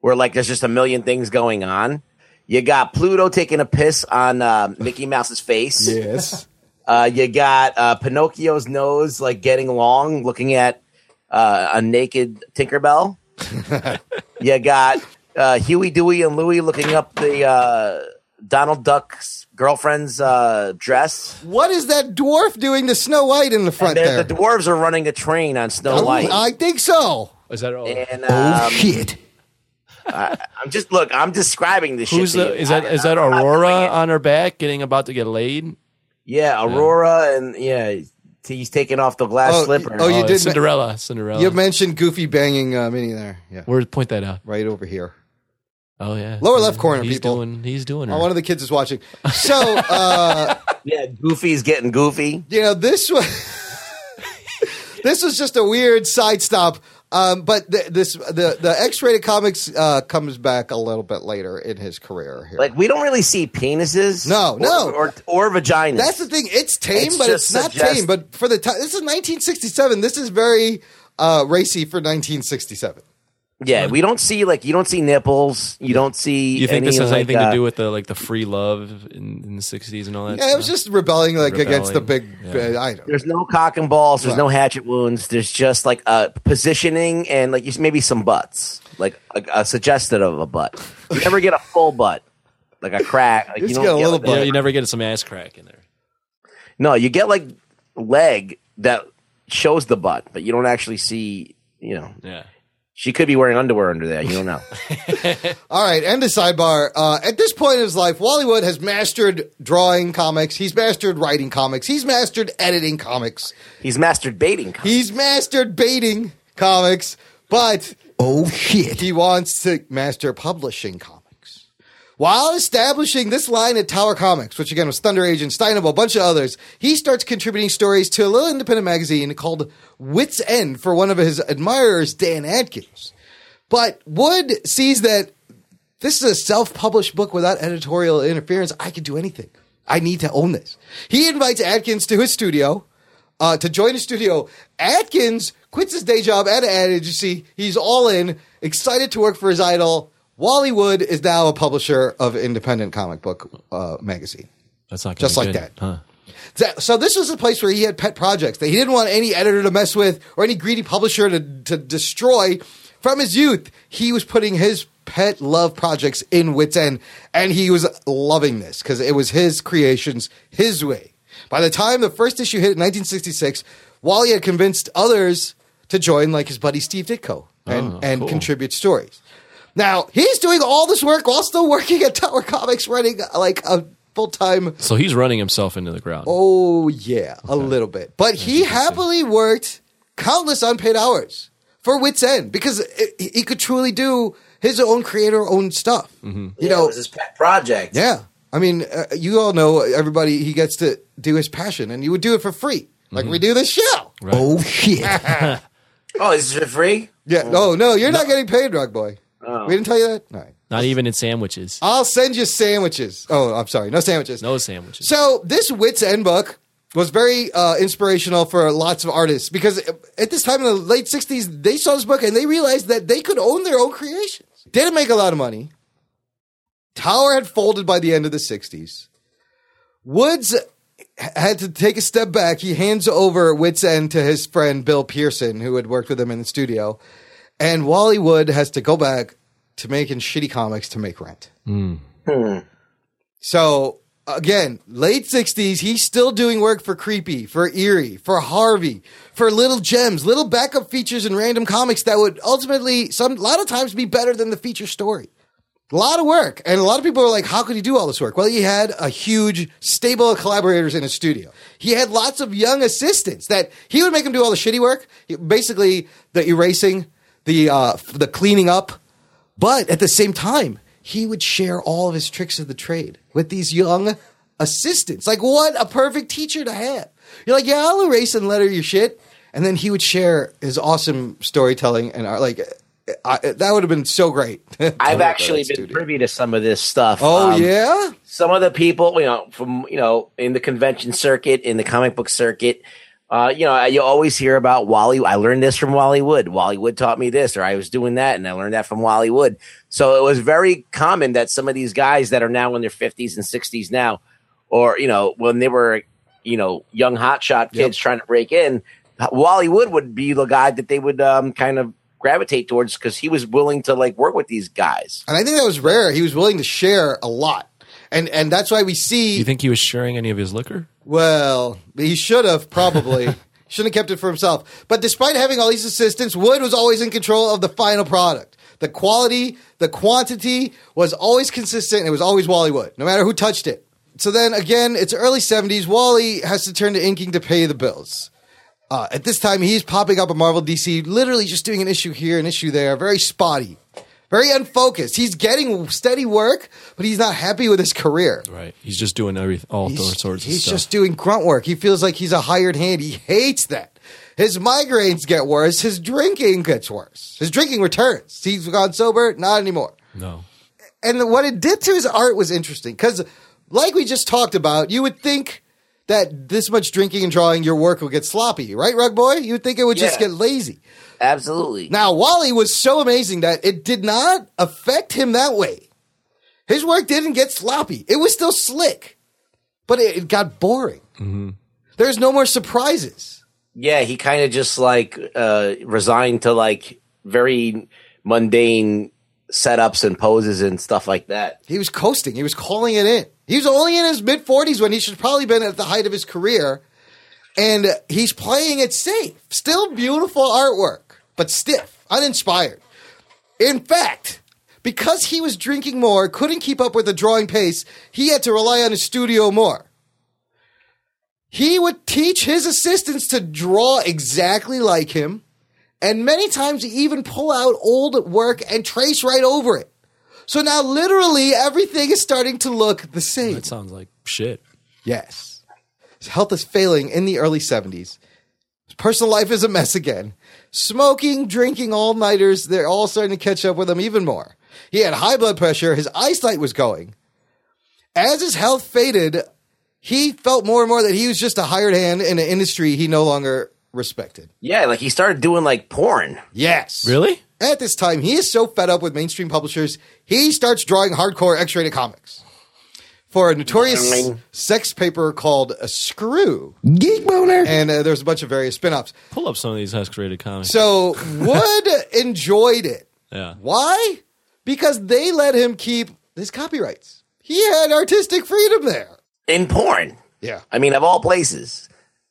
Speaker 4: where like there's just a million things going on. You got Pluto taking a piss on uh, Mickey Mouse's face.
Speaker 3: yes.
Speaker 4: Uh, you got uh, Pinocchio's nose like getting long, looking at uh, a naked Tinkerbell. you got uh, Huey, Dewey, and Louie looking up the uh, Donald Duck's girlfriend's uh, dress.
Speaker 3: What is that dwarf doing to Snow White in the front
Speaker 4: They're-
Speaker 3: there? Oh,
Speaker 4: The dwarves are running a train on Snow White.
Speaker 3: I think so.
Speaker 1: Is that all?
Speaker 4: and
Speaker 2: Oh
Speaker 4: um,
Speaker 2: shit.
Speaker 4: I'm just look. I'm describing this.
Speaker 1: Who's
Speaker 4: shit to
Speaker 1: the?
Speaker 4: you.
Speaker 1: Is that
Speaker 4: I-
Speaker 1: is that
Speaker 4: I'm not doing
Speaker 1: Aurora
Speaker 4: it.
Speaker 1: on her back, getting about to get laid? Oh,
Speaker 4: yeah, Aurora, and yeah, he's taking off the glass
Speaker 3: Oh,
Speaker 4: slipper.
Speaker 3: oh, You
Speaker 1: Oh,
Speaker 3: did ma-
Speaker 1: it's Cinderella, Cinderella.
Speaker 3: You mentioned Goofy banging uh, Minnie there. Yeah.
Speaker 1: Where point that out?
Speaker 3: Right over here.
Speaker 1: Oh yeah,
Speaker 3: Lower left corner,
Speaker 1: He's
Speaker 3: people.
Speaker 1: doing. He's doing.
Speaker 3: Oh,
Speaker 1: Her.
Speaker 3: one of the kids is watching. So, uh,
Speaker 4: yeah, Goofy's getting goofy.
Speaker 3: you know, this was this was just a weird side stop. Um, but th- this the the X-rated comics uh, comes back a little bit later in his career. Here.
Speaker 4: Like we don't really see penises.
Speaker 3: No,
Speaker 4: or,
Speaker 3: no.
Speaker 4: or or vaginas.
Speaker 3: that's the thing. It's tame,
Speaker 4: It's
Speaker 3: but
Speaker 4: just
Speaker 3: it's not
Speaker 4: suggest-
Speaker 3: tame. But for the time, this is 1967. This is very uh, racy for 1967.
Speaker 4: yeah. We don't see like you don't see nipples. You don't see.
Speaker 1: you think
Speaker 4: any,
Speaker 1: this has
Speaker 4: like,
Speaker 1: anything
Speaker 4: uh,
Speaker 1: to do with the like the free love in, in the '60s and all that?
Speaker 3: Yeah, it was
Speaker 1: stuff?
Speaker 3: just rebelling like against the big.
Speaker 1: Rebelling.
Speaker 3: uh, I don't.
Speaker 4: There's no cock and balls. There's no hatchet wounds. There's just like uh, positioning and like you s- maybe some butts, like a, a suggested of a butt. You never get a full butt, like a crack. Like,
Speaker 3: Just
Speaker 4: you don't
Speaker 3: get a
Speaker 4: get,
Speaker 3: little
Speaker 4: like,
Speaker 1: yeah. You never get some ass crack in there.
Speaker 4: No, you get like leg that shows the butt, but you don't actually see. You know,
Speaker 1: Yeah.
Speaker 4: she could be wearing underwear under there. You don't know.
Speaker 3: All right, end of sidebar. Uh, at this point in his life, Wally Wood has mastered drawing comics. He's mastered writing comics. He's mastered editing comics.
Speaker 4: He's mastered baiting.
Speaker 3: He's mastered baiting comics, but
Speaker 2: Oh shit.
Speaker 3: he wants to master publishing comics. While establishing this line at Tower Comics, which again was Thunder Agent, Steinable, a bunch of others, he starts contributing stories to a little independent magazine called Wits End for one of his admirers, Dan Atkins. But Wood sees that this is a self-published book without editorial interference. I could do anything. I need to own this. He invites Atkins to his studio uh, to join his studio. Atkins quits his day job at an ad agency. He's all in, excited to work for his idol. Wally Wood is now a publisher of independent comic book uh, magazine.
Speaker 1: That's not gonna
Speaker 3: Just
Speaker 1: be
Speaker 3: like
Speaker 1: good,
Speaker 3: that.
Speaker 1: huh?
Speaker 3: That- so this was a place where he had pet projects that he didn't want any editor to mess with or any greedy publisher to, to destroy. From his youth, he was putting his pet love projects in Wits End, and he was loving this because it was his creations, his way. By the time the first issue hit in 1966, Wally had convinced others to join, like his buddy Steve Ditko, and,
Speaker 1: Oh,
Speaker 3: and
Speaker 1: cool.
Speaker 3: contribute stories. Now, he's doing all this work while still working at Tower Comics, running like a full time
Speaker 1: So he's running himself into the ground.
Speaker 3: Oh yeah, a little bit. But he happily worked countless unpaid hours for Wits End because it, he could truly do his own creator own stuff.
Speaker 1: Mm-hmm.
Speaker 3: You know,
Speaker 4: his pet project.
Speaker 3: yeah. I mean, uh, you all know everybody. He gets to do his passion, and you would do it for free, like we do this show.
Speaker 1: Mm-hmm. Right.
Speaker 2: Oh shit.
Speaker 4: Oh, is this for free?
Speaker 3: Yeah. Oh, No, no, you're not getting paid, Rock Boy. We didn't tell you that. All right.
Speaker 1: Not even in sandwiches.
Speaker 3: I'll send you sandwiches. Oh, I'm sorry. No sandwiches.
Speaker 1: No sandwiches.
Speaker 3: So this Wits End book was very uh, inspirational for lots of artists because at this time in the late '60s, they saw this book and they realized that they could own their own creations. Didn't make a lot of money. Tower had folded by the end of the '60s. Woods had to take a step back. He hands over Wits End to his friend Bill Pearson, who had worked with him in the studio, and Wally Wood has to go back to making shitty comics to make rent. So again, late sixties, he's still doing work for Creepy, for Eerie, for Harvey, for Little Gems, little backup features and random comics that would ultimately some a lot of times be better than the feature story. A lot of work. And a lot of people are like, how could he do all this work? Well, he had a huge stable of collaborators in his studio. He had lots of young assistants that he would make them do all the shitty work, basically the erasing, the, uh, the cleaning up. But at the same time, he would share all of his tricks of the trade with these young assistants. Like, what a perfect teacher to have. You're like, yeah, I'll erase and letter your shit. And then he would share his awesome storytelling and art. Like, I, that would have been so great.
Speaker 4: I've actually been privy to some of this stuff.
Speaker 3: Oh
Speaker 4: Um,
Speaker 3: yeah,
Speaker 4: some of the people, you know, from you know, in the convention circuit, in the comic book circuit, uh, you know, you always hear about Wally. I learned this from Wally Wood. Wally Wood taught me this, or I was doing that, and I learned that from Wally Wood. So it was very common that some of these guys that are now in their fifties and sixties now, or you know, when they were, you know, young hotshot kids trying to break in, Wally Wood would be the guy that they would um, kind of gravitate towards because he was willing to like work with these guys.
Speaker 3: and I think that was rare. He was willing to share a lot, and and that's why we see.
Speaker 1: You think he was sharing any of his liquor?
Speaker 3: well, he should have probably shouldn't have kept it for himself. But despite having all these assistants, Wood was always in control of the final product. The quality, the quantity was always consistent. It was always Wally Wood, no matter who touched it. So then again, it's early '70s. Wally has to turn to inking to pay the bills. Uh, at this time, he's popping up at Marvel DC, literally just doing an issue here, an issue there, very spotty, very unfocused. He's getting steady work, but he's not happy with his career.
Speaker 1: Right. He's just doing every all
Speaker 3: He's,
Speaker 1: sorts of
Speaker 3: he's
Speaker 1: stuff.
Speaker 3: just doing grunt work. He feels like he's a hired hand. He hates that. His migraines get worse. His drinking gets worse. His drinking returns. He's gone sober, not anymore
Speaker 1: no.
Speaker 3: and what it did to his art was interesting because, like we just talked about, you would think that this much drinking and drawing, your work will get sloppy, right, Rug Boy? You would think it would just
Speaker 4: Yeah.
Speaker 3: get lazy.
Speaker 4: Absolutely.
Speaker 3: Now, Wally was so amazing that it did not affect him that way. His work didn't get sloppy. It was still slick, but it, it got boring. There's no more surprises.
Speaker 4: yeah, he kind of just like uh, resigned to like very mundane setups and poses and stuff like that.
Speaker 3: He was coasting. He was calling it in. He was only in his mid 40s when he should have probably been at the height of his career. And he's playing it safe. Still beautiful artwork, but stiff, uninspired. In fact, because he was drinking more, couldn't keep up with the drawing pace, he had to rely on his studio more. He would teach his assistants to draw exactly like him, and many times even pull out old work and trace right over it. So now literally everything is starting to look the same.
Speaker 1: That sounds like shit.
Speaker 3: Yes. His health is failing in the early 70s. His personal life is a mess again. Smoking, drinking, all nighters, they're all starting to catch up with him even more. He had high blood pressure, his eyesight was going. As his health faded, he felt more and more that he was just a hired hand in an industry he no longer respected.
Speaker 4: Yeah, like he started doing like porn.
Speaker 3: Yes.
Speaker 1: Really?
Speaker 3: At this time, he is so fed up with mainstream publishers, he starts drawing hardcore X rated comics for a notorious
Speaker 4: Darling.
Speaker 3: sex paper called a Screw.
Speaker 2: Geek boner.
Speaker 3: And uh, there's a bunch of various spin offs.
Speaker 1: Pull up some of these Husk rated comics.
Speaker 3: So Wood enjoyed it.
Speaker 1: yeah.
Speaker 3: Why? Because they let him keep his copyrights. He had artistic freedom there.
Speaker 4: In porn.
Speaker 3: Yeah.
Speaker 4: I mean, of all places.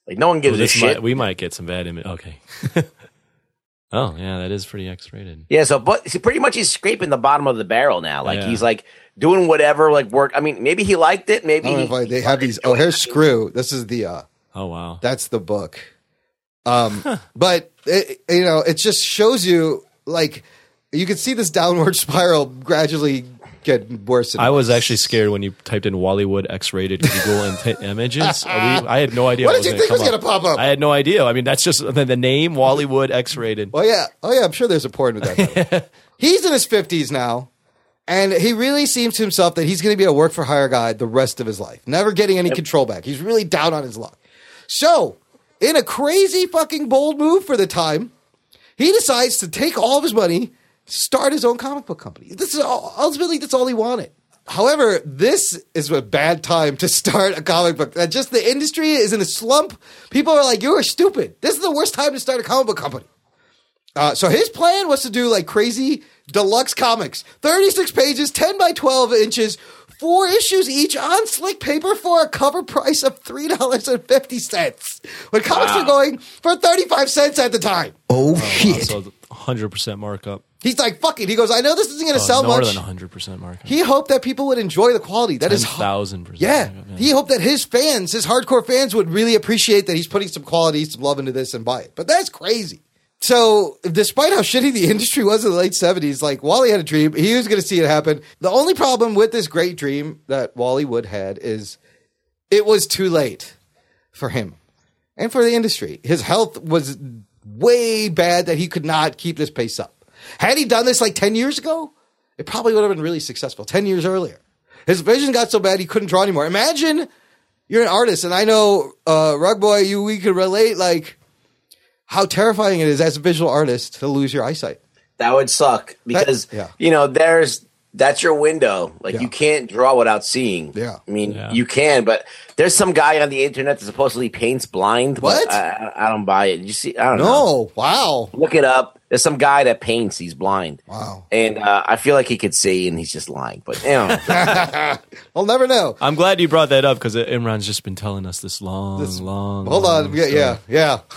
Speaker 4: Like no one gives
Speaker 1: Well,
Speaker 4: a
Speaker 1: this
Speaker 4: shit.
Speaker 1: might, we might get some bad image. Okay. oh yeah, that is pretty X rated.
Speaker 4: yeah, so but see, pretty much he's scraping the bottom of the barrel now. Like
Speaker 1: Yeah.
Speaker 4: he's like doing whatever like work. I mean, maybe he liked it, maybe
Speaker 3: I don't know
Speaker 4: he-
Speaker 3: if I, they have these. Oh, here's Screw. This is the uh,
Speaker 1: Oh wow.
Speaker 3: That's the book. Um, But it, you know, it just shows you like you can see this downward spiral gradually get worse. And
Speaker 1: I was
Speaker 3: worse.
Speaker 1: actually scared when you typed in Wallywood X-rated Google and hit images. We- I had no idea.
Speaker 3: What
Speaker 1: what
Speaker 3: did you
Speaker 1: gonna
Speaker 3: think
Speaker 1: come
Speaker 3: was gonna pop up?
Speaker 1: I had no idea. I mean, that's just the, the name Wallywood X-rated.
Speaker 3: Oh yeah, oh yeah. I'm sure there's a porn with that. though. he's in his fifties now, and he really seems to himself that he's going to be a work for hire guy the rest of his life, never getting any control back. He's really down on his luck. So, in a crazy fucking bold move for the time, he decides to take all of his money, start his own comic book company. This is all, ultimately that's all he wanted. However, this is a bad time to start a comic book. That just the industry is in a slump. People are like, "You are stupid." This is the worst time to start a comic book company. Uh, so his plan was to do like crazy deluxe comics 36 pages 10 by 12 inches four issues each on slick paper for a cover price of $3.50 when comics were going for 35 cents at the time
Speaker 2: Oh
Speaker 1: Oh,
Speaker 2: shit.
Speaker 1: so 100% markup.
Speaker 3: He's like, fuck it. He goes, I know this isn't going to
Speaker 1: Oh,
Speaker 3: sell
Speaker 1: more
Speaker 3: much.
Speaker 1: than 100 percent mark.
Speaker 3: He hoped that people would enjoy the quality. That is ho-
Speaker 1: 10,000%.
Speaker 3: Yeah. He hoped that his fans, his hardcore fans, would really appreciate that he's putting some quality, some love into this and buy it. But that's crazy. So, despite how shitty the industry was in the late 70s, like Wally had a dream. He was going to see it happen. The only problem with this great dream that Wally Wood had is it was too late for him and for the industry. His health was way bad that he could not keep this pace up. Had he done this like 10 years ago, it probably would have been really successful 10 years earlier. His vision got so bad he couldn't draw anymore. Imagine you're an artist, and I know, uh, Rug Boy, you, we could relate like how terrifying it is as a visual artist to lose your eyesight.
Speaker 4: That would suck because
Speaker 3: yeah.
Speaker 4: you know there's that's your window. Like
Speaker 3: Yeah.
Speaker 4: you can't draw without seeing.
Speaker 3: Yeah.
Speaker 4: I mean
Speaker 1: Yeah.
Speaker 4: you can, but there's some guy on the internet that supposedly paints blind. but
Speaker 3: What?
Speaker 4: I, I- I don't buy it. You see, I don't know.
Speaker 3: No, wow.
Speaker 4: Look it up. There's some guy that paints. He's blind.
Speaker 3: Wow.
Speaker 4: And uh, I feel like he could see, and he's just lying. But you know,
Speaker 3: I'll never know.
Speaker 1: I'm glad you brought that up because Imran's just been telling us this long, long.
Speaker 3: Hold
Speaker 1: long
Speaker 3: on. Yeah,
Speaker 1: story.
Speaker 3: yeah,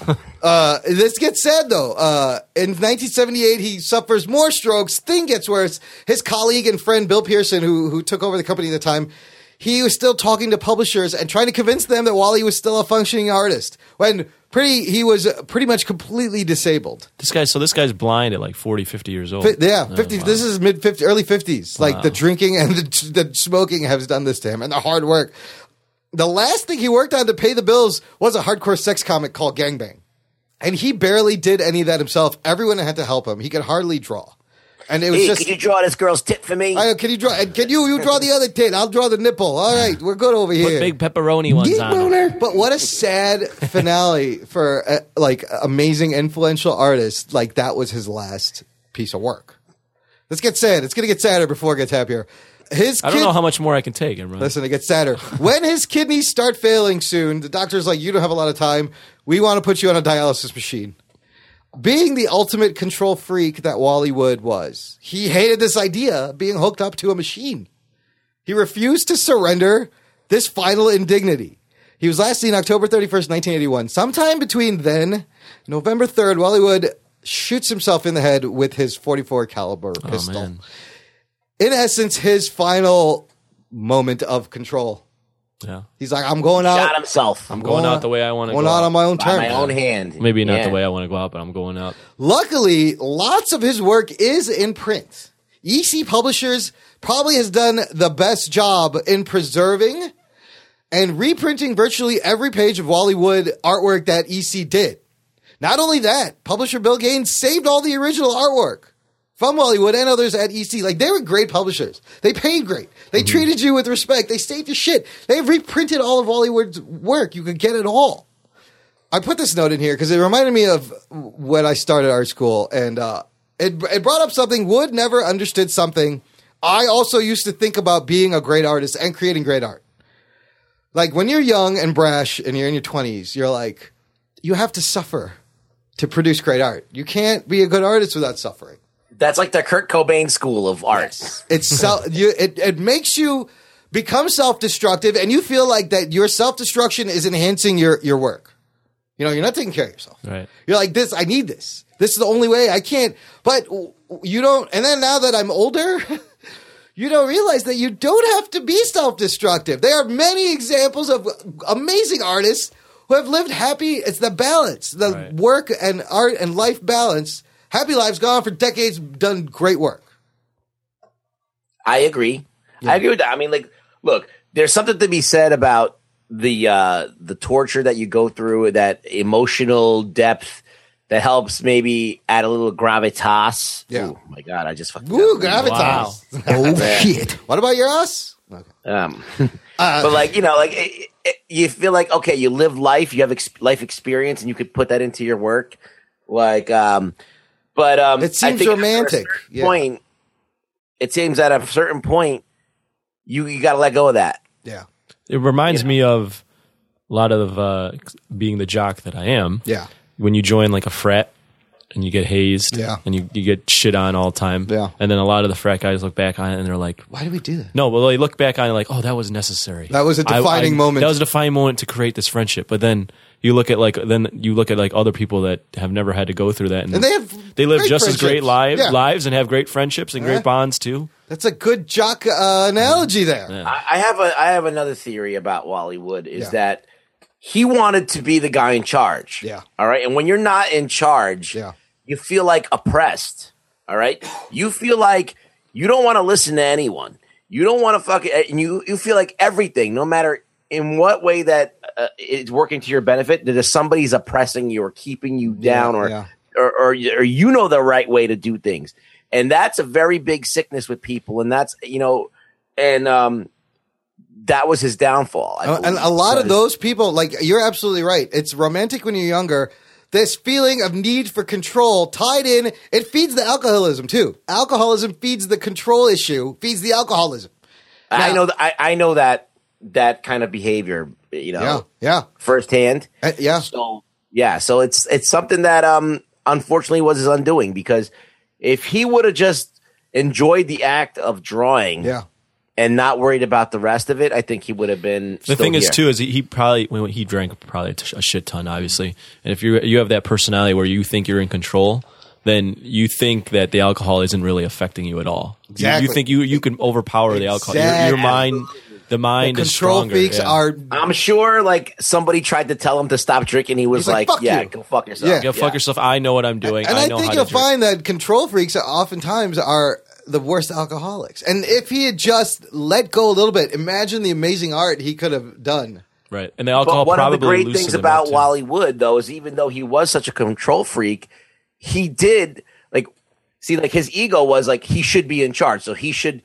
Speaker 3: yeah. uh, this gets sad though. Uh, in 1978, he suffers more strokes. Thing gets worse. His colleague and friend Bill Pearson, who who took over the company at the time, he was still talking to publishers and trying to convince them that Wally was still a functioning artist when pretty he was uh, pretty much completely disabled.
Speaker 1: This guy, so this guy's blind at like 40, 50 years old.
Speaker 3: Fi- yeah,
Speaker 1: Oh,
Speaker 3: 50,
Speaker 1: wow.
Speaker 3: This is mid 50, early 50s. Like the drinking and the, the smoking has done this to him and the hard work. The last thing he worked on to pay the bills was a hardcore sex comic called Gangbang. And he barely did any of that himself. Everyone had to help him. He could hardly draw. And it was
Speaker 4: hey,
Speaker 3: just.
Speaker 4: could you draw this girl's tit for me?
Speaker 3: I, can you draw? and Can you you draw the other tit? I'll draw the nipple. All right, we're good over
Speaker 1: Put
Speaker 3: here.
Speaker 1: big pepperoni ones
Speaker 2: Geek
Speaker 1: on. it.
Speaker 2: boner.
Speaker 3: But what a sad finale for uh, like amazing influential artist. Like that was his last piece of work. Let's get sad. It's gonna get sadder before it gets happier. His
Speaker 1: I don't
Speaker 3: kid-
Speaker 1: know how much more I can take, Imran.
Speaker 3: Listen, it gets sadder. when his kidneys start failing soon, the doctor's like, "You don't have a lot of time. We want to put you on a dialysis machine." Being the ultimate control freak that Wally Wood was, he hated this idea of being hooked up to a machine. He refused to surrender this final indignity. He was last seen October 31st, 1981. Sometime between then and November 3rd, Wally Wood shoots himself in the head with his 44 caliber pistol.
Speaker 1: Oh, man.
Speaker 3: in essence, his final moment of control.
Speaker 1: Yeah.
Speaker 3: He's like, I'm going out.
Speaker 4: Shot himself. I'm
Speaker 1: Going out the way I want to go.
Speaker 3: Going out on my own
Speaker 4: by
Speaker 3: terms.
Speaker 4: my own hand.
Speaker 1: Maybe not
Speaker 4: Yeah.
Speaker 1: the way I want to go out, but I'm going out.
Speaker 3: Luckily, lots of his work is in print. EC Publishers probably has done the best job in preserving and reprinting virtually every page of Wally Wood artwork that EC did. Not only that, publisher Bill Gaines saved all the original artwork from Wally Wood and others at EC. Like they were great publishers. They paid great. They
Speaker 1: Mm-hmm.
Speaker 3: treated you with respect. They saved your shit. They reprinted all of Wally Wood's work. You could get it all. I put this note in here because it reminded me of when I started art school, and uh, it it brought up something. Wood never understood something. I also used to think about being a great artist and creating great art. Like when you're young and brash and you're in your 20s, you're like, you have to suffer to produce great art. You can't be a good artist without suffering.
Speaker 4: That's like the Kurt Cobain school of arts.
Speaker 3: It's self. you, it it makes you become self destructive, and you feel like that your self destruction is enhancing your your work. You know, you're not taking care of yourself.
Speaker 1: Right.
Speaker 3: You're like this. I need this. This is the only way. I can't. But w- w- you don't. And then now that I'm older. You don't realize that you don't have to be self destructive. There are many examples of amazing artists who have lived happy. It's the balance, the
Speaker 1: Right.
Speaker 3: work and art and life balance. Happy lives gone for decades, done great work.
Speaker 4: I agree. I agree with that. I mean, like, look, there's something to be said about the uh the torture that you go through, that emotional depth that helps maybe add a little gravitas.
Speaker 3: Yeah.
Speaker 4: Ooh, my God, I just fucking
Speaker 3: Woo, gravitas.
Speaker 2: Oh shit. Uh,
Speaker 3: What about your ass? Okay.
Speaker 4: Um, but like you know, like it, it, you feel like okay, you live life, you have ex- life experience, and you could put that into your work. Like, um, but um,
Speaker 3: It seems
Speaker 4: I think after a
Speaker 3: romantic,
Speaker 4: certain
Speaker 3: yeah.
Speaker 4: Point. It seems at a certain point, you you got to let go of that.
Speaker 3: Yeah.
Speaker 1: It reminds me of a lot of uh, being the jock that I am.
Speaker 3: Yeah.
Speaker 1: When you join like a frat and you get hazed
Speaker 3: Yeah.
Speaker 1: and you, you get shit on all the time.
Speaker 3: Yeah.
Speaker 1: And then a lot of the frat guys look back on it and they're like,
Speaker 3: Why do we do that?
Speaker 1: No, well, they look back on it like, oh, that was necessary.
Speaker 3: That was a
Speaker 1: I-
Speaker 3: defining
Speaker 1: I-
Speaker 3: moment.
Speaker 1: That was a defining moment to create this friendship. But then you look at like then you look at like other people that have never had to go through that, and,
Speaker 3: And they have
Speaker 1: they live
Speaker 3: great
Speaker 1: just as great
Speaker 3: friendships.
Speaker 1: lives
Speaker 3: Yeah.
Speaker 1: lives and have great friendships and great bonds too.
Speaker 3: That's a good jock uh, analogy there.
Speaker 4: I, I have a I have another theory about Wally Wood is that he wanted to be the guy in charge.
Speaker 3: Yeah.
Speaker 4: All right. And when you're not in charge,
Speaker 3: Yeah.
Speaker 4: you feel like oppressed. All right. You feel like you don't want to listen to anyone. You don't want to fucking and you you feel like everything, no matter in what way that uh, it's working to your benefit, that if somebody's oppressing you or keeping you down or
Speaker 3: yeah.
Speaker 4: or, or or you know the right way to do things and that's a very big sickness with people and that's you know and um that was his downfall I
Speaker 3: Uh, and
Speaker 4: believe.
Speaker 3: a lot of
Speaker 4: So-
Speaker 3: those people like you're absolutely right it's romantic when you're younger this feeling of need for control tied in it feeds the alcoholism too alcoholism feeds the control issue feeds the alcoholism
Speaker 4: i know th- I, I know that that kind of behavior you know
Speaker 3: yeah yeah
Speaker 4: firsthand
Speaker 3: Uh, yeah
Speaker 4: so yeah so it's it's something that um unfortunately was his undoing because if he would have just enjoyed the act of drawing
Speaker 3: yeah
Speaker 4: and not worried about the rest of it i think he would have been
Speaker 1: The
Speaker 4: still
Speaker 1: thing is
Speaker 4: here.
Speaker 1: too is he, he probably when he drank probably a t- a shit ton obviously, and if you you have that personality where you think you're in control. Then you think that the alcohol isn't really affecting you at all. You- You,
Speaker 3: Exactly.
Speaker 1: think you, you can overpower the alcohol. Your, your
Speaker 3: Exactly.
Speaker 1: mind, the mind is
Speaker 3: control
Speaker 1: stronger.
Speaker 3: freaks
Speaker 1: yeah.
Speaker 3: are
Speaker 4: I'm sure like somebody tried to tell him to stop drinking. He was
Speaker 3: He's like,
Speaker 4: like,
Speaker 3: "Fuck
Speaker 4: "Yeah,
Speaker 3: you."
Speaker 4: go fuck yourself."
Speaker 3: Yeah.
Speaker 1: Go fuck yourself. I know what I'm doing.
Speaker 3: and
Speaker 1: I,
Speaker 3: i
Speaker 1: know
Speaker 3: think
Speaker 1: how
Speaker 3: you'll
Speaker 1: to drink.
Speaker 3: find that control freaks are oftentimes are the worst alcoholics and if he had just let go a little bit imagine the amazing art he could have done
Speaker 1: Right. And the alcohol
Speaker 4: But one of
Speaker 1: probably
Speaker 4: the great
Speaker 1: loosens
Speaker 4: things
Speaker 1: them up,
Speaker 4: about
Speaker 1: too.
Speaker 4: Wally Wood though is even though he was such a control freak, he did like see like his ego was like he should be in charge, so he should.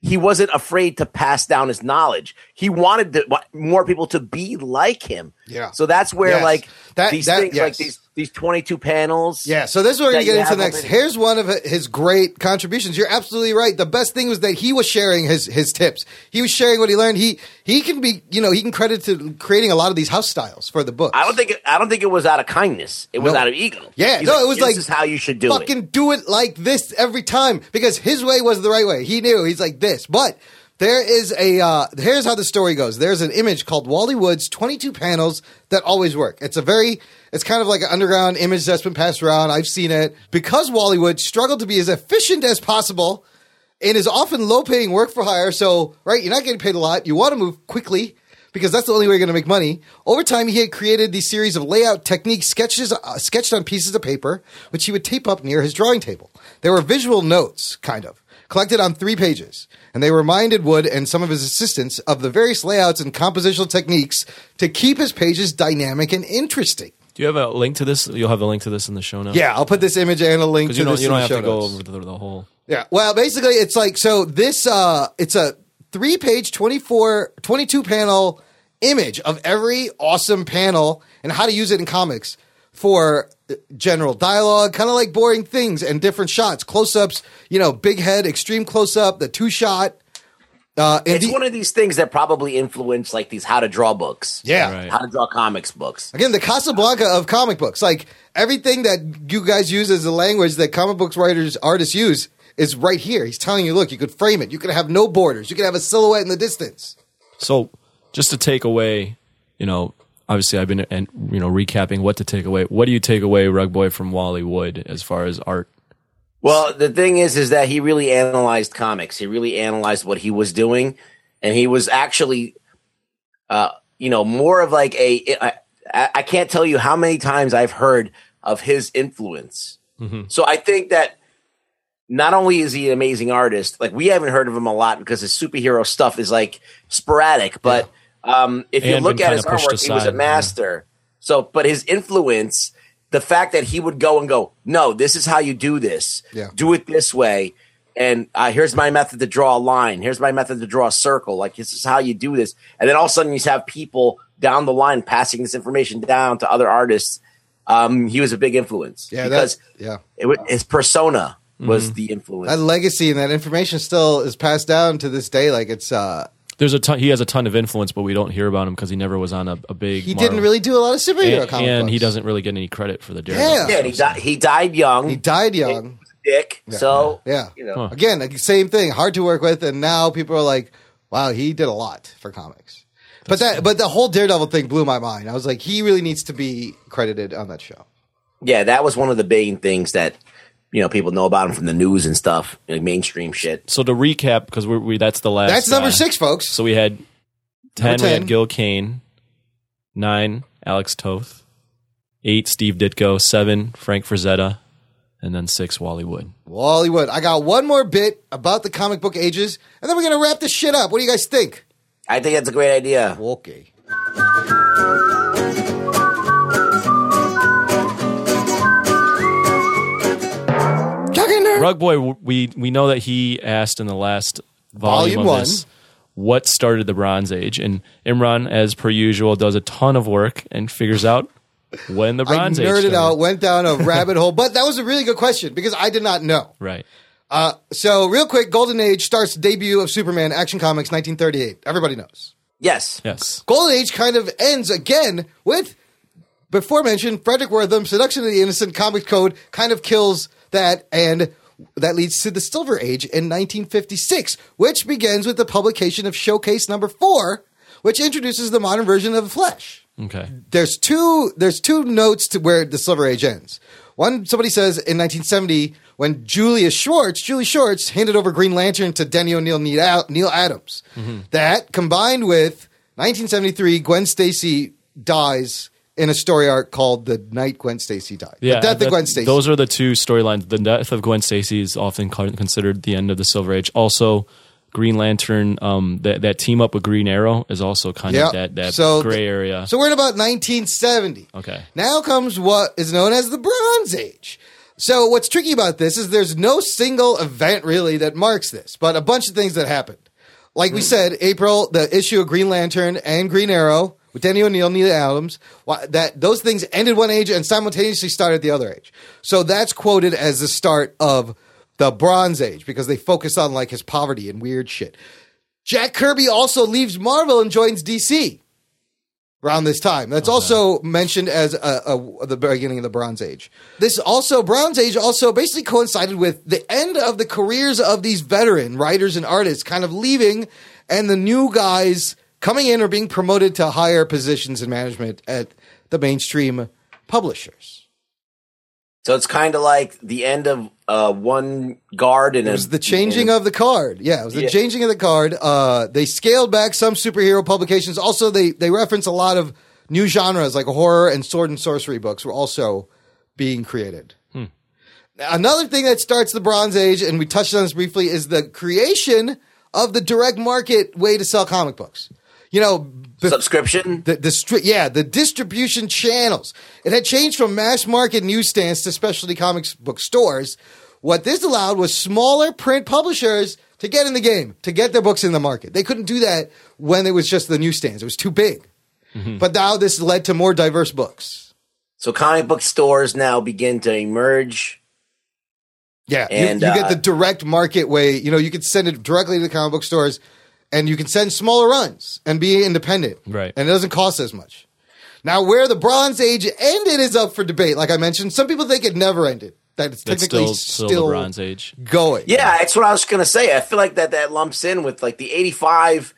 Speaker 4: He wasn't afraid to pass down his knowledge. He wanted the, wa- more people to be like him.
Speaker 3: Yeah.
Speaker 4: So that's where
Speaker 3: Yes.
Speaker 4: like
Speaker 3: That-
Speaker 4: these
Speaker 3: that-
Speaker 4: things, like
Speaker 3: yes.
Speaker 4: these these twenty two panels.
Speaker 3: Yeah, so this is what we're
Speaker 4: that
Speaker 3: going to get
Speaker 4: you
Speaker 3: into
Speaker 4: have
Speaker 3: next.
Speaker 4: already.
Speaker 3: Here's one of his great contributions. You're absolutely right. The best thing was that he was sharing his his tips. He was sharing what he learned. He he can be, you know, he can credit to creating a lot of these house styles for the book.
Speaker 4: I don't think it, I don't think it was out of kindness. It was
Speaker 3: No.
Speaker 4: out of ego.
Speaker 3: Yeah,
Speaker 4: He's
Speaker 3: no, it was
Speaker 4: this
Speaker 3: like,
Speaker 4: is how you should do it.
Speaker 3: fucking do it like this every time because his way was the right way. He knew he's like this, but there is a uh, here's how the story goes. There's an image called Wally Wood's 22 panels that always work. It's a very it's kind of like an underground image that's been passed around. I've seen it because Wally Wood struggled to be as efficient as possible and is often low paying work for hire. So, right, you're not getting paid a lot. You want to move quickly because that's the only way you're going to make money. Over time, he had created these series of layout technique sketches uh, sketched on pieces of paper, which he would tape up near his drawing table. They were visual notes, kind of, collected on three pages. And they reminded Wood and some of his assistants of the various layouts and compositional techniques to keep his pages dynamic and interesting.
Speaker 1: Do you have a link to this? You'll have a link to this in the show notes.
Speaker 3: Yeah, I'll put this image and a link to
Speaker 1: Because you don't,
Speaker 3: this
Speaker 1: you
Speaker 3: in
Speaker 1: don't
Speaker 3: the
Speaker 1: have
Speaker 3: show
Speaker 1: to go
Speaker 3: notes.
Speaker 1: over the, the whole.
Speaker 3: Yeah. Well, basically it's like so this uh it's a 3 page 24 22 panel image of every awesome panel and how to use it in comics for uh, general dialogue, kind of like boring things and different shots, close-ups, you know, big head, extreme close-up, the two shot uh and
Speaker 4: It's
Speaker 3: the-
Speaker 4: one of these things that probably influenced like these how to draw books.
Speaker 3: yeah.
Speaker 1: Right.
Speaker 4: How to draw comics books.
Speaker 3: Again, the Casablanca of comic books. Like everything that you guys use as the language that comic books writers, artists use is right here. He's telling you, look, you could frame it. You could have no borders. You could have a silhouette in the distance.
Speaker 1: So just to take away, you know, obviously I've been and you know recapping what to take away. What do you take away, Rug Boy, from Wally Wood as far as art?
Speaker 4: Well, the thing is is that he really analyzed comics. He really analyzed what he was doing and he was actually uh you know, more of like a I, I I can't tell you how many times I've heard of his influence.
Speaker 1: Mm-hmm.
Speaker 4: So I think that not only is he an amazing artist, like we haven't heard of him a lot because his superhero stuff is like sporadic, but um, if you
Speaker 1: And
Speaker 4: look
Speaker 1: been
Speaker 4: at
Speaker 1: kinda
Speaker 4: his
Speaker 1: pushed
Speaker 4: artwork, he was a
Speaker 1: aside, yeah.
Speaker 4: master. So, but his influence, the fact that he would go and go, no, this is how you do this.
Speaker 3: Yeah.
Speaker 4: Do it this way. And uh, here's my method to draw a line. Here's my method to draw a circle. Like, this is how you do this. And then all of a sudden, you have people down the line passing this information down to other artists. Um, he was a big influence.
Speaker 3: Yeah,
Speaker 4: because
Speaker 3: that- yeah.
Speaker 4: it wa- his persona was the influence.
Speaker 3: That legacy and that information still is passed down to this day. Like it's, uh,
Speaker 1: There's a ton, he has a ton of influence, but we don't hear about him because he never was on a, a big.
Speaker 3: he
Speaker 1: Marvel-
Speaker 3: didn't really do a lot of superhero
Speaker 1: and,
Speaker 3: comic
Speaker 1: and
Speaker 3: books.
Speaker 1: he doesn't really get any credit for the
Speaker 3: Yeah.
Speaker 1: Daredevil.
Speaker 4: yeah, and he, di- he died young.
Speaker 3: He died young.
Speaker 4: dick. So
Speaker 3: Yeah.
Speaker 4: you know,
Speaker 3: Again, like, same thing. Hard to work with. And now people are like, wow, he did a lot for comics. but that, but the whole Daredevil thing blew my mind. I was like, he really needs to be credited on that show.
Speaker 4: yeah, that was one of the main things that you know people know about him from the news and stuff, like mainstream shit.
Speaker 1: So to recap, because we, we that's the last.
Speaker 3: That's number
Speaker 1: guy.
Speaker 3: six, folks.
Speaker 1: So we had ten.
Speaker 3: Number
Speaker 1: We
Speaker 3: 10.
Speaker 1: had Gil Kane. Nine, Alex Toth. Eight, Steve Ditko. Seven, Frank Frazetta, and then six, Wally Wood.
Speaker 3: Wally Wood. I got one more bit about the comic book ages, and then we're gonna wrap this shit up. What do you guys think?
Speaker 4: I think that's a great idea.
Speaker 3: Okay.
Speaker 5: Talking nerd.
Speaker 1: Rug Boy, w- we we know that he asked in the last volume,
Speaker 3: Volume
Speaker 1: of
Speaker 3: one.
Speaker 1: this what started the Bronze Age, and Imran, as per usual, does a ton of work and figures out when the Bronze
Speaker 3: I
Speaker 1: Age
Speaker 3: nerded
Speaker 1: started.
Speaker 3: out, went down a rabbit hole, but that was a really good question because I did not know.
Speaker 1: Right.
Speaker 3: Uh, so real quick, Golden Age starts debut of Superman, Action Comics, 1938. Everybody knows.
Speaker 4: Yes.
Speaker 1: Yes.
Speaker 3: Golden Age kind of ends again with before mentioned Frederick Wortham, Seduction of the Innocent, Comic Code kind of kills that, and that leads to the Silver Age in 1956, which begins with the publication of Showcase Number Four, which introduces the modern version of the Flash
Speaker 1: Okay.
Speaker 3: there's two there's two notes to where the Silver Age ends. One somebody says in 1970 when Julius Schwartz, Julie Schwartz handed over Green Lantern to Denny O'Neill Neil Ad- Neil Adams.
Speaker 1: Mm-hmm.
Speaker 3: That combined with 1973 Gwen Stacy dies in a story arc called The Night Gwen Stacy Died. the death
Speaker 1: that-
Speaker 3: of Gwen Stacy.
Speaker 1: Those are the two storylines. The death of Gwen Stacy is often con- considered the end of the Silver Age. Also, Green Lantern, um, that, that team up with Green Arrow is also kind
Speaker 3: Yeah.
Speaker 1: of that, that
Speaker 3: So-
Speaker 1: gray area.
Speaker 3: So we're at about 1970.
Speaker 1: Okay.
Speaker 3: Now comes what is known as the Bronze Age. So what's tricky about this is there's no single event really that marks this, but a bunch of things that happened. Like we said, April, the issue of Green Lantern and Green Arrow with Danny O'Neill, Neil Adams, why- that those things ended one age and simultaneously started the other age. So that's quoted as the start of the Bronze Age because they focus on like his poverty and weird shit. Jack Kirby also leaves Marvel and joins DC around this time. That's also mentioned as a, a, the beginning of the Bronze Age. This also Bronze Age also basically coincided with the end of the careers of these veteran writers and artists, kind of leaving, and the new guys coming in or being promoted to higher positions in management at the mainstream publishers.
Speaker 4: So it's kind of like the end of uh, one guard and
Speaker 3: It was the changing of the card. Yeah, it was the
Speaker 4: Yeah.
Speaker 3: changing of the card. Uh, they scaled back some superhero publications. Also, they they reference a lot of new genres like horror and sword and sorcery books were also being created.
Speaker 4: Hmm.
Speaker 3: Another thing that starts the Bronze Age, and we touched on this briefly, is the creation of the direct market way to sell comic books. You know, bef-
Speaker 4: subscription.
Speaker 3: the, the stri- yeah, the distribution channels. It had changed from mass market newsstands to specialty comics book stores. What this allowed was smaller print publishers to get in the game, to get their books in the market. They couldn't do that when it was just the newsstands. It was too big. But now this led to more diverse books.
Speaker 4: so comic book stores now begin to emerge.
Speaker 3: Yeah, you-
Speaker 4: And,
Speaker 3: you, get
Speaker 4: uh,
Speaker 3: the direct market way. You know, you can send it directly to the comic book stores, and you can send smaller runs and be independent.
Speaker 1: Right.
Speaker 3: and it doesn't cost as much. Now, where the Bronze Age ended is up for debate. Like I mentioned, some people think it never ended. That it's
Speaker 1: That's
Speaker 3: technically
Speaker 1: still, still, the Bronze Age.
Speaker 3: going.
Speaker 4: Yeah, that's what I was gonna say. I feel like that that lumps in with like the '85,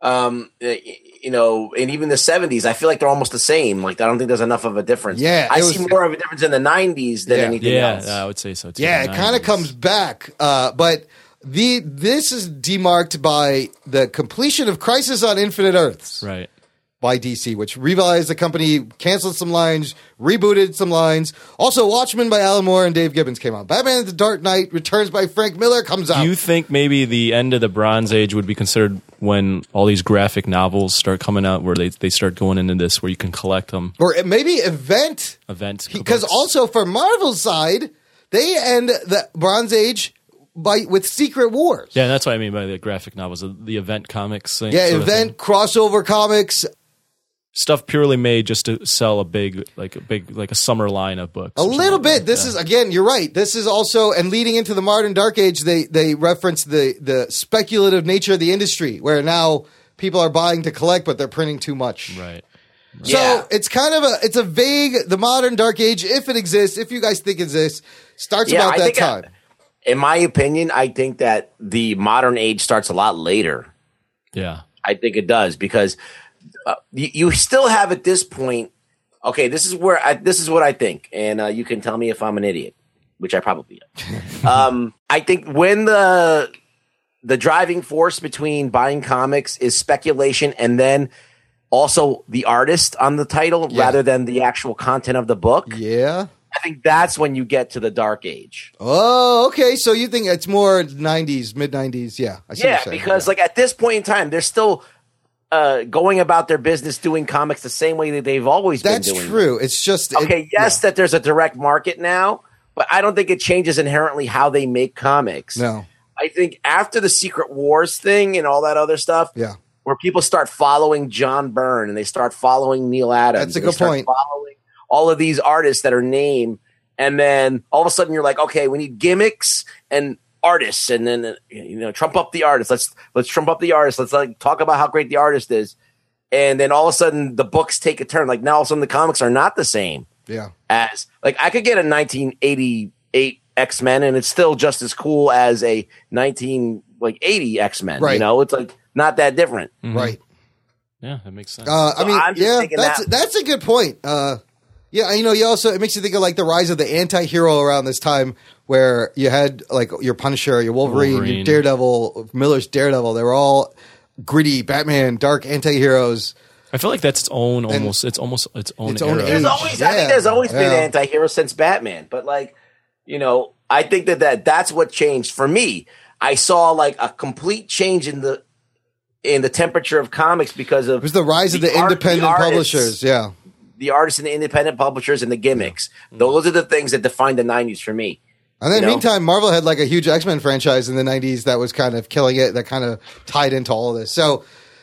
Speaker 4: um, uh, y- you know, and even the '70s. I feel like they're almost the same. Like I don't think there's enough of a difference.
Speaker 3: Yeah,
Speaker 4: I
Speaker 3: it
Speaker 4: see
Speaker 3: was-
Speaker 4: more of a difference in the '90s than
Speaker 3: Yeah.
Speaker 4: anything
Speaker 1: Yeah,
Speaker 4: else.
Speaker 1: I would say so too.
Speaker 3: yeah,
Speaker 1: The
Speaker 3: it kind of
Speaker 1: 90s.
Speaker 3: comes back. Uh, but the this is demarked by the completion of Crisis on Infinite Earths.
Speaker 1: Right.
Speaker 3: by DC, which revised the company, canceled some lines, rebooted some lines. Also, Watchmen by Alan Moore and Dave Gibbons came out. Batman: The Dark Knight Returns by Frank Miller comes out.
Speaker 1: Do you think maybe the end of the Bronze Age would be considered when all these graphic novels start coming out, where they, they start going into this, where you can collect them?
Speaker 3: or maybe event
Speaker 1: Event
Speaker 3: because
Speaker 1: books.
Speaker 3: also for Marvel's side, they end the Bronze Age by with Secret Wars.
Speaker 1: Yeah, that's what I mean by the graphic novels, the- the event comics thing.
Speaker 3: Yeah,
Speaker 1: sort of thing.
Speaker 3: event crossover comics.
Speaker 1: stuff purely made just to sell a big, like a big, like a summer line of books.
Speaker 3: A little bit. This is again. You're right. This is also and leading into the modern dark age. They they reference the the speculative nature of the industry, where now people are buying to collect, but they're printing too much.
Speaker 1: right.
Speaker 3: So
Speaker 4: Yeah.
Speaker 3: it's kind of a it's a vague the modern dark age if it exists if you guys think it exists starts
Speaker 4: Yeah,
Speaker 3: about
Speaker 4: I
Speaker 3: that
Speaker 4: think I-
Speaker 3: time.
Speaker 4: in my opinion, I think that the modern age starts a lot later.
Speaker 1: Yeah,
Speaker 4: I think it does because uh, you, you still have at this point. Okay, this is where I, this is what I think, and uh, you can tell me if I'm an idiot, which I probably am. um, I think when the the driving force between buying comics is speculation, and then also the artist on the title
Speaker 3: Yeah.
Speaker 4: rather than the actual content of the book.
Speaker 3: Yeah.
Speaker 4: I think that's when you get to the dark age.
Speaker 3: Oh, okay. So you think it's more '90s, mid '90s? Yeah. I see what
Speaker 4: yeah,
Speaker 3: you're saying.
Speaker 4: because like at this point in time, they're still uh, going about their business doing comics the same way that they've always
Speaker 3: that's
Speaker 4: been doing.
Speaker 3: true. It's just it-
Speaker 4: Okay, yes, that there's a direct market now, but I don't think it changes inherently how they make comics.
Speaker 3: No.
Speaker 4: I think after the Secret Wars thing and all that other stuff,
Speaker 3: Yeah.
Speaker 4: where people start following John Byrne and they start following Neil Adams.
Speaker 3: That's a
Speaker 4: and they
Speaker 3: good
Speaker 4: start
Speaker 3: point.
Speaker 4: Following all of these artists that are named, and then all of a sudden you're like, okay, we need gimmicks and artists, and then uh, you know, trump up the artist. Let's let's trump up the artist. Let's like talk about how great the artist is, and then all of a sudden the books take a turn. Like now, all of a sudden the comics are not the same
Speaker 3: Yeah.
Speaker 4: as like I could get a 1988 X Men and it's still just as cool as a 19 like 80 X Men.
Speaker 3: Right.
Speaker 4: You know, it's like not that different.
Speaker 3: Right.
Speaker 1: Yeah, that makes sense.
Speaker 3: Uh, I
Speaker 4: So
Speaker 3: mean,
Speaker 4: I'm just
Speaker 3: yeah,
Speaker 4: thinking
Speaker 3: that's
Speaker 4: that-
Speaker 3: that's a good point. Uh, yeah, you know, you also it makes you think of like the rise of the anti-hero around this time, where you had like your Punisher, your Wolverine, your
Speaker 1: Wolverine.
Speaker 3: Daredevil, Miller's Daredevil. They were all gritty Batman, dark anti-heroes.
Speaker 1: I feel like that's its own almost. It's almost its own.
Speaker 3: Its own
Speaker 1: era.
Speaker 3: age.
Speaker 4: There's always I
Speaker 3: Yeah.
Speaker 4: think there's always been
Speaker 3: Yeah.
Speaker 4: anti-hero since Batman, but like, you know, I think that, that that's what changed for me. I saw like a complete change in the in the temperature of comics because of
Speaker 3: It was the rise of the
Speaker 4: art-
Speaker 3: independent
Speaker 4: artists.
Speaker 3: publishers. Yeah,
Speaker 4: the artists and the independent publishers and the gimmicks. Those are the things that defined the '90s for me.
Speaker 3: and then
Speaker 4: You know?
Speaker 3: meantime, Marvel had like a huge X-Men franchise in the '90s that was kind of killing it. That kind of tied into all of this. So.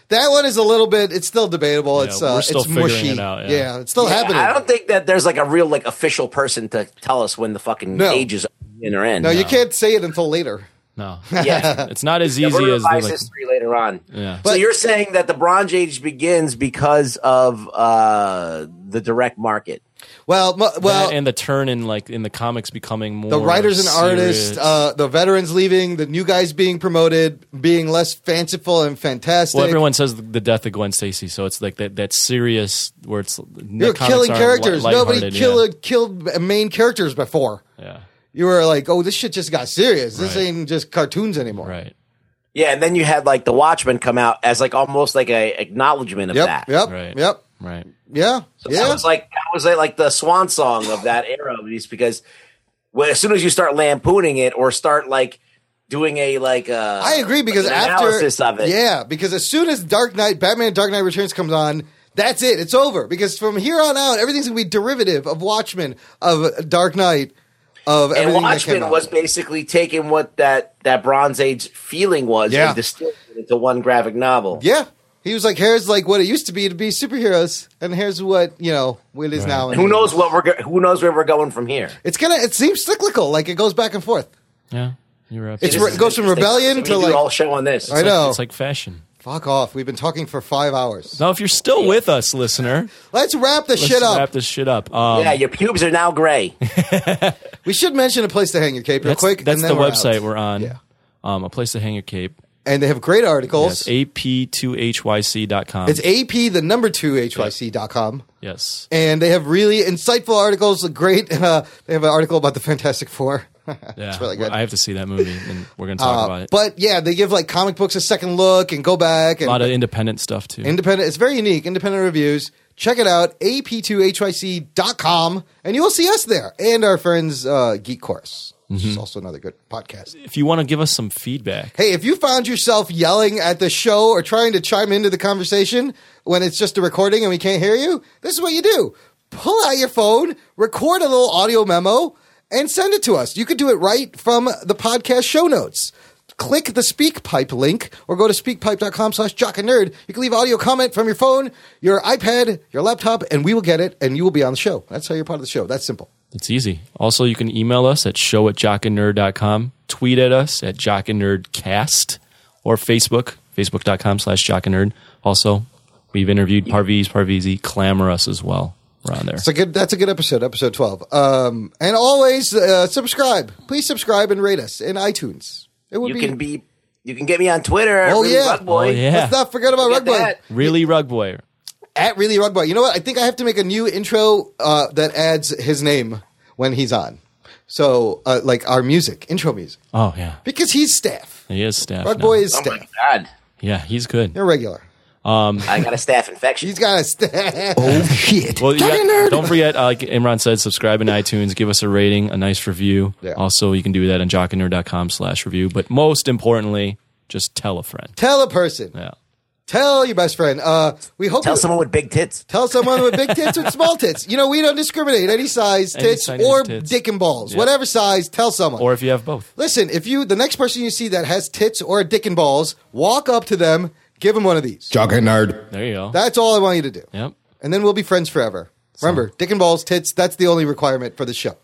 Speaker 3: That one is a little bit. It's still debatable.
Speaker 1: Yeah,
Speaker 3: it's uh,
Speaker 1: we're still
Speaker 3: it's
Speaker 1: figuring
Speaker 3: mushy.
Speaker 1: it out,
Speaker 3: yeah.
Speaker 1: yeah.
Speaker 3: it's still happening.
Speaker 4: I don't think that there's like a real like official person to tell us when the fucking
Speaker 3: No.
Speaker 4: ages are in or end.
Speaker 3: no, you can't say it until later.
Speaker 1: No,
Speaker 4: Yeah.
Speaker 1: it's not as
Speaker 4: We're
Speaker 1: easy
Speaker 4: gonna
Speaker 1: as the,
Speaker 4: revise
Speaker 1: like,
Speaker 4: history later on.
Speaker 1: yeah.
Speaker 4: so
Speaker 3: But-
Speaker 4: you're saying that the Bronze Age begins because of uh, the direct market.
Speaker 3: Well, mu- well,
Speaker 1: That and the turn in like in the comics becoming more
Speaker 3: the writers and artists,
Speaker 1: serious.
Speaker 3: uh, the veterans leaving, the new guys being promoted, being less fanciful and fantastic.
Speaker 1: well, everyone says the death of Gwen Stacy, so it's like that that serious where it's
Speaker 3: You're killing characters. Nobody
Speaker 1: killing.
Speaker 3: killed killed main characters before.
Speaker 1: Yeah.
Speaker 3: You were like, oh, this shit just got serious. This
Speaker 1: Right.
Speaker 3: ain't just cartoons anymore.
Speaker 1: Right.
Speaker 4: Yeah, and then you had like the Watchmen come out as like almost like a acknowledgement of
Speaker 3: Yep.
Speaker 4: that.
Speaker 3: Yep.
Speaker 1: Right.
Speaker 3: Yep.
Speaker 1: Right.
Speaker 3: Yeah.
Speaker 4: So
Speaker 3: yeah.
Speaker 4: that was like that was like, like the swan song of that era at least because well, as soon as you start lampooning it or start like doing a like uh
Speaker 3: I agree because
Speaker 4: an
Speaker 3: after
Speaker 4: analysis of it.
Speaker 3: yeah, because as soon as Dark Knight, Batman, Dark Knight Returns comes on, that's it. It's over because from here on out, everything's gonna be derivative of Watchmen, of Dark Knight, of
Speaker 4: and
Speaker 3: everything that came
Speaker 4: Watchmen
Speaker 3: out.
Speaker 4: was basically taking what that that Bronze Age feeling was
Speaker 3: Yeah.
Speaker 4: and distilling it into one graphic novel.
Speaker 3: yeah, he was like, here's like what it used to be to be superheroes, and here's what you know what it is now.
Speaker 4: And who knows what we're go- who knows where we're going from here?
Speaker 3: It's gonna. It seems cyclical. Like it goes back and forth.
Speaker 1: Yeah. You're right.
Speaker 3: It's
Speaker 1: It's,
Speaker 3: re- it goes from rebellion
Speaker 4: We
Speaker 3: to,
Speaker 4: do
Speaker 3: like-
Speaker 4: all show on this.
Speaker 3: I
Speaker 1: like,
Speaker 3: know.
Speaker 1: it's like fashion.
Speaker 3: Fuck off. We've been talking for five hours.
Speaker 1: Now, if you're still with us, listener,
Speaker 3: Let's wrap the
Speaker 1: let's
Speaker 3: shit up.
Speaker 1: wrap this shit up. Um,
Speaker 4: yeah, your pubes are now gray.
Speaker 3: we should mention a place to hang your cape real
Speaker 1: that's,
Speaker 3: quick.
Speaker 1: That's
Speaker 3: and then
Speaker 1: the
Speaker 3: we're out.
Speaker 1: website we're on.
Speaker 3: Yeah.
Speaker 1: Um, a place to hang your cape.
Speaker 3: and they have great articles.
Speaker 1: Yes. ap2hyc.com.
Speaker 3: It's AP, the number two, HYC.com.
Speaker 1: yes.
Speaker 3: And they have really insightful articles. Great. Uh, they have an article about the Fantastic Four.
Speaker 1: Yeah.
Speaker 3: it's really good. Uh,
Speaker 1: I have to see that movie, and we're gonna talk about it.
Speaker 3: but yeah, they give like comic books a second look and go back
Speaker 1: a lot
Speaker 3: and
Speaker 1: of independent stuff too.
Speaker 3: independent. It's very unique. Independent reviews. Check it out, ap2hyc.com, and you will see us there and our friends uh, Geek Course, which
Speaker 1: Mm-hmm.
Speaker 3: is also another good podcast.
Speaker 1: if you want to give us some feedback,
Speaker 3: Hey, if you found yourself yelling at the show or trying to chime into the conversation when it's just a recording and we can't hear you, this is what you do. Pull out your phone, record a little audio memo, and send it to us. You could do it right from the podcast show notes. Click the SpeakPipe link or go to speakpipe.com slash jock and nerd. You can leave audio comment from your phone, your iPad, your laptop, and we will get it and you will be on the show. That's how you're part of the show. That's simple.
Speaker 1: it's easy. Also, you can email us at show at jockandnerd.com, tweet at us at jockandnerdcast, or Facebook, facebook.com slash jockandnerd. Also, we've interviewed Parviz, Parvizi, Clamor us as well. We're on there.
Speaker 3: It's a good. That's a good episode. Episode twelve. Um, and always uh, subscribe. Please subscribe and rate us in iTunes. It would
Speaker 4: You
Speaker 3: be.
Speaker 4: can be you can get me on Twitter.
Speaker 3: Oh,
Speaker 4: Rudy
Speaker 3: yeah.
Speaker 4: Rugboy.
Speaker 1: Oh, yeah.
Speaker 3: Let's not forget about
Speaker 4: Forget
Speaker 3: Rugboy.
Speaker 4: that.
Speaker 1: Really, Rugboy.
Speaker 3: at really Rugboy. You know what? I think I have to make a new intro uh, that adds his name when he's on. So, uh, like our music, intro music,
Speaker 1: Oh yeah,
Speaker 3: because he's staff.
Speaker 1: he is staff.
Speaker 3: Rugboy
Speaker 1: now.
Speaker 3: is
Speaker 4: Oh my
Speaker 3: staff.
Speaker 4: god,
Speaker 1: Yeah, he's good.
Speaker 3: You're regular.
Speaker 1: Um,
Speaker 4: I got a staff infection.
Speaker 3: He's got a staff.
Speaker 2: Oh shit.
Speaker 1: well, you
Speaker 2: Talking
Speaker 1: got-
Speaker 2: nerd.
Speaker 1: don't forget, uh, like Imran said, subscribe in iTunes, give us a rating, a nice review.
Speaker 3: Yeah.
Speaker 1: Also, you can do that on jockandnerd.com slash review. But most importantly, just tell a friend.
Speaker 3: Tell a person.
Speaker 1: Yeah.
Speaker 3: Tell your best friend. Uh, we hope
Speaker 4: Tell
Speaker 3: you-
Speaker 4: someone with big tits.
Speaker 3: Tell someone with big tits or small tits. You know, we don't discriminate any size,
Speaker 1: Any
Speaker 3: tits,
Speaker 1: size
Speaker 3: or
Speaker 1: tits.
Speaker 3: dick and balls. Whatever size, tell someone.
Speaker 1: Or if you have both.
Speaker 3: Listen, if you the next person you see that has tits or a dick and balls, walk up to them, give them one of these.
Speaker 2: Talking nerd.
Speaker 1: There you go.
Speaker 3: That's all I want you to do.
Speaker 1: yep.
Speaker 3: And then we'll be friends forever. Remember, dick and balls, tits, that's the only requirement for the show.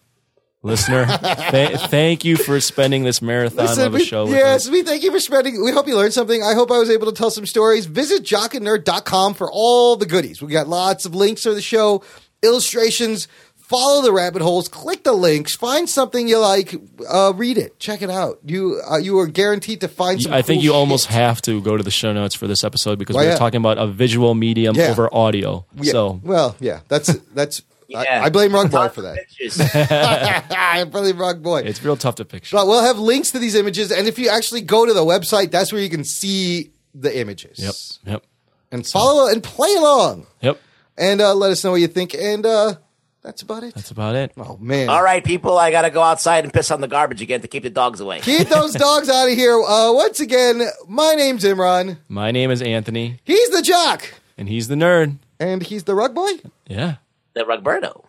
Speaker 1: Listener, th- thank you for spending this marathon of a
Speaker 3: we,
Speaker 1: show with
Speaker 3: yes,
Speaker 1: us.
Speaker 3: we thank you for spreading. We hope you learned something. I hope I was able to tell some stories. Visit jockandnerd.com for all the goodies. We got lots of links for the show, illustrations. Follow the rabbit holes. Click the links. Find something you like. Uh, read it. Check it out. You uh, you are guaranteed to find. some
Speaker 1: I think
Speaker 3: cool
Speaker 1: you almost
Speaker 3: shit.
Speaker 1: have to go to the show notes for this episode because
Speaker 3: Why,
Speaker 1: we we're
Speaker 3: yeah.
Speaker 1: talking about a visual medium
Speaker 3: Yeah.
Speaker 1: over audio.
Speaker 3: Yeah.
Speaker 1: So
Speaker 3: well, yeah. That's that's.
Speaker 4: Yeah.
Speaker 3: I, I blame Rug Boy
Speaker 4: Tons
Speaker 3: for
Speaker 4: of
Speaker 3: that.
Speaker 4: pictures.
Speaker 3: I blame Rug Boy.
Speaker 1: it's real tough to picture.
Speaker 3: But we'll have links to these images, and if you actually go to the website, that's where you can see the images.
Speaker 1: Yep. Yep.
Speaker 3: and follow and play along
Speaker 1: Yep.
Speaker 3: and uh, let us know what you think and uh, that's about it
Speaker 1: That's about it.
Speaker 3: oh man
Speaker 4: All right, people, I gotta go outside and piss on the garbage again to keep the dogs away.
Speaker 3: get those dogs out of here uh, once again my name's imran
Speaker 1: My name is Anthony,
Speaker 3: he's the jock
Speaker 1: and he's the nerd.
Speaker 3: and he's the rug boy
Speaker 1: Yeah.
Speaker 4: The Rugberto.